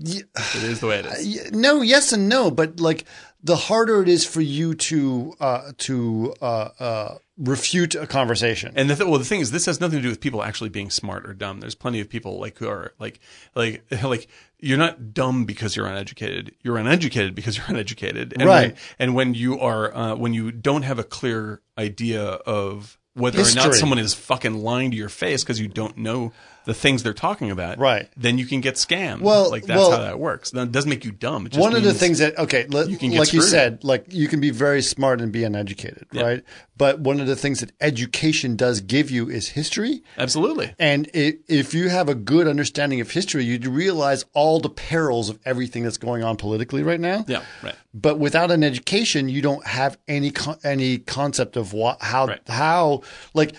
[SPEAKER 7] it is the way it is.
[SPEAKER 1] y- no, yes and no, but like the harder it is for you to uh, to uh, uh, refute a conversation.
[SPEAKER 7] And the th- well, the thing is, this has nothing to do with people actually being smart or dumb. There's plenty of people like who are like, like, like you're not dumb because you're uneducated. You're uneducated because you're uneducated. And
[SPEAKER 1] Right.
[SPEAKER 7] When, and when you are, uh, when you don't have a clear idea of whether or
[SPEAKER 1] History.
[SPEAKER 7] not someone is fucking lying to your face because you don't know the things they're talking about,
[SPEAKER 1] Right.
[SPEAKER 7] Then you can get scammed.
[SPEAKER 1] Well,
[SPEAKER 7] like that's
[SPEAKER 1] well-
[SPEAKER 7] how that works. That doesn't make you dumb. It just
[SPEAKER 1] one of the
[SPEAKER 7] means-
[SPEAKER 1] things that okay le-
[SPEAKER 7] you can get
[SPEAKER 1] like you
[SPEAKER 7] screwed.
[SPEAKER 1] said like you can be very smart and be uneducated right but one of the things that education does give you is history
[SPEAKER 7] absolutely.
[SPEAKER 1] and i if you have a good understanding of history you realize all the perils of everything that's going on politically right now
[SPEAKER 7] Yeah. Right.
[SPEAKER 1] but without an education you don't have any con- any concept of what how
[SPEAKER 7] Right.
[SPEAKER 1] how like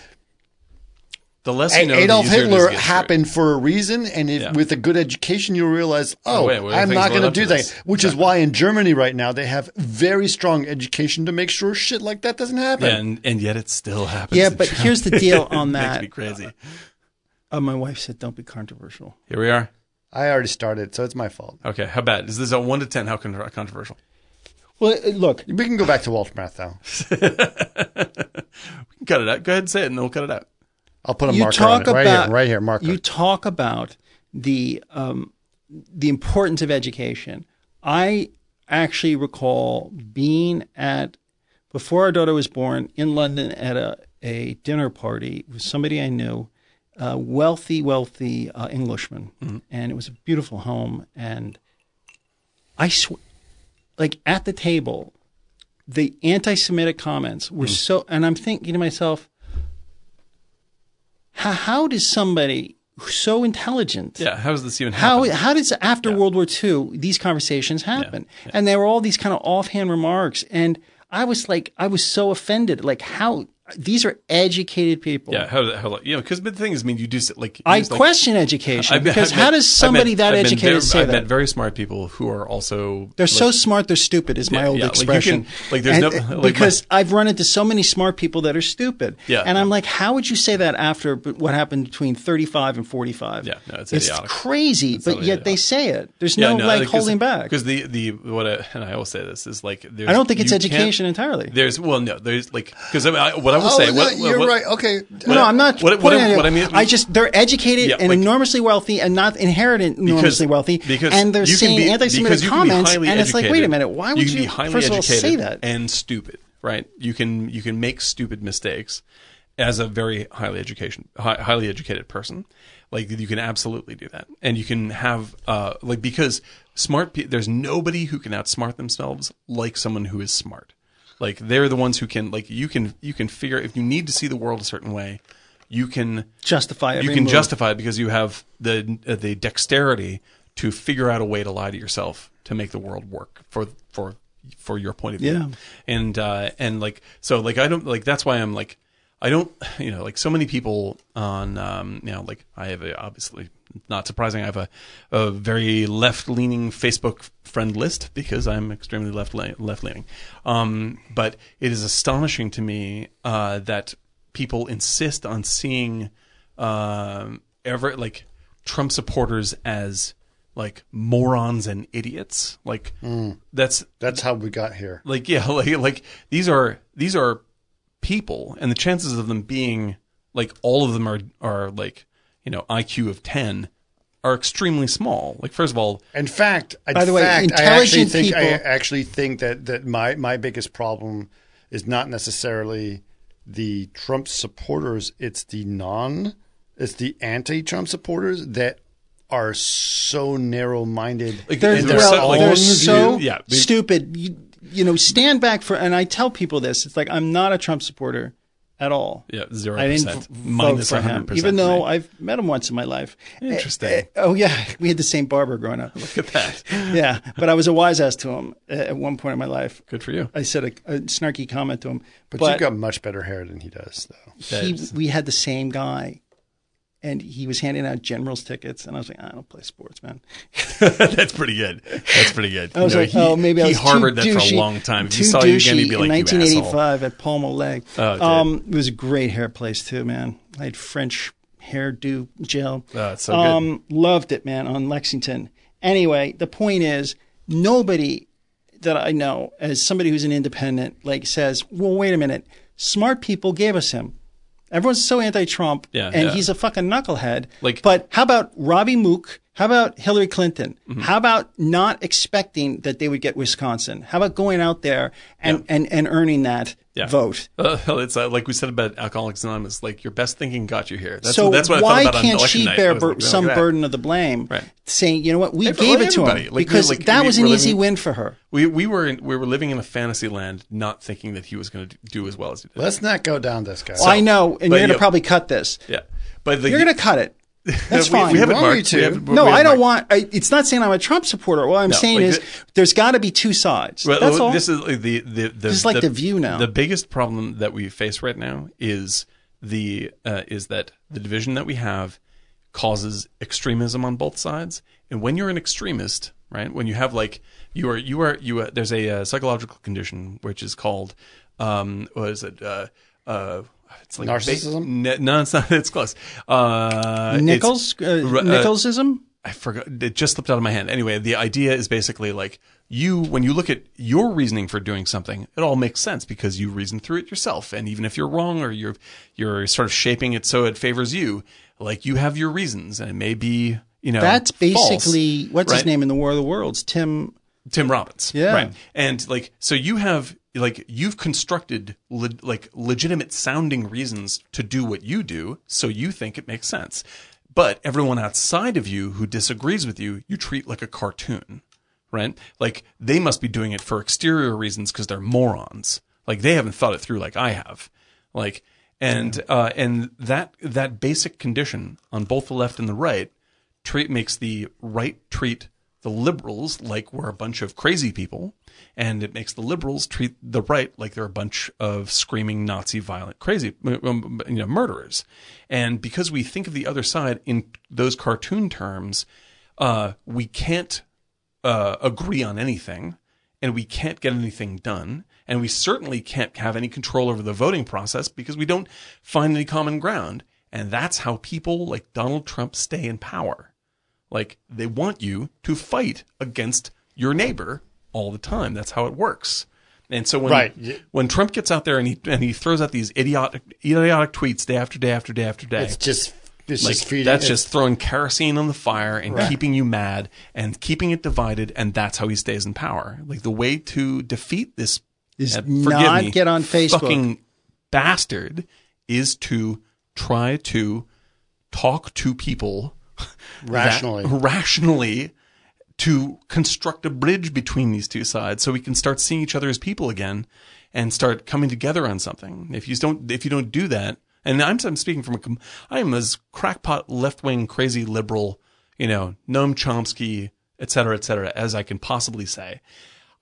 [SPEAKER 7] The less you know, the
[SPEAKER 1] Adolf
[SPEAKER 7] easier it is to
[SPEAKER 1] Hitler
[SPEAKER 7] get through.
[SPEAKER 1] happened for a reason, and if,
[SPEAKER 7] Yeah.
[SPEAKER 1] with a good education, you realize, oh,
[SPEAKER 7] wait, well,
[SPEAKER 1] I'm
[SPEAKER 7] things
[SPEAKER 1] not
[SPEAKER 7] led
[SPEAKER 1] going to
[SPEAKER 7] up to
[SPEAKER 1] do
[SPEAKER 7] this.
[SPEAKER 1] that. Which is why in Germany right now they have very strong education to make sure shit like that doesn't happen.
[SPEAKER 7] Yeah, and, and yet it still happens.
[SPEAKER 5] Yeah,
[SPEAKER 7] to
[SPEAKER 5] but
[SPEAKER 7] Trump.
[SPEAKER 5] here's the deal on
[SPEAKER 7] Makes
[SPEAKER 5] that.
[SPEAKER 7] me crazy.
[SPEAKER 5] Uh, my wife said, "Don't be controversial."
[SPEAKER 7] Here we are.
[SPEAKER 1] I already started, so it's my fault.
[SPEAKER 7] Okay, how bad is this? A one to ten? How con- controversial?
[SPEAKER 5] Well, uh, look,
[SPEAKER 1] We can go back to Walter Matthau.
[SPEAKER 7] Cut it out. Go ahead and say it, and then we'll cut it out.
[SPEAKER 1] I'll put a
[SPEAKER 5] you
[SPEAKER 1] marker on
[SPEAKER 5] talk
[SPEAKER 1] it. right
[SPEAKER 5] about
[SPEAKER 1] here, right here, marker.
[SPEAKER 5] You talk about the um, the importance of education. I actually recall being at before our daughter was born in London at a a dinner party with somebody I knew, a wealthy wealthy uh, Englishman,
[SPEAKER 1] Mm-hmm.
[SPEAKER 5] and it was a beautiful home. And I swear, like at the table, the anti-Semitic comments
[SPEAKER 1] Mm.
[SPEAKER 5] were so, and I'm thinking to myself, how, how does somebody who's so intelligent,
[SPEAKER 2] Uh,
[SPEAKER 7] Yeah, how does this even
[SPEAKER 5] how
[SPEAKER 7] happen?
[SPEAKER 5] how does after World War II these conversations happen? And there were all these kind of offhand remarks, and I was like, I was so offended. Like how these are educated people.
[SPEAKER 7] yeah, how how like you know? Because the thing is, I mean, you do s- like
[SPEAKER 5] I
[SPEAKER 7] use, like-
[SPEAKER 5] question education
[SPEAKER 7] I've been-
[SPEAKER 5] because
[SPEAKER 7] I've
[SPEAKER 5] how
[SPEAKER 7] met-
[SPEAKER 5] does somebody
[SPEAKER 7] I've met-
[SPEAKER 5] that
[SPEAKER 7] I've been
[SPEAKER 5] educated
[SPEAKER 7] very-
[SPEAKER 5] say
[SPEAKER 7] I've
[SPEAKER 5] that?
[SPEAKER 7] met very smart people who are also
[SPEAKER 5] They're
[SPEAKER 7] like,
[SPEAKER 5] so smart, they're stupid. Is my
[SPEAKER 7] Yeah,
[SPEAKER 5] old
[SPEAKER 7] yeah, like, you
[SPEAKER 5] expression.
[SPEAKER 7] can- like, there's
[SPEAKER 5] And-
[SPEAKER 7] no- like, my-
[SPEAKER 5] because I've run into so many smart people that are stupid.
[SPEAKER 7] Yeah.
[SPEAKER 5] and I'm like, how would you say that after b- what happened between 35 and 45?
[SPEAKER 7] Yeah, no, it's idiotic.
[SPEAKER 5] crazy, but
[SPEAKER 7] totally
[SPEAKER 5] yet they
[SPEAKER 7] idiotic.
[SPEAKER 5] say it. There's no, like, holding back.
[SPEAKER 7] because the the what I, and I always say this is like there's,
[SPEAKER 5] I don't think it's
[SPEAKER 7] you can't-
[SPEAKER 5] education entirely.
[SPEAKER 7] There's well no there's like because I mean, I, what I will
[SPEAKER 1] oh,
[SPEAKER 7] say
[SPEAKER 1] no,
[SPEAKER 7] what, what-
[SPEAKER 1] you're
[SPEAKER 7] what-
[SPEAKER 1] right. Okay.
[SPEAKER 5] No, I'm not.
[SPEAKER 7] what- what-
[SPEAKER 5] pointing at it.
[SPEAKER 7] what I mean-
[SPEAKER 5] I just they're educated
[SPEAKER 7] Yeah,
[SPEAKER 5] and
[SPEAKER 7] like-
[SPEAKER 5] enormously wealthy, and not inherent enormously wealthy.
[SPEAKER 7] Because
[SPEAKER 5] and they're
[SPEAKER 7] you can
[SPEAKER 5] saying
[SPEAKER 7] be- because
[SPEAKER 5] anti-Semitic
[SPEAKER 7] you can be
[SPEAKER 5] comments, and
[SPEAKER 7] highly
[SPEAKER 5] it's like, wait a
[SPEAKER 7] educated.
[SPEAKER 5] minute, why would
[SPEAKER 7] can
[SPEAKER 5] you,
[SPEAKER 7] be highly
[SPEAKER 5] first of all say
[SPEAKER 7] educated
[SPEAKER 5] that?
[SPEAKER 7] And stupid, right? You can you can make stupid mistakes as a very highly education hi- highly educated person. Like you can absolutely do that, and you can have uh, like because smart. pe- There's nobody who can outsmart themselves like someone who is smart. Like they're the ones who can like you can you can figure if you need to see the world a certain way, you can
[SPEAKER 5] justify every
[SPEAKER 7] you can
[SPEAKER 5] move.
[SPEAKER 7] justify it because you have the uh, the dexterity to figure out a way to lie to yourself to make the world work for for for your point of view.
[SPEAKER 5] Yeah.
[SPEAKER 7] And uh and like so like I don't like that's why I'm like I don't you know like so many people on um you know like I have a obviously not surprising I have a a very left leaning Facebook friend list because I'm extremely left left leaning. Um but it is astonishing to me uh that people insist on seeing um, ever like Trump supporters as like morons and idiots. Like that's
[SPEAKER 1] That's how we got here.
[SPEAKER 7] like yeah, like like these are these are people, and the chances of them being like all of them are are like you know IQ of ten are extremely small. Like first of all,
[SPEAKER 1] In fact, by
[SPEAKER 5] the way,
[SPEAKER 1] I actually
[SPEAKER 5] intelligent
[SPEAKER 1] think I
[SPEAKER 5] people-
[SPEAKER 1] actually think that that my my biggest problem is not necessarily the Trump supporters; it's the non, it's the anti-Trump supporters that are so narrow-minded.
[SPEAKER 7] like
[SPEAKER 5] They're,
[SPEAKER 7] and
[SPEAKER 5] well,
[SPEAKER 7] so- like,
[SPEAKER 5] they're
[SPEAKER 7] own
[SPEAKER 5] so
[SPEAKER 7] view- yeah, they-
[SPEAKER 5] stupid. You, you know, stand back for. And I tell people this. It's like I'm not a Trump supporter. at all.
[SPEAKER 2] Yeah, zero
[SPEAKER 5] I didn't
[SPEAKER 2] percent
[SPEAKER 5] v-
[SPEAKER 2] minus
[SPEAKER 5] vote for
[SPEAKER 2] 100
[SPEAKER 5] him,
[SPEAKER 2] percent.
[SPEAKER 5] even though I've met him once in my life.
[SPEAKER 2] Interesting.
[SPEAKER 5] Eh, eh, oh yeah, we had the same barber growing up.
[SPEAKER 2] look at that.
[SPEAKER 5] yeah, but I was a wise ass to him eh, at one point in my life.
[SPEAKER 2] Good for you.
[SPEAKER 5] I said a, a snarky comment to him,
[SPEAKER 1] But,
[SPEAKER 5] but,
[SPEAKER 1] you've got much better hair than he does, though.
[SPEAKER 5] he, we had the same guy, and he was handing out generals tickets, and I was like, I don't play sports, man.
[SPEAKER 2] That's pretty good. That's pretty good.
[SPEAKER 5] I was
[SPEAKER 2] You know,
[SPEAKER 5] like, oh, maybe I
[SPEAKER 2] he
[SPEAKER 5] was
[SPEAKER 2] harbored
[SPEAKER 5] too
[SPEAKER 2] that
[SPEAKER 5] douchey-
[SPEAKER 2] for a long time. If he
[SPEAKER 5] too
[SPEAKER 2] saw you again, he'd
[SPEAKER 5] douchey
[SPEAKER 2] be like,
[SPEAKER 5] in
[SPEAKER 2] you asshole.
[SPEAKER 5] 1985 at Palm Oleg.
[SPEAKER 2] Oh, it did.
[SPEAKER 5] um, it was a great hair place too, man. I had French hairdo gel.
[SPEAKER 2] Oh, it's so good.
[SPEAKER 5] um, Loved it, man, on Lexington. Anyway, the point is, nobody that I know, as somebody who's an independent, like says, well, wait a minute, smart people gave us him. Everyone's so anti-Trump,
[SPEAKER 2] Yeah,
[SPEAKER 5] and
[SPEAKER 2] yeah.
[SPEAKER 5] he's a fucking knucklehead.
[SPEAKER 2] Like-
[SPEAKER 5] but how about Robbie Mook? How about Hillary Clinton?
[SPEAKER 2] Mm-hmm.
[SPEAKER 5] How about not expecting that they would get Wisconsin? How about going out there and and, and earning that
[SPEAKER 2] Yeah.
[SPEAKER 5] vote?
[SPEAKER 2] Uh, well, it's uh, like we said about Alcoholics Anonymous. Like your best thinking got you here. That's,
[SPEAKER 5] so
[SPEAKER 2] that's what
[SPEAKER 5] why
[SPEAKER 2] I thought about
[SPEAKER 5] can't
[SPEAKER 2] on election
[SPEAKER 5] she
[SPEAKER 2] night.
[SPEAKER 5] bear
[SPEAKER 2] I was
[SPEAKER 5] bur-
[SPEAKER 2] like, oh,
[SPEAKER 5] some
[SPEAKER 2] yeah.
[SPEAKER 5] burden of the blame?
[SPEAKER 2] Right.
[SPEAKER 5] Saying, you know what, we
[SPEAKER 2] Yeah, for
[SPEAKER 5] gave it to
[SPEAKER 2] everybody.
[SPEAKER 5] him
[SPEAKER 2] Like,
[SPEAKER 5] because
[SPEAKER 2] like,
[SPEAKER 5] that
[SPEAKER 2] we
[SPEAKER 5] was an
[SPEAKER 2] were
[SPEAKER 5] easy
[SPEAKER 2] living-
[SPEAKER 5] win for her.
[SPEAKER 2] We we were in, we were living in a fantasy land, not thinking that he was going to do as well as he did.
[SPEAKER 1] Let's not go down this guy.
[SPEAKER 5] I know,
[SPEAKER 2] but
[SPEAKER 5] and you're going to
[SPEAKER 2] you-
[SPEAKER 5] probably cut this.
[SPEAKER 2] yeah, but the,
[SPEAKER 5] You're going to cut it. That's
[SPEAKER 2] we,
[SPEAKER 5] fine.
[SPEAKER 2] We haven't
[SPEAKER 1] Why are you
[SPEAKER 2] marked.
[SPEAKER 1] two?
[SPEAKER 2] We haven't,
[SPEAKER 5] No,
[SPEAKER 2] we
[SPEAKER 5] I
[SPEAKER 2] haven't
[SPEAKER 5] don't
[SPEAKER 2] marked-
[SPEAKER 5] want. I, it's not saying I'm a Trump supporter. What I'm saying
[SPEAKER 2] like
[SPEAKER 5] is
[SPEAKER 2] the-
[SPEAKER 5] there's got to be two sides.
[SPEAKER 2] Well,
[SPEAKER 5] That's all.
[SPEAKER 2] This is like the the, the
[SPEAKER 5] This is like The View now.
[SPEAKER 2] The biggest problem that we face right now is the uh, is that the division that we have causes extremism on both sides. And when you're an extremist, right? When you have like you are you are you are, there's a uh, psychological condition which is called um what is it uh uh it's like
[SPEAKER 1] Narcissism?
[SPEAKER 2] Ne- no, it's not. It's close. Uh, it's-
[SPEAKER 5] Nichols, uh,
[SPEAKER 2] ru- uh,
[SPEAKER 5] Nicholsism.
[SPEAKER 2] I forgot. It just slipped out of my hand. Anyway, the idea is basically like you, when you look at your reasoning for doing something, it all makes sense because you reason through it yourself. And even if you're wrong or you're, you're sort of shaping it so it favors you, like you have your reasons and it may be, you know,
[SPEAKER 5] That's
[SPEAKER 2] false,
[SPEAKER 5] basically what's his
[SPEAKER 2] right?
[SPEAKER 5] name in the War of the Worlds, Tim.
[SPEAKER 2] Tim Robbins.
[SPEAKER 5] Yeah.
[SPEAKER 2] Right. And like, so you have, like, you've constructed le- like legitimate sounding reasons to do what you do. So you think it makes sense. But everyone outside of you who disagrees with you, you treat like a cartoon, right? Like, they must be doing it for exterior reasons because they're morons. Like, they haven't thought it through like I have. Like, and, uh, and that, that basic condition on both the left and the right treat makes the right treat the liberals like we're a bunch of crazy people, and it makes the liberals treat the right like they're a bunch of screaming Nazi violent crazy um, you know murderers, and because we think of the other side in those cartoon terms, uh, we can't uh, agree on anything, and we can't get anything done, and we certainly can't have any control over the voting process because we don't find any common ground. And that's how people like Donald Trump stay in power. Like they want you to fight against your neighbor all the time. That's how it works. And so when
[SPEAKER 10] Right. Y-
[SPEAKER 2] when Trump gets out there and he and he throws out these idiotic idiotic tweets day after day after day after day,
[SPEAKER 10] It's just it's
[SPEAKER 2] like
[SPEAKER 10] just feeding.
[SPEAKER 2] that's
[SPEAKER 10] it's-
[SPEAKER 2] just throwing kerosene on the fire and keeping you mad and keeping it divided and that's how he stays in power like the way to defeat this
[SPEAKER 5] Is
[SPEAKER 2] uh,
[SPEAKER 5] not get on Facebook.
[SPEAKER 2] fucking bastard is to try to talk to people that-
[SPEAKER 1] Rationally.
[SPEAKER 2] rationally to construct a bridge between these two sides so we can start seeing each other as people again and start coming together on something if you don't if you don't do that and i'm, I'm speaking from a com- i am as crackpot left-wing crazy liberal you know noam chomsky et cetera et cetera as i can possibly say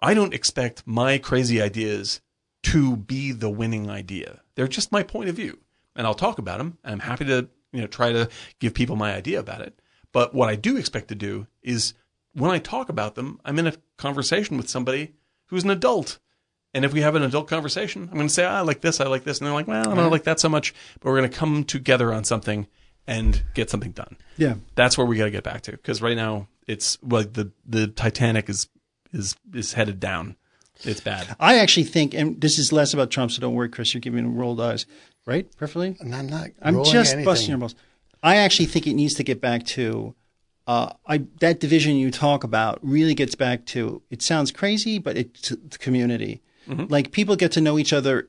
[SPEAKER 2] i don't expect my crazy ideas to be the winning idea they're just my point of view and i'll talk about them and i'm happy to you know try to give people my idea about it but what I do expect to do is when I talk about them, I'm in a conversation with somebody who's an adult. And if we have an adult conversation, I'm going to say, "Ah, I like this, I like this. And they're like, well, I don't like that so much, but we're going to come together on something and get something done.
[SPEAKER 5] Yeah.
[SPEAKER 2] That's where we got to get back to. Cause right now it's like the, the Titanic is, is, is headed down. It's bad.
[SPEAKER 5] I actually think, and this is less about Trump, so don't worry, Chris. You're giving him rolled eyes, right? Perfectly.
[SPEAKER 1] And I'm not.
[SPEAKER 5] I'm
[SPEAKER 1] rolling
[SPEAKER 5] just
[SPEAKER 1] anything.
[SPEAKER 5] busting your balls. I actually think it needs to get back to uh, I, that division you talk about really gets back to it sounds crazy, but it's the community.
[SPEAKER 1] Mm-hmm.
[SPEAKER 5] Like people get to know each other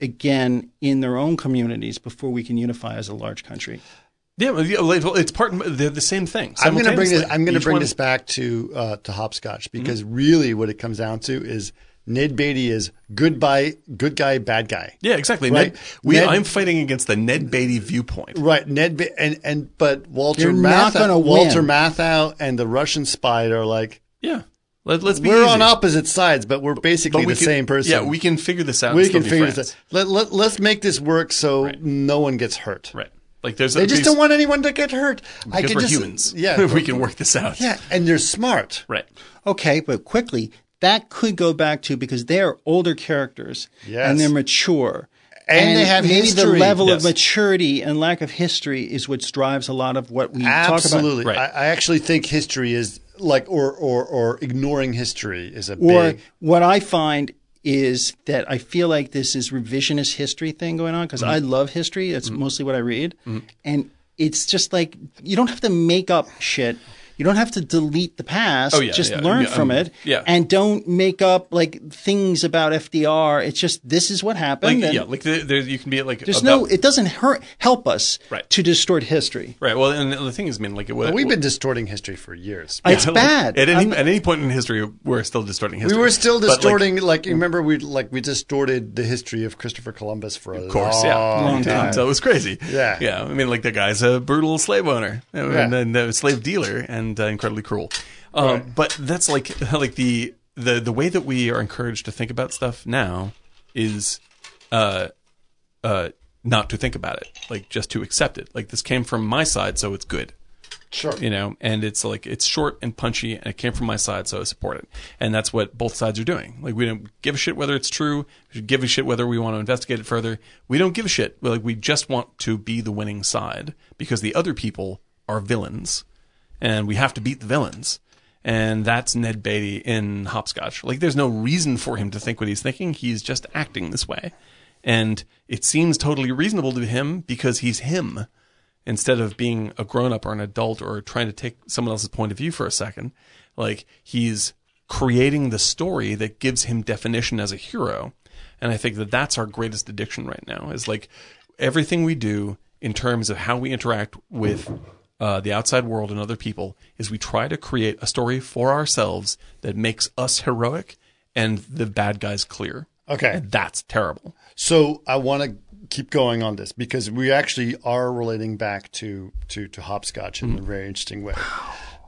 [SPEAKER 5] again in their own communities before we can unify as a large country.
[SPEAKER 2] Yeah. well, yeah, well, It's part, and- they're the same thing.
[SPEAKER 1] I'm going to bring this.
[SPEAKER 2] simultaneously. Mm-hmm.
[SPEAKER 1] I'm going to
[SPEAKER 2] Each
[SPEAKER 1] bring
[SPEAKER 2] one-
[SPEAKER 1] this back to uh, to hopscotch because really, what it comes down to is Ned Beatty is good by good guy, bad guy.
[SPEAKER 2] Yeah, exactly.
[SPEAKER 1] Right.
[SPEAKER 2] Ned, we,
[SPEAKER 1] Ned-
[SPEAKER 2] I'm fighting against the Ned Beatty viewpoint.
[SPEAKER 1] Right, Ned Be- and and but Walter
[SPEAKER 5] You're not
[SPEAKER 1] Matthau,
[SPEAKER 5] gonna win.
[SPEAKER 1] Walter Matthau and the Russian spy are like
[SPEAKER 2] Yeah. Let, let's be
[SPEAKER 1] we're
[SPEAKER 2] easy.
[SPEAKER 1] on opposite sides, but we're
[SPEAKER 2] But
[SPEAKER 1] basically
[SPEAKER 2] we
[SPEAKER 1] the
[SPEAKER 2] can-
[SPEAKER 1] same person.
[SPEAKER 2] Yeah, we can figure this out.
[SPEAKER 1] we
[SPEAKER 2] and still
[SPEAKER 1] can
[SPEAKER 2] be
[SPEAKER 1] figure
[SPEAKER 2] friends.
[SPEAKER 1] this. out. Let let let's make this work so no one gets hurt.
[SPEAKER 2] Right. Like there's
[SPEAKER 1] They just don't want anyone to get hurt. I
[SPEAKER 2] because
[SPEAKER 1] can
[SPEAKER 2] we're
[SPEAKER 1] just,
[SPEAKER 2] humans.
[SPEAKER 1] Yeah,
[SPEAKER 2] we can work this out.
[SPEAKER 1] yeah, and they're smart.
[SPEAKER 2] Right.
[SPEAKER 5] Okay, but quickly, that could go back to because they're older characters
[SPEAKER 1] Yes.
[SPEAKER 5] and they're mature.
[SPEAKER 1] And they have
[SPEAKER 5] maybe the
[SPEAKER 1] history.
[SPEAKER 5] level
[SPEAKER 2] Yes.
[SPEAKER 5] of maturity and lack of history is what drives a lot of what we talk
[SPEAKER 1] Absolutely.
[SPEAKER 2] Right.
[SPEAKER 1] I, I actually think history is like or or or ignoring history is a
[SPEAKER 5] about. Or
[SPEAKER 1] big
[SPEAKER 5] what I find is that I feel like this is revisionist history thing going on because
[SPEAKER 2] Mm-hmm.
[SPEAKER 5] I love history. That's mostly what I read, and it's just like you don't have to make up shit. You don't have to delete the past.
[SPEAKER 2] Oh, yeah,
[SPEAKER 5] just
[SPEAKER 2] yeah.
[SPEAKER 5] learn
[SPEAKER 2] Yeah,
[SPEAKER 5] from
[SPEAKER 2] um,
[SPEAKER 5] it.
[SPEAKER 2] yeah.
[SPEAKER 5] And don't make up like things about FDR. It's just this is what
[SPEAKER 2] Like
[SPEAKER 5] happened. and-
[SPEAKER 2] yeah, like the, there you can be like
[SPEAKER 5] There's
[SPEAKER 2] about-
[SPEAKER 5] no. It doesn't hurt, help us
[SPEAKER 2] Right.
[SPEAKER 5] to distort history.
[SPEAKER 2] right. Well, and the thing is, I mean, like it was.
[SPEAKER 1] We've been distorting history for years.
[SPEAKER 5] It's bad.
[SPEAKER 2] At any,
[SPEAKER 5] I'm-
[SPEAKER 2] at any point in history, we're still distorting history.
[SPEAKER 1] We were still
[SPEAKER 2] But, like, mm.
[SPEAKER 1] distorting, like, remember we like we distorted the history of Christopher Columbus for a
[SPEAKER 2] Of course, yeah.
[SPEAKER 1] long time.
[SPEAKER 2] So it was crazy.
[SPEAKER 1] Yeah.
[SPEAKER 2] Yeah. I mean, like, the guy's a brutal slave owner and
[SPEAKER 1] Yeah.
[SPEAKER 2] then the slave dealer and uh, incredibly cruel. Um, But that's like, like the, the, the way that we are encouraged to think about stuff now is, uh, uh, not to think about it, like just to accept it. Like this came from my side, so it's good
[SPEAKER 1] Sure.
[SPEAKER 2] you know and it's like it's short and punchy and it came from my side so i support it and that's what both sides are doing like we don't give a shit whether it's true we give a shit whether we want to investigate it further we don't give a shit We're like we just want to be the winning side because the other people are villains and we have to beat the villains and that's Ned Beatty in Hopscotch. Like, there's no reason for him to think what he's thinking. He's just acting this way. And it seems totally reasonable to him because he's him instead of being a grown up or an adult or trying to take someone else's point of view for a second, like he's creating the story that gives him definition as a hero. And I think that that's our greatest addiction right now is like everything we do in terms of how we interact with uh, the outside world and other people is we try to create a story for ourselves that makes us heroic and the bad guys clear.
[SPEAKER 1] Okay.
[SPEAKER 2] And that's terrible.
[SPEAKER 1] So I want to keep going on this because we actually are relating back to to to hopscotch
[SPEAKER 2] Mm.
[SPEAKER 1] in a very interesting way,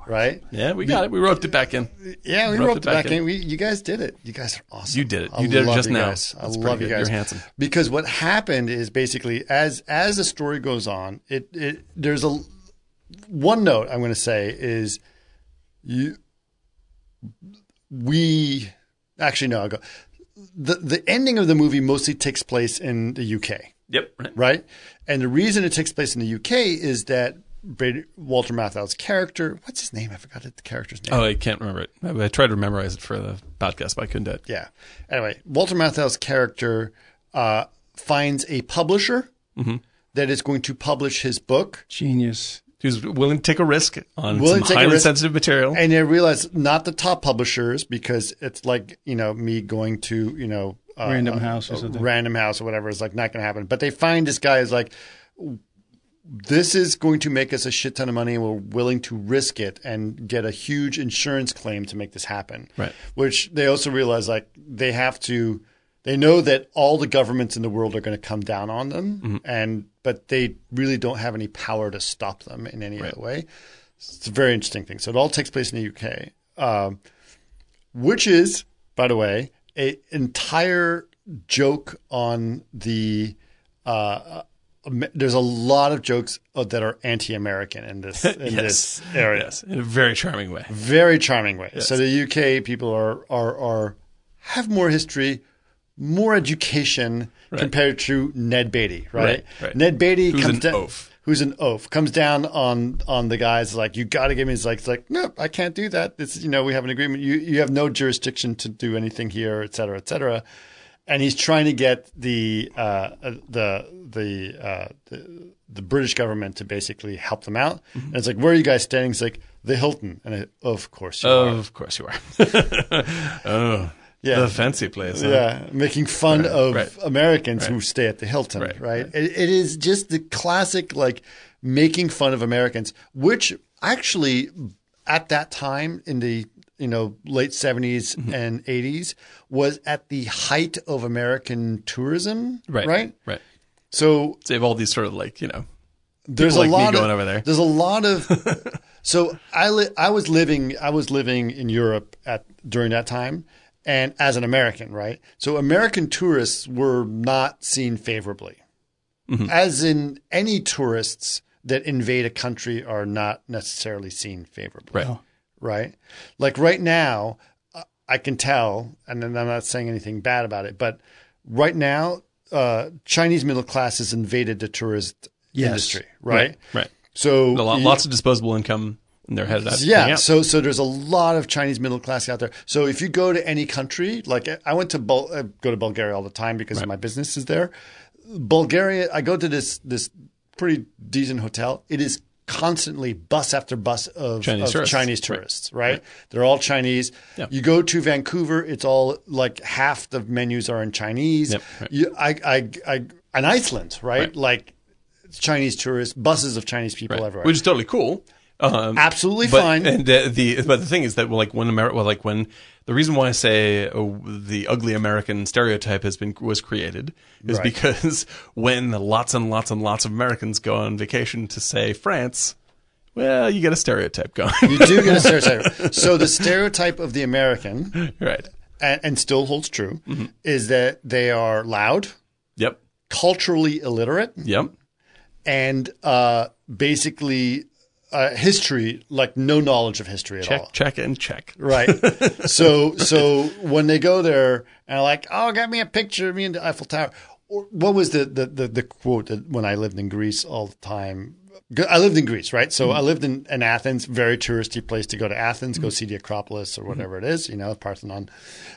[SPEAKER 1] right?
[SPEAKER 2] Yeah, we got it. We roped it back in.
[SPEAKER 1] Yeah, we
[SPEAKER 2] Rubbed
[SPEAKER 1] roped
[SPEAKER 2] it
[SPEAKER 1] it
[SPEAKER 2] back
[SPEAKER 1] back in. We, you guys did it. You guys are awesome.
[SPEAKER 2] You did it.
[SPEAKER 1] I
[SPEAKER 2] You did it
[SPEAKER 1] love
[SPEAKER 2] just
[SPEAKER 1] you
[SPEAKER 2] now.
[SPEAKER 1] guys. I
[SPEAKER 2] That's pretty
[SPEAKER 1] love you
[SPEAKER 2] good.
[SPEAKER 1] guys.
[SPEAKER 2] You're handsome.
[SPEAKER 1] Because what happened is basically as as the story goes on, it, it there's a one note I'm going to say is you we actually no I'll go the the ending of the movie mostly takes place in the UK
[SPEAKER 2] Yep. Right.
[SPEAKER 1] right? And the reason it takes place in the UK is that Brady, Walter Matthau's character, what's his name? I forgot the character's name.
[SPEAKER 2] Oh, I can't remember it. I, I tried to memorize it for the podcast, but I couldn't do it.
[SPEAKER 1] Yeah. Anyway, Walter Matthau's character uh, finds a publisher that is going to publish his book.
[SPEAKER 11] Genius.
[SPEAKER 2] Who's willing to take a risk on
[SPEAKER 1] Willing to
[SPEAKER 2] some
[SPEAKER 1] take a
[SPEAKER 2] highly
[SPEAKER 1] risk.
[SPEAKER 2] sensitive material?
[SPEAKER 1] And I realize not the top publishers because it's like, you know, me going to, you know, uh,
[SPEAKER 11] Random House or
[SPEAKER 2] Oh,
[SPEAKER 1] uh,
[SPEAKER 11] something.
[SPEAKER 1] Random House or whatever is like not going to happen. But they find this guy is like, this is going to make us a shit ton of money and we're willing to risk it and get a huge insurance claim to make this happen.
[SPEAKER 2] Right.
[SPEAKER 1] Which they also realize like they have to they know that all the governments in the world are going to come down on them
[SPEAKER 11] Mm-hmm.
[SPEAKER 1] and but they really don't have any power to stop them in any other way. It's a very interesting thing. So it all takes place in the UK. Um, which is, by the way, a entire joke on the. Uh, Am- there's a lot of jokes uh, that are anti-American in this in
[SPEAKER 2] yes.
[SPEAKER 1] this area.
[SPEAKER 2] Yes. In a very charming way.
[SPEAKER 1] Very charming way. So the UK people are are are have more history, more education compared to Ned Beatty, right?
[SPEAKER 2] Right, right.
[SPEAKER 1] Ned Beatty
[SPEAKER 2] Who's
[SPEAKER 1] comes
[SPEAKER 2] an
[SPEAKER 1] down.
[SPEAKER 2] oaf.
[SPEAKER 1] Who's an oaf comes down on on the guys like you got to give me. He's like, it's like no, I can't do that. It's you know we have an agreement. You you have no jurisdiction to do anything here, et cetera, et cetera. And he's trying to get the uh, uh, the the, uh, the the British government to basically help them out.
[SPEAKER 2] Mm-hmm.
[SPEAKER 1] And it's like, where are you guys standing? It's like the Hilton, and I, of course you are.
[SPEAKER 2] Of course you are. oh,
[SPEAKER 1] Yeah.
[SPEAKER 2] the fancy place. huh?
[SPEAKER 1] Yeah, making fun of
[SPEAKER 2] right.
[SPEAKER 1] Americans who stay at the Hilton, right?
[SPEAKER 2] Right,
[SPEAKER 1] It, it is just the classic, like making fun of Americans, which actually at that time in the you know late 70s
[SPEAKER 2] Mm-hmm.
[SPEAKER 1] and 80s was at the height of American tourism,
[SPEAKER 7] Right.
[SPEAKER 1] Right.
[SPEAKER 7] Right.
[SPEAKER 1] So
[SPEAKER 7] So they have all these sort of like, you know,
[SPEAKER 1] there's
[SPEAKER 7] like
[SPEAKER 1] a
[SPEAKER 7] me
[SPEAKER 1] lot
[SPEAKER 7] going
[SPEAKER 1] of,
[SPEAKER 7] over there.
[SPEAKER 1] There's a lot of. so I li- I was living I was living in Europe at during that time, and as an American, right? So American tourists were not seen favorably,
[SPEAKER 7] Mm-hmm.
[SPEAKER 1] as in any tourists that invade a country are not necessarily seen favorably Oh.
[SPEAKER 7] right.
[SPEAKER 1] right? Like right now, uh, I can tell, and then I'm not saying anything bad about it, but right now, uh, Chinese middle class has invaded the tourist industry, right?
[SPEAKER 7] Right.
[SPEAKER 1] So
[SPEAKER 7] A lot,
[SPEAKER 1] you-
[SPEAKER 7] lots of disposable income and they're headed out. to
[SPEAKER 1] yeah,
[SPEAKER 7] hang out.
[SPEAKER 1] so so there's a lot of Chinese middle class out there. So if you go to any country, like I went to Bul- I go to Bulgaria all the time because my business is there. Bulgaria, I go to this this pretty decent hotel. It is constantly bus after bus of
[SPEAKER 7] Chinese
[SPEAKER 1] of
[SPEAKER 7] tourists.
[SPEAKER 1] Chinese tourists, right? They're all Chinese. You go to Vancouver, it's all like half the menus are in Chinese.
[SPEAKER 7] Yep, right.
[SPEAKER 1] You, I, I, I, and Iceland, right? Like it's Chinese tourists, buses of Chinese people
[SPEAKER 7] Right.
[SPEAKER 1] everywhere.
[SPEAKER 7] Which is totally cool. Um,
[SPEAKER 1] Absolutely
[SPEAKER 7] but,
[SPEAKER 1] fine.
[SPEAKER 7] And uh, the but the thing is that well, like when Ameri- well, like when the reason why I say uh, the ugly American stereotype has been was created is
[SPEAKER 1] Right.
[SPEAKER 7] because when lots and lots and lots of Americans go on vacation to say France, well, you get a stereotype going,
[SPEAKER 1] You do get a stereotype. so the stereotype of the American,
[SPEAKER 7] right?
[SPEAKER 1] and, and still holds true, is that they are loud,
[SPEAKER 7] Mm-hmm. Yep,
[SPEAKER 1] culturally illiterate,
[SPEAKER 7] yep,
[SPEAKER 1] and uh, basically uh, history like no knowledge of history at all.
[SPEAKER 7] check and check.
[SPEAKER 1] Right. So so when they go there and like, oh, get me a picture of me and the Eiffel Tower. Or what was the the the, the quote that when I lived in Greece all the time? G- I lived in Greece, right? So I lived in, in Athens, very touristy place to go to Athens, go see the Acropolis or whatever it is, you know, Parthenon.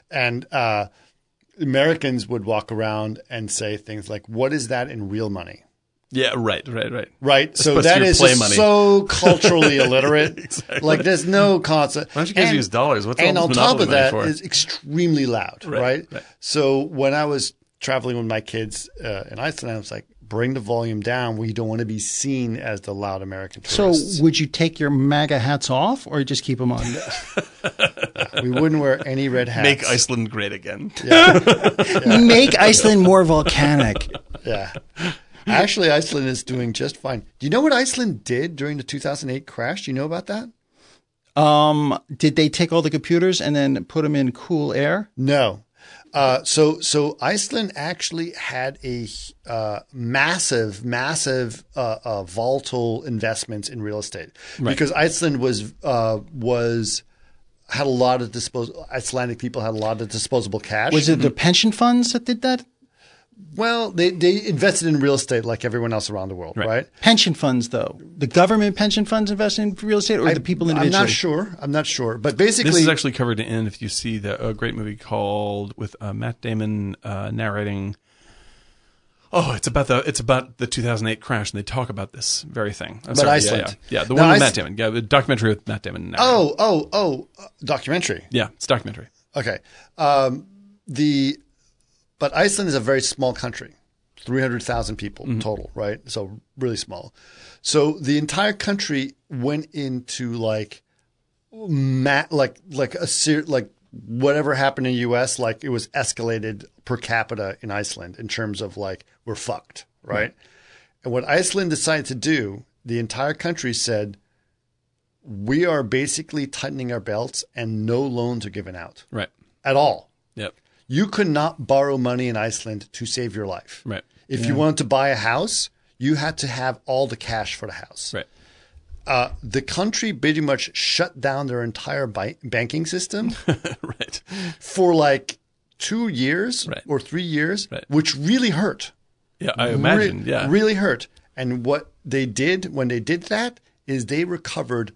[SPEAKER 1] And uh, Americans would walk around and say things like, "What is that in real money?"
[SPEAKER 7] Yeah, right, right, right.
[SPEAKER 1] Right, so
[SPEAKER 7] opposed to
[SPEAKER 1] that
[SPEAKER 7] your
[SPEAKER 1] is
[SPEAKER 7] play
[SPEAKER 1] just
[SPEAKER 7] money.
[SPEAKER 1] so culturally illiterate. Like, there's no concept.
[SPEAKER 7] Why don't you guys
[SPEAKER 1] And-
[SPEAKER 7] use dollars? What's
[SPEAKER 1] and
[SPEAKER 7] all
[SPEAKER 1] on
[SPEAKER 7] this
[SPEAKER 1] top of
[SPEAKER 7] monopoly money
[SPEAKER 1] that,
[SPEAKER 7] for?
[SPEAKER 1] it's extremely loud, right,
[SPEAKER 7] right.
[SPEAKER 1] So when I was traveling with my kids uh, in Iceland, I was like, "Bring the volume down. We don't want to be seen as the loud American
[SPEAKER 9] So
[SPEAKER 1] tourists.
[SPEAKER 9] would you take your MAGA hats off or just keep them on?
[SPEAKER 1] we wouldn't wear any red hats.
[SPEAKER 7] Make Iceland great again.
[SPEAKER 9] Make Iceland more volcanic.
[SPEAKER 1] Yeah. Actually, Iceland is doing just fine. Do you know what Iceland did during the 2008 crash? Do you know about that?
[SPEAKER 9] Um, did they take all the computers and then put them in cool air?
[SPEAKER 1] No. Uh, so so Iceland actually had a uh, massive, massive uh, uh, volatile investments in real estate because Iceland was uh, was had a lot of disposable. Icelandic people had a lot of disposable cash.
[SPEAKER 9] Was it the pension funds that did that?
[SPEAKER 1] well, they they invested in real estate like everyone else around the world, right?
[SPEAKER 9] Pension funds, though. The government pension funds invest in real estate or the people
[SPEAKER 1] I'm
[SPEAKER 9] individually?
[SPEAKER 1] not sure. I'm not sure, but basically,
[SPEAKER 7] This is actually covered in if you see the a great movie called with uh, Matt Damon uh, narrating. Oh, it's about the it's about the 2008 crash, and they talk about this very thing. I'm
[SPEAKER 1] About
[SPEAKER 7] sorry, yeah,
[SPEAKER 1] Iceland.
[SPEAKER 7] yeah, yeah, the
[SPEAKER 1] No,
[SPEAKER 7] one with
[SPEAKER 1] I-
[SPEAKER 7] Matt Damon, yeah, the documentary with Matt Damon. narrating.
[SPEAKER 1] oh oh oh, uh, documentary.
[SPEAKER 7] yeah, it's a documentary.
[SPEAKER 1] Okay. Um, the but Iceland is a very small country, three hundred thousand people total, right? So really small. So the entire country went into like mat like like a ser- like whatever happened in the U.S. like it was escalated per capita in Iceland in terms of like we're fucked, right? And what Iceland decided to do, the entire country said. We are basically tightening our belts, and no loans are given out
[SPEAKER 7] Right.
[SPEAKER 1] at all.
[SPEAKER 7] Yep.
[SPEAKER 1] You could not borrow money in Iceland to save your life.
[SPEAKER 7] Right.
[SPEAKER 1] If you wanted to buy a house, you had to have all the cash for the house.
[SPEAKER 7] Right.
[SPEAKER 1] Uh, the country pretty much shut down their entire bi- banking system
[SPEAKER 7] right.
[SPEAKER 1] for like two years
[SPEAKER 7] Right.
[SPEAKER 1] or three years,
[SPEAKER 7] Right.
[SPEAKER 1] which really hurt.
[SPEAKER 7] Yeah, I imagine.
[SPEAKER 1] Re-
[SPEAKER 7] yeah.
[SPEAKER 1] Really hurt. And what they did when they did that is they recovered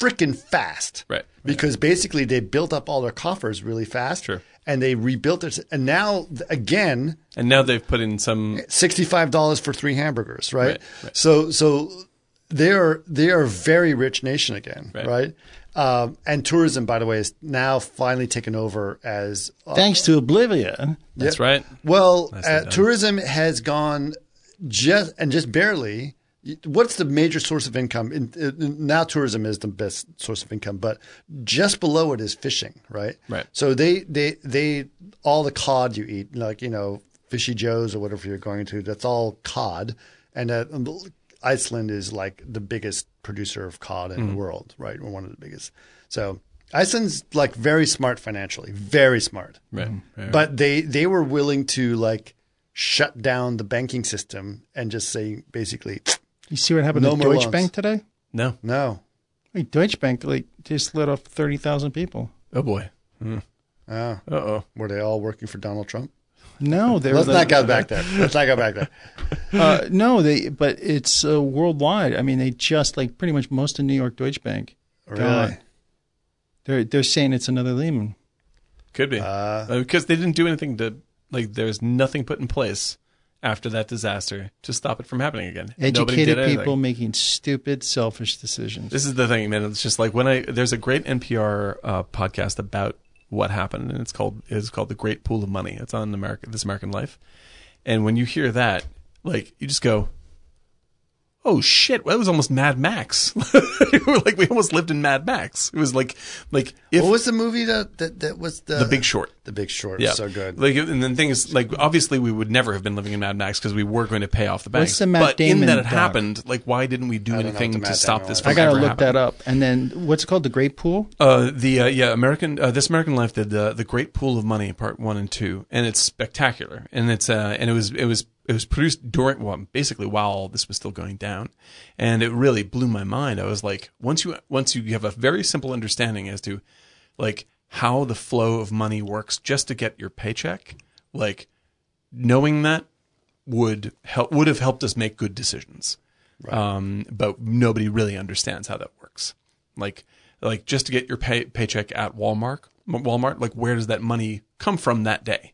[SPEAKER 1] freaking fast.
[SPEAKER 7] Right.
[SPEAKER 1] Because basically they built up all their coffers really fast.
[SPEAKER 7] Sure.
[SPEAKER 1] And they rebuilt it. And now, th- again,
[SPEAKER 7] and now they've put in some.
[SPEAKER 1] $65 for three hamburgers, right?
[SPEAKER 7] Right, right.
[SPEAKER 1] So, so they are, they are a very rich nation again, right?
[SPEAKER 7] Right.
[SPEAKER 1] Um, and tourism, by the way, is now finally taken over as
[SPEAKER 9] Thanks to Oblivion.
[SPEAKER 7] That's right.
[SPEAKER 1] well,
[SPEAKER 7] Nicely
[SPEAKER 1] uh,
[SPEAKER 7] done.
[SPEAKER 1] tourism has gone just and just barely what's the major source of income? In, in, now tourism is the best source of income, but just below it is fishing, right?
[SPEAKER 2] Right.
[SPEAKER 1] So they they they all the cod you eat, like you know Fishy Joe's or whatever you're going to, that's all cod, and uh, Iceland is like the biggest producer of cod in the world, right? We're one of the biggest. So Iceland's like very smart financially, very smart
[SPEAKER 2] Right. right.
[SPEAKER 1] but they they were willing to like shut down the banking system and just say basically
[SPEAKER 5] You see what happened
[SPEAKER 1] No
[SPEAKER 5] to
[SPEAKER 1] more
[SPEAKER 5] Deutsche
[SPEAKER 1] loans.
[SPEAKER 5] Bank today?
[SPEAKER 2] no.
[SPEAKER 1] no
[SPEAKER 5] Wait, Deutsche Bank like just let off thirty thousand people.
[SPEAKER 2] Oh boy.
[SPEAKER 1] oh,
[SPEAKER 2] Uh oh.
[SPEAKER 1] were they all working for donald trump
[SPEAKER 5] No, they
[SPEAKER 1] let's
[SPEAKER 5] were
[SPEAKER 1] not
[SPEAKER 5] like,
[SPEAKER 1] go back there let's not go back there
[SPEAKER 5] uh, no, they. But it's uh, worldwide. I mean, they just like pretty much most of New York Deutsche Bank.
[SPEAKER 1] really
[SPEAKER 5] They're they're saying it's another Lehman.
[SPEAKER 2] Could be Uh, because they didn't do anything to like. There's nothing put in place after that disaster to stop it from happening again. Nobody did
[SPEAKER 5] Educated
[SPEAKER 2] anything.
[SPEAKER 5] people making stupid, selfish decisions.
[SPEAKER 2] This is the thing, man. It's just like when I there's a great NPR uh, podcast about what happened, and it's called it's called the Great Pool of Money. It's on America, This American Life, and when you hear that, like you just go, "Oh shit!" Well, that was almost Mad Max. We were like we almost lived in Mad Max. It was like like if
[SPEAKER 1] what was the movie that that, that was the
[SPEAKER 2] The Big Short.
[SPEAKER 1] the big short
[SPEAKER 2] Yeah,
[SPEAKER 1] so good
[SPEAKER 2] Like, and the thing is, like, obviously, we would never have been living in Mad Max because we were going to pay off the banks.
[SPEAKER 5] What's the Matt
[SPEAKER 2] but in
[SPEAKER 5] Damon
[SPEAKER 2] that it
[SPEAKER 5] doc?
[SPEAKER 2] happened, like, why didn't we do
[SPEAKER 1] don't know what
[SPEAKER 2] anything
[SPEAKER 1] the
[SPEAKER 2] to
[SPEAKER 1] Matt
[SPEAKER 2] stop
[SPEAKER 1] Damon
[SPEAKER 2] this?
[SPEAKER 1] was.
[SPEAKER 2] From
[SPEAKER 5] I gotta
[SPEAKER 2] ever
[SPEAKER 5] look
[SPEAKER 2] happening?
[SPEAKER 5] that up. And then what's it called? The Great Pool.
[SPEAKER 2] Uh, the uh, yeah American uh, this American Life did the the Great Pool of Money part one and two, and it's spectacular. And it's uh, and it was it was it was produced during well basically while all this was still going down, and it really blew my mind. I was like, once you once you have a very simple understanding as to like how the flow of money works just to get your paycheck, like knowing that would help would have helped us make good decisions. Um, but nobody really understands how that works. Like like just to get your pay, paycheck at Walmart, Walmart, like where does that money come from that day?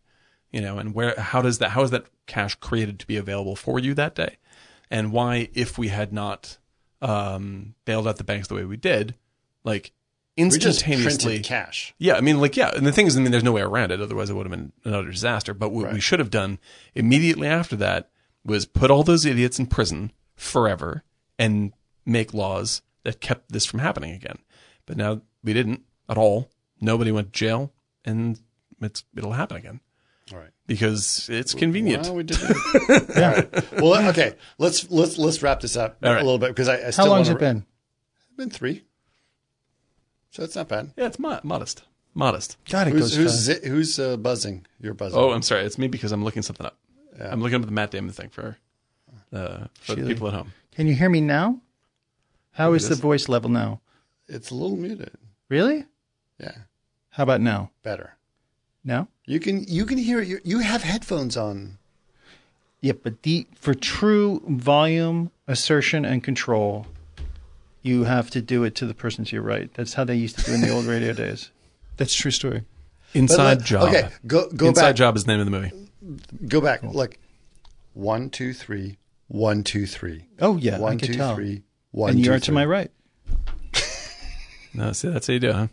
[SPEAKER 2] You know, and where how does that how is that cash created to be available for you that day? And why if we had not um, bailed out the banks the way we did, like
[SPEAKER 12] We just
[SPEAKER 2] instantaneously
[SPEAKER 12] printed cash.
[SPEAKER 2] yeah, I mean, like, yeah, and the thing is, I mean, there's no way around it. Otherwise, it would have been another disaster. But what we should have done immediately after that was put all those idiots in prison forever and make laws that kept this from happening again. But now we didn't at all. Nobody went to jail, and it's it'll happen again. All
[SPEAKER 1] right.
[SPEAKER 2] because it's convenient.
[SPEAKER 1] Well, we did. All right. Well, okay. Let's let's let's wrap this up
[SPEAKER 2] All
[SPEAKER 1] a
[SPEAKER 2] right.
[SPEAKER 1] little bit because I, I still
[SPEAKER 5] How long's
[SPEAKER 1] wanna-
[SPEAKER 5] it been?
[SPEAKER 1] It's been three, so it's not bad.
[SPEAKER 2] yeah, it's mo- modest, modest.
[SPEAKER 5] God, it
[SPEAKER 1] Who's
[SPEAKER 5] goes
[SPEAKER 1] who's,
[SPEAKER 5] fast.
[SPEAKER 1] zi- who's uh, buzzing? You're buzzing.
[SPEAKER 2] Oh, I'm sorry, it's me because I'm looking something up. I'm looking up the Matt Damon thing for uh, for the people at home.
[SPEAKER 5] Can you hear me now? How is the voice level now?
[SPEAKER 1] it's a little muted.
[SPEAKER 5] Really?
[SPEAKER 1] Yeah,
[SPEAKER 5] How about now?
[SPEAKER 1] better.
[SPEAKER 5] Now?
[SPEAKER 1] You can you can hear you, you have headphones on.
[SPEAKER 5] Yeah, but the for true volume assertion and control, you have to do it to the person to your right. That's how they used to do in the old radio days. That's a true story.
[SPEAKER 1] But
[SPEAKER 2] Inside
[SPEAKER 1] let-
[SPEAKER 2] job.
[SPEAKER 1] Okay, go go
[SPEAKER 2] Inside
[SPEAKER 1] back.
[SPEAKER 2] job is the name of the movie.
[SPEAKER 1] Go back. Look, one two three, one two three.
[SPEAKER 5] Oh yeah, I
[SPEAKER 1] One,
[SPEAKER 5] can
[SPEAKER 1] two,
[SPEAKER 5] tell.
[SPEAKER 1] three, one,
[SPEAKER 5] and
[SPEAKER 1] two,
[SPEAKER 5] you are to
[SPEAKER 1] three.
[SPEAKER 5] my right.
[SPEAKER 2] No, see, that's how you do it, huh?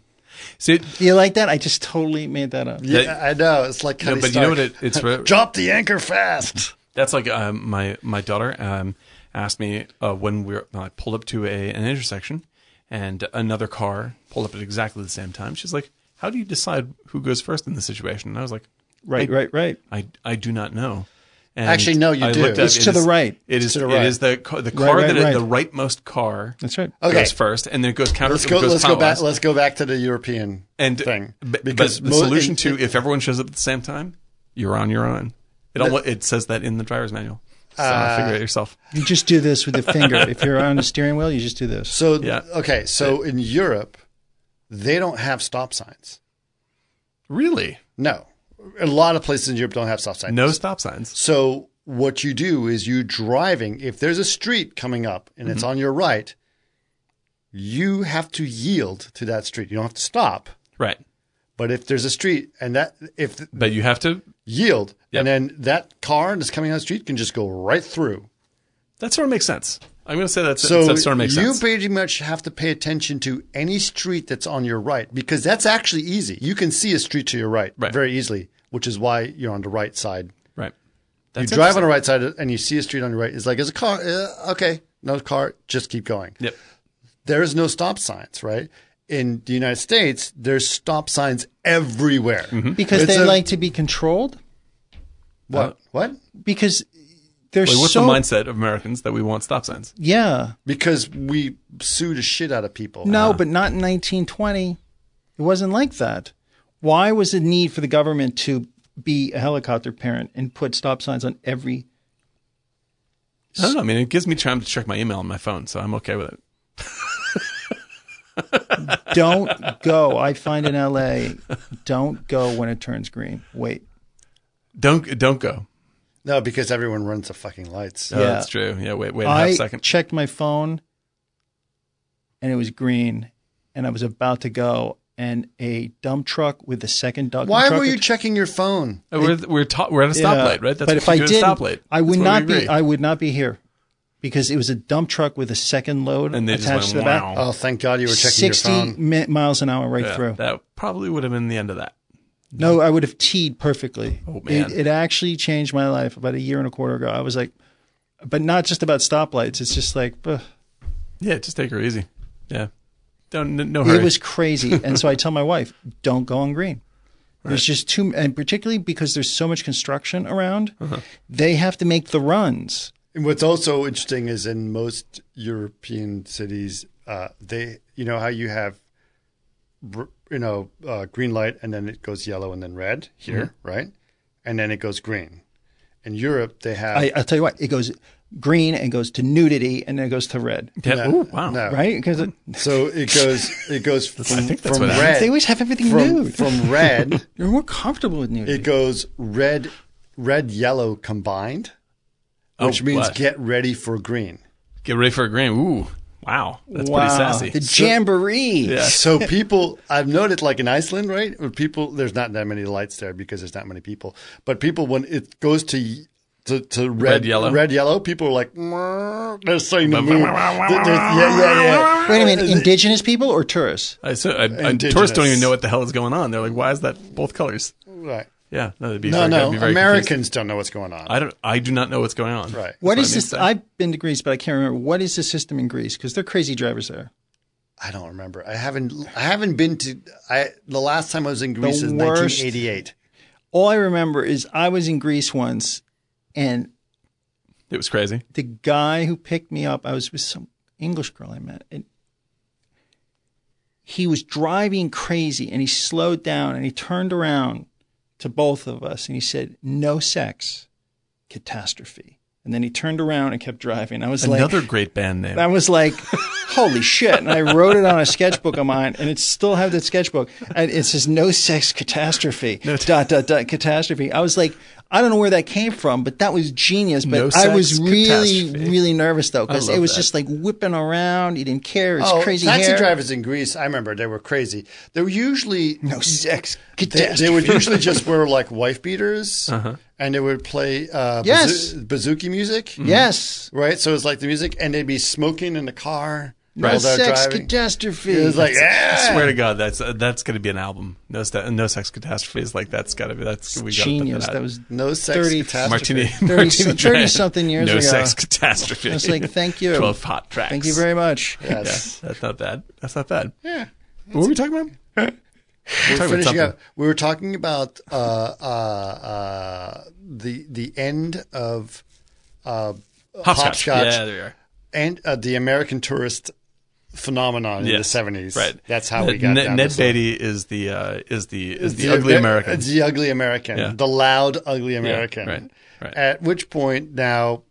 [SPEAKER 2] See,
[SPEAKER 5] You like that? I just totally made that up.
[SPEAKER 1] Yeah,
[SPEAKER 2] That-
[SPEAKER 1] I know. It's like
[SPEAKER 2] no,
[SPEAKER 1] Cutty
[SPEAKER 2] but you know
[SPEAKER 1] Stark.
[SPEAKER 2] what? It, it's re-
[SPEAKER 1] Drop the anchor fast.
[SPEAKER 2] that's like um, my my daughter um, asked me uh, when we were, I pulled up to a an intersection, and another car pulled up at exactly the same time. She's like, "How do you decide who goes first in this situation?" And I was like,
[SPEAKER 5] Right, right, right.
[SPEAKER 2] "I I do not know." And
[SPEAKER 1] Actually, no, you do.
[SPEAKER 5] It's to
[SPEAKER 2] it
[SPEAKER 5] the
[SPEAKER 2] is-
[SPEAKER 5] right.
[SPEAKER 2] It is
[SPEAKER 1] to the
[SPEAKER 2] It
[SPEAKER 1] right.
[SPEAKER 2] is the ca- the car
[SPEAKER 5] right,
[SPEAKER 2] that is
[SPEAKER 5] right.
[SPEAKER 2] the rightmost car
[SPEAKER 5] That's right.
[SPEAKER 1] Okay.
[SPEAKER 2] goes first, and then it goes counter.
[SPEAKER 1] Let's go.
[SPEAKER 2] it goes
[SPEAKER 1] Let's go back.
[SPEAKER 2] clockwise.
[SPEAKER 1] Let's go back to the European
[SPEAKER 2] and
[SPEAKER 1] thing
[SPEAKER 2] b- but the
[SPEAKER 1] mo-
[SPEAKER 2] solution
[SPEAKER 1] in-
[SPEAKER 2] to if everyone shows up at the same time, you're on your own. It almo- it says that in the driver's manual. So
[SPEAKER 1] Uh,
[SPEAKER 2] figure it yourself.
[SPEAKER 5] You just do this with the finger. if you're on the steering wheel, you just do this.
[SPEAKER 1] So
[SPEAKER 2] Yeah.
[SPEAKER 1] okay, so in Europe, they don't have stop signs.
[SPEAKER 2] Really?
[SPEAKER 1] No, a lot of places in Europe don't have stop signs.
[SPEAKER 2] No stop signs.
[SPEAKER 1] So what you do is you driving. If there's a street coming up and it's on your right, you have to yield to that street. You don't have to stop.
[SPEAKER 2] Right.
[SPEAKER 1] But if there's a street and that if
[SPEAKER 2] But you have to.
[SPEAKER 1] yield
[SPEAKER 2] Yeah.
[SPEAKER 1] and then that car that's coming on the street can just go right through.
[SPEAKER 2] That sort of makes sense. I'm going to say that's,
[SPEAKER 1] So
[SPEAKER 2] that sort of makes
[SPEAKER 1] you
[SPEAKER 2] sense.
[SPEAKER 1] pretty much have to pay attention to any street that's on your right because that's actually easy. You can see a street to your right,
[SPEAKER 2] Right.
[SPEAKER 1] very easily, which is why you're on the right side. You
[SPEAKER 2] right. That's
[SPEAKER 1] drive on
[SPEAKER 2] interesting.
[SPEAKER 1] the right side and you see a street on your right. It's like, is a car? Uh, okay, another car, just keep going.
[SPEAKER 7] Yep.
[SPEAKER 1] There is no stop signs, right? In the United States, there's stop signs everywhere.
[SPEAKER 2] Mm-hmm.
[SPEAKER 5] because
[SPEAKER 1] It's
[SPEAKER 5] they
[SPEAKER 1] a-
[SPEAKER 5] like to be controlled.
[SPEAKER 2] Uh,
[SPEAKER 1] What? What?
[SPEAKER 5] Because there's
[SPEAKER 7] Like, what's
[SPEAKER 5] so
[SPEAKER 7] the mindset of Americans that we want stop signs?
[SPEAKER 5] yeah.
[SPEAKER 1] Because we sue the shit out of people.
[SPEAKER 5] No,
[SPEAKER 7] Ah.
[SPEAKER 5] but not in 1920. It wasn't like that. Why was the need for the government to be a helicopter parent and put stop signs on every?
[SPEAKER 7] I don't know. I mean, it gives me time to check my email on my phone, so I'm okay with it.
[SPEAKER 5] Don't go. I find in LA, don't go when it turns green. Wait.
[SPEAKER 7] Don't don't go.
[SPEAKER 1] No, because everyone runs the fucking lights.
[SPEAKER 7] Oh,
[SPEAKER 2] Uh,
[SPEAKER 5] Yeah.
[SPEAKER 7] That's true. Yeah, wait, wait a half
[SPEAKER 5] I
[SPEAKER 7] second.
[SPEAKER 5] checked my phone, and it was green, and I was about to go, and a dump truck with a second dump.
[SPEAKER 1] Why
[SPEAKER 5] truck
[SPEAKER 1] were you checking your phone?
[SPEAKER 7] Uh, we're we're, ta- we're at a stoplight, right?
[SPEAKER 5] but if
[SPEAKER 7] what
[SPEAKER 5] I
[SPEAKER 7] you do at a
[SPEAKER 5] did,
[SPEAKER 7] stoplight.
[SPEAKER 5] I would
[SPEAKER 7] That's what
[SPEAKER 5] not
[SPEAKER 7] we
[SPEAKER 5] be.
[SPEAKER 7] agree.
[SPEAKER 5] I would not be here because it was a dump truck with a second load
[SPEAKER 7] and they
[SPEAKER 5] attached
[SPEAKER 7] just went,
[SPEAKER 5] to the
[SPEAKER 7] wow.
[SPEAKER 5] back.
[SPEAKER 1] Oh, thank God you were checking your
[SPEAKER 5] Sixty
[SPEAKER 1] phone.
[SPEAKER 5] mi- miles an hour right
[SPEAKER 7] Yeah,
[SPEAKER 5] through.
[SPEAKER 7] That probably would have been the end of that.
[SPEAKER 5] no, I would have teed perfectly.
[SPEAKER 7] Oh, man.
[SPEAKER 5] It, it actually changed my life about a year and a quarter ago. I was like, but not just about stoplights. It's just like ugh.
[SPEAKER 7] Yeah, just take her easy. Yeah, don't n- no hurry.
[SPEAKER 5] it was crazy. and so I tell my wife, don't go on green. There's just too, and particularly because there's so much construction around, they have to make the runs.
[SPEAKER 1] And what's also interesting is in most European cities, uh, they you know how you have r- you know uh, green light and then it goes yellow and then red here, right? And then it goes green. In Europe, they have
[SPEAKER 5] I, I'll tell you what, it goes green and goes to nudity and then it goes to red,
[SPEAKER 7] yeah.
[SPEAKER 1] no,
[SPEAKER 7] ooh, wow.
[SPEAKER 1] no.
[SPEAKER 5] right? Because
[SPEAKER 1] So it goes it goes from,
[SPEAKER 7] think that's
[SPEAKER 1] from
[SPEAKER 7] what happened.
[SPEAKER 1] red.
[SPEAKER 5] they always have everything
[SPEAKER 1] from,
[SPEAKER 5] nude.
[SPEAKER 1] from red,
[SPEAKER 5] You're more comfortable with nudity.
[SPEAKER 1] it goes red, red, yellow combined,
[SPEAKER 7] Oh,
[SPEAKER 1] which means
[SPEAKER 7] what?
[SPEAKER 1] get ready for green.
[SPEAKER 7] Get ready for a gram. Ooh, wow, that's pretty sassy.
[SPEAKER 5] The jamboree.
[SPEAKER 1] so people i've noticed like in iceland right where people there's not that many lights there because there's not many people but people when it goes to to, to red,
[SPEAKER 7] Red, yellow.
[SPEAKER 1] red yellow people are like "Mwah," they're starting to move They're- they're- yeah yeah yeah
[SPEAKER 5] Wait a minute, indigenous people or tourists?
[SPEAKER 7] I, so, I, I,
[SPEAKER 1] Indigenous.
[SPEAKER 7] tourists don't even know what the hell is going on. They're like, why is that both colors?
[SPEAKER 1] right
[SPEAKER 7] Yeah, no, that'd be
[SPEAKER 1] no
[SPEAKER 7] very,
[SPEAKER 1] no
[SPEAKER 7] I'd be very
[SPEAKER 1] americans
[SPEAKER 7] confused.
[SPEAKER 1] don't know what's going on
[SPEAKER 7] I don't. I do not know what's going on.
[SPEAKER 1] right
[SPEAKER 5] What
[SPEAKER 7] That's
[SPEAKER 5] is
[SPEAKER 7] what I mean,
[SPEAKER 5] this?
[SPEAKER 7] so-
[SPEAKER 5] I've been to Greece, but I can't remember. What is the system in Greece? Because they're crazy drivers there.
[SPEAKER 1] i don't remember i haven't i haven't been to i the last time i was in greece is
[SPEAKER 5] worst.
[SPEAKER 1] 1988
[SPEAKER 5] All I remember is I was in Greece once and
[SPEAKER 7] It was crazy.
[SPEAKER 5] the guy who picked me up, I was with some English girl I met, and he was driving crazy and he slowed down and he turned around to both of us and he said, No sex, catastrophe. And then he turned around and kept driving. I was
[SPEAKER 7] Another
[SPEAKER 5] like,
[SPEAKER 7] great band name.
[SPEAKER 5] I was like, holy shit. And I wrote it on a sketchbook of mine and it still have that sketchbook. And it says no sex catastrophe. dot dot dot catastrophe. I was like, I don't know where that came from, but that was genius.
[SPEAKER 7] No
[SPEAKER 5] But I
[SPEAKER 7] sex
[SPEAKER 5] was really,
[SPEAKER 7] catastrophe.
[SPEAKER 5] really nervous though, because
[SPEAKER 7] love
[SPEAKER 5] it was
[SPEAKER 7] that.
[SPEAKER 5] just like whipping around. He didn't care. It's crazy
[SPEAKER 1] Oh, taxi
[SPEAKER 5] hair.
[SPEAKER 1] drivers in Greece, I remember they were crazy. They were usually
[SPEAKER 5] No sex
[SPEAKER 1] They,
[SPEAKER 5] catastrophe.
[SPEAKER 1] they would usually just wear like wife beaters,
[SPEAKER 7] Uh-huh.
[SPEAKER 1] and they would play uh,
[SPEAKER 5] Yes.
[SPEAKER 1] bazoo- bazooki music,
[SPEAKER 7] Mm-hmm.
[SPEAKER 5] yes.
[SPEAKER 1] right? So it's like the music, and they'd be smoking in the car
[SPEAKER 5] No
[SPEAKER 1] while they're
[SPEAKER 5] sex
[SPEAKER 1] driving.
[SPEAKER 5] catastrophe.
[SPEAKER 1] It was like, yeah,
[SPEAKER 7] I swear to God, that's uh, that's going to be an album. No, sta- no sex catastrophe is like that's got to be that's we gotta put
[SPEAKER 5] genius.
[SPEAKER 7] out.
[SPEAKER 5] That was
[SPEAKER 1] no sex
[SPEAKER 5] 30
[SPEAKER 1] catastrophe.
[SPEAKER 7] Martini,
[SPEAKER 5] 30
[SPEAKER 7] Martini
[SPEAKER 5] so- 30
[SPEAKER 7] Band.
[SPEAKER 5] something years
[SPEAKER 7] no
[SPEAKER 5] ago.
[SPEAKER 7] sex catastrophe.
[SPEAKER 5] I was like, thank you.
[SPEAKER 7] Twelve hot tracks.
[SPEAKER 5] Thank you very much.
[SPEAKER 1] Yes.
[SPEAKER 7] That's not bad. That's not bad. Yeah. What were we talking about?
[SPEAKER 1] We're
[SPEAKER 7] Talking about
[SPEAKER 1] finishing
[SPEAKER 7] something.
[SPEAKER 1] up. We were talking about uh, uh, uh, the the end of uh,
[SPEAKER 7] Hopscotch.
[SPEAKER 1] Hopscotch.
[SPEAKER 7] Yeah, there you are.
[SPEAKER 1] and uh, the American tourist phenomenon in the
[SPEAKER 7] Yes.
[SPEAKER 1] seventies.
[SPEAKER 7] Right.
[SPEAKER 1] That's how we
[SPEAKER 7] Ned-
[SPEAKER 1] got
[SPEAKER 7] Ned,
[SPEAKER 1] down
[SPEAKER 7] Ned
[SPEAKER 1] this line.
[SPEAKER 7] Beatty is the uh, is the is the, ugly
[SPEAKER 1] Amer-
[SPEAKER 7] American.
[SPEAKER 1] The ugly American.
[SPEAKER 7] Yeah.
[SPEAKER 1] The loud ugly American.
[SPEAKER 7] right, right.
[SPEAKER 1] At which point now,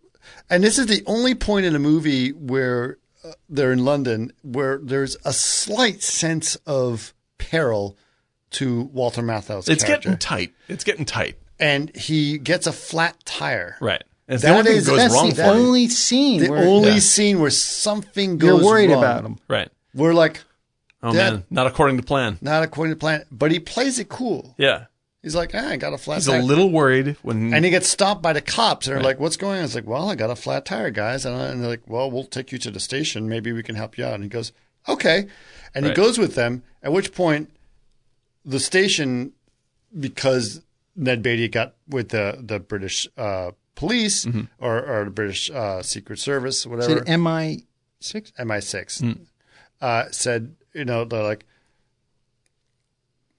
[SPEAKER 1] and this is the only point in the movie where uh, they're in London where there's a slight sense of peril to Walter Matthau's
[SPEAKER 7] it's
[SPEAKER 1] character.
[SPEAKER 7] getting tight. It's getting tight.
[SPEAKER 1] and he gets a flat tire.
[SPEAKER 7] Right. It's
[SPEAKER 1] That
[SPEAKER 7] the only
[SPEAKER 1] is-
[SPEAKER 7] thing that
[SPEAKER 5] That's
[SPEAKER 7] goes wrong
[SPEAKER 5] the
[SPEAKER 7] for him.
[SPEAKER 5] only scene
[SPEAKER 1] The
[SPEAKER 5] where
[SPEAKER 1] only
[SPEAKER 7] Yeah.
[SPEAKER 1] scene where something goes
[SPEAKER 5] you're worried
[SPEAKER 1] wrong.
[SPEAKER 5] about him.
[SPEAKER 7] Right.
[SPEAKER 1] We're like,
[SPEAKER 7] Oh
[SPEAKER 1] That-
[SPEAKER 7] man, not according to plan.
[SPEAKER 1] not according to plan, but he plays it cool.
[SPEAKER 7] Yeah.
[SPEAKER 1] He's like, ah, I got a flat
[SPEAKER 7] He's
[SPEAKER 1] tire.
[SPEAKER 7] a little worried when
[SPEAKER 1] And he gets stopped by the cops. And they're like, what's going on? It's like, well, I got a flat tire, guys. And, I- and they're like, well, we'll take you to the station. Maybe we can help you out. And he goes, okay. And he
[SPEAKER 7] Right.
[SPEAKER 1] goes with them, at which point the station, because Ned Beatty got with the, the British uh, police or, or the British uh, Secret Service, whatever.
[SPEAKER 9] Did MI six?
[SPEAKER 1] MI6 uh, said, you know, they're like,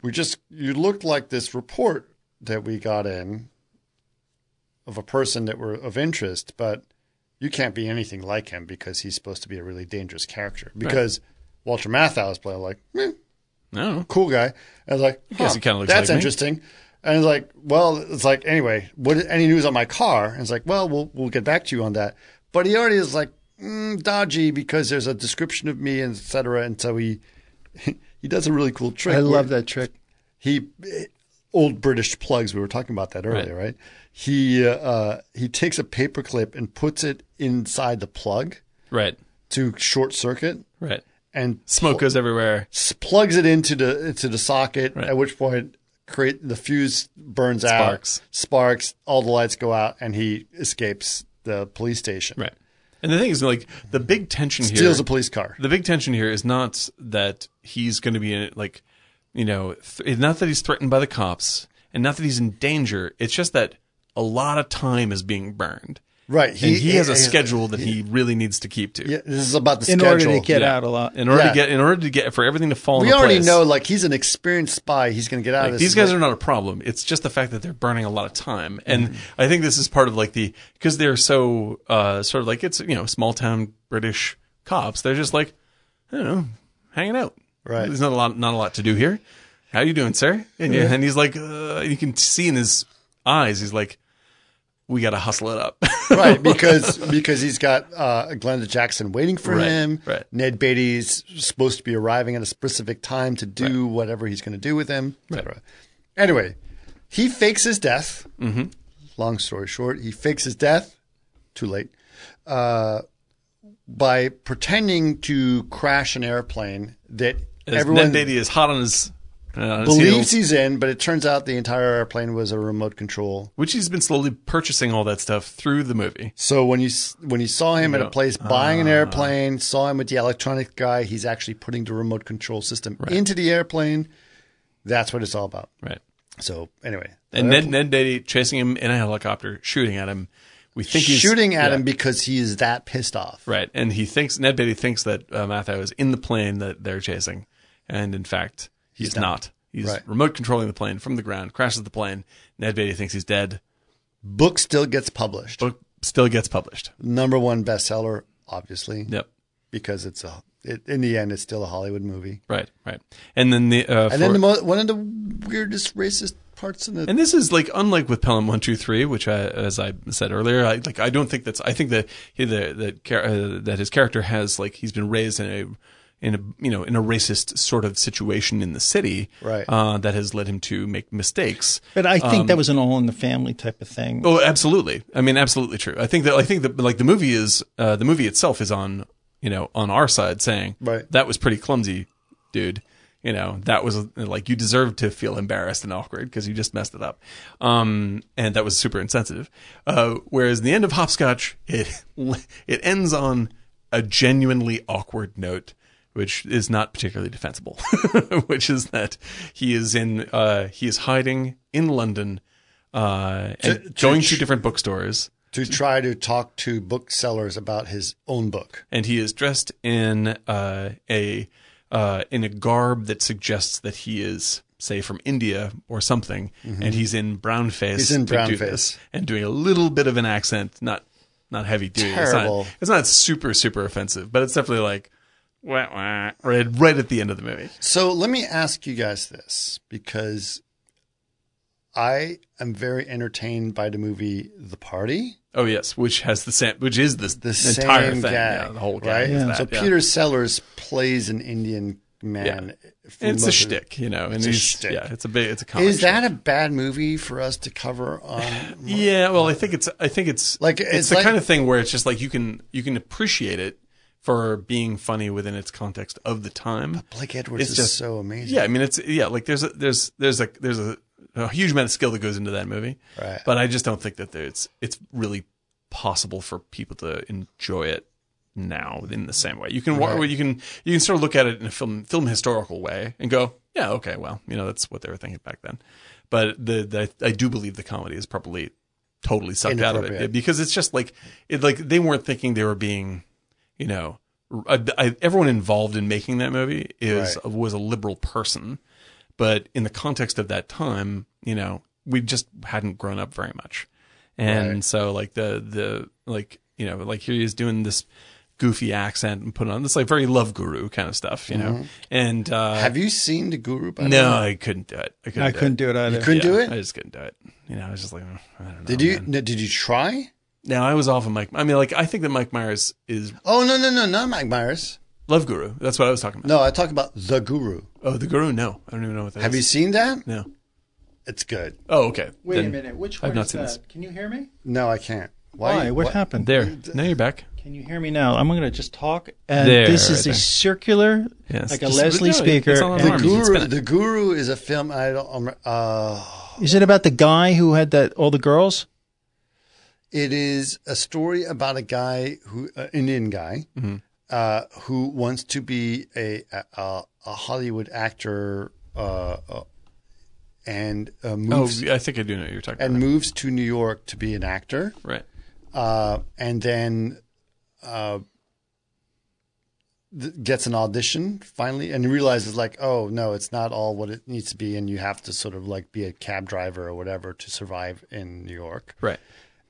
[SPEAKER 1] we just, you looked like this report that we got in of a person that were of interest, but you can't be anything like him because he's supposed to be a really dangerous character. Because Walter Matthau is playing like, "Meh,
[SPEAKER 7] No.
[SPEAKER 1] cool guy. And I was like,
[SPEAKER 7] guess
[SPEAKER 1] huh,
[SPEAKER 7] he kinda looks
[SPEAKER 1] that's
[SPEAKER 7] like me."
[SPEAKER 1] interesting. And it's like, well, it's like anyway, what any news on my car? And it's like, well, we'll we'll get back to you on that. But he already is like mm, dodgy because there's a description of me and et cetera, and so he he does a really cool trick.
[SPEAKER 9] I love
[SPEAKER 1] where
[SPEAKER 9] that trick.
[SPEAKER 1] He old British plugs. We were talking about that earlier, right? He uh, he takes a paperclip and puts it inside the plug
[SPEAKER 7] Right.
[SPEAKER 1] to short circuit
[SPEAKER 7] Right.
[SPEAKER 1] and
[SPEAKER 7] Smoke goes everywhere.
[SPEAKER 1] s- plugs it into the into the socket. At which point, create the fuse burns
[SPEAKER 7] Sparks.
[SPEAKER 1] out, sparks. All the lights go out, and he escapes the police station.
[SPEAKER 7] Right. And the thing is, like, the big tension here.
[SPEAKER 1] Steals a police car.
[SPEAKER 7] the big tension here is not that he's going to be in it, like, you know, th- not that he's threatened by the cops and not that he's in danger. It's just that a lot of time is being burned.
[SPEAKER 1] Right.
[SPEAKER 7] He, and he has a
[SPEAKER 1] he's-
[SPEAKER 7] schedule that he really needs to keep to.
[SPEAKER 1] Yeah, this is about the
[SPEAKER 5] in
[SPEAKER 1] schedule.
[SPEAKER 5] order to get out a lot.
[SPEAKER 7] In order
[SPEAKER 1] Yeah.
[SPEAKER 7] to get, in order to get, for everything to fall
[SPEAKER 1] we
[SPEAKER 7] into
[SPEAKER 1] already
[SPEAKER 7] place.
[SPEAKER 1] know, like he's an experienced spy. He's going to get out of
[SPEAKER 7] Like,
[SPEAKER 1] this.
[SPEAKER 7] these guys are not a problem. It's just the fact that they're burning a lot of time, and
[SPEAKER 1] Mm-hmm.
[SPEAKER 7] I think this is part of like the because they're so uh, sort of like it's you know small town British cops. They're just like I don't know, hanging out.
[SPEAKER 1] Right.
[SPEAKER 7] There's not a lot, not a lot to do here. How you doing, sir? And, yeah. and he's like, uh, you can see in his eyes, he's like, we got to hustle it up.
[SPEAKER 1] right because because he's got uh, Glenda Jackson waiting for
[SPEAKER 7] Right,
[SPEAKER 1] him.
[SPEAKER 7] right.
[SPEAKER 1] Ned Beatty's supposed to be arriving at a specific time to do whatever he's going to do with him. et cetera. Anyway, he fakes his death. Mm-hmm. Long story short, he fakes his death. Too late. Uh, by pretending to crash an airplane that
[SPEAKER 7] Everyone,
[SPEAKER 1] everyone
[SPEAKER 7] Ned Beatty is hot on his, uh, on his
[SPEAKER 1] believes
[SPEAKER 7] heels,
[SPEAKER 1] he's in, but it turns out the entire airplane was a remote control.
[SPEAKER 7] which he's been slowly purchasing all that stuff through the movie.
[SPEAKER 1] So when you s- when you saw him at a place buying
[SPEAKER 7] Ah.
[SPEAKER 1] an airplane, saw him with the electronic guy, he's actually putting the remote control system into the airplane. That's what it's all about.
[SPEAKER 7] Right.
[SPEAKER 1] So anyway,
[SPEAKER 7] And Ned, Ned Beatty chasing him in a helicopter, shooting at him. We think he's
[SPEAKER 1] shooting at
[SPEAKER 7] yeah,
[SPEAKER 1] him because he is that pissed off.
[SPEAKER 7] right? And he thinks Ned Beatty thinks that uh, Mathau is in the plane that they're chasing, and in fact, he's, not. He's
[SPEAKER 1] Right.
[SPEAKER 7] remote controlling the plane from the ground, crashes the plane. Ned Beatty thinks he's dead.
[SPEAKER 1] Book still gets published.
[SPEAKER 7] Book still gets published.
[SPEAKER 1] Number one bestseller, obviously,
[SPEAKER 7] Yep.
[SPEAKER 1] because it's a. It, in the end, it's still a Hollywood movie.
[SPEAKER 7] Right. Right. And then the uh,
[SPEAKER 1] And
[SPEAKER 7] for-
[SPEAKER 1] then the mo- one of the weirdest racist parts in the
[SPEAKER 7] And this is like unlike with Pelham One Two Three, which I, as I said earlier, I like. I don't think that's. I think that he, the, that char- uh, that his character has like he's been raised in a in a you know in a racist sort of situation in the city,
[SPEAKER 1] Right.
[SPEAKER 7] Uh, that has led him to make mistakes.
[SPEAKER 5] But I think that was an all in the family type of thing.
[SPEAKER 7] Oh, absolutely. I mean, absolutely true. I think that I think that like the movie is uh, the movie itself is on you know on our side saying
[SPEAKER 1] Right.
[SPEAKER 7] that was pretty clumsy, dude. You know that was like you deserved to feel embarrassed and awkward because you just messed it up, um, and that was super insensitive. Uh, whereas the end of Hopscotch, it it ends on a genuinely awkward note which is not particularly defensible, which is that he is in uh, he is hiding in London, uh,
[SPEAKER 1] To-
[SPEAKER 7] and
[SPEAKER 1] to
[SPEAKER 7] going to
[SPEAKER 1] ch-
[SPEAKER 7] different bookstores,
[SPEAKER 1] to try to talk to booksellers about his own book.
[SPEAKER 7] and he is dressed in uh, a uh, in a garb that suggests that he is say from India or something, and he's in brown face.
[SPEAKER 1] Mm-hmm. He's in
[SPEAKER 7] to
[SPEAKER 1] brown
[SPEAKER 7] do this,
[SPEAKER 1] face.
[SPEAKER 7] and doing a little bit of an accent, not not heavy duty.
[SPEAKER 1] Terrible.
[SPEAKER 7] It's not, it's not super super offensive, but it's definitely like. Wah, wah, right, right at the end of the movie.
[SPEAKER 1] So let me ask you guys this because I am very entertained by the movie The Party.
[SPEAKER 7] Oh yes, which has the same, which is the,
[SPEAKER 1] The
[SPEAKER 7] entire
[SPEAKER 1] same
[SPEAKER 7] thing,
[SPEAKER 1] gag,
[SPEAKER 7] yeah, the whole
[SPEAKER 1] right?
[SPEAKER 7] gag. is that,
[SPEAKER 1] So
[SPEAKER 7] yeah.
[SPEAKER 1] Peter Sellers plays an Indian man. for most
[SPEAKER 7] it's a
[SPEAKER 1] of-
[SPEAKER 7] shtick, you know, and
[SPEAKER 1] It's
[SPEAKER 7] it's
[SPEAKER 1] a
[SPEAKER 7] a
[SPEAKER 1] shtick.
[SPEAKER 7] yeah, it's a big, it's a comic
[SPEAKER 1] Is that a bad movie for us to cover on?
[SPEAKER 7] shtick. yeah? Well, I think it's, I think it's
[SPEAKER 1] Like,
[SPEAKER 7] it's,
[SPEAKER 1] it's
[SPEAKER 7] the
[SPEAKER 1] like-
[SPEAKER 7] kind of thing where it's just like you can you can appreciate it for being funny within its context of the time.
[SPEAKER 1] Blake Edwards
[SPEAKER 7] It's
[SPEAKER 1] is
[SPEAKER 7] just-
[SPEAKER 1] so amazing.
[SPEAKER 7] Yeah, I mean it's yeah, like there's a there's there's a there's a, a huge amount of skill that goes into that movie.
[SPEAKER 1] Right.
[SPEAKER 7] But I just don't think that there- it's it's really possible for people to enjoy it now in the same way. You can wa you can you can sort of look at it in a film film historical way and go, yeah, okay, well, you know that's what they were thinking back then. But the, the I do believe the comedy is probably totally sucked out of it
[SPEAKER 1] Inappropriate.
[SPEAKER 7] because it's just like it like they weren't thinking they were being, you know, I, I- everyone involved in making that movie is was a liberal person, but in the context of that time, you know, we just hadn't grown up very much, and so like the the like you know like here he is doing this goofy accent and putting on this like very love guru kind of stuff, you know, and uh,
[SPEAKER 1] Have you seen the Guru? By the
[SPEAKER 7] no,
[SPEAKER 1] way?
[SPEAKER 7] I couldn't do it. I couldn't.
[SPEAKER 5] I
[SPEAKER 7] do
[SPEAKER 5] couldn't
[SPEAKER 7] it.
[SPEAKER 5] do it either.
[SPEAKER 1] uh, couldn't do it.
[SPEAKER 7] I just couldn't do it. You know, I was just like, "Oh, I don't know.
[SPEAKER 1] Did you? No, did you try?
[SPEAKER 7] No, I was off of Mike. I mean, like, I think that Mike Myers is
[SPEAKER 1] Oh no no no not Mike Myers.
[SPEAKER 7] Love Guru. That's what I was talking about.
[SPEAKER 1] No, I talk about the Guru.
[SPEAKER 7] Oh, the Guru? No, I don't even know what that is.
[SPEAKER 1] Have you seen that?
[SPEAKER 7] No.
[SPEAKER 1] It's good.
[SPEAKER 7] Oh, okay.
[SPEAKER 9] Wait a
[SPEAKER 7] Then-
[SPEAKER 9] minute. Which
[SPEAKER 7] I've
[SPEAKER 9] one
[SPEAKER 7] not
[SPEAKER 9] is
[SPEAKER 7] seen
[SPEAKER 9] that?
[SPEAKER 7] this.
[SPEAKER 9] Can you hear me?
[SPEAKER 1] No, I can't.
[SPEAKER 5] Why? What, happened?
[SPEAKER 7] There. Now you're back.
[SPEAKER 9] Can you hear me now? I'm going to just talk. And
[SPEAKER 7] There,
[SPEAKER 9] this is
[SPEAKER 7] right
[SPEAKER 9] a
[SPEAKER 7] there.
[SPEAKER 9] circular,
[SPEAKER 7] Yes.
[SPEAKER 9] like a
[SPEAKER 7] Just-
[SPEAKER 9] Leslie
[SPEAKER 7] no,
[SPEAKER 9] speaker.
[SPEAKER 7] it's all
[SPEAKER 9] and-
[SPEAKER 7] on
[SPEAKER 1] The
[SPEAKER 7] Arms, it's
[SPEAKER 1] Guru.
[SPEAKER 7] been-
[SPEAKER 1] The Guru is a film. I don't. um, Uh,
[SPEAKER 9] Is it about the guy who had that all the girls?
[SPEAKER 1] it is a story about a guy who, uh, Indian guy, uh, who wants to be a a, a a Hollywood actor, uh, uh, and uh,
[SPEAKER 7] Oh,
[SPEAKER 1] moves
[SPEAKER 7] I think I do know what you're talking
[SPEAKER 1] and
[SPEAKER 7] about.
[SPEAKER 1] moves to New York to be an actor.
[SPEAKER 7] Right.
[SPEAKER 1] uh, and then uh, th- gets an audition finally and realizes like oh no it's not all what it needs to be and you have to sort of like be a cab driver or whatever to survive in new york
[SPEAKER 7] Right.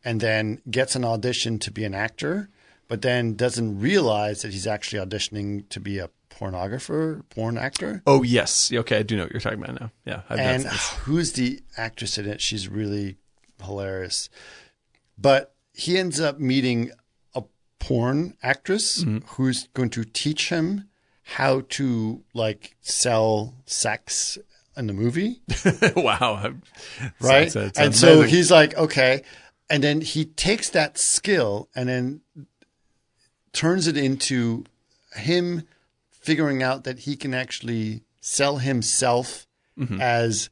[SPEAKER 1] and then gets an audition to be an actor but then doesn't realize that he's actually auditioning to be a pornographer porn actor
[SPEAKER 7] Oh, yes. Yeah, Okay, I do know what you're talking about now. Yeah. I've not
[SPEAKER 1] and
[SPEAKER 7] seen this.
[SPEAKER 1] who's the actress in it? She's really hilarious. But he ends up meeting a porn actress who's going to teach him how to like sell sex in the movie,
[SPEAKER 7] wow. I'm-
[SPEAKER 1] right?
[SPEAKER 7] Sounds- sounds
[SPEAKER 1] and so
[SPEAKER 7] amazing.
[SPEAKER 1] he's like, okay, and then he takes that skill and then turns it into him figuring out that he can actually sell himself
[SPEAKER 7] Mm-hmm.
[SPEAKER 1] as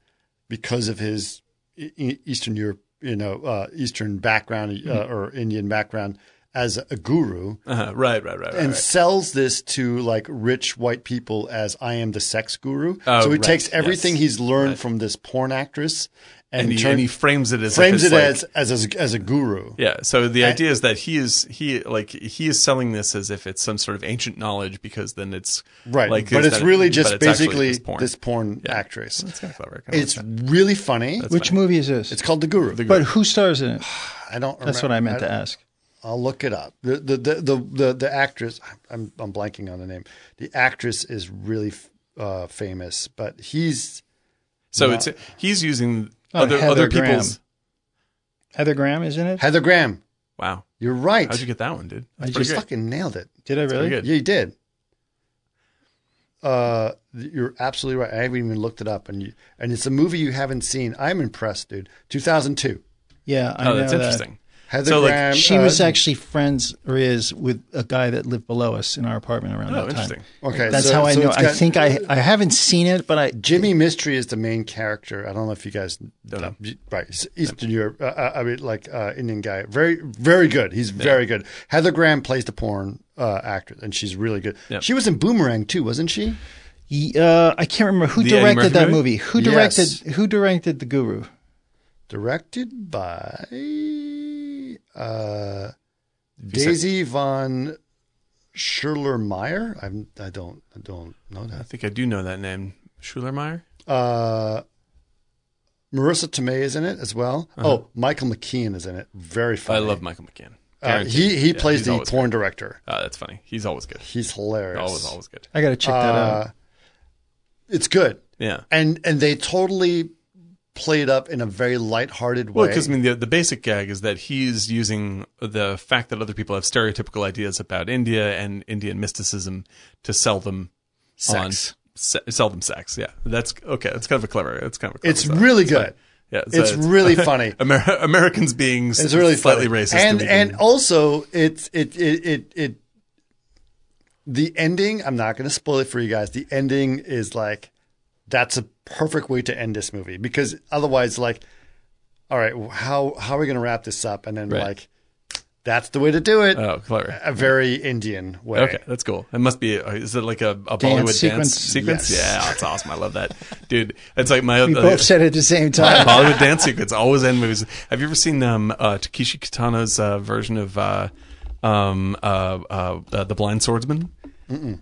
[SPEAKER 1] because of his E- E- Eastern Europe, you know, uh, Eastern background uh,
[SPEAKER 7] Mm-hmm.
[SPEAKER 1] or Indian background as a guru
[SPEAKER 7] Uh-huh. Right, right, right, right.
[SPEAKER 1] and
[SPEAKER 7] right.
[SPEAKER 1] sells this to like rich white people as I am the sex guru.
[SPEAKER 7] Oh,
[SPEAKER 1] so he
[SPEAKER 7] right.
[SPEAKER 1] takes everything
[SPEAKER 7] Yes.
[SPEAKER 1] he's learned from this porn actress and,
[SPEAKER 7] And he,
[SPEAKER 1] turn-
[SPEAKER 7] and he frames it as if
[SPEAKER 1] frames it
[SPEAKER 7] it's like-
[SPEAKER 1] as, as a- as a guru.
[SPEAKER 7] Yeah. So the idea is that he is he like he is selling this as if it's some sort of ancient knowledge because then it's
[SPEAKER 1] Right.
[SPEAKER 7] Like,
[SPEAKER 1] but it's
[SPEAKER 7] that-
[SPEAKER 1] really
[SPEAKER 7] but
[SPEAKER 1] just
[SPEAKER 7] it's actually
[SPEAKER 1] basically
[SPEAKER 7] just porn.
[SPEAKER 1] this porn
[SPEAKER 7] Yeah.
[SPEAKER 1] actress.
[SPEAKER 7] That's kind of clever. Kind
[SPEAKER 1] It's really funny.
[SPEAKER 9] Which movie is this?
[SPEAKER 1] it's called The Guru.
[SPEAKER 9] but who stars in it?
[SPEAKER 1] I don't remember.
[SPEAKER 9] That's what I meant to ask.
[SPEAKER 1] I'll look it up. The the the the, the, the actress I'm I'm blanking on the name. The actress is really uh, famous, but he's
[SPEAKER 7] so it's he's using
[SPEAKER 9] Oh,
[SPEAKER 7] other
[SPEAKER 9] Heather
[SPEAKER 7] other
[SPEAKER 9] Graham.
[SPEAKER 7] people's.
[SPEAKER 9] Heather Graham is in it.
[SPEAKER 1] Heather Graham.
[SPEAKER 7] Wow.
[SPEAKER 1] You're right.
[SPEAKER 7] How'd you get that one, dude? That's
[SPEAKER 1] You
[SPEAKER 7] pretty great.
[SPEAKER 1] fucking nailed it.
[SPEAKER 9] Did I really?
[SPEAKER 7] Pretty good.
[SPEAKER 1] Yeah, you did. Uh, you're absolutely right. I haven't even looked it up, and you, and it's a movie you haven't seen. I'm impressed, dude. 2002.
[SPEAKER 9] Yeah, I
[SPEAKER 7] Oh,
[SPEAKER 9] know
[SPEAKER 7] that's
[SPEAKER 9] that.
[SPEAKER 7] interesting.
[SPEAKER 1] Heather
[SPEAKER 7] So, like,
[SPEAKER 1] Graham.
[SPEAKER 9] She
[SPEAKER 1] uh,
[SPEAKER 9] was actually friends, or is, with a guy that lived below us in our apartment around
[SPEAKER 7] Oh,
[SPEAKER 9] that
[SPEAKER 7] interesting.
[SPEAKER 9] time.
[SPEAKER 1] Okay,
[SPEAKER 9] That's
[SPEAKER 1] so-
[SPEAKER 9] how I
[SPEAKER 1] so
[SPEAKER 9] know.
[SPEAKER 1] it's
[SPEAKER 9] I
[SPEAKER 1] got-
[SPEAKER 9] think I I haven't seen it, but I
[SPEAKER 1] Jimmy Mystery is the main character. I don't know if you guys
[SPEAKER 7] Don't know.
[SPEAKER 1] Right, it's Eastern Europe. Uh, uh, I mean, like uh, Indian guy. Very, very good. He's very good. Heather Graham plays the porn uh, actress, and she's really good.
[SPEAKER 7] Yep.
[SPEAKER 1] She was in Boomerang too, wasn't she?
[SPEAKER 9] Ye- uh, I can't remember who
[SPEAKER 7] The Eddie Murphy
[SPEAKER 9] directed that
[SPEAKER 7] movie?
[SPEAKER 9] movie. Who
[SPEAKER 1] Yes.
[SPEAKER 9] directed Who directed the Guru?
[SPEAKER 1] Directed by uh, Daisy von Schurler Meyer. I'm, I don't, I don't know
[SPEAKER 7] I
[SPEAKER 1] that.
[SPEAKER 7] think I do know that name. Schulermeyer?
[SPEAKER 1] Uh, Marissa Tomei is in it as well. Oh, Michael McKean is in it. Very
[SPEAKER 7] Uh-huh. I
[SPEAKER 1] funny.
[SPEAKER 7] love Michael McCann.
[SPEAKER 1] Uh, he he
[SPEAKER 7] Yeah,
[SPEAKER 1] plays
[SPEAKER 7] he's
[SPEAKER 1] the
[SPEAKER 7] always
[SPEAKER 1] porn director.
[SPEAKER 7] Oh, that's funny. He's always good.
[SPEAKER 1] He's hilarious.
[SPEAKER 7] Always, always good.
[SPEAKER 9] I got to check that out.
[SPEAKER 1] Uh, it's good,
[SPEAKER 7] Yeah.
[SPEAKER 1] and and they totally play it up in a very lighthearted way.
[SPEAKER 7] Well, because I mean, the, the basic gag is that he's using the fact that other people have stereotypical ideas about India and Indian mysticism to sell them
[SPEAKER 1] Sex.
[SPEAKER 7] On, se- sell them sex. Yeah, that's okay. That's kind of a clever. That's kind of a clever
[SPEAKER 1] it's
[SPEAKER 7] setup.
[SPEAKER 1] really
[SPEAKER 7] It's
[SPEAKER 1] good.
[SPEAKER 7] fine. Yeah, so
[SPEAKER 1] It's really funny.
[SPEAKER 7] Amer- Americans being
[SPEAKER 1] It's really
[SPEAKER 7] slightly
[SPEAKER 1] funny.
[SPEAKER 7] racist
[SPEAKER 1] and
[SPEAKER 7] we can-
[SPEAKER 1] and also it's it it it. it the ending, I'm not going to spoil it for you guys. The ending is like, that's a perfect way to end this movie because otherwise, like, all right, how how are we going to wrap this up? And then
[SPEAKER 7] Right.
[SPEAKER 1] like, That's the way to do it.
[SPEAKER 7] Oh, clever.
[SPEAKER 1] a very Indian way.
[SPEAKER 7] Okay, that's cool. It must be. uh, Is it like a, a Bollywood
[SPEAKER 9] sequence?
[SPEAKER 7] dance sequence?
[SPEAKER 1] Yes.
[SPEAKER 7] Yeah, that's awesome. I love that, dude. It's like my
[SPEAKER 9] We
[SPEAKER 7] uh,
[SPEAKER 9] both said it at the same time.
[SPEAKER 7] Bollywood dance sequence always end movies. Have you ever seen um, uh, Takeshi Kitano's uh, version of uh, um, uh, uh, uh, the Blind Swordsman?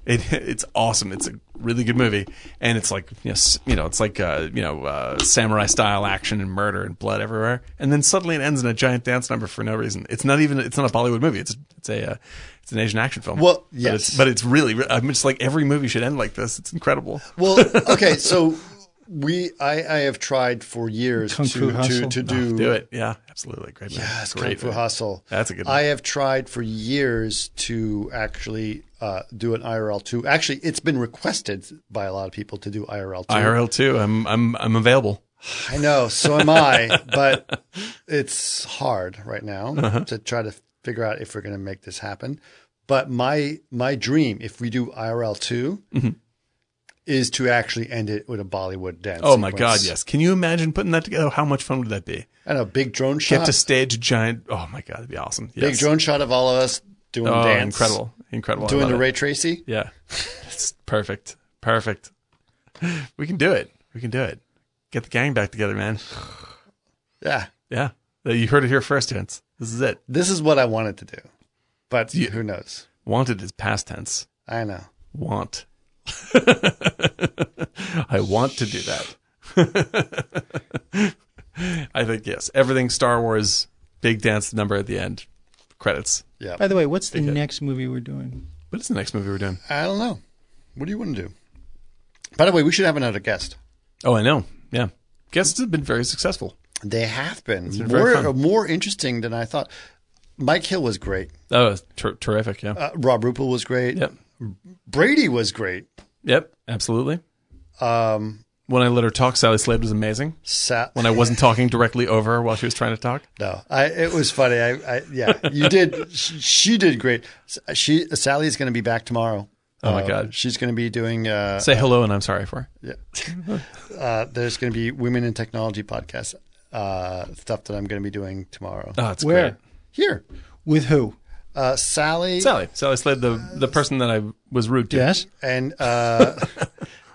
[SPEAKER 7] It, it's awesome. It's a really good movie, and it's like yes, you know, it's like uh, you know, uh, samurai style action and murder and blood everywhere. And then suddenly it ends in a giant dance number for no reason. It's not even. It's not a Bollywood movie. It's it's a uh, it's an Asian action film.
[SPEAKER 1] Well,
[SPEAKER 7] But
[SPEAKER 1] yes.
[SPEAKER 7] it's- but it's really. I'm just like every movie should end like this. It's incredible.
[SPEAKER 1] Well, okay, so we I, I have tried for years to,
[SPEAKER 5] Kung Fu
[SPEAKER 1] to
[SPEAKER 5] Hustle.
[SPEAKER 1] to
[SPEAKER 7] Do,
[SPEAKER 1] do
[SPEAKER 7] it. Yeah, absolutely. Great movie.
[SPEAKER 1] Yes,
[SPEAKER 7] Great
[SPEAKER 1] Kung Fu
[SPEAKER 7] movie.
[SPEAKER 1] Hustle.
[SPEAKER 7] That's a good one.
[SPEAKER 1] I have tried for years to actually uh, do an IRL two. Actually, it's been requested by a lot of people to do IRL two.
[SPEAKER 7] IRL too. I'm I'm I'm available.
[SPEAKER 1] I know, so am I, but it's hard right now
[SPEAKER 7] Uh-huh.
[SPEAKER 1] to try to figure out if we're going to make this happen. But my my dream, if we do IRL 2
[SPEAKER 7] Mm-hmm.
[SPEAKER 1] is to actually end it with a Bollywood dance.
[SPEAKER 7] Oh my
[SPEAKER 1] sequence.
[SPEAKER 7] god, yes. Can you imagine putting that together? How much fun would that be?
[SPEAKER 1] and a big drone
[SPEAKER 7] Get
[SPEAKER 1] shot,
[SPEAKER 7] to stage a giant. Oh my god, that'd be awesome. Yes.
[SPEAKER 1] big drone shot of all of us doing
[SPEAKER 7] Oh,
[SPEAKER 1] the dance,
[SPEAKER 7] incredible, incredible. I
[SPEAKER 1] doing
[SPEAKER 7] love
[SPEAKER 1] the
[SPEAKER 7] it.
[SPEAKER 1] Ray Tracy.
[SPEAKER 7] Yeah, it's perfect, perfect. We can do it. We can do it. Get the gang back together, man.
[SPEAKER 1] Yeah,
[SPEAKER 7] Yeah, Uh, you heard it here first, gents. This is it.
[SPEAKER 1] this is what I wanted to do, but
[SPEAKER 7] You-
[SPEAKER 1] who knows?
[SPEAKER 7] Wanted is past tense.
[SPEAKER 1] I know.
[SPEAKER 7] Want. I want to do that. I think yes. Everything Star Wars, big dance number at the end, credits.
[SPEAKER 1] Yeah,
[SPEAKER 5] By the way, what's the next movie we're doing?
[SPEAKER 7] What is the next movie we're doing?
[SPEAKER 1] I don't know. What do you want to do? By the way, we should have another guest.
[SPEAKER 7] Oh, I know. Yeah, guests have been very successful.
[SPEAKER 1] They have been, more
[SPEAKER 7] very
[SPEAKER 1] uh,
[SPEAKER 7] fun.
[SPEAKER 1] more interesting than I thought. Mike Hill was great.
[SPEAKER 7] That was ter- terrific. Yeah.
[SPEAKER 1] Uh, Rob Rupel was great.
[SPEAKER 7] yep.
[SPEAKER 1] Brady was great.
[SPEAKER 7] Yep. Absolutely.
[SPEAKER 1] Um,
[SPEAKER 7] When I let her talk, Sally Slade was amazing.
[SPEAKER 1] Sa-
[SPEAKER 7] When I wasn't talking directly over her while she was trying to talk.
[SPEAKER 1] no, I, it was funny. I, I yeah, you did. she, she did great. S- She Sally's going to be back tomorrow.
[SPEAKER 7] Oh my
[SPEAKER 1] Uh,
[SPEAKER 7] God.
[SPEAKER 1] she's going to be doing. Uh,
[SPEAKER 7] Say hello, and I'm sorry for. her.
[SPEAKER 1] yeah. uh, there's going to be women in technology podcast uh, stuff that I'm going to be doing tomorrow
[SPEAKER 7] Oh, it's
[SPEAKER 5] Where?
[SPEAKER 7] great.
[SPEAKER 1] here.
[SPEAKER 9] With who?
[SPEAKER 1] Uh, Sally
[SPEAKER 7] Sally. Sally Slade, the the person that I was rude to.
[SPEAKER 9] Yes.
[SPEAKER 1] and uh,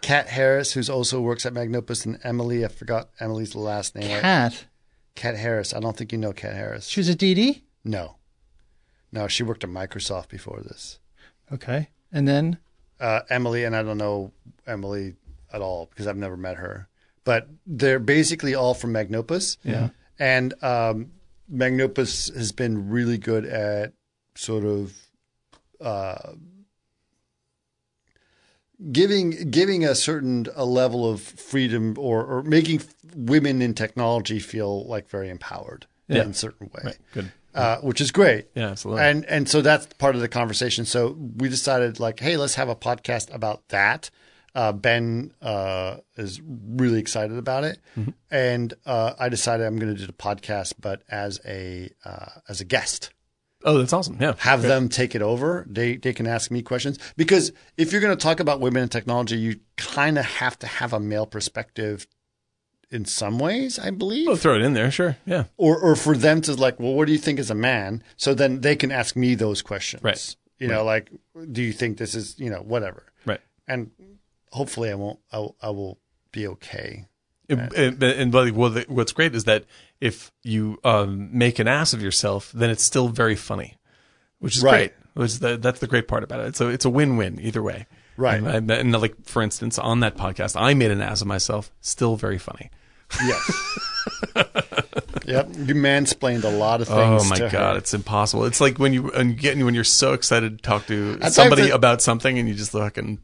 [SPEAKER 1] Kat Harris, who's also works at Magnopus, and Emily. I forgot Emily's last name.
[SPEAKER 9] Cat.
[SPEAKER 1] Kat Harris. I don't think you know Kat Harris.
[SPEAKER 9] She was a DD.
[SPEAKER 1] no, no, she worked at Microsoft before this.
[SPEAKER 9] Okay. And then
[SPEAKER 1] Uh, Emily, and I don't know Emily at all because I've never met her. But they're basically all from Magnopus. Yeah. And um, Magnopus has been really good at sort of uh, giving giving a certain a level of freedom or, or making women in technology feel like very empowered in a certain way,
[SPEAKER 7] Good.
[SPEAKER 1] uh, which is great.
[SPEAKER 7] Yeah, absolutely.
[SPEAKER 1] And and so that's part of the conversation. So we decided like, hey, let's have a podcast about that. Uh, ben uh, is really excited about it,
[SPEAKER 7] Mm-hmm.
[SPEAKER 1] and uh, I decided I'm going to do the podcast, but as a uh, as a guest
[SPEAKER 7] oh, that's awesome. Yeah.
[SPEAKER 1] have them take it over. They they can ask me questions because if you're going to talk about women in technology, you kind of have to have a male perspective in some ways, I believe,
[SPEAKER 7] We'll throw it in there. Sure. Yeah.
[SPEAKER 1] or or for them to like, well, what do you think as a man? So then they can ask me those questions,
[SPEAKER 7] Right.
[SPEAKER 1] You know, like, do you think this is you know whatever,
[SPEAKER 7] Right.
[SPEAKER 1] and hopefully I won't I will, I will be okay.
[SPEAKER 7] And, and, and but what- what's great is that if you um, make an ass of yourself, then it's still very funny, which is
[SPEAKER 1] Right.
[SPEAKER 7] great. Which is the, that's the great part about it. So it's a win-win either way.
[SPEAKER 1] Right.
[SPEAKER 7] And, I- and like for instance, on that podcast, I made an ass of myself. Still very funny.
[SPEAKER 1] Yes. yep. You mansplained a lot of things.
[SPEAKER 7] Oh my
[SPEAKER 1] to her.
[SPEAKER 7] god, it's impossible. It's like when you and getting when you're so excited to talk to
[SPEAKER 1] times
[SPEAKER 7] somebody
[SPEAKER 1] it-
[SPEAKER 7] about something and you just fucking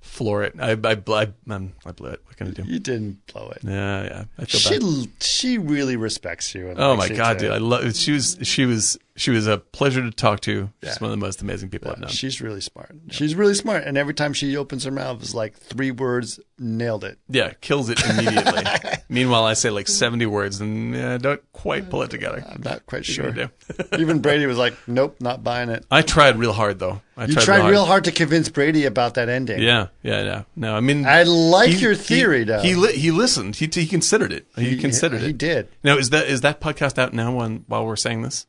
[SPEAKER 7] floor it. I I, bl- I, um, I blew it. What can I do?
[SPEAKER 1] You didn't blow it.
[SPEAKER 7] Yeah, yeah. I feel bad.
[SPEAKER 1] She she really respects you. and
[SPEAKER 7] Oh
[SPEAKER 1] likes
[SPEAKER 7] my
[SPEAKER 1] you
[SPEAKER 7] god,
[SPEAKER 1] too.
[SPEAKER 7] dude! I love. She was she was she was a pleasure to talk to. She's
[SPEAKER 1] Yeah.
[SPEAKER 7] one of the most amazing people I've known.
[SPEAKER 1] She's really smart. She's really smart, and every time she opens her mouth, it's like three words, nailed it.
[SPEAKER 7] yeah, kills it immediately. Meanwhile, I say like seventy words and eh, I don't quite pull it together.
[SPEAKER 1] I'm not quite
[SPEAKER 7] Sure.
[SPEAKER 1] sure. Even Brady was like, "Nope, not buying it."
[SPEAKER 7] I tried real hard though. I
[SPEAKER 1] You tried real hard to convince Brady about that ending.
[SPEAKER 7] Yeah, yeah, yeah. No, I mean,
[SPEAKER 1] I like your theory,
[SPEAKER 7] he,
[SPEAKER 1] though.
[SPEAKER 7] He li- he listened. He he considered it. He, considered
[SPEAKER 1] he
[SPEAKER 7] it.
[SPEAKER 1] did.
[SPEAKER 7] Now is that is that podcast out now? On while we're saying this,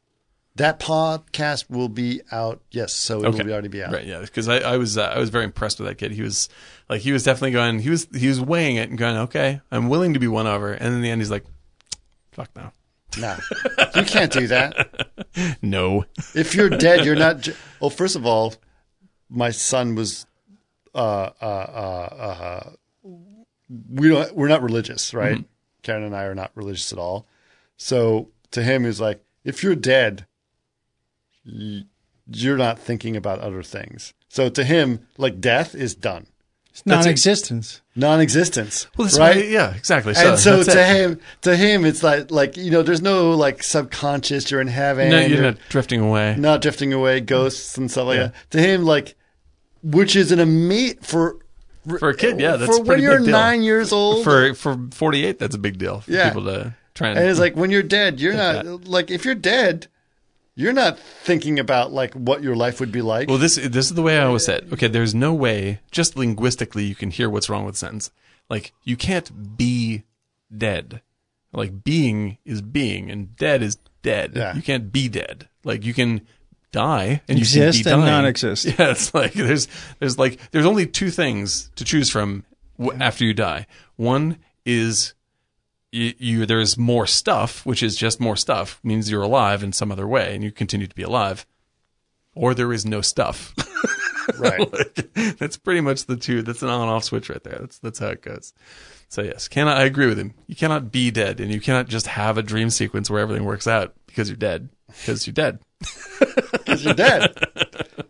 [SPEAKER 1] That podcast will be out. Yes, so it
[SPEAKER 7] Okay.
[SPEAKER 1] will be already be out.
[SPEAKER 7] Right, yeah, because I, I was uh, I was very impressed with that kid. He was like he was definitely going. He was he was weighing it and going, okay, I'm willing to be won over. And in the end, he's like, fuck no,
[SPEAKER 1] No, you can't do that.
[SPEAKER 7] no.
[SPEAKER 1] If you're dead, you're not. Ju- well, first of all, my son was. Uh, uh, uh, uh, we don't. We're not religious, right?
[SPEAKER 7] Mm-hmm.
[SPEAKER 1] Karen and I are not religious at all. So to him, he's like, if you're dead, y- you're not thinking about other things. So to him, like death is done,
[SPEAKER 9] It's non-existence.
[SPEAKER 1] non-existence.
[SPEAKER 7] Well, that's
[SPEAKER 1] right?
[SPEAKER 7] right. Yeah, exactly.
[SPEAKER 1] and so
[SPEAKER 7] that's
[SPEAKER 1] to
[SPEAKER 7] it.
[SPEAKER 1] him, to him, it's like like you know, there's no like subconscious. You're in heaven.
[SPEAKER 7] no, you're not drifting away.
[SPEAKER 1] not drifting away, ghosts and stuff like that. To him, like, which is an amazing for
[SPEAKER 7] For a kid, yeah, that's
[SPEAKER 1] for
[SPEAKER 7] a
[SPEAKER 1] when
[SPEAKER 7] pretty
[SPEAKER 1] you're
[SPEAKER 7] big deal.
[SPEAKER 1] nine years old.
[SPEAKER 7] for for 48, that's a big deal. For
[SPEAKER 1] Yeah.
[SPEAKER 7] people to try and,
[SPEAKER 1] and it's like when you're dead, you're not like if you're dead, you're not thinking about like what your life would be like.
[SPEAKER 7] Well, this this is the way I always said. Okay, there's no way just linguistically you can hear what's wrong with a sentence. Like you can't be dead. Like being is being and dead is dead.
[SPEAKER 1] Yeah.
[SPEAKER 7] You can't be dead. Like you can die and you
[SPEAKER 9] Exist
[SPEAKER 7] can be
[SPEAKER 9] and
[SPEAKER 7] dying.
[SPEAKER 9] not exist.
[SPEAKER 7] Yeah, it's like there's there's like there's only two things to choose from w- after you die. One is you, you there's more stuff, which is just more stuff means you're alive in some other way and you continue to be alive. Or there is no stuff.
[SPEAKER 1] right.
[SPEAKER 7] that's pretty much the two. That's an on and off switch right there. That's that's how it goes. So yes, cannot I agree with him. You cannot be dead, and you cannot just have a dream sequence where everything works out because you're dead. Because you're dead.
[SPEAKER 1] 'Cause you're dead.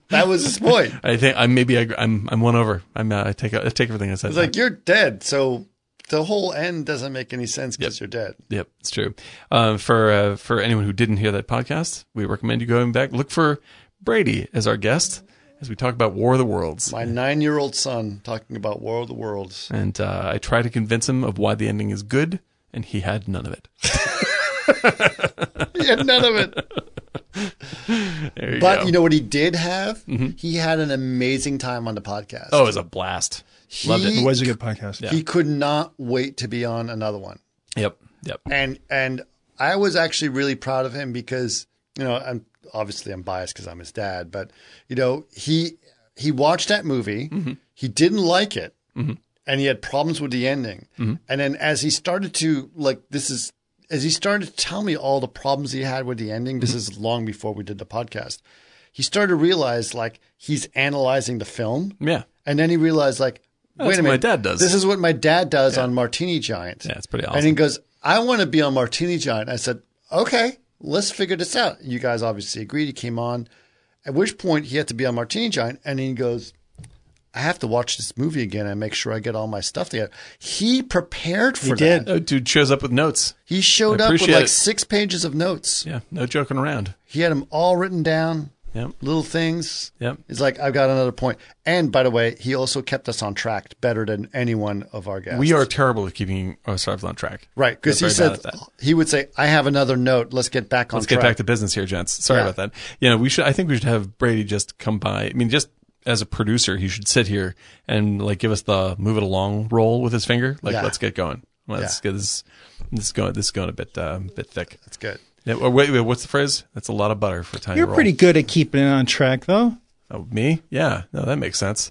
[SPEAKER 1] That was his point.
[SPEAKER 7] I think I maybe I, gr- I'm I'm won over. I'm uh, I take I take everything I said.
[SPEAKER 1] It's like you're dead, so the whole end doesn't make any sense because you're dead.
[SPEAKER 7] Yep, it's true. Uh, for uh, for anyone who didn't hear that podcast, we recommend you going back look for Brady as our guest as we talk about War of the Worlds.
[SPEAKER 1] My nine-year-old son talking about War of the Worlds.
[SPEAKER 7] and uh, I try to convince him of why the ending is good, and he had none of it.
[SPEAKER 1] He had none of it.
[SPEAKER 7] There you
[SPEAKER 1] But
[SPEAKER 7] go. Mm-hmm.
[SPEAKER 1] you know what he did have? He had an amazing time on the podcast.
[SPEAKER 7] oh, it was a blast. Loved
[SPEAKER 1] He-
[SPEAKER 7] it.
[SPEAKER 5] It was a good podcast.
[SPEAKER 1] He could not wait to be on another one.
[SPEAKER 7] Yep. Yep.
[SPEAKER 1] And and I was actually really proud of him because, you know, I'm obviously I'm biased because I'm his dad, but you know, he he watched that movie,
[SPEAKER 7] Mm-hmm.
[SPEAKER 1] he didn't like it, and he had problems with the ending.
[SPEAKER 7] Mm-hmm.
[SPEAKER 1] And then as he started to like this is as he started to tell me all the problems he had with the ending,
[SPEAKER 7] Mm-hmm.
[SPEAKER 1] this is long before we did the podcast. He started to realize like he's analyzing the film.
[SPEAKER 7] Yeah.
[SPEAKER 1] And then he realized, like, wait a
[SPEAKER 7] That's what
[SPEAKER 1] minute,
[SPEAKER 7] my dad does.
[SPEAKER 1] This is what my dad does on Martini Giant.
[SPEAKER 7] Yeah, it's pretty
[SPEAKER 1] And he
[SPEAKER 7] awesome.
[SPEAKER 1] goes, I want to be on Martini Giant. I said, okay, let's figure this out. You guys obviously agreed. He came on, at which point he had to be on Martini Giant, and he goes. I have to watch this movie again and make sure I get all my stuff together. He prepared for that.
[SPEAKER 7] Oh, dude shows up with notes.
[SPEAKER 1] He showed
[SPEAKER 7] I
[SPEAKER 1] up with
[SPEAKER 7] appreciate
[SPEAKER 1] like
[SPEAKER 7] it.
[SPEAKER 1] six pages of notes.
[SPEAKER 7] Yeah. No joking around.
[SPEAKER 1] He had them all written down.
[SPEAKER 7] Yep.
[SPEAKER 1] Little things.
[SPEAKER 7] Yep.
[SPEAKER 1] He's like, I've got another point. And by the way, he also kept us on track better than any one of our guests.
[SPEAKER 7] We are terrible at keeping oh, ourselves on track.
[SPEAKER 1] right because
[SPEAKER 7] We're
[SPEAKER 1] he
[SPEAKER 7] very bad
[SPEAKER 1] said
[SPEAKER 7] at that.
[SPEAKER 1] he would say, "I have another note. Let's get back on
[SPEAKER 7] Let's
[SPEAKER 1] track."
[SPEAKER 7] get back to business here, gents. Sorry
[SPEAKER 1] Yeah.
[SPEAKER 7] about that. You know, we should. I think we should have Brady just come by. I mean, just as a producer, he should sit here and like give us the move it along roll with his finger. Like,
[SPEAKER 1] Yeah.
[SPEAKER 7] let's get going. Let's get this. This is going. This is going a bit uh, bit thick.
[SPEAKER 1] That's good.
[SPEAKER 7] Yeah, or wait, wait, what's the phrase? That's a lot of butter for a tiny
[SPEAKER 9] You're
[SPEAKER 7] roll.
[SPEAKER 9] pretty good at keeping it on track, though.
[SPEAKER 7] Oh, me? Yeah. No, that makes sense.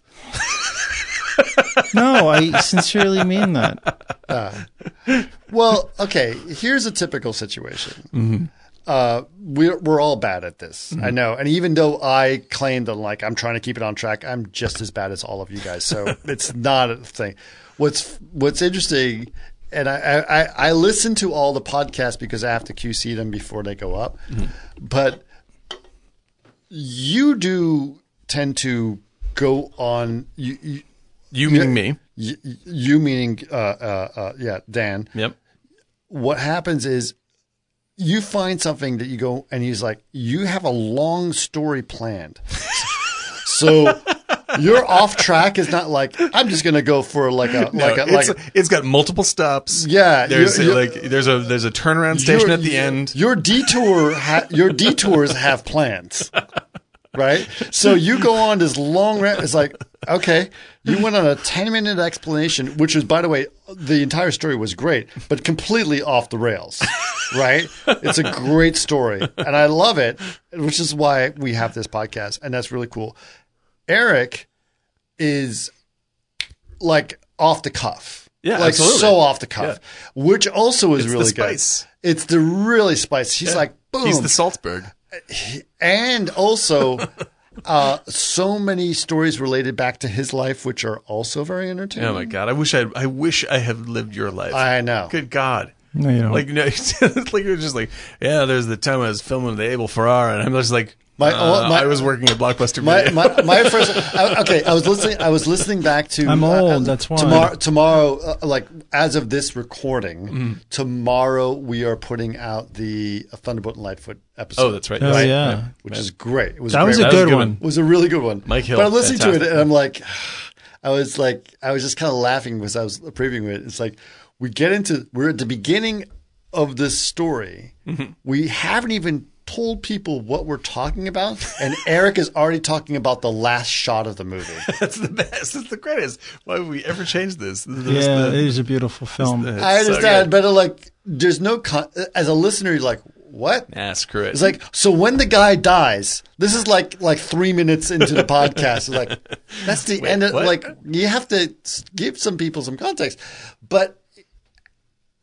[SPEAKER 9] No, I sincerely mean that.
[SPEAKER 1] Well, okay. Here's a typical situation.
[SPEAKER 7] Mm-hmm.
[SPEAKER 1] Uh, we're we're all bad at this. I know. And even though I claim that like I'm trying to keep it on track, I'm just as bad as all of you guys. So it's not a thing. What's what's interesting, and I, I I- I listen to all the podcasts because I have to QC them before they go up,
[SPEAKER 7] Mm-hmm.
[SPEAKER 1] but you do tend to go on you. you
[SPEAKER 7] You meaning me?
[SPEAKER 1] you, you meaning uh, uh, uh, yeah dan
[SPEAKER 7] Yep.
[SPEAKER 1] what happens is you find something that you go and he's like you have a long story planned so your off track is not like i'm just gonna go for like a like a
[SPEAKER 7] No,
[SPEAKER 1] like
[SPEAKER 7] it's, it's got multiple stops.
[SPEAKER 1] Yeah,
[SPEAKER 7] there's
[SPEAKER 1] you're-
[SPEAKER 7] a, like there's a there's a turnaround station
[SPEAKER 1] your-
[SPEAKER 7] at the end.
[SPEAKER 1] your detour ha- your detours have plans right so you go on this long rant it's like okay. You went on a 10 minute explanation, which was, by the way, the entire story was great, but completely off the rails, right? It's a great story. And I love it, which is why we have this podcast. And that's really cool. Eric is like off the cuff.
[SPEAKER 7] Yeah,
[SPEAKER 1] like
[SPEAKER 7] absolutely.
[SPEAKER 1] so off the cuff, which also is
[SPEAKER 7] It's the
[SPEAKER 1] really
[SPEAKER 7] spice.
[SPEAKER 1] good. It's the really spice. He's like, boom,
[SPEAKER 7] He's the Salzburg.
[SPEAKER 1] and also uh, so many stories related back to his life, which are also very entertaining.
[SPEAKER 7] Oh my god! I wish I I wish I have lived your life.
[SPEAKER 1] I know.
[SPEAKER 7] Good God.
[SPEAKER 5] No, you don't.
[SPEAKER 7] Like no, it's like you're just like yeah. There's the time I was filming the Abel Ferrar, and I'm just like
[SPEAKER 1] My-
[SPEAKER 7] uh,
[SPEAKER 1] oh, my-
[SPEAKER 7] I was working at Blockbuster.
[SPEAKER 1] My,
[SPEAKER 7] Video.
[SPEAKER 1] my, my first I, okay I was listening I was listening back to
[SPEAKER 5] I'm old, that's why.
[SPEAKER 1] tomorrow tomorrow uh, like as of this recording
[SPEAKER 7] Mm-hmm.
[SPEAKER 1] tomorrow we are putting out the Thunderbolt and Lightfoot episode
[SPEAKER 7] oh, that's right.
[SPEAKER 5] Oh,
[SPEAKER 7] Right.
[SPEAKER 5] yeah.
[SPEAKER 1] which is great it was
[SPEAKER 5] That was a
[SPEAKER 1] great.
[SPEAKER 5] good,
[SPEAKER 7] was a good
[SPEAKER 5] one.
[SPEAKER 7] one.
[SPEAKER 1] It was a really good one.
[SPEAKER 7] Mike Hill,
[SPEAKER 1] But I'm listening to
[SPEAKER 7] fantastic.
[SPEAKER 1] it and I'm like, I was like, I was just kind of laughing because I was previewing it. It's like we get into we're at the beginning of this story.
[SPEAKER 7] Mm-hmm.
[SPEAKER 1] We haven't even told people what we're talking about, and Eric is already talking about the last shot of the movie.
[SPEAKER 7] That's the best. That's the greatest. Why would we ever change this? This is
[SPEAKER 5] Yeah,
[SPEAKER 7] the-
[SPEAKER 5] it is a beautiful film.
[SPEAKER 7] it's
[SPEAKER 1] I
[SPEAKER 7] so
[SPEAKER 1] understand,
[SPEAKER 7] good.
[SPEAKER 1] but like, there's no con- as a listener, you're like, what?
[SPEAKER 7] Nah, screw it.
[SPEAKER 1] It's like so when the guy dies, this is like like three minutes into the podcast. It's like that's the end. Of,
[SPEAKER 7] what?
[SPEAKER 1] like you have to s- give some people some context, but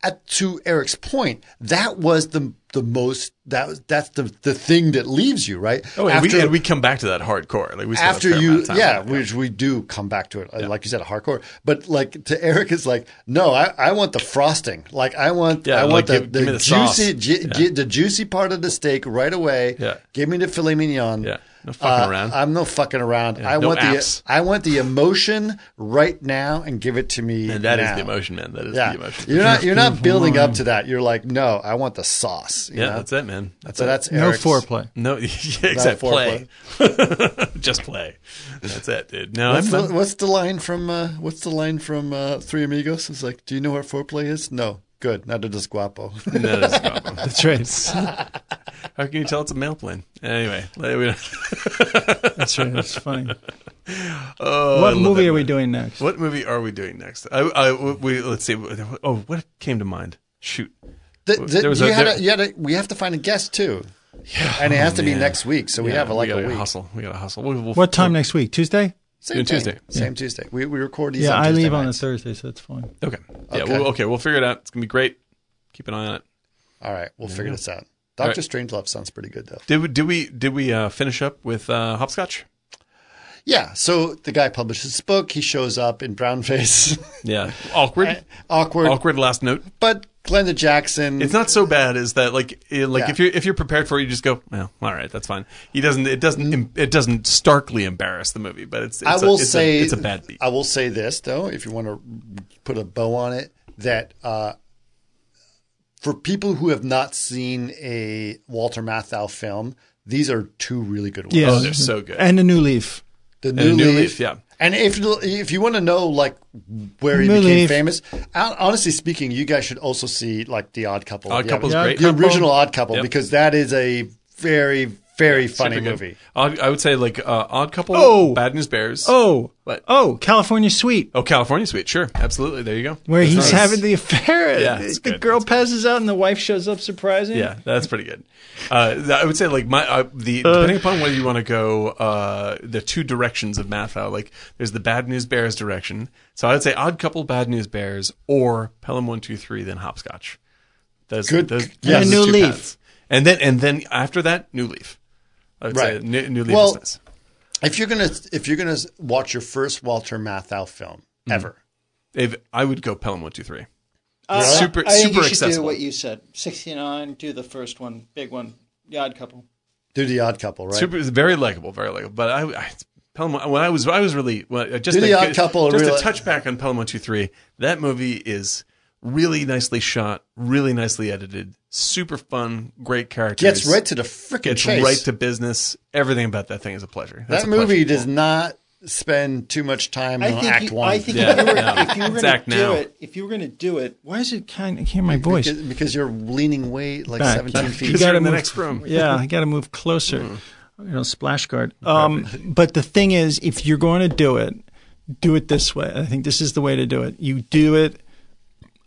[SPEAKER 1] at, to Eric's point, that was the the most that was that's the the thing that leaves you right
[SPEAKER 7] oh, and, we, and we come back to that hardcore. Like we still have a
[SPEAKER 1] after
[SPEAKER 7] fair amount
[SPEAKER 1] you
[SPEAKER 7] of time.
[SPEAKER 1] yeah which we do come back to it uh, like you said hardcore but like to eric it's like no i, I want the frosting like i want
[SPEAKER 7] Yeah,
[SPEAKER 1] i want
[SPEAKER 7] like,
[SPEAKER 1] the,
[SPEAKER 7] give-
[SPEAKER 1] the,
[SPEAKER 7] give me the sauce.
[SPEAKER 1] juicy ju- ju- the juicy part of the steak right away
[SPEAKER 7] Yeah.
[SPEAKER 1] give me the filet mignon Uh,
[SPEAKER 7] Yeah. No fucking around.
[SPEAKER 1] i'm no fucking around i
[SPEAKER 7] no
[SPEAKER 1] want
[SPEAKER 7] apps.
[SPEAKER 1] the i want the emotion right now and give it to me
[SPEAKER 7] and that is
[SPEAKER 1] now.
[SPEAKER 7] the emotion, man. That is
[SPEAKER 1] yeah
[SPEAKER 7] the emotion.
[SPEAKER 1] you're not you're not building up to that you're like no i want the sauce you
[SPEAKER 7] yeah,
[SPEAKER 1] know?
[SPEAKER 7] that's it, man. That's
[SPEAKER 1] so
[SPEAKER 7] it.
[SPEAKER 1] that's
[SPEAKER 5] No
[SPEAKER 1] Eric's.
[SPEAKER 5] foreplay.
[SPEAKER 7] No, yeah, except play. Just play. That's it, dude. No,
[SPEAKER 1] What's
[SPEAKER 7] I'm,
[SPEAKER 1] the, what's the line from uh, What's the line from uh, Three Amigos? It's like, do you know what foreplay is? No, good. Not a guapo.
[SPEAKER 7] I'm no, that's a problem.
[SPEAKER 5] That's right.
[SPEAKER 7] How can you tell it's a mail plane? Anyway, like, we don't-
[SPEAKER 5] That's right. That's funny.
[SPEAKER 7] oh, I
[SPEAKER 5] what
[SPEAKER 7] love
[SPEAKER 5] movie
[SPEAKER 7] that
[SPEAKER 5] are we doing next?
[SPEAKER 7] What movie are we doing next? I, I, we let's see. Oh, what came to mind? Shoot.
[SPEAKER 1] The- the-
[SPEAKER 7] There was
[SPEAKER 1] you
[SPEAKER 7] a-
[SPEAKER 1] had a-
[SPEAKER 7] there-
[SPEAKER 1] you had a- we have to find a guest too, yeah, and it has to be
[SPEAKER 7] Oh, man.
[SPEAKER 1] next week. So we
[SPEAKER 7] Yeah,
[SPEAKER 1] have like
[SPEAKER 7] gotta
[SPEAKER 1] a week.
[SPEAKER 7] Hustle. We gotta hustle. We'll, we'll,
[SPEAKER 5] What time next week? Tuesday?
[SPEAKER 1] Same
[SPEAKER 7] Doing
[SPEAKER 1] thing.
[SPEAKER 7] Tuesday.
[SPEAKER 1] Same Tuesday. We, we record these.
[SPEAKER 5] Yeah,
[SPEAKER 1] on
[SPEAKER 5] I
[SPEAKER 1] Tuesday
[SPEAKER 5] leave on a
[SPEAKER 1] nights.
[SPEAKER 5] Thursday, so it's fine.
[SPEAKER 7] Okay. Yeah.
[SPEAKER 1] Okay.
[SPEAKER 7] Okay. We'll, okay. We'll figure it out. It's gonna be great. Keep an eye on it.
[SPEAKER 1] All right, we'll figure this out. Doctor Strangelove sounds pretty good though.
[SPEAKER 7] Did we? Did we? Did we uh, finish up with uh, hopscotch?
[SPEAKER 1] Yeah. So the guy published his book. He shows up in brown face,
[SPEAKER 7] Yeah. Awkward.
[SPEAKER 1] awkward.
[SPEAKER 7] Awkward last note.
[SPEAKER 1] But Glenda Jackson.
[SPEAKER 7] It's not so bad as that. Like, it, like
[SPEAKER 1] Yeah.
[SPEAKER 7] if you're if you're prepared for it, you just go. Well, all right, that's fine. He doesn't. It doesn't. em- It doesn't starkly embarrass the movie, but it's. it's
[SPEAKER 1] I
[SPEAKER 7] a-
[SPEAKER 1] will
[SPEAKER 7] it's a-
[SPEAKER 1] say
[SPEAKER 7] it's a bad beat.
[SPEAKER 1] I will say this though, if you want to put a bow on it, that uh, for people who have not seen a Walter Matthau film, these are two really good ones.
[SPEAKER 5] Yeah.
[SPEAKER 7] Oh, they're so good.
[SPEAKER 5] And a new leaf.
[SPEAKER 1] The New,
[SPEAKER 7] New
[SPEAKER 1] Leaf.
[SPEAKER 7] Leaf, yeah.
[SPEAKER 1] And if you- if you want to know like where he
[SPEAKER 5] New
[SPEAKER 1] became
[SPEAKER 5] Leaf.
[SPEAKER 1] famous, hon- honestly speaking, you guys should also see like The Odd Couple.
[SPEAKER 7] Odd
[SPEAKER 1] Yeah,
[SPEAKER 7] Couple's
[SPEAKER 5] yeah,
[SPEAKER 7] great.
[SPEAKER 1] the original Odd Couple
[SPEAKER 7] Yep.
[SPEAKER 1] because that is a very very funny
[SPEAKER 7] Super good.
[SPEAKER 1] movie.
[SPEAKER 7] Odd, I would say like uh, Odd Couple.
[SPEAKER 5] Oh!
[SPEAKER 7] Bad News Bears.
[SPEAKER 5] Oh.
[SPEAKER 7] What?
[SPEAKER 5] Oh, California Suite.
[SPEAKER 7] Oh, California Suite. Sure, absolutely. There you go.
[SPEAKER 5] Where
[SPEAKER 7] That's
[SPEAKER 5] he's
[SPEAKER 7] nice.
[SPEAKER 5] having the affair.
[SPEAKER 7] Yeah, it's
[SPEAKER 5] the
[SPEAKER 7] good.
[SPEAKER 5] girl passes out and the wife shows up surprising.
[SPEAKER 7] Yeah, that's pretty good. Uh, th- I would say like my uh, the depending upon whether you want to go uh, the two directions of Mathau. Like there's the Bad News Bears direction. So I would say Odd Couple, Bad News Bears, or Pelham One Two Three, then Hopscotch. Those,
[SPEAKER 1] Good.
[SPEAKER 7] Those,
[SPEAKER 1] Yeah,
[SPEAKER 7] those
[SPEAKER 5] New
[SPEAKER 7] two
[SPEAKER 5] Leaf.
[SPEAKER 7] paths. And then and then after that, New Leaf. I would
[SPEAKER 1] Right.
[SPEAKER 7] say New, New Leaf
[SPEAKER 1] Well,
[SPEAKER 7] is nice.
[SPEAKER 1] If you're gonna if you're gonna watch your first Walter Matthau film
[SPEAKER 7] Mm-hmm.
[SPEAKER 1] ever,
[SPEAKER 7] If, I would go Pelham One Two Three.
[SPEAKER 1] Really?
[SPEAKER 7] Super
[SPEAKER 9] I think
[SPEAKER 7] super
[SPEAKER 9] you should do
[SPEAKER 7] accessible.
[SPEAKER 9] what you said. 69, do the first one, big one, the odd couple.
[SPEAKER 1] do the Odd Couple, right?
[SPEAKER 7] Super, very likable, very likable. But I, I Pelham, when I was, I was really well, just
[SPEAKER 1] Did
[SPEAKER 7] a,
[SPEAKER 1] the Odd Couple
[SPEAKER 7] Just
[SPEAKER 1] really-
[SPEAKER 7] a touchback on Pelham One Two Three. That movie is really nicely shot, really nicely edited, super fun, great characters.
[SPEAKER 1] Gets right to the freaking
[SPEAKER 7] gets
[SPEAKER 1] chase.
[SPEAKER 7] right to business. Everything about that thing is a pleasure. That's
[SPEAKER 1] that
[SPEAKER 7] a pleasure.
[SPEAKER 1] movie does not spend too much time
[SPEAKER 9] I
[SPEAKER 1] on
[SPEAKER 9] think,
[SPEAKER 1] Act
[SPEAKER 9] you,
[SPEAKER 1] One.
[SPEAKER 9] I think
[SPEAKER 7] Yeah,
[SPEAKER 9] if you were,
[SPEAKER 7] yeah.
[SPEAKER 9] if you were
[SPEAKER 7] It's
[SPEAKER 9] going
[SPEAKER 7] act
[SPEAKER 9] to do
[SPEAKER 7] now.
[SPEAKER 9] it, if you were going to do it,
[SPEAKER 5] Why is it kind of, I can't hear my voice.
[SPEAKER 1] because, because you're leaning way like
[SPEAKER 5] Back.
[SPEAKER 1] 17
[SPEAKER 5] Back.
[SPEAKER 1] feet.
[SPEAKER 7] Because
[SPEAKER 5] You
[SPEAKER 7] you're
[SPEAKER 5] gotta
[SPEAKER 7] in the
[SPEAKER 5] move-
[SPEAKER 7] next room.
[SPEAKER 5] yeah, I got to
[SPEAKER 7] Hmm.
[SPEAKER 5] move closer. You know, splash guard. Um, but the thing is, if you're going to do it, do it this way. I think this is the way to do it. You do it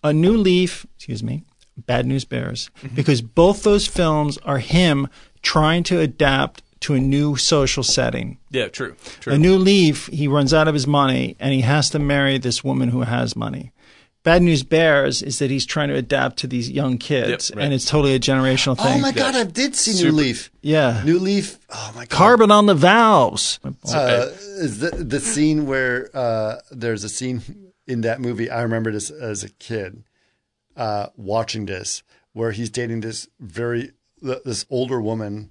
[SPEAKER 5] a new leaf, excuse me, Bad News Bears,
[SPEAKER 7] Mm-hmm.
[SPEAKER 5] because both those films are him trying to adapt to a new social setting.
[SPEAKER 7] Yeah, true. True.
[SPEAKER 5] A new leaf, he runs out of his money and he has to marry this woman who has money. Bad News Bears is that he's trying to adapt to these young kids
[SPEAKER 7] right.
[SPEAKER 5] and it's totally a generational thing.
[SPEAKER 1] Oh my god, I did see New Leaf.
[SPEAKER 5] Yeah.
[SPEAKER 1] New Leaf. Oh my god.
[SPEAKER 5] Carbon on the valves.
[SPEAKER 1] Uh, is the, the scene where uh, there's a scene in that movie. I remember this as a kid uh, watching this, where he's dating this very th- this older woman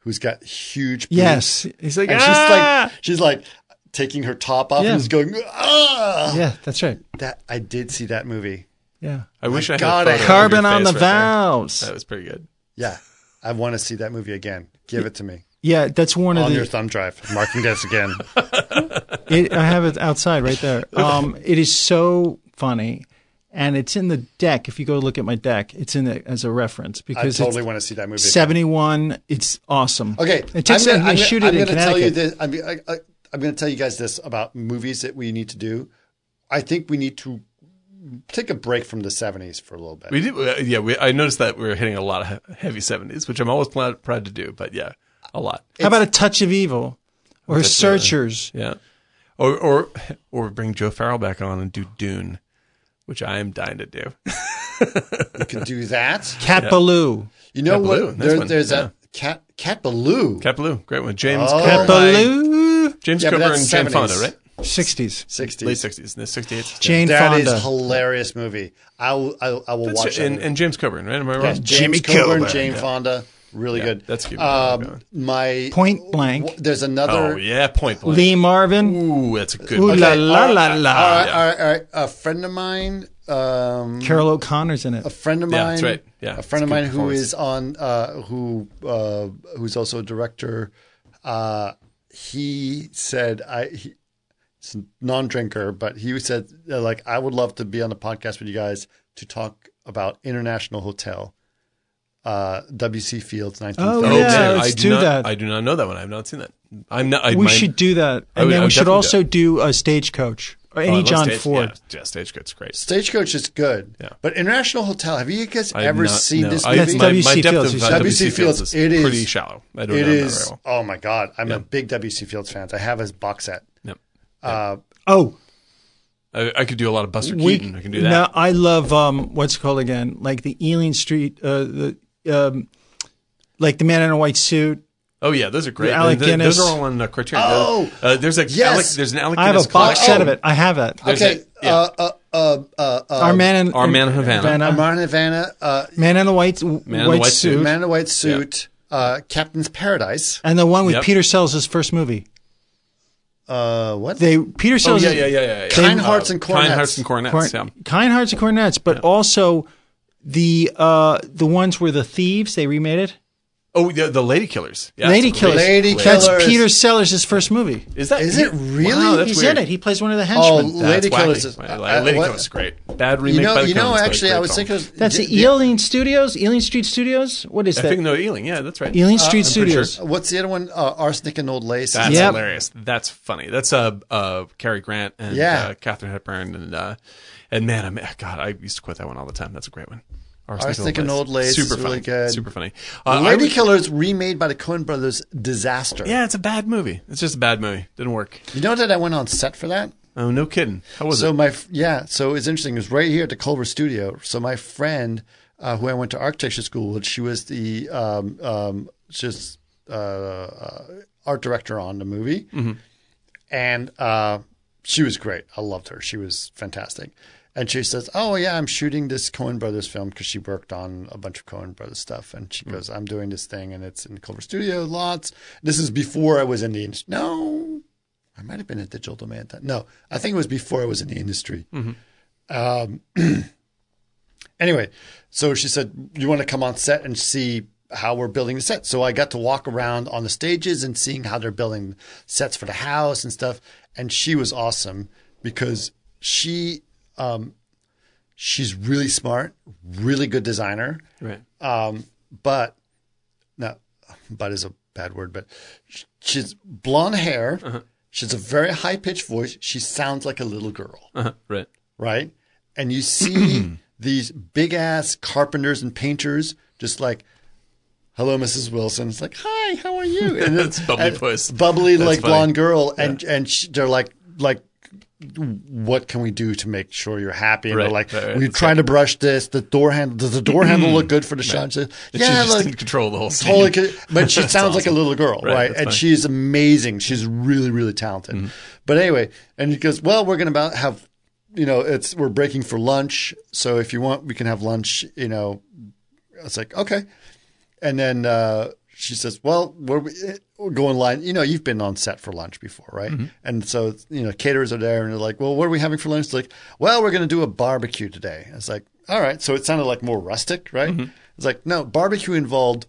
[SPEAKER 1] who's got huge boobs.
[SPEAKER 5] yes. He's like,
[SPEAKER 1] and
[SPEAKER 5] ah!
[SPEAKER 1] she's like she's like taking her top off
[SPEAKER 5] Yeah.
[SPEAKER 1] and just going ah.
[SPEAKER 5] Yeah, that's right.
[SPEAKER 1] That I did see that movie.
[SPEAKER 5] Yeah.
[SPEAKER 7] I wish I had
[SPEAKER 1] God, I-
[SPEAKER 7] a photo of your
[SPEAKER 5] Carbon on
[SPEAKER 7] face
[SPEAKER 5] the
[SPEAKER 7] right there. Uh,
[SPEAKER 5] valves.
[SPEAKER 7] That was pretty good.
[SPEAKER 1] Yeah, I want to see that movie again. Give it to me
[SPEAKER 5] Yeah, that's one of
[SPEAKER 1] on
[SPEAKER 5] the.
[SPEAKER 1] your thumb drive. I'm Marking this again.
[SPEAKER 5] it, I have it outside right there. Um, it is so funny, and it's in the deck. If you go look at my deck, it's in it as a reference
[SPEAKER 1] I
[SPEAKER 5] because
[SPEAKER 1] totally
[SPEAKER 5] it's
[SPEAKER 1] want to see that movie. again.
[SPEAKER 5] seventy-one. It's awesome.
[SPEAKER 1] Okay,
[SPEAKER 5] it takes.
[SPEAKER 1] I'm gonna,
[SPEAKER 5] I
[SPEAKER 1] I'm gonna-
[SPEAKER 5] shoot
[SPEAKER 1] I'm
[SPEAKER 5] it in
[SPEAKER 1] gonna tell
[SPEAKER 5] Connecticut.
[SPEAKER 1] you this. I'm, I, I, I'm going to tell you guys this about movies that we need to do. I think we need to take a break from the '70s for a little bit.
[SPEAKER 7] We did, uh, yeah. We, I noticed that we were hitting a lot of he- heavy seventies, which I'm always proud, proud to do. But yeah, a lot.
[SPEAKER 5] How about a touch of evil, or searchers?
[SPEAKER 7] Yeah, or or or bring Joe Farrell back on and do Dune, which I am dying to do.
[SPEAKER 1] We can do that.
[SPEAKER 5] Cat Baloo.
[SPEAKER 1] You know
[SPEAKER 7] Cat
[SPEAKER 1] what?
[SPEAKER 7] Baloo, nice
[SPEAKER 1] There-
[SPEAKER 7] one,
[SPEAKER 1] there's
[SPEAKER 7] yeah.
[SPEAKER 1] a cat. Cat Baloo.
[SPEAKER 7] Capaloo, great one. James
[SPEAKER 1] Oh.
[SPEAKER 7] Coburn.
[SPEAKER 5] Cat Baloo.
[SPEAKER 7] James
[SPEAKER 1] Yeah, but
[SPEAKER 7] Coburn and
[SPEAKER 1] that's
[SPEAKER 7] Jane
[SPEAKER 1] 70s.
[SPEAKER 7] Fonda, right?
[SPEAKER 5] Sixties.
[SPEAKER 1] 60s.
[SPEAKER 7] Late sixties, the sixty eight.
[SPEAKER 5] Jane
[SPEAKER 1] That is
[SPEAKER 5] Fonda.
[SPEAKER 1] hilarious movie. I will. I, will- I will watch that.
[SPEAKER 7] and,
[SPEAKER 1] movie.
[SPEAKER 7] and James Coburn, right? Am I wrong?
[SPEAKER 1] James
[SPEAKER 5] Jimmy
[SPEAKER 1] Coburn,
[SPEAKER 5] Coburn,
[SPEAKER 1] Jane Fonda, really good.
[SPEAKER 7] that's a good one.
[SPEAKER 1] Um, my
[SPEAKER 5] Point Blank.
[SPEAKER 1] w- There's another.
[SPEAKER 7] Oh yeah, Point Blank.
[SPEAKER 5] Lee Marvin.
[SPEAKER 7] Ooh, that's a good.
[SPEAKER 5] Ooh
[SPEAKER 7] one.
[SPEAKER 5] la la
[SPEAKER 1] all
[SPEAKER 5] la
[SPEAKER 1] right,
[SPEAKER 5] la.
[SPEAKER 1] All right, all right, all right. A friend of mine. Um,
[SPEAKER 5] Carol O'Connor's in it.
[SPEAKER 1] a friend of mine.
[SPEAKER 7] Yeah, that's right. Yeah,
[SPEAKER 1] a friend
[SPEAKER 7] it's
[SPEAKER 1] of
[SPEAKER 7] a good
[SPEAKER 1] mine who
[SPEAKER 7] performance.
[SPEAKER 1] is on uh, who uh, who's also a director. Uh, he said I. He, it's a non-drinker, but he said uh, like I would love to be on the podcast with you guys to talk about International Hotel. Uh, W.C. Fields, nineteen.
[SPEAKER 5] Oh, yeah,
[SPEAKER 7] man,
[SPEAKER 5] let's
[SPEAKER 7] I
[SPEAKER 5] do
[SPEAKER 7] not,
[SPEAKER 5] that.
[SPEAKER 7] I do not know that one. I have not seen that. I'm not. I,
[SPEAKER 5] we
[SPEAKER 7] my- oh,
[SPEAKER 5] should do that,
[SPEAKER 7] I
[SPEAKER 5] and
[SPEAKER 7] would- I
[SPEAKER 5] then we
[SPEAKER 7] would
[SPEAKER 5] should
[SPEAKER 7] definitely
[SPEAKER 5] also do a stagecoach or
[SPEAKER 7] Oh, I
[SPEAKER 5] any
[SPEAKER 7] love
[SPEAKER 5] John
[SPEAKER 7] stage,
[SPEAKER 5] Ford.
[SPEAKER 7] Yeah, yeah, Stagecoach, great.
[SPEAKER 1] Stagecoach is good,
[SPEAKER 7] Yeah.
[SPEAKER 1] but International Hotel. Have you guys
[SPEAKER 7] I have
[SPEAKER 1] ever
[SPEAKER 7] not-
[SPEAKER 1] seen
[SPEAKER 7] no,
[SPEAKER 1] this
[SPEAKER 7] I-
[SPEAKER 5] That's
[SPEAKER 1] movie?
[SPEAKER 7] my-
[SPEAKER 5] W.C.
[SPEAKER 7] my depth
[SPEAKER 5] Fields.
[SPEAKER 7] of,
[SPEAKER 5] It's
[SPEAKER 7] uh,
[SPEAKER 1] W.C. Fields, it is-
[SPEAKER 7] pretty shallow. I don't
[SPEAKER 1] It
[SPEAKER 7] know that
[SPEAKER 1] is.
[SPEAKER 7] very well.
[SPEAKER 1] Oh my god, I'm a big W.C. Fields fan. I have his box set.
[SPEAKER 7] Yep.
[SPEAKER 1] Uh,
[SPEAKER 5] Oh,
[SPEAKER 7] I, I could do a lot of Buster
[SPEAKER 5] we
[SPEAKER 7] Keaton. I can do that.
[SPEAKER 5] No, I love um, what's it called again, like the Ealing Street, uh, the um, like the man in a white suit.
[SPEAKER 7] oh yeah, those are great.
[SPEAKER 5] Alec
[SPEAKER 7] Th-
[SPEAKER 5] Guinness.
[SPEAKER 7] Those are all on uh, Criterion.
[SPEAKER 1] Oh!
[SPEAKER 7] uh, there's a
[SPEAKER 1] Yes!
[SPEAKER 7] Alec, there's an Alec
[SPEAKER 5] I have
[SPEAKER 7] Guinness
[SPEAKER 5] a box
[SPEAKER 7] collection.
[SPEAKER 5] set of it. I have it.
[SPEAKER 1] okay.
[SPEAKER 7] yeah.
[SPEAKER 1] Uh, uh, uh, uh, uh,
[SPEAKER 5] Our man in
[SPEAKER 7] Our Man in Havana.
[SPEAKER 1] Amar and Havana, uh,
[SPEAKER 5] man in the white man
[SPEAKER 7] in
[SPEAKER 5] white,
[SPEAKER 7] the White
[SPEAKER 5] suit,
[SPEAKER 7] Suit.
[SPEAKER 1] Man in a White Suit, uh, Captain's Paradise.
[SPEAKER 5] and the one with
[SPEAKER 7] Yep.
[SPEAKER 5] Peter Sellers' first movie.
[SPEAKER 1] Uh, what?
[SPEAKER 5] They Peter
[SPEAKER 7] Oh
[SPEAKER 5] Sellers.
[SPEAKER 7] yeah, yeah, yeah, yeah. yeah.
[SPEAKER 1] Kind Hearts and Cornets.
[SPEAKER 7] Kind hearts and cornets.
[SPEAKER 5] Corn-
[SPEAKER 7] Yeah.
[SPEAKER 5] Kind hearts and cornets, but also the uh, the ones where the thieves they remade it.
[SPEAKER 7] Oh, the, the Lady Killers. Yeah,
[SPEAKER 5] Lady
[SPEAKER 7] that's great.
[SPEAKER 5] Killers.
[SPEAKER 1] Lady
[SPEAKER 5] That's
[SPEAKER 1] Killers.
[SPEAKER 5] Peter Sellers' first movie.
[SPEAKER 7] Is that?
[SPEAKER 1] Is it really?
[SPEAKER 7] Wow, that's
[SPEAKER 5] He's
[SPEAKER 7] weird.
[SPEAKER 5] in it. He plays one of the
[SPEAKER 1] Oh,
[SPEAKER 5] henchmen.
[SPEAKER 7] That's
[SPEAKER 1] Lady
[SPEAKER 7] wacky.
[SPEAKER 1] Killers is.
[SPEAKER 7] Wow,
[SPEAKER 1] uh,
[SPEAKER 7] Lady
[SPEAKER 1] what-
[SPEAKER 7] Killers is great. Bad remake
[SPEAKER 1] You know,
[SPEAKER 7] by the
[SPEAKER 1] you know.
[SPEAKER 7] Coens, but
[SPEAKER 1] Actually,
[SPEAKER 7] great
[SPEAKER 1] I was
[SPEAKER 7] film.
[SPEAKER 1] thinking. it was-
[SPEAKER 5] That's
[SPEAKER 1] d-
[SPEAKER 5] the
[SPEAKER 1] d-
[SPEAKER 5] Ealing Studios, Ealing Street Studios. What is
[SPEAKER 7] I
[SPEAKER 5] that?
[SPEAKER 7] think no Ealing. Yeah, that's right.
[SPEAKER 1] Uh,
[SPEAKER 5] Ealing Street
[SPEAKER 7] pretty sure.
[SPEAKER 5] Studios.
[SPEAKER 1] What's the other one? Uh, Arsenic and Old Lace.
[SPEAKER 7] That's
[SPEAKER 5] Yep.
[SPEAKER 7] hilarious. That's funny. That's uh, uh Cary Grant and
[SPEAKER 1] Yeah.
[SPEAKER 7] uh, Catherine Hepburn and uh, and man, I'm, ah, God, I used to quote that one all the time. That's a great one.
[SPEAKER 1] Arsenic and Old Lace
[SPEAKER 7] super
[SPEAKER 1] is
[SPEAKER 7] funny,
[SPEAKER 1] really good.
[SPEAKER 7] super funny. Uh, I
[SPEAKER 1] Lady
[SPEAKER 7] would-
[SPEAKER 1] Killers remade by the Coen Brothers. Disaster.
[SPEAKER 7] Yeah, it's a bad movie. It's just a bad movie. Didn't work.
[SPEAKER 1] You know that I went on set for that.
[SPEAKER 7] Oh, no kidding. How was
[SPEAKER 1] So
[SPEAKER 7] it?
[SPEAKER 1] my f- yeah, so it's interesting. It was right here at the Culver Studio. So my friend, uh, who I went to architecture school with, she was the um, um, just uh, uh, art director on the movie,
[SPEAKER 7] Mm-hmm.
[SPEAKER 1] and uh, she was great. I loved her. She was fantastic. And she says, "Oh yeah, I'm shooting this Coen Brothers film because she worked on a bunch of Coen Brothers stuff." And
[SPEAKER 7] Mm.
[SPEAKER 1] she goes, "I'm doing this thing, and it's in Culver Studio lots. This is before I was in the industry. No, I might have been a digital domain. At that. No, I think it was before I was in the industry. Um, anyway, so she said, "You want to come on set and see how we're building the set?" So I got to walk around on the stages and seeing how they're building sets for the house and stuff. And she was awesome because she um, she's really smart, really good designer,
[SPEAKER 7] Right.
[SPEAKER 1] um, but
[SPEAKER 7] Uh-huh.
[SPEAKER 1] no, but is a bad word, but sh- she's blonde hair, She has a very high pitched voice. She sounds like a little girl,
[SPEAKER 7] Uh-huh. Right.
[SPEAKER 1] right? And you see these big ass carpenters and painters just like, hello, Mrs. Wilson. It's like, hi, how are you? And
[SPEAKER 7] That's bubbly
[SPEAKER 1] and
[SPEAKER 7] puss.
[SPEAKER 1] Bubbly,
[SPEAKER 7] That's
[SPEAKER 1] like
[SPEAKER 7] funny.
[SPEAKER 1] blonde girl. And, and she, they're like, like, what can we do to make sure you're happy? And
[SPEAKER 7] Right,
[SPEAKER 1] they're like,
[SPEAKER 7] right, right.
[SPEAKER 1] we're
[SPEAKER 7] It's
[SPEAKER 1] trying to brush this. The door handle, does the door handle look good for the shot? She's like,
[SPEAKER 7] And she's just
[SPEAKER 1] look-
[SPEAKER 7] in control of the whole scene.
[SPEAKER 1] totally. could- But she sounds like a little girl,
[SPEAKER 7] Right,
[SPEAKER 1] right?
[SPEAKER 7] that's
[SPEAKER 1] And
[SPEAKER 7] fine. Mm-hmm.
[SPEAKER 1] she's amazing. She's really, really talented. But anyway, and he goes, "Well, we're gonna about have, you know, it's we're breaking for lunch. So if you want, we can have lunch. You know, it's like okay. And then uh, she says, "Well, we're, we- eh, we're going line. You know, you've been on set for lunch before, right?"
[SPEAKER 7] Mm-hmm.
[SPEAKER 1] And so you know, caterers are there, and they're like, "Well, what are we having for lunch?" It's like, "Well, we're going to do a barbecue today." It's like, "All right." So it sounded like more rustic, right?
[SPEAKER 7] Mm-hmm.
[SPEAKER 1] It's like, "No, barbecue involved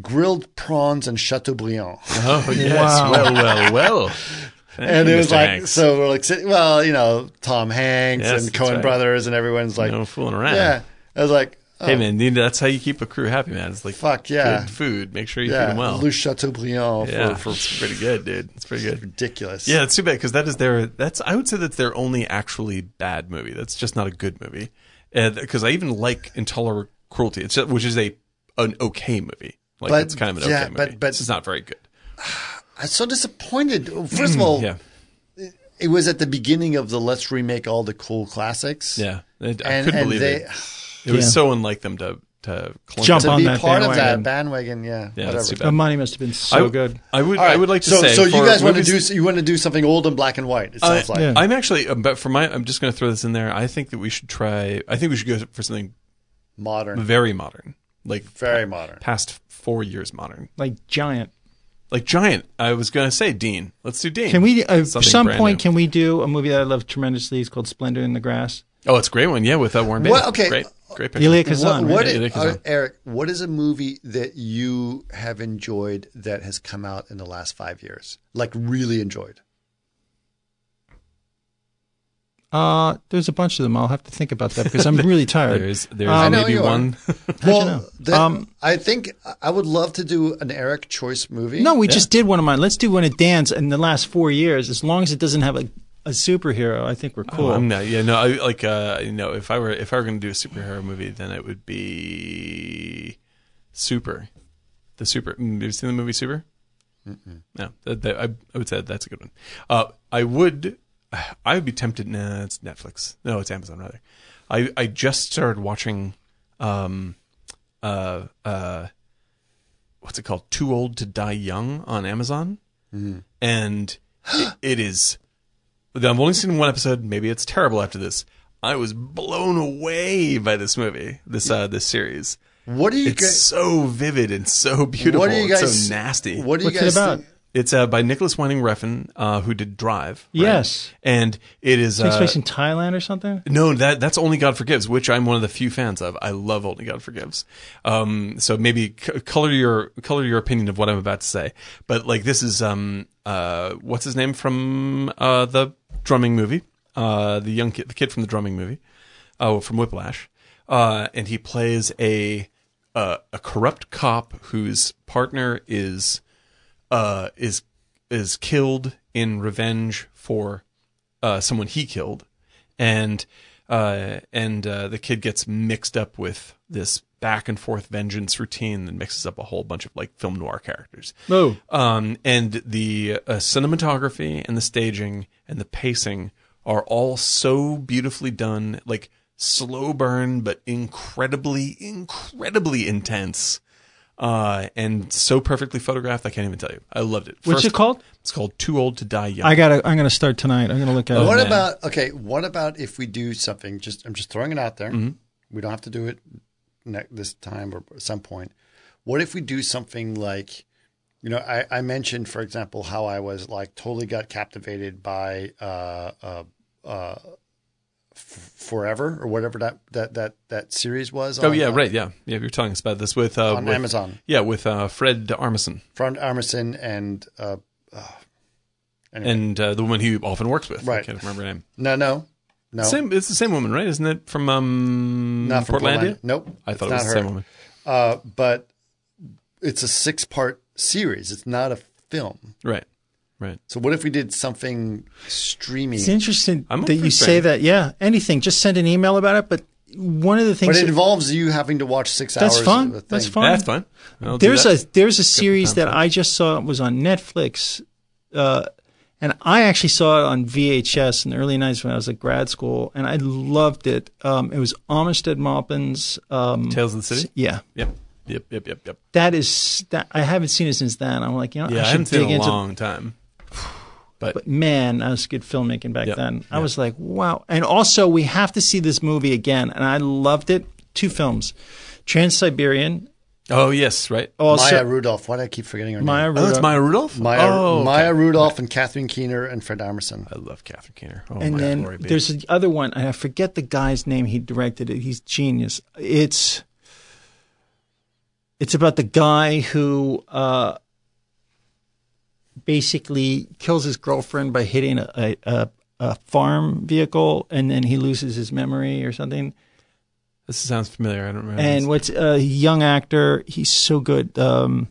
[SPEAKER 1] grilled prawns and chateaubriand."
[SPEAKER 7] Oh yes. Well, well, well. Thank
[SPEAKER 1] and
[SPEAKER 7] you,
[SPEAKER 1] it was
[SPEAKER 7] Mr.
[SPEAKER 1] like,
[SPEAKER 7] Hanks.
[SPEAKER 1] so we're like, sit- well, you know, Tom Hanks
[SPEAKER 7] Yes,
[SPEAKER 1] and
[SPEAKER 7] that's
[SPEAKER 1] Cohen
[SPEAKER 7] right.
[SPEAKER 1] Brothers, and everyone's like,
[SPEAKER 7] no fooling around.
[SPEAKER 1] yeah. I was like, oh,
[SPEAKER 7] Hey man, you- that's how you keep a crew happy, man. It's like
[SPEAKER 1] Fuck, yeah.
[SPEAKER 7] good food. Make sure you feed
[SPEAKER 1] yeah,
[SPEAKER 7] them well.
[SPEAKER 1] Lou Chateaubriand
[SPEAKER 7] yeah,
[SPEAKER 1] for, for
[SPEAKER 7] it's pretty good, dude. It's pretty good.
[SPEAKER 1] ridiculous.
[SPEAKER 7] Yeah, it's too bad because that is their. That's I would say that's their only actually bad movie. That's just not a good movie. Because I even like Intolerable Cruelty, it's which is a an okay movie. Like
[SPEAKER 1] But-
[SPEAKER 7] it's kind of an
[SPEAKER 1] yeah,
[SPEAKER 7] okay
[SPEAKER 1] but-
[SPEAKER 7] movie.
[SPEAKER 1] but-
[SPEAKER 7] it's just not very good.
[SPEAKER 1] I'm so disappointed. First of all,
[SPEAKER 7] Mm, Yeah,
[SPEAKER 1] it was at the beginning of the let's remake all the cool classics.
[SPEAKER 7] yeah. I, I
[SPEAKER 1] And,
[SPEAKER 7] couldn't
[SPEAKER 1] and
[SPEAKER 7] believe
[SPEAKER 1] they
[SPEAKER 7] it. It was so unlike them to to clump
[SPEAKER 5] Jump
[SPEAKER 7] it.
[SPEAKER 1] to
[SPEAKER 5] On
[SPEAKER 1] be
[SPEAKER 5] that
[SPEAKER 1] part of that
[SPEAKER 5] bandwagon.
[SPEAKER 1] bandwagon, yeah,
[SPEAKER 7] Yeah,
[SPEAKER 1] whatever.
[SPEAKER 7] that's too
[SPEAKER 5] The
[SPEAKER 7] bad.
[SPEAKER 5] money must have been so
[SPEAKER 7] I-
[SPEAKER 5] good.
[SPEAKER 7] I would.
[SPEAKER 1] All right,
[SPEAKER 7] I would like to
[SPEAKER 1] so,
[SPEAKER 7] say.
[SPEAKER 1] So you
[SPEAKER 7] for
[SPEAKER 1] guys want to
[SPEAKER 7] movies-
[SPEAKER 1] do you want to do something old and black and white? It sounds
[SPEAKER 7] Uh,
[SPEAKER 1] like
[SPEAKER 5] yeah.
[SPEAKER 7] I'm actually, um, but for my, I'm just going to throw this in there. I think that we should try. I think we should go for something
[SPEAKER 1] modern,
[SPEAKER 7] very modern, like
[SPEAKER 1] very modern.
[SPEAKER 7] past four years modern,
[SPEAKER 5] Like giant.
[SPEAKER 7] like Giant. I was going to say Dean. Let's do Dean.
[SPEAKER 5] Can we uh,
[SPEAKER 7] Something
[SPEAKER 5] some
[SPEAKER 7] brand
[SPEAKER 5] point
[SPEAKER 7] new.
[SPEAKER 5] can we do a movie that I love tremendously? It's called Splendor in the Grass.
[SPEAKER 7] Oh, it's a great one. Yeah, with uh, Warren Beatty.
[SPEAKER 1] What- okay.
[SPEAKER 7] Great, great picture.
[SPEAKER 5] Elia Kazan.
[SPEAKER 1] what, what
[SPEAKER 7] right?
[SPEAKER 1] i-
[SPEAKER 7] Yeah, Nick is
[SPEAKER 1] uh,
[SPEAKER 7] on.
[SPEAKER 1] Eric, what is a movie that you have enjoyed that has come out in the last five years? Like really enjoyed?
[SPEAKER 5] right? uh, there's a bunch of them. I'll have to think about that because I'm really tired.
[SPEAKER 7] There's there's
[SPEAKER 5] Um,
[SPEAKER 1] I know
[SPEAKER 7] maybe
[SPEAKER 1] you are.
[SPEAKER 7] one.
[SPEAKER 1] well,
[SPEAKER 5] know?
[SPEAKER 1] that-
[SPEAKER 5] Um,
[SPEAKER 1] I think I would love to do an Eric Choice movie.
[SPEAKER 5] No, we just did one of mine. Let's do one of Dan's in the last four years. As long as it doesn't have a, a superhero, I think we're cool.
[SPEAKER 7] Oh, I'm not, yeah, no, I, like uh, you know, if I were if I were going to do a superhero movie, then it would be Super, the Super. mm, Have you seen the movie Super? No, that, that- I, I would say that's a good one. Uh, I would, I would be tempted. Nah, it's Netflix. No, it's Amazon rather. I I just started watching, um, uh, uh, what's it called? Too Old to Die Young on Amazon, and it- it is. I've only seen one episode. Maybe it's terrible after this. I was blown away by this movie, this uh, this series.
[SPEAKER 1] What do you
[SPEAKER 7] It's
[SPEAKER 1] guys?
[SPEAKER 7] so vivid and so beautiful.
[SPEAKER 1] What do you guys?
[SPEAKER 7] it's so nasty.
[SPEAKER 1] What do you
[SPEAKER 5] What's it
[SPEAKER 1] guys?
[SPEAKER 5] about?
[SPEAKER 1] Think,
[SPEAKER 7] It's uh, by Nicholas Winding Refn, uh, who did Drive. right?
[SPEAKER 5] Yes.
[SPEAKER 7] and it is
[SPEAKER 5] Takes
[SPEAKER 7] uh,
[SPEAKER 5] place in Thailand or something.
[SPEAKER 7] no, that that's Only God Forgives, which I'm one of the few fans of. I love Only God Forgives. Um, so maybe c- color your color your opinion of what I'm about to say. But like this is um uh what's his name from uh the drumming movie uh the young kid the kid from the drumming movie oh from Whiplash uh and he plays a uh, a corrupt cop whose partner is uh is is killed in revenge for uh, someone he killed, and uh, and uh, the kid gets mixed up with this back and forth vengeance routine that mixes up a whole bunch of like film noir characters.
[SPEAKER 5] No.
[SPEAKER 7] Um, and the uh, cinematography and the staging and the pacing are all so beautifully done, like slow burn, but incredibly, incredibly intense. Uh, and so perfectly photographed, I can't even tell you. I loved it.
[SPEAKER 5] What's it called?
[SPEAKER 7] It's called Too Old to Die Young.
[SPEAKER 5] I gotta. I'm gonna start tonight. I'm gonna look at
[SPEAKER 7] Oh,
[SPEAKER 1] what
[SPEAKER 5] it.
[SPEAKER 1] about? Okay, what about if we do something? Just I'm just throwing it out there.
[SPEAKER 7] Mm-hmm.
[SPEAKER 1] We don't have to do it ne- this time or at some point. What if we do something like? You know, I, I mentioned, for example, how I was like totally got captivated by uh, uh, uh, F- Forever or whatever that that that that series was.
[SPEAKER 7] Oh
[SPEAKER 1] on,
[SPEAKER 7] yeah,
[SPEAKER 1] uh,
[SPEAKER 7] right. Yeah, yeah. You're telling us about this with uh,
[SPEAKER 1] on
[SPEAKER 7] with-
[SPEAKER 1] Amazon.
[SPEAKER 7] Yeah, with uh, Fred Armisen
[SPEAKER 1] From Armisen and uh,
[SPEAKER 7] and uh, the woman he often works with. I
[SPEAKER 1] Right.
[SPEAKER 7] can't remember her name.
[SPEAKER 1] no, no, no,
[SPEAKER 7] Same. It's the same woman, right? Isn't it from um
[SPEAKER 1] not from Portlandia.
[SPEAKER 7] Portlandia?
[SPEAKER 1] Nope,
[SPEAKER 7] I
[SPEAKER 1] it's
[SPEAKER 7] thought it
[SPEAKER 1] not
[SPEAKER 7] was the
[SPEAKER 1] her.
[SPEAKER 7] same woman.
[SPEAKER 1] Uh, but it's a six part series. It's not a film.
[SPEAKER 7] Right. Right.
[SPEAKER 1] So what if we did something streaming?
[SPEAKER 5] It's interesting
[SPEAKER 7] I'm up
[SPEAKER 5] that
[SPEAKER 7] for
[SPEAKER 5] you say
[SPEAKER 7] thing.
[SPEAKER 5] that. Yeah, anything. Just send an email about it. But one of the
[SPEAKER 1] But
[SPEAKER 5] things
[SPEAKER 1] it
[SPEAKER 5] that-
[SPEAKER 1] involves you having to watch six
[SPEAKER 5] that's
[SPEAKER 1] hours.
[SPEAKER 5] fun.
[SPEAKER 1] Of a thing.
[SPEAKER 5] That's fun.
[SPEAKER 7] That's fine. I'll do
[SPEAKER 5] There's
[SPEAKER 7] that.
[SPEAKER 5] a there's a series
[SPEAKER 7] time
[SPEAKER 5] that I just saw it was on Netflix, uh, and I actually saw it on VHS in the early '90s when I was at grad school, and I loved it. Um, it was Amistad Maupin's. Um,
[SPEAKER 7] Tales of the City.
[SPEAKER 5] yeah,
[SPEAKER 7] Yep. Yep. Yep. Yep. Yep.
[SPEAKER 5] that is that. I haven't seen it since then. I'm like, you know,
[SPEAKER 7] Yeah, I,
[SPEAKER 5] I should
[SPEAKER 7] haven't
[SPEAKER 5] dig
[SPEAKER 7] seen it in a
[SPEAKER 5] into.
[SPEAKER 7] long time.
[SPEAKER 5] But man, that was good filmmaking back
[SPEAKER 7] Yep,
[SPEAKER 5] then. I was like, wow. And also, we have to see this movie again, and I loved it. Two films, Trans Siberian.
[SPEAKER 7] Oh yes, right. Oh,
[SPEAKER 5] Also,
[SPEAKER 1] Maya Rudolph. Why did I keep forgetting her
[SPEAKER 5] Maya
[SPEAKER 1] name?
[SPEAKER 5] Rudolph.
[SPEAKER 7] that's Maya Rudolph.
[SPEAKER 1] Maya,
[SPEAKER 7] oh, okay.
[SPEAKER 1] Maya Rudolph and Catherine Keener and Fred Armisen.
[SPEAKER 7] I love Catherine Keener. Oh,
[SPEAKER 5] and
[SPEAKER 7] my
[SPEAKER 5] then
[SPEAKER 7] glory be.
[SPEAKER 5] there's the other one, and I forget the guy's name. He directed it. He's genius. It's it's about the guy who uh, basically kills his girlfriend by hitting a, a, a, a farm vehicle, and then he loses his memory or something.
[SPEAKER 7] this sounds familiar. I don't remember.
[SPEAKER 5] And
[SPEAKER 7] this.
[SPEAKER 5] what's uh, a young actor? He's so good. Um,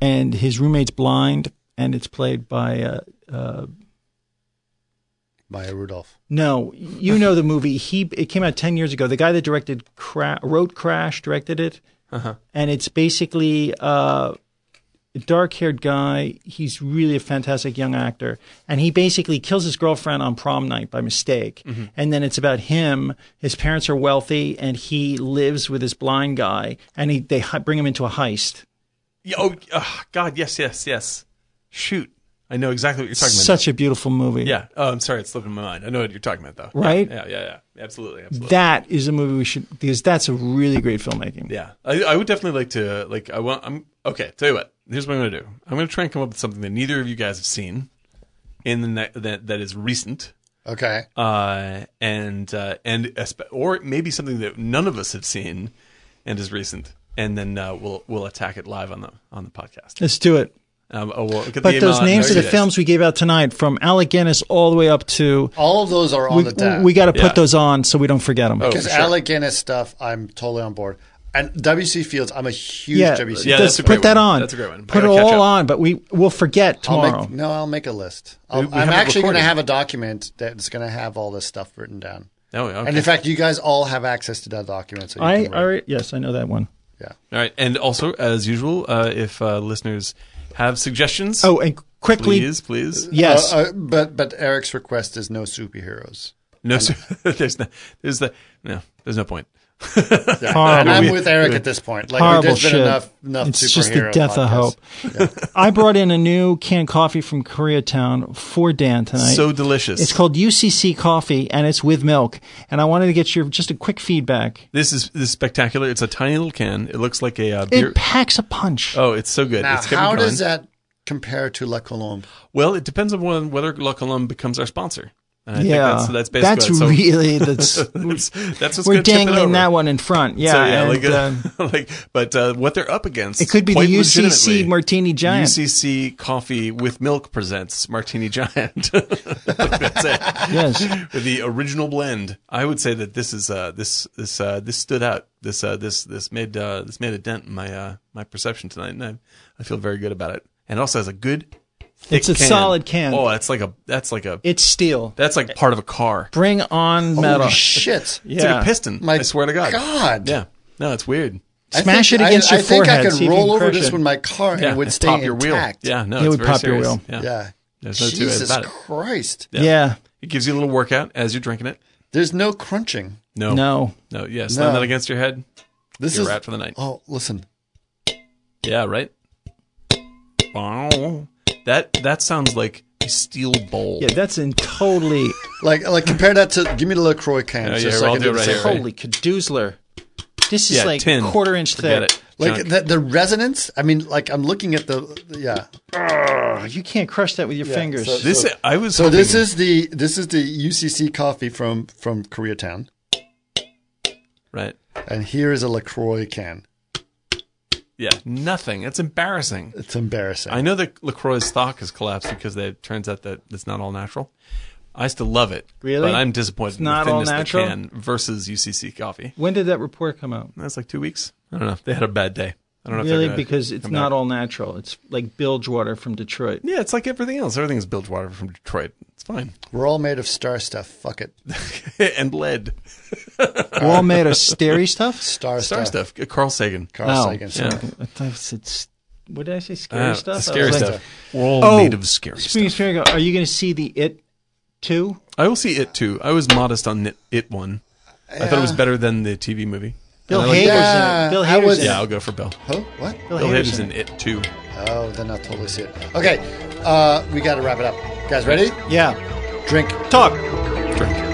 [SPEAKER 5] and his roommate's blind, and it's played by uh, uh,
[SPEAKER 1] Maya Rudolph.
[SPEAKER 5] No, you know the movie. He it came out ten years ago. The guy that directed Cra- wrote Crash directed it,
[SPEAKER 7] Uh-huh.
[SPEAKER 5] and it's basically uh, a dark-haired guy. He's really a fantastic young actor, and he basically kills his girlfriend on prom night by mistake.
[SPEAKER 7] Mm-hmm.
[SPEAKER 5] And then it's about him. His parents are wealthy, and he lives with this blind guy, and he, they hi- bring him into a heist.
[SPEAKER 7] Yeah, oh ah, God, yes, yes, yes. Shoot, I know exactly what you're talking about.
[SPEAKER 5] Such a beautiful movie.
[SPEAKER 7] Yeah. Oh, I'm sorry, it's slipping my mind. I know what you're talking about though.
[SPEAKER 5] Right?
[SPEAKER 7] Yeah, yeah, yeah. yeah. Absolutely, absolutely.
[SPEAKER 5] That is a movie we should because that's a really great filmmaking.
[SPEAKER 7] yeah, I, I would definitely like to. Like, I want. I'm okay. Tell you what. Here's what I'm going to do. I'm going to try and come up with something that neither of you guys have seen, in the ne- that that is recent.
[SPEAKER 1] Okay.
[SPEAKER 7] uh, and uh, and espe- or maybe something that none of us have seen and is recent, and then uh, we'll we'll attack it live on the on the podcast.
[SPEAKER 5] Let's do it.
[SPEAKER 7] Um, oh, we'll get the
[SPEAKER 5] But
[SPEAKER 7] email
[SPEAKER 5] those
[SPEAKER 7] out in
[SPEAKER 5] names of the
[SPEAKER 7] 30 days.
[SPEAKER 5] films we gave out tonight, from Alec Guinness all the way up to,
[SPEAKER 1] All of those are on
[SPEAKER 5] we,
[SPEAKER 1] the tab.
[SPEAKER 5] we got to put
[SPEAKER 7] Yeah.
[SPEAKER 5] those on so we don't forget
[SPEAKER 7] Oh,
[SPEAKER 5] them.
[SPEAKER 1] Because Alec Guinness stuff, I'm totally on board. And WC Fields, I'm a huge
[SPEAKER 5] yeah,
[SPEAKER 1] WC.
[SPEAKER 7] Yeah,
[SPEAKER 5] let's
[SPEAKER 7] that's a
[SPEAKER 5] put
[SPEAKER 7] great
[SPEAKER 5] that
[SPEAKER 7] one.
[SPEAKER 5] on.
[SPEAKER 7] That's a great one. I
[SPEAKER 5] Put it
[SPEAKER 7] gotta catch
[SPEAKER 5] all
[SPEAKER 7] up.
[SPEAKER 5] on, but we we'll forget
[SPEAKER 1] I'll
[SPEAKER 5] tomorrow.
[SPEAKER 1] make, no, I'll make a list. I'll,
[SPEAKER 7] we
[SPEAKER 1] I'm
[SPEAKER 7] have it
[SPEAKER 1] actually going to
[SPEAKER 7] recorded.
[SPEAKER 1] have a document that's going to have all this stuff written down.
[SPEAKER 7] Oh, okay.
[SPEAKER 1] And in fact, you guys all have access to that document. So you
[SPEAKER 5] I
[SPEAKER 1] can read.
[SPEAKER 5] already yes, I know that one.
[SPEAKER 1] yeah.
[SPEAKER 7] all right. And also, as usual, uh, if uh, listeners have suggestions,
[SPEAKER 5] Oh, and quickly,
[SPEAKER 7] please, please,
[SPEAKER 5] yes,
[SPEAKER 1] Uh, uh, but but Eric's request is no superheroes.
[SPEAKER 7] no, sir, there's no, there's the no, there's no point.
[SPEAKER 1] And uh,
[SPEAKER 5] horrible,
[SPEAKER 1] I'm with Eric at this point. Like
[SPEAKER 5] horrible
[SPEAKER 1] there's been
[SPEAKER 5] shit.
[SPEAKER 1] enough enough
[SPEAKER 5] it's
[SPEAKER 1] superhero
[SPEAKER 5] just the death of
[SPEAKER 1] podcasts.
[SPEAKER 5] hope. I brought in a new canned coffee from Koreatown for Dan tonight.
[SPEAKER 7] So delicious.
[SPEAKER 5] it's called UCC Coffee, and it's with milk. And I wanted to get your just a quick feedback.
[SPEAKER 7] this is this is spectacular. It's a tiny little can. It looks like a uh, beer.
[SPEAKER 5] It packs a punch.
[SPEAKER 7] oh, it's so good.
[SPEAKER 1] Now,
[SPEAKER 7] it's kept me
[SPEAKER 1] how
[SPEAKER 7] going.
[SPEAKER 1] does that compare to La Colombe?
[SPEAKER 7] Well, it depends on when, whether La Colombe becomes our sponsor. And I
[SPEAKER 5] yeah,
[SPEAKER 7] think that's, that's basically
[SPEAKER 5] that's
[SPEAKER 7] it. So-
[SPEAKER 5] really that's
[SPEAKER 7] that's, that's what's
[SPEAKER 5] we're
[SPEAKER 7] gonna tip it over.
[SPEAKER 5] dangling that one in front. Yeah,
[SPEAKER 7] So, yeah,
[SPEAKER 5] and,
[SPEAKER 7] like,
[SPEAKER 5] um,
[SPEAKER 7] uh, like, but uh, what they're up against,
[SPEAKER 5] it could be the
[SPEAKER 7] quite
[SPEAKER 5] UCC
[SPEAKER 7] legitimately,
[SPEAKER 5] Martini Giant.
[SPEAKER 7] UCC Coffee with Milk presents Martini Giant. Like, that's it.
[SPEAKER 5] Yes,
[SPEAKER 7] With the original blend, I would say that this is uh, this this uh, this stood out. This uh, this this made uh, this made a dent in my uh, my perception tonight, and I, I feel very good about it. And it also has a good, thick
[SPEAKER 5] It's a solid can.
[SPEAKER 7] Oh, that's like a that's like a
[SPEAKER 5] it's steel.
[SPEAKER 7] that's like part of a car.
[SPEAKER 5] Bring on metal.
[SPEAKER 1] Holy shit!
[SPEAKER 7] It's like
[SPEAKER 5] Yeah.
[SPEAKER 7] a piston.
[SPEAKER 1] My
[SPEAKER 7] I swear to God.
[SPEAKER 1] God.
[SPEAKER 7] Yeah. No, it's weird.
[SPEAKER 1] I
[SPEAKER 5] Smash
[SPEAKER 1] think-
[SPEAKER 5] it against
[SPEAKER 1] I, I
[SPEAKER 5] your
[SPEAKER 1] think I
[SPEAKER 5] forehead, see
[SPEAKER 1] could
[SPEAKER 5] if you
[SPEAKER 1] roll
[SPEAKER 5] can
[SPEAKER 1] over
[SPEAKER 5] crush
[SPEAKER 1] this
[SPEAKER 5] it.
[SPEAKER 1] with my car and
[SPEAKER 7] Yeah.
[SPEAKER 1] it would
[SPEAKER 7] it's
[SPEAKER 1] stay
[SPEAKER 7] top
[SPEAKER 1] intact.
[SPEAKER 7] your wheel. Yeah. No,
[SPEAKER 5] It
[SPEAKER 7] it's
[SPEAKER 5] would
[SPEAKER 7] very
[SPEAKER 5] pop your
[SPEAKER 7] serious.
[SPEAKER 5] wheel.
[SPEAKER 7] Yeah.
[SPEAKER 1] Yeah.
[SPEAKER 7] There's no two ways
[SPEAKER 1] Jesus
[SPEAKER 7] about it.
[SPEAKER 1] Christ!
[SPEAKER 5] Yeah.
[SPEAKER 7] It gives you a little workout as you're drinking it.
[SPEAKER 1] There's no crunching.
[SPEAKER 7] No.
[SPEAKER 5] no,
[SPEAKER 7] No. Yeah. Slam
[SPEAKER 1] No.
[SPEAKER 7] that against your head.
[SPEAKER 1] This
[SPEAKER 7] You're
[SPEAKER 1] is
[SPEAKER 7] out for the night.
[SPEAKER 1] Oh, listen.
[SPEAKER 7] Yeah. Right. Bow. That that sounds like a steel bowl.
[SPEAKER 5] yeah, that's in totally
[SPEAKER 1] Like like compare that to give me the Lacroix can.
[SPEAKER 7] Yeah,
[SPEAKER 1] just
[SPEAKER 7] yeah,
[SPEAKER 1] so I
[SPEAKER 7] I'll
[SPEAKER 1] can
[SPEAKER 7] do it
[SPEAKER 1] the
[SPEAKER 7] right
[SPEAKER 1] same.
[SPEAKER 7] here, right?
[SPEAKER 5] holy cadoozler. This is
[SPEAKER 7] Yeah,
[SPEAKER 5] like
[SPEAKER 7] tin.
[SPEAKER 5] quarter inch
[SPEAKER 7] Forget
[SPEAKER 5] thick.
[SPEAKER 7] it.
[SPEAKER 1] Like
[SPEAKER 7] Junk.
[SPEAKER 1] the, the resonance. I mean, like I'm looking at the yeah.
[SPEAKER 5] Oh, you can't crush that with your fingers.
[SPEAKER 1] so-
[SPEAKER 7] this. I was.
[SPEAKER 1] So
[SPEAKER 7] hoping-
[SPEAKER 1] this is the this is the UCC coffee from from Koreatown,
[SPEAKER 7] right.
[SPEAKER 1] and here is a Lacroix can.
[SPEAKER 7] Yeah. Nothing. It's embarrassing.
[SPEAKER 1] It's embarrassing.
[SPEAKER 7] I know that Lacroix's stock has collapsed because they, it turns out that it's not all natural. I still love it.
[SPEAKER 5] Really?
[SPEAKER 7] But I'm disappointed
[SPEAKER 5] It's
[SPEAKER 7] in
[SPEAKER 5] not
[SPEAKER 7] the
[SPEAKER 5] all
[SPEAKER 7] thinness
[SPEAKER 5] natural?
[SPEAKER 7] of the can versus UCC coffee.
[SPEAKER 5] when did that report come out?
[SPEAKER 7] That's like two weeks. I don't know. They had a bad day.
[SPEAKER 2] I don't know
[SPEAKER 5] really
[SPEAKER 2] if they're gonna
[SPEAKER 5] because it's
[SPEAKER 2] come
[SPEAKER 5] not
[SPEAKER 2] back.
[SPEAKER 5] all natural. It's like bilgewater from Detroit.
[SPEAKER 2] Yeah, it's like everything else. Everything's Bilgewater from Detroit. It's fine.
[SPEAKER 1] We're all made of star stuff. Fuck it.
[SPEAKER 2] and lead.
[SPEAKER 13] We're all made of stary stuff.
[SPEAKER 1] Star,
[SPEAKER 2] Star
[SPEAKER 1] stuff.
[SPEAKER 2] stuff. Carl Sagan.
[SPEAKER 1] Carl Sagan.
[SPEAKER 2] Yeah.
[SPEAKER 5] I thought I said s- what did I say? Scary
[SPEAKER 2] Uh,
[SPEAKER 5] stuff. I
[SPEAKER 2] Scary
[SPEAKER 5] was like,
[SPEAKER 2] stuff. We're all
[SPEAKER 5] Oh,
[SPEAKER 2] made of scary
[SPEAKER 5] Speaking of
[SPEAKER 2] stuff.
[SPEAKER 5] scary, are you going to see the It two?
[SPEAKER 2] I will see it too. I was modest on it, it one. I thought it was better than the TV movie.
[SPEAKER 13] Bill
[SPEAKER 2] And I like-
[SPEAKER 13] Hader's in
[SPEAKER 1] Yeah,
[SPEAKER 13] it. Bill
[SPEAKER 1] I
[SPEAKER 13] Hader's
[SPEAKER 1] was-
[SPEAKER 13] in it.
[SPEAKER 2] Yeah, I'll go for Bill.
[SPEAKER 1] Huh? What?
[SPEAKER 2] Bill Hader's in it too.
[SPEAKER 1] Oh, then I'll totally see it. Okay, uh, we got to wrap it up. Guys, ready?
[SPEAKER 13] Yeah.
[SPEAKER 1] Drink.
[SPEAKER 13] Talk.
[SPEAKER 2] Drink.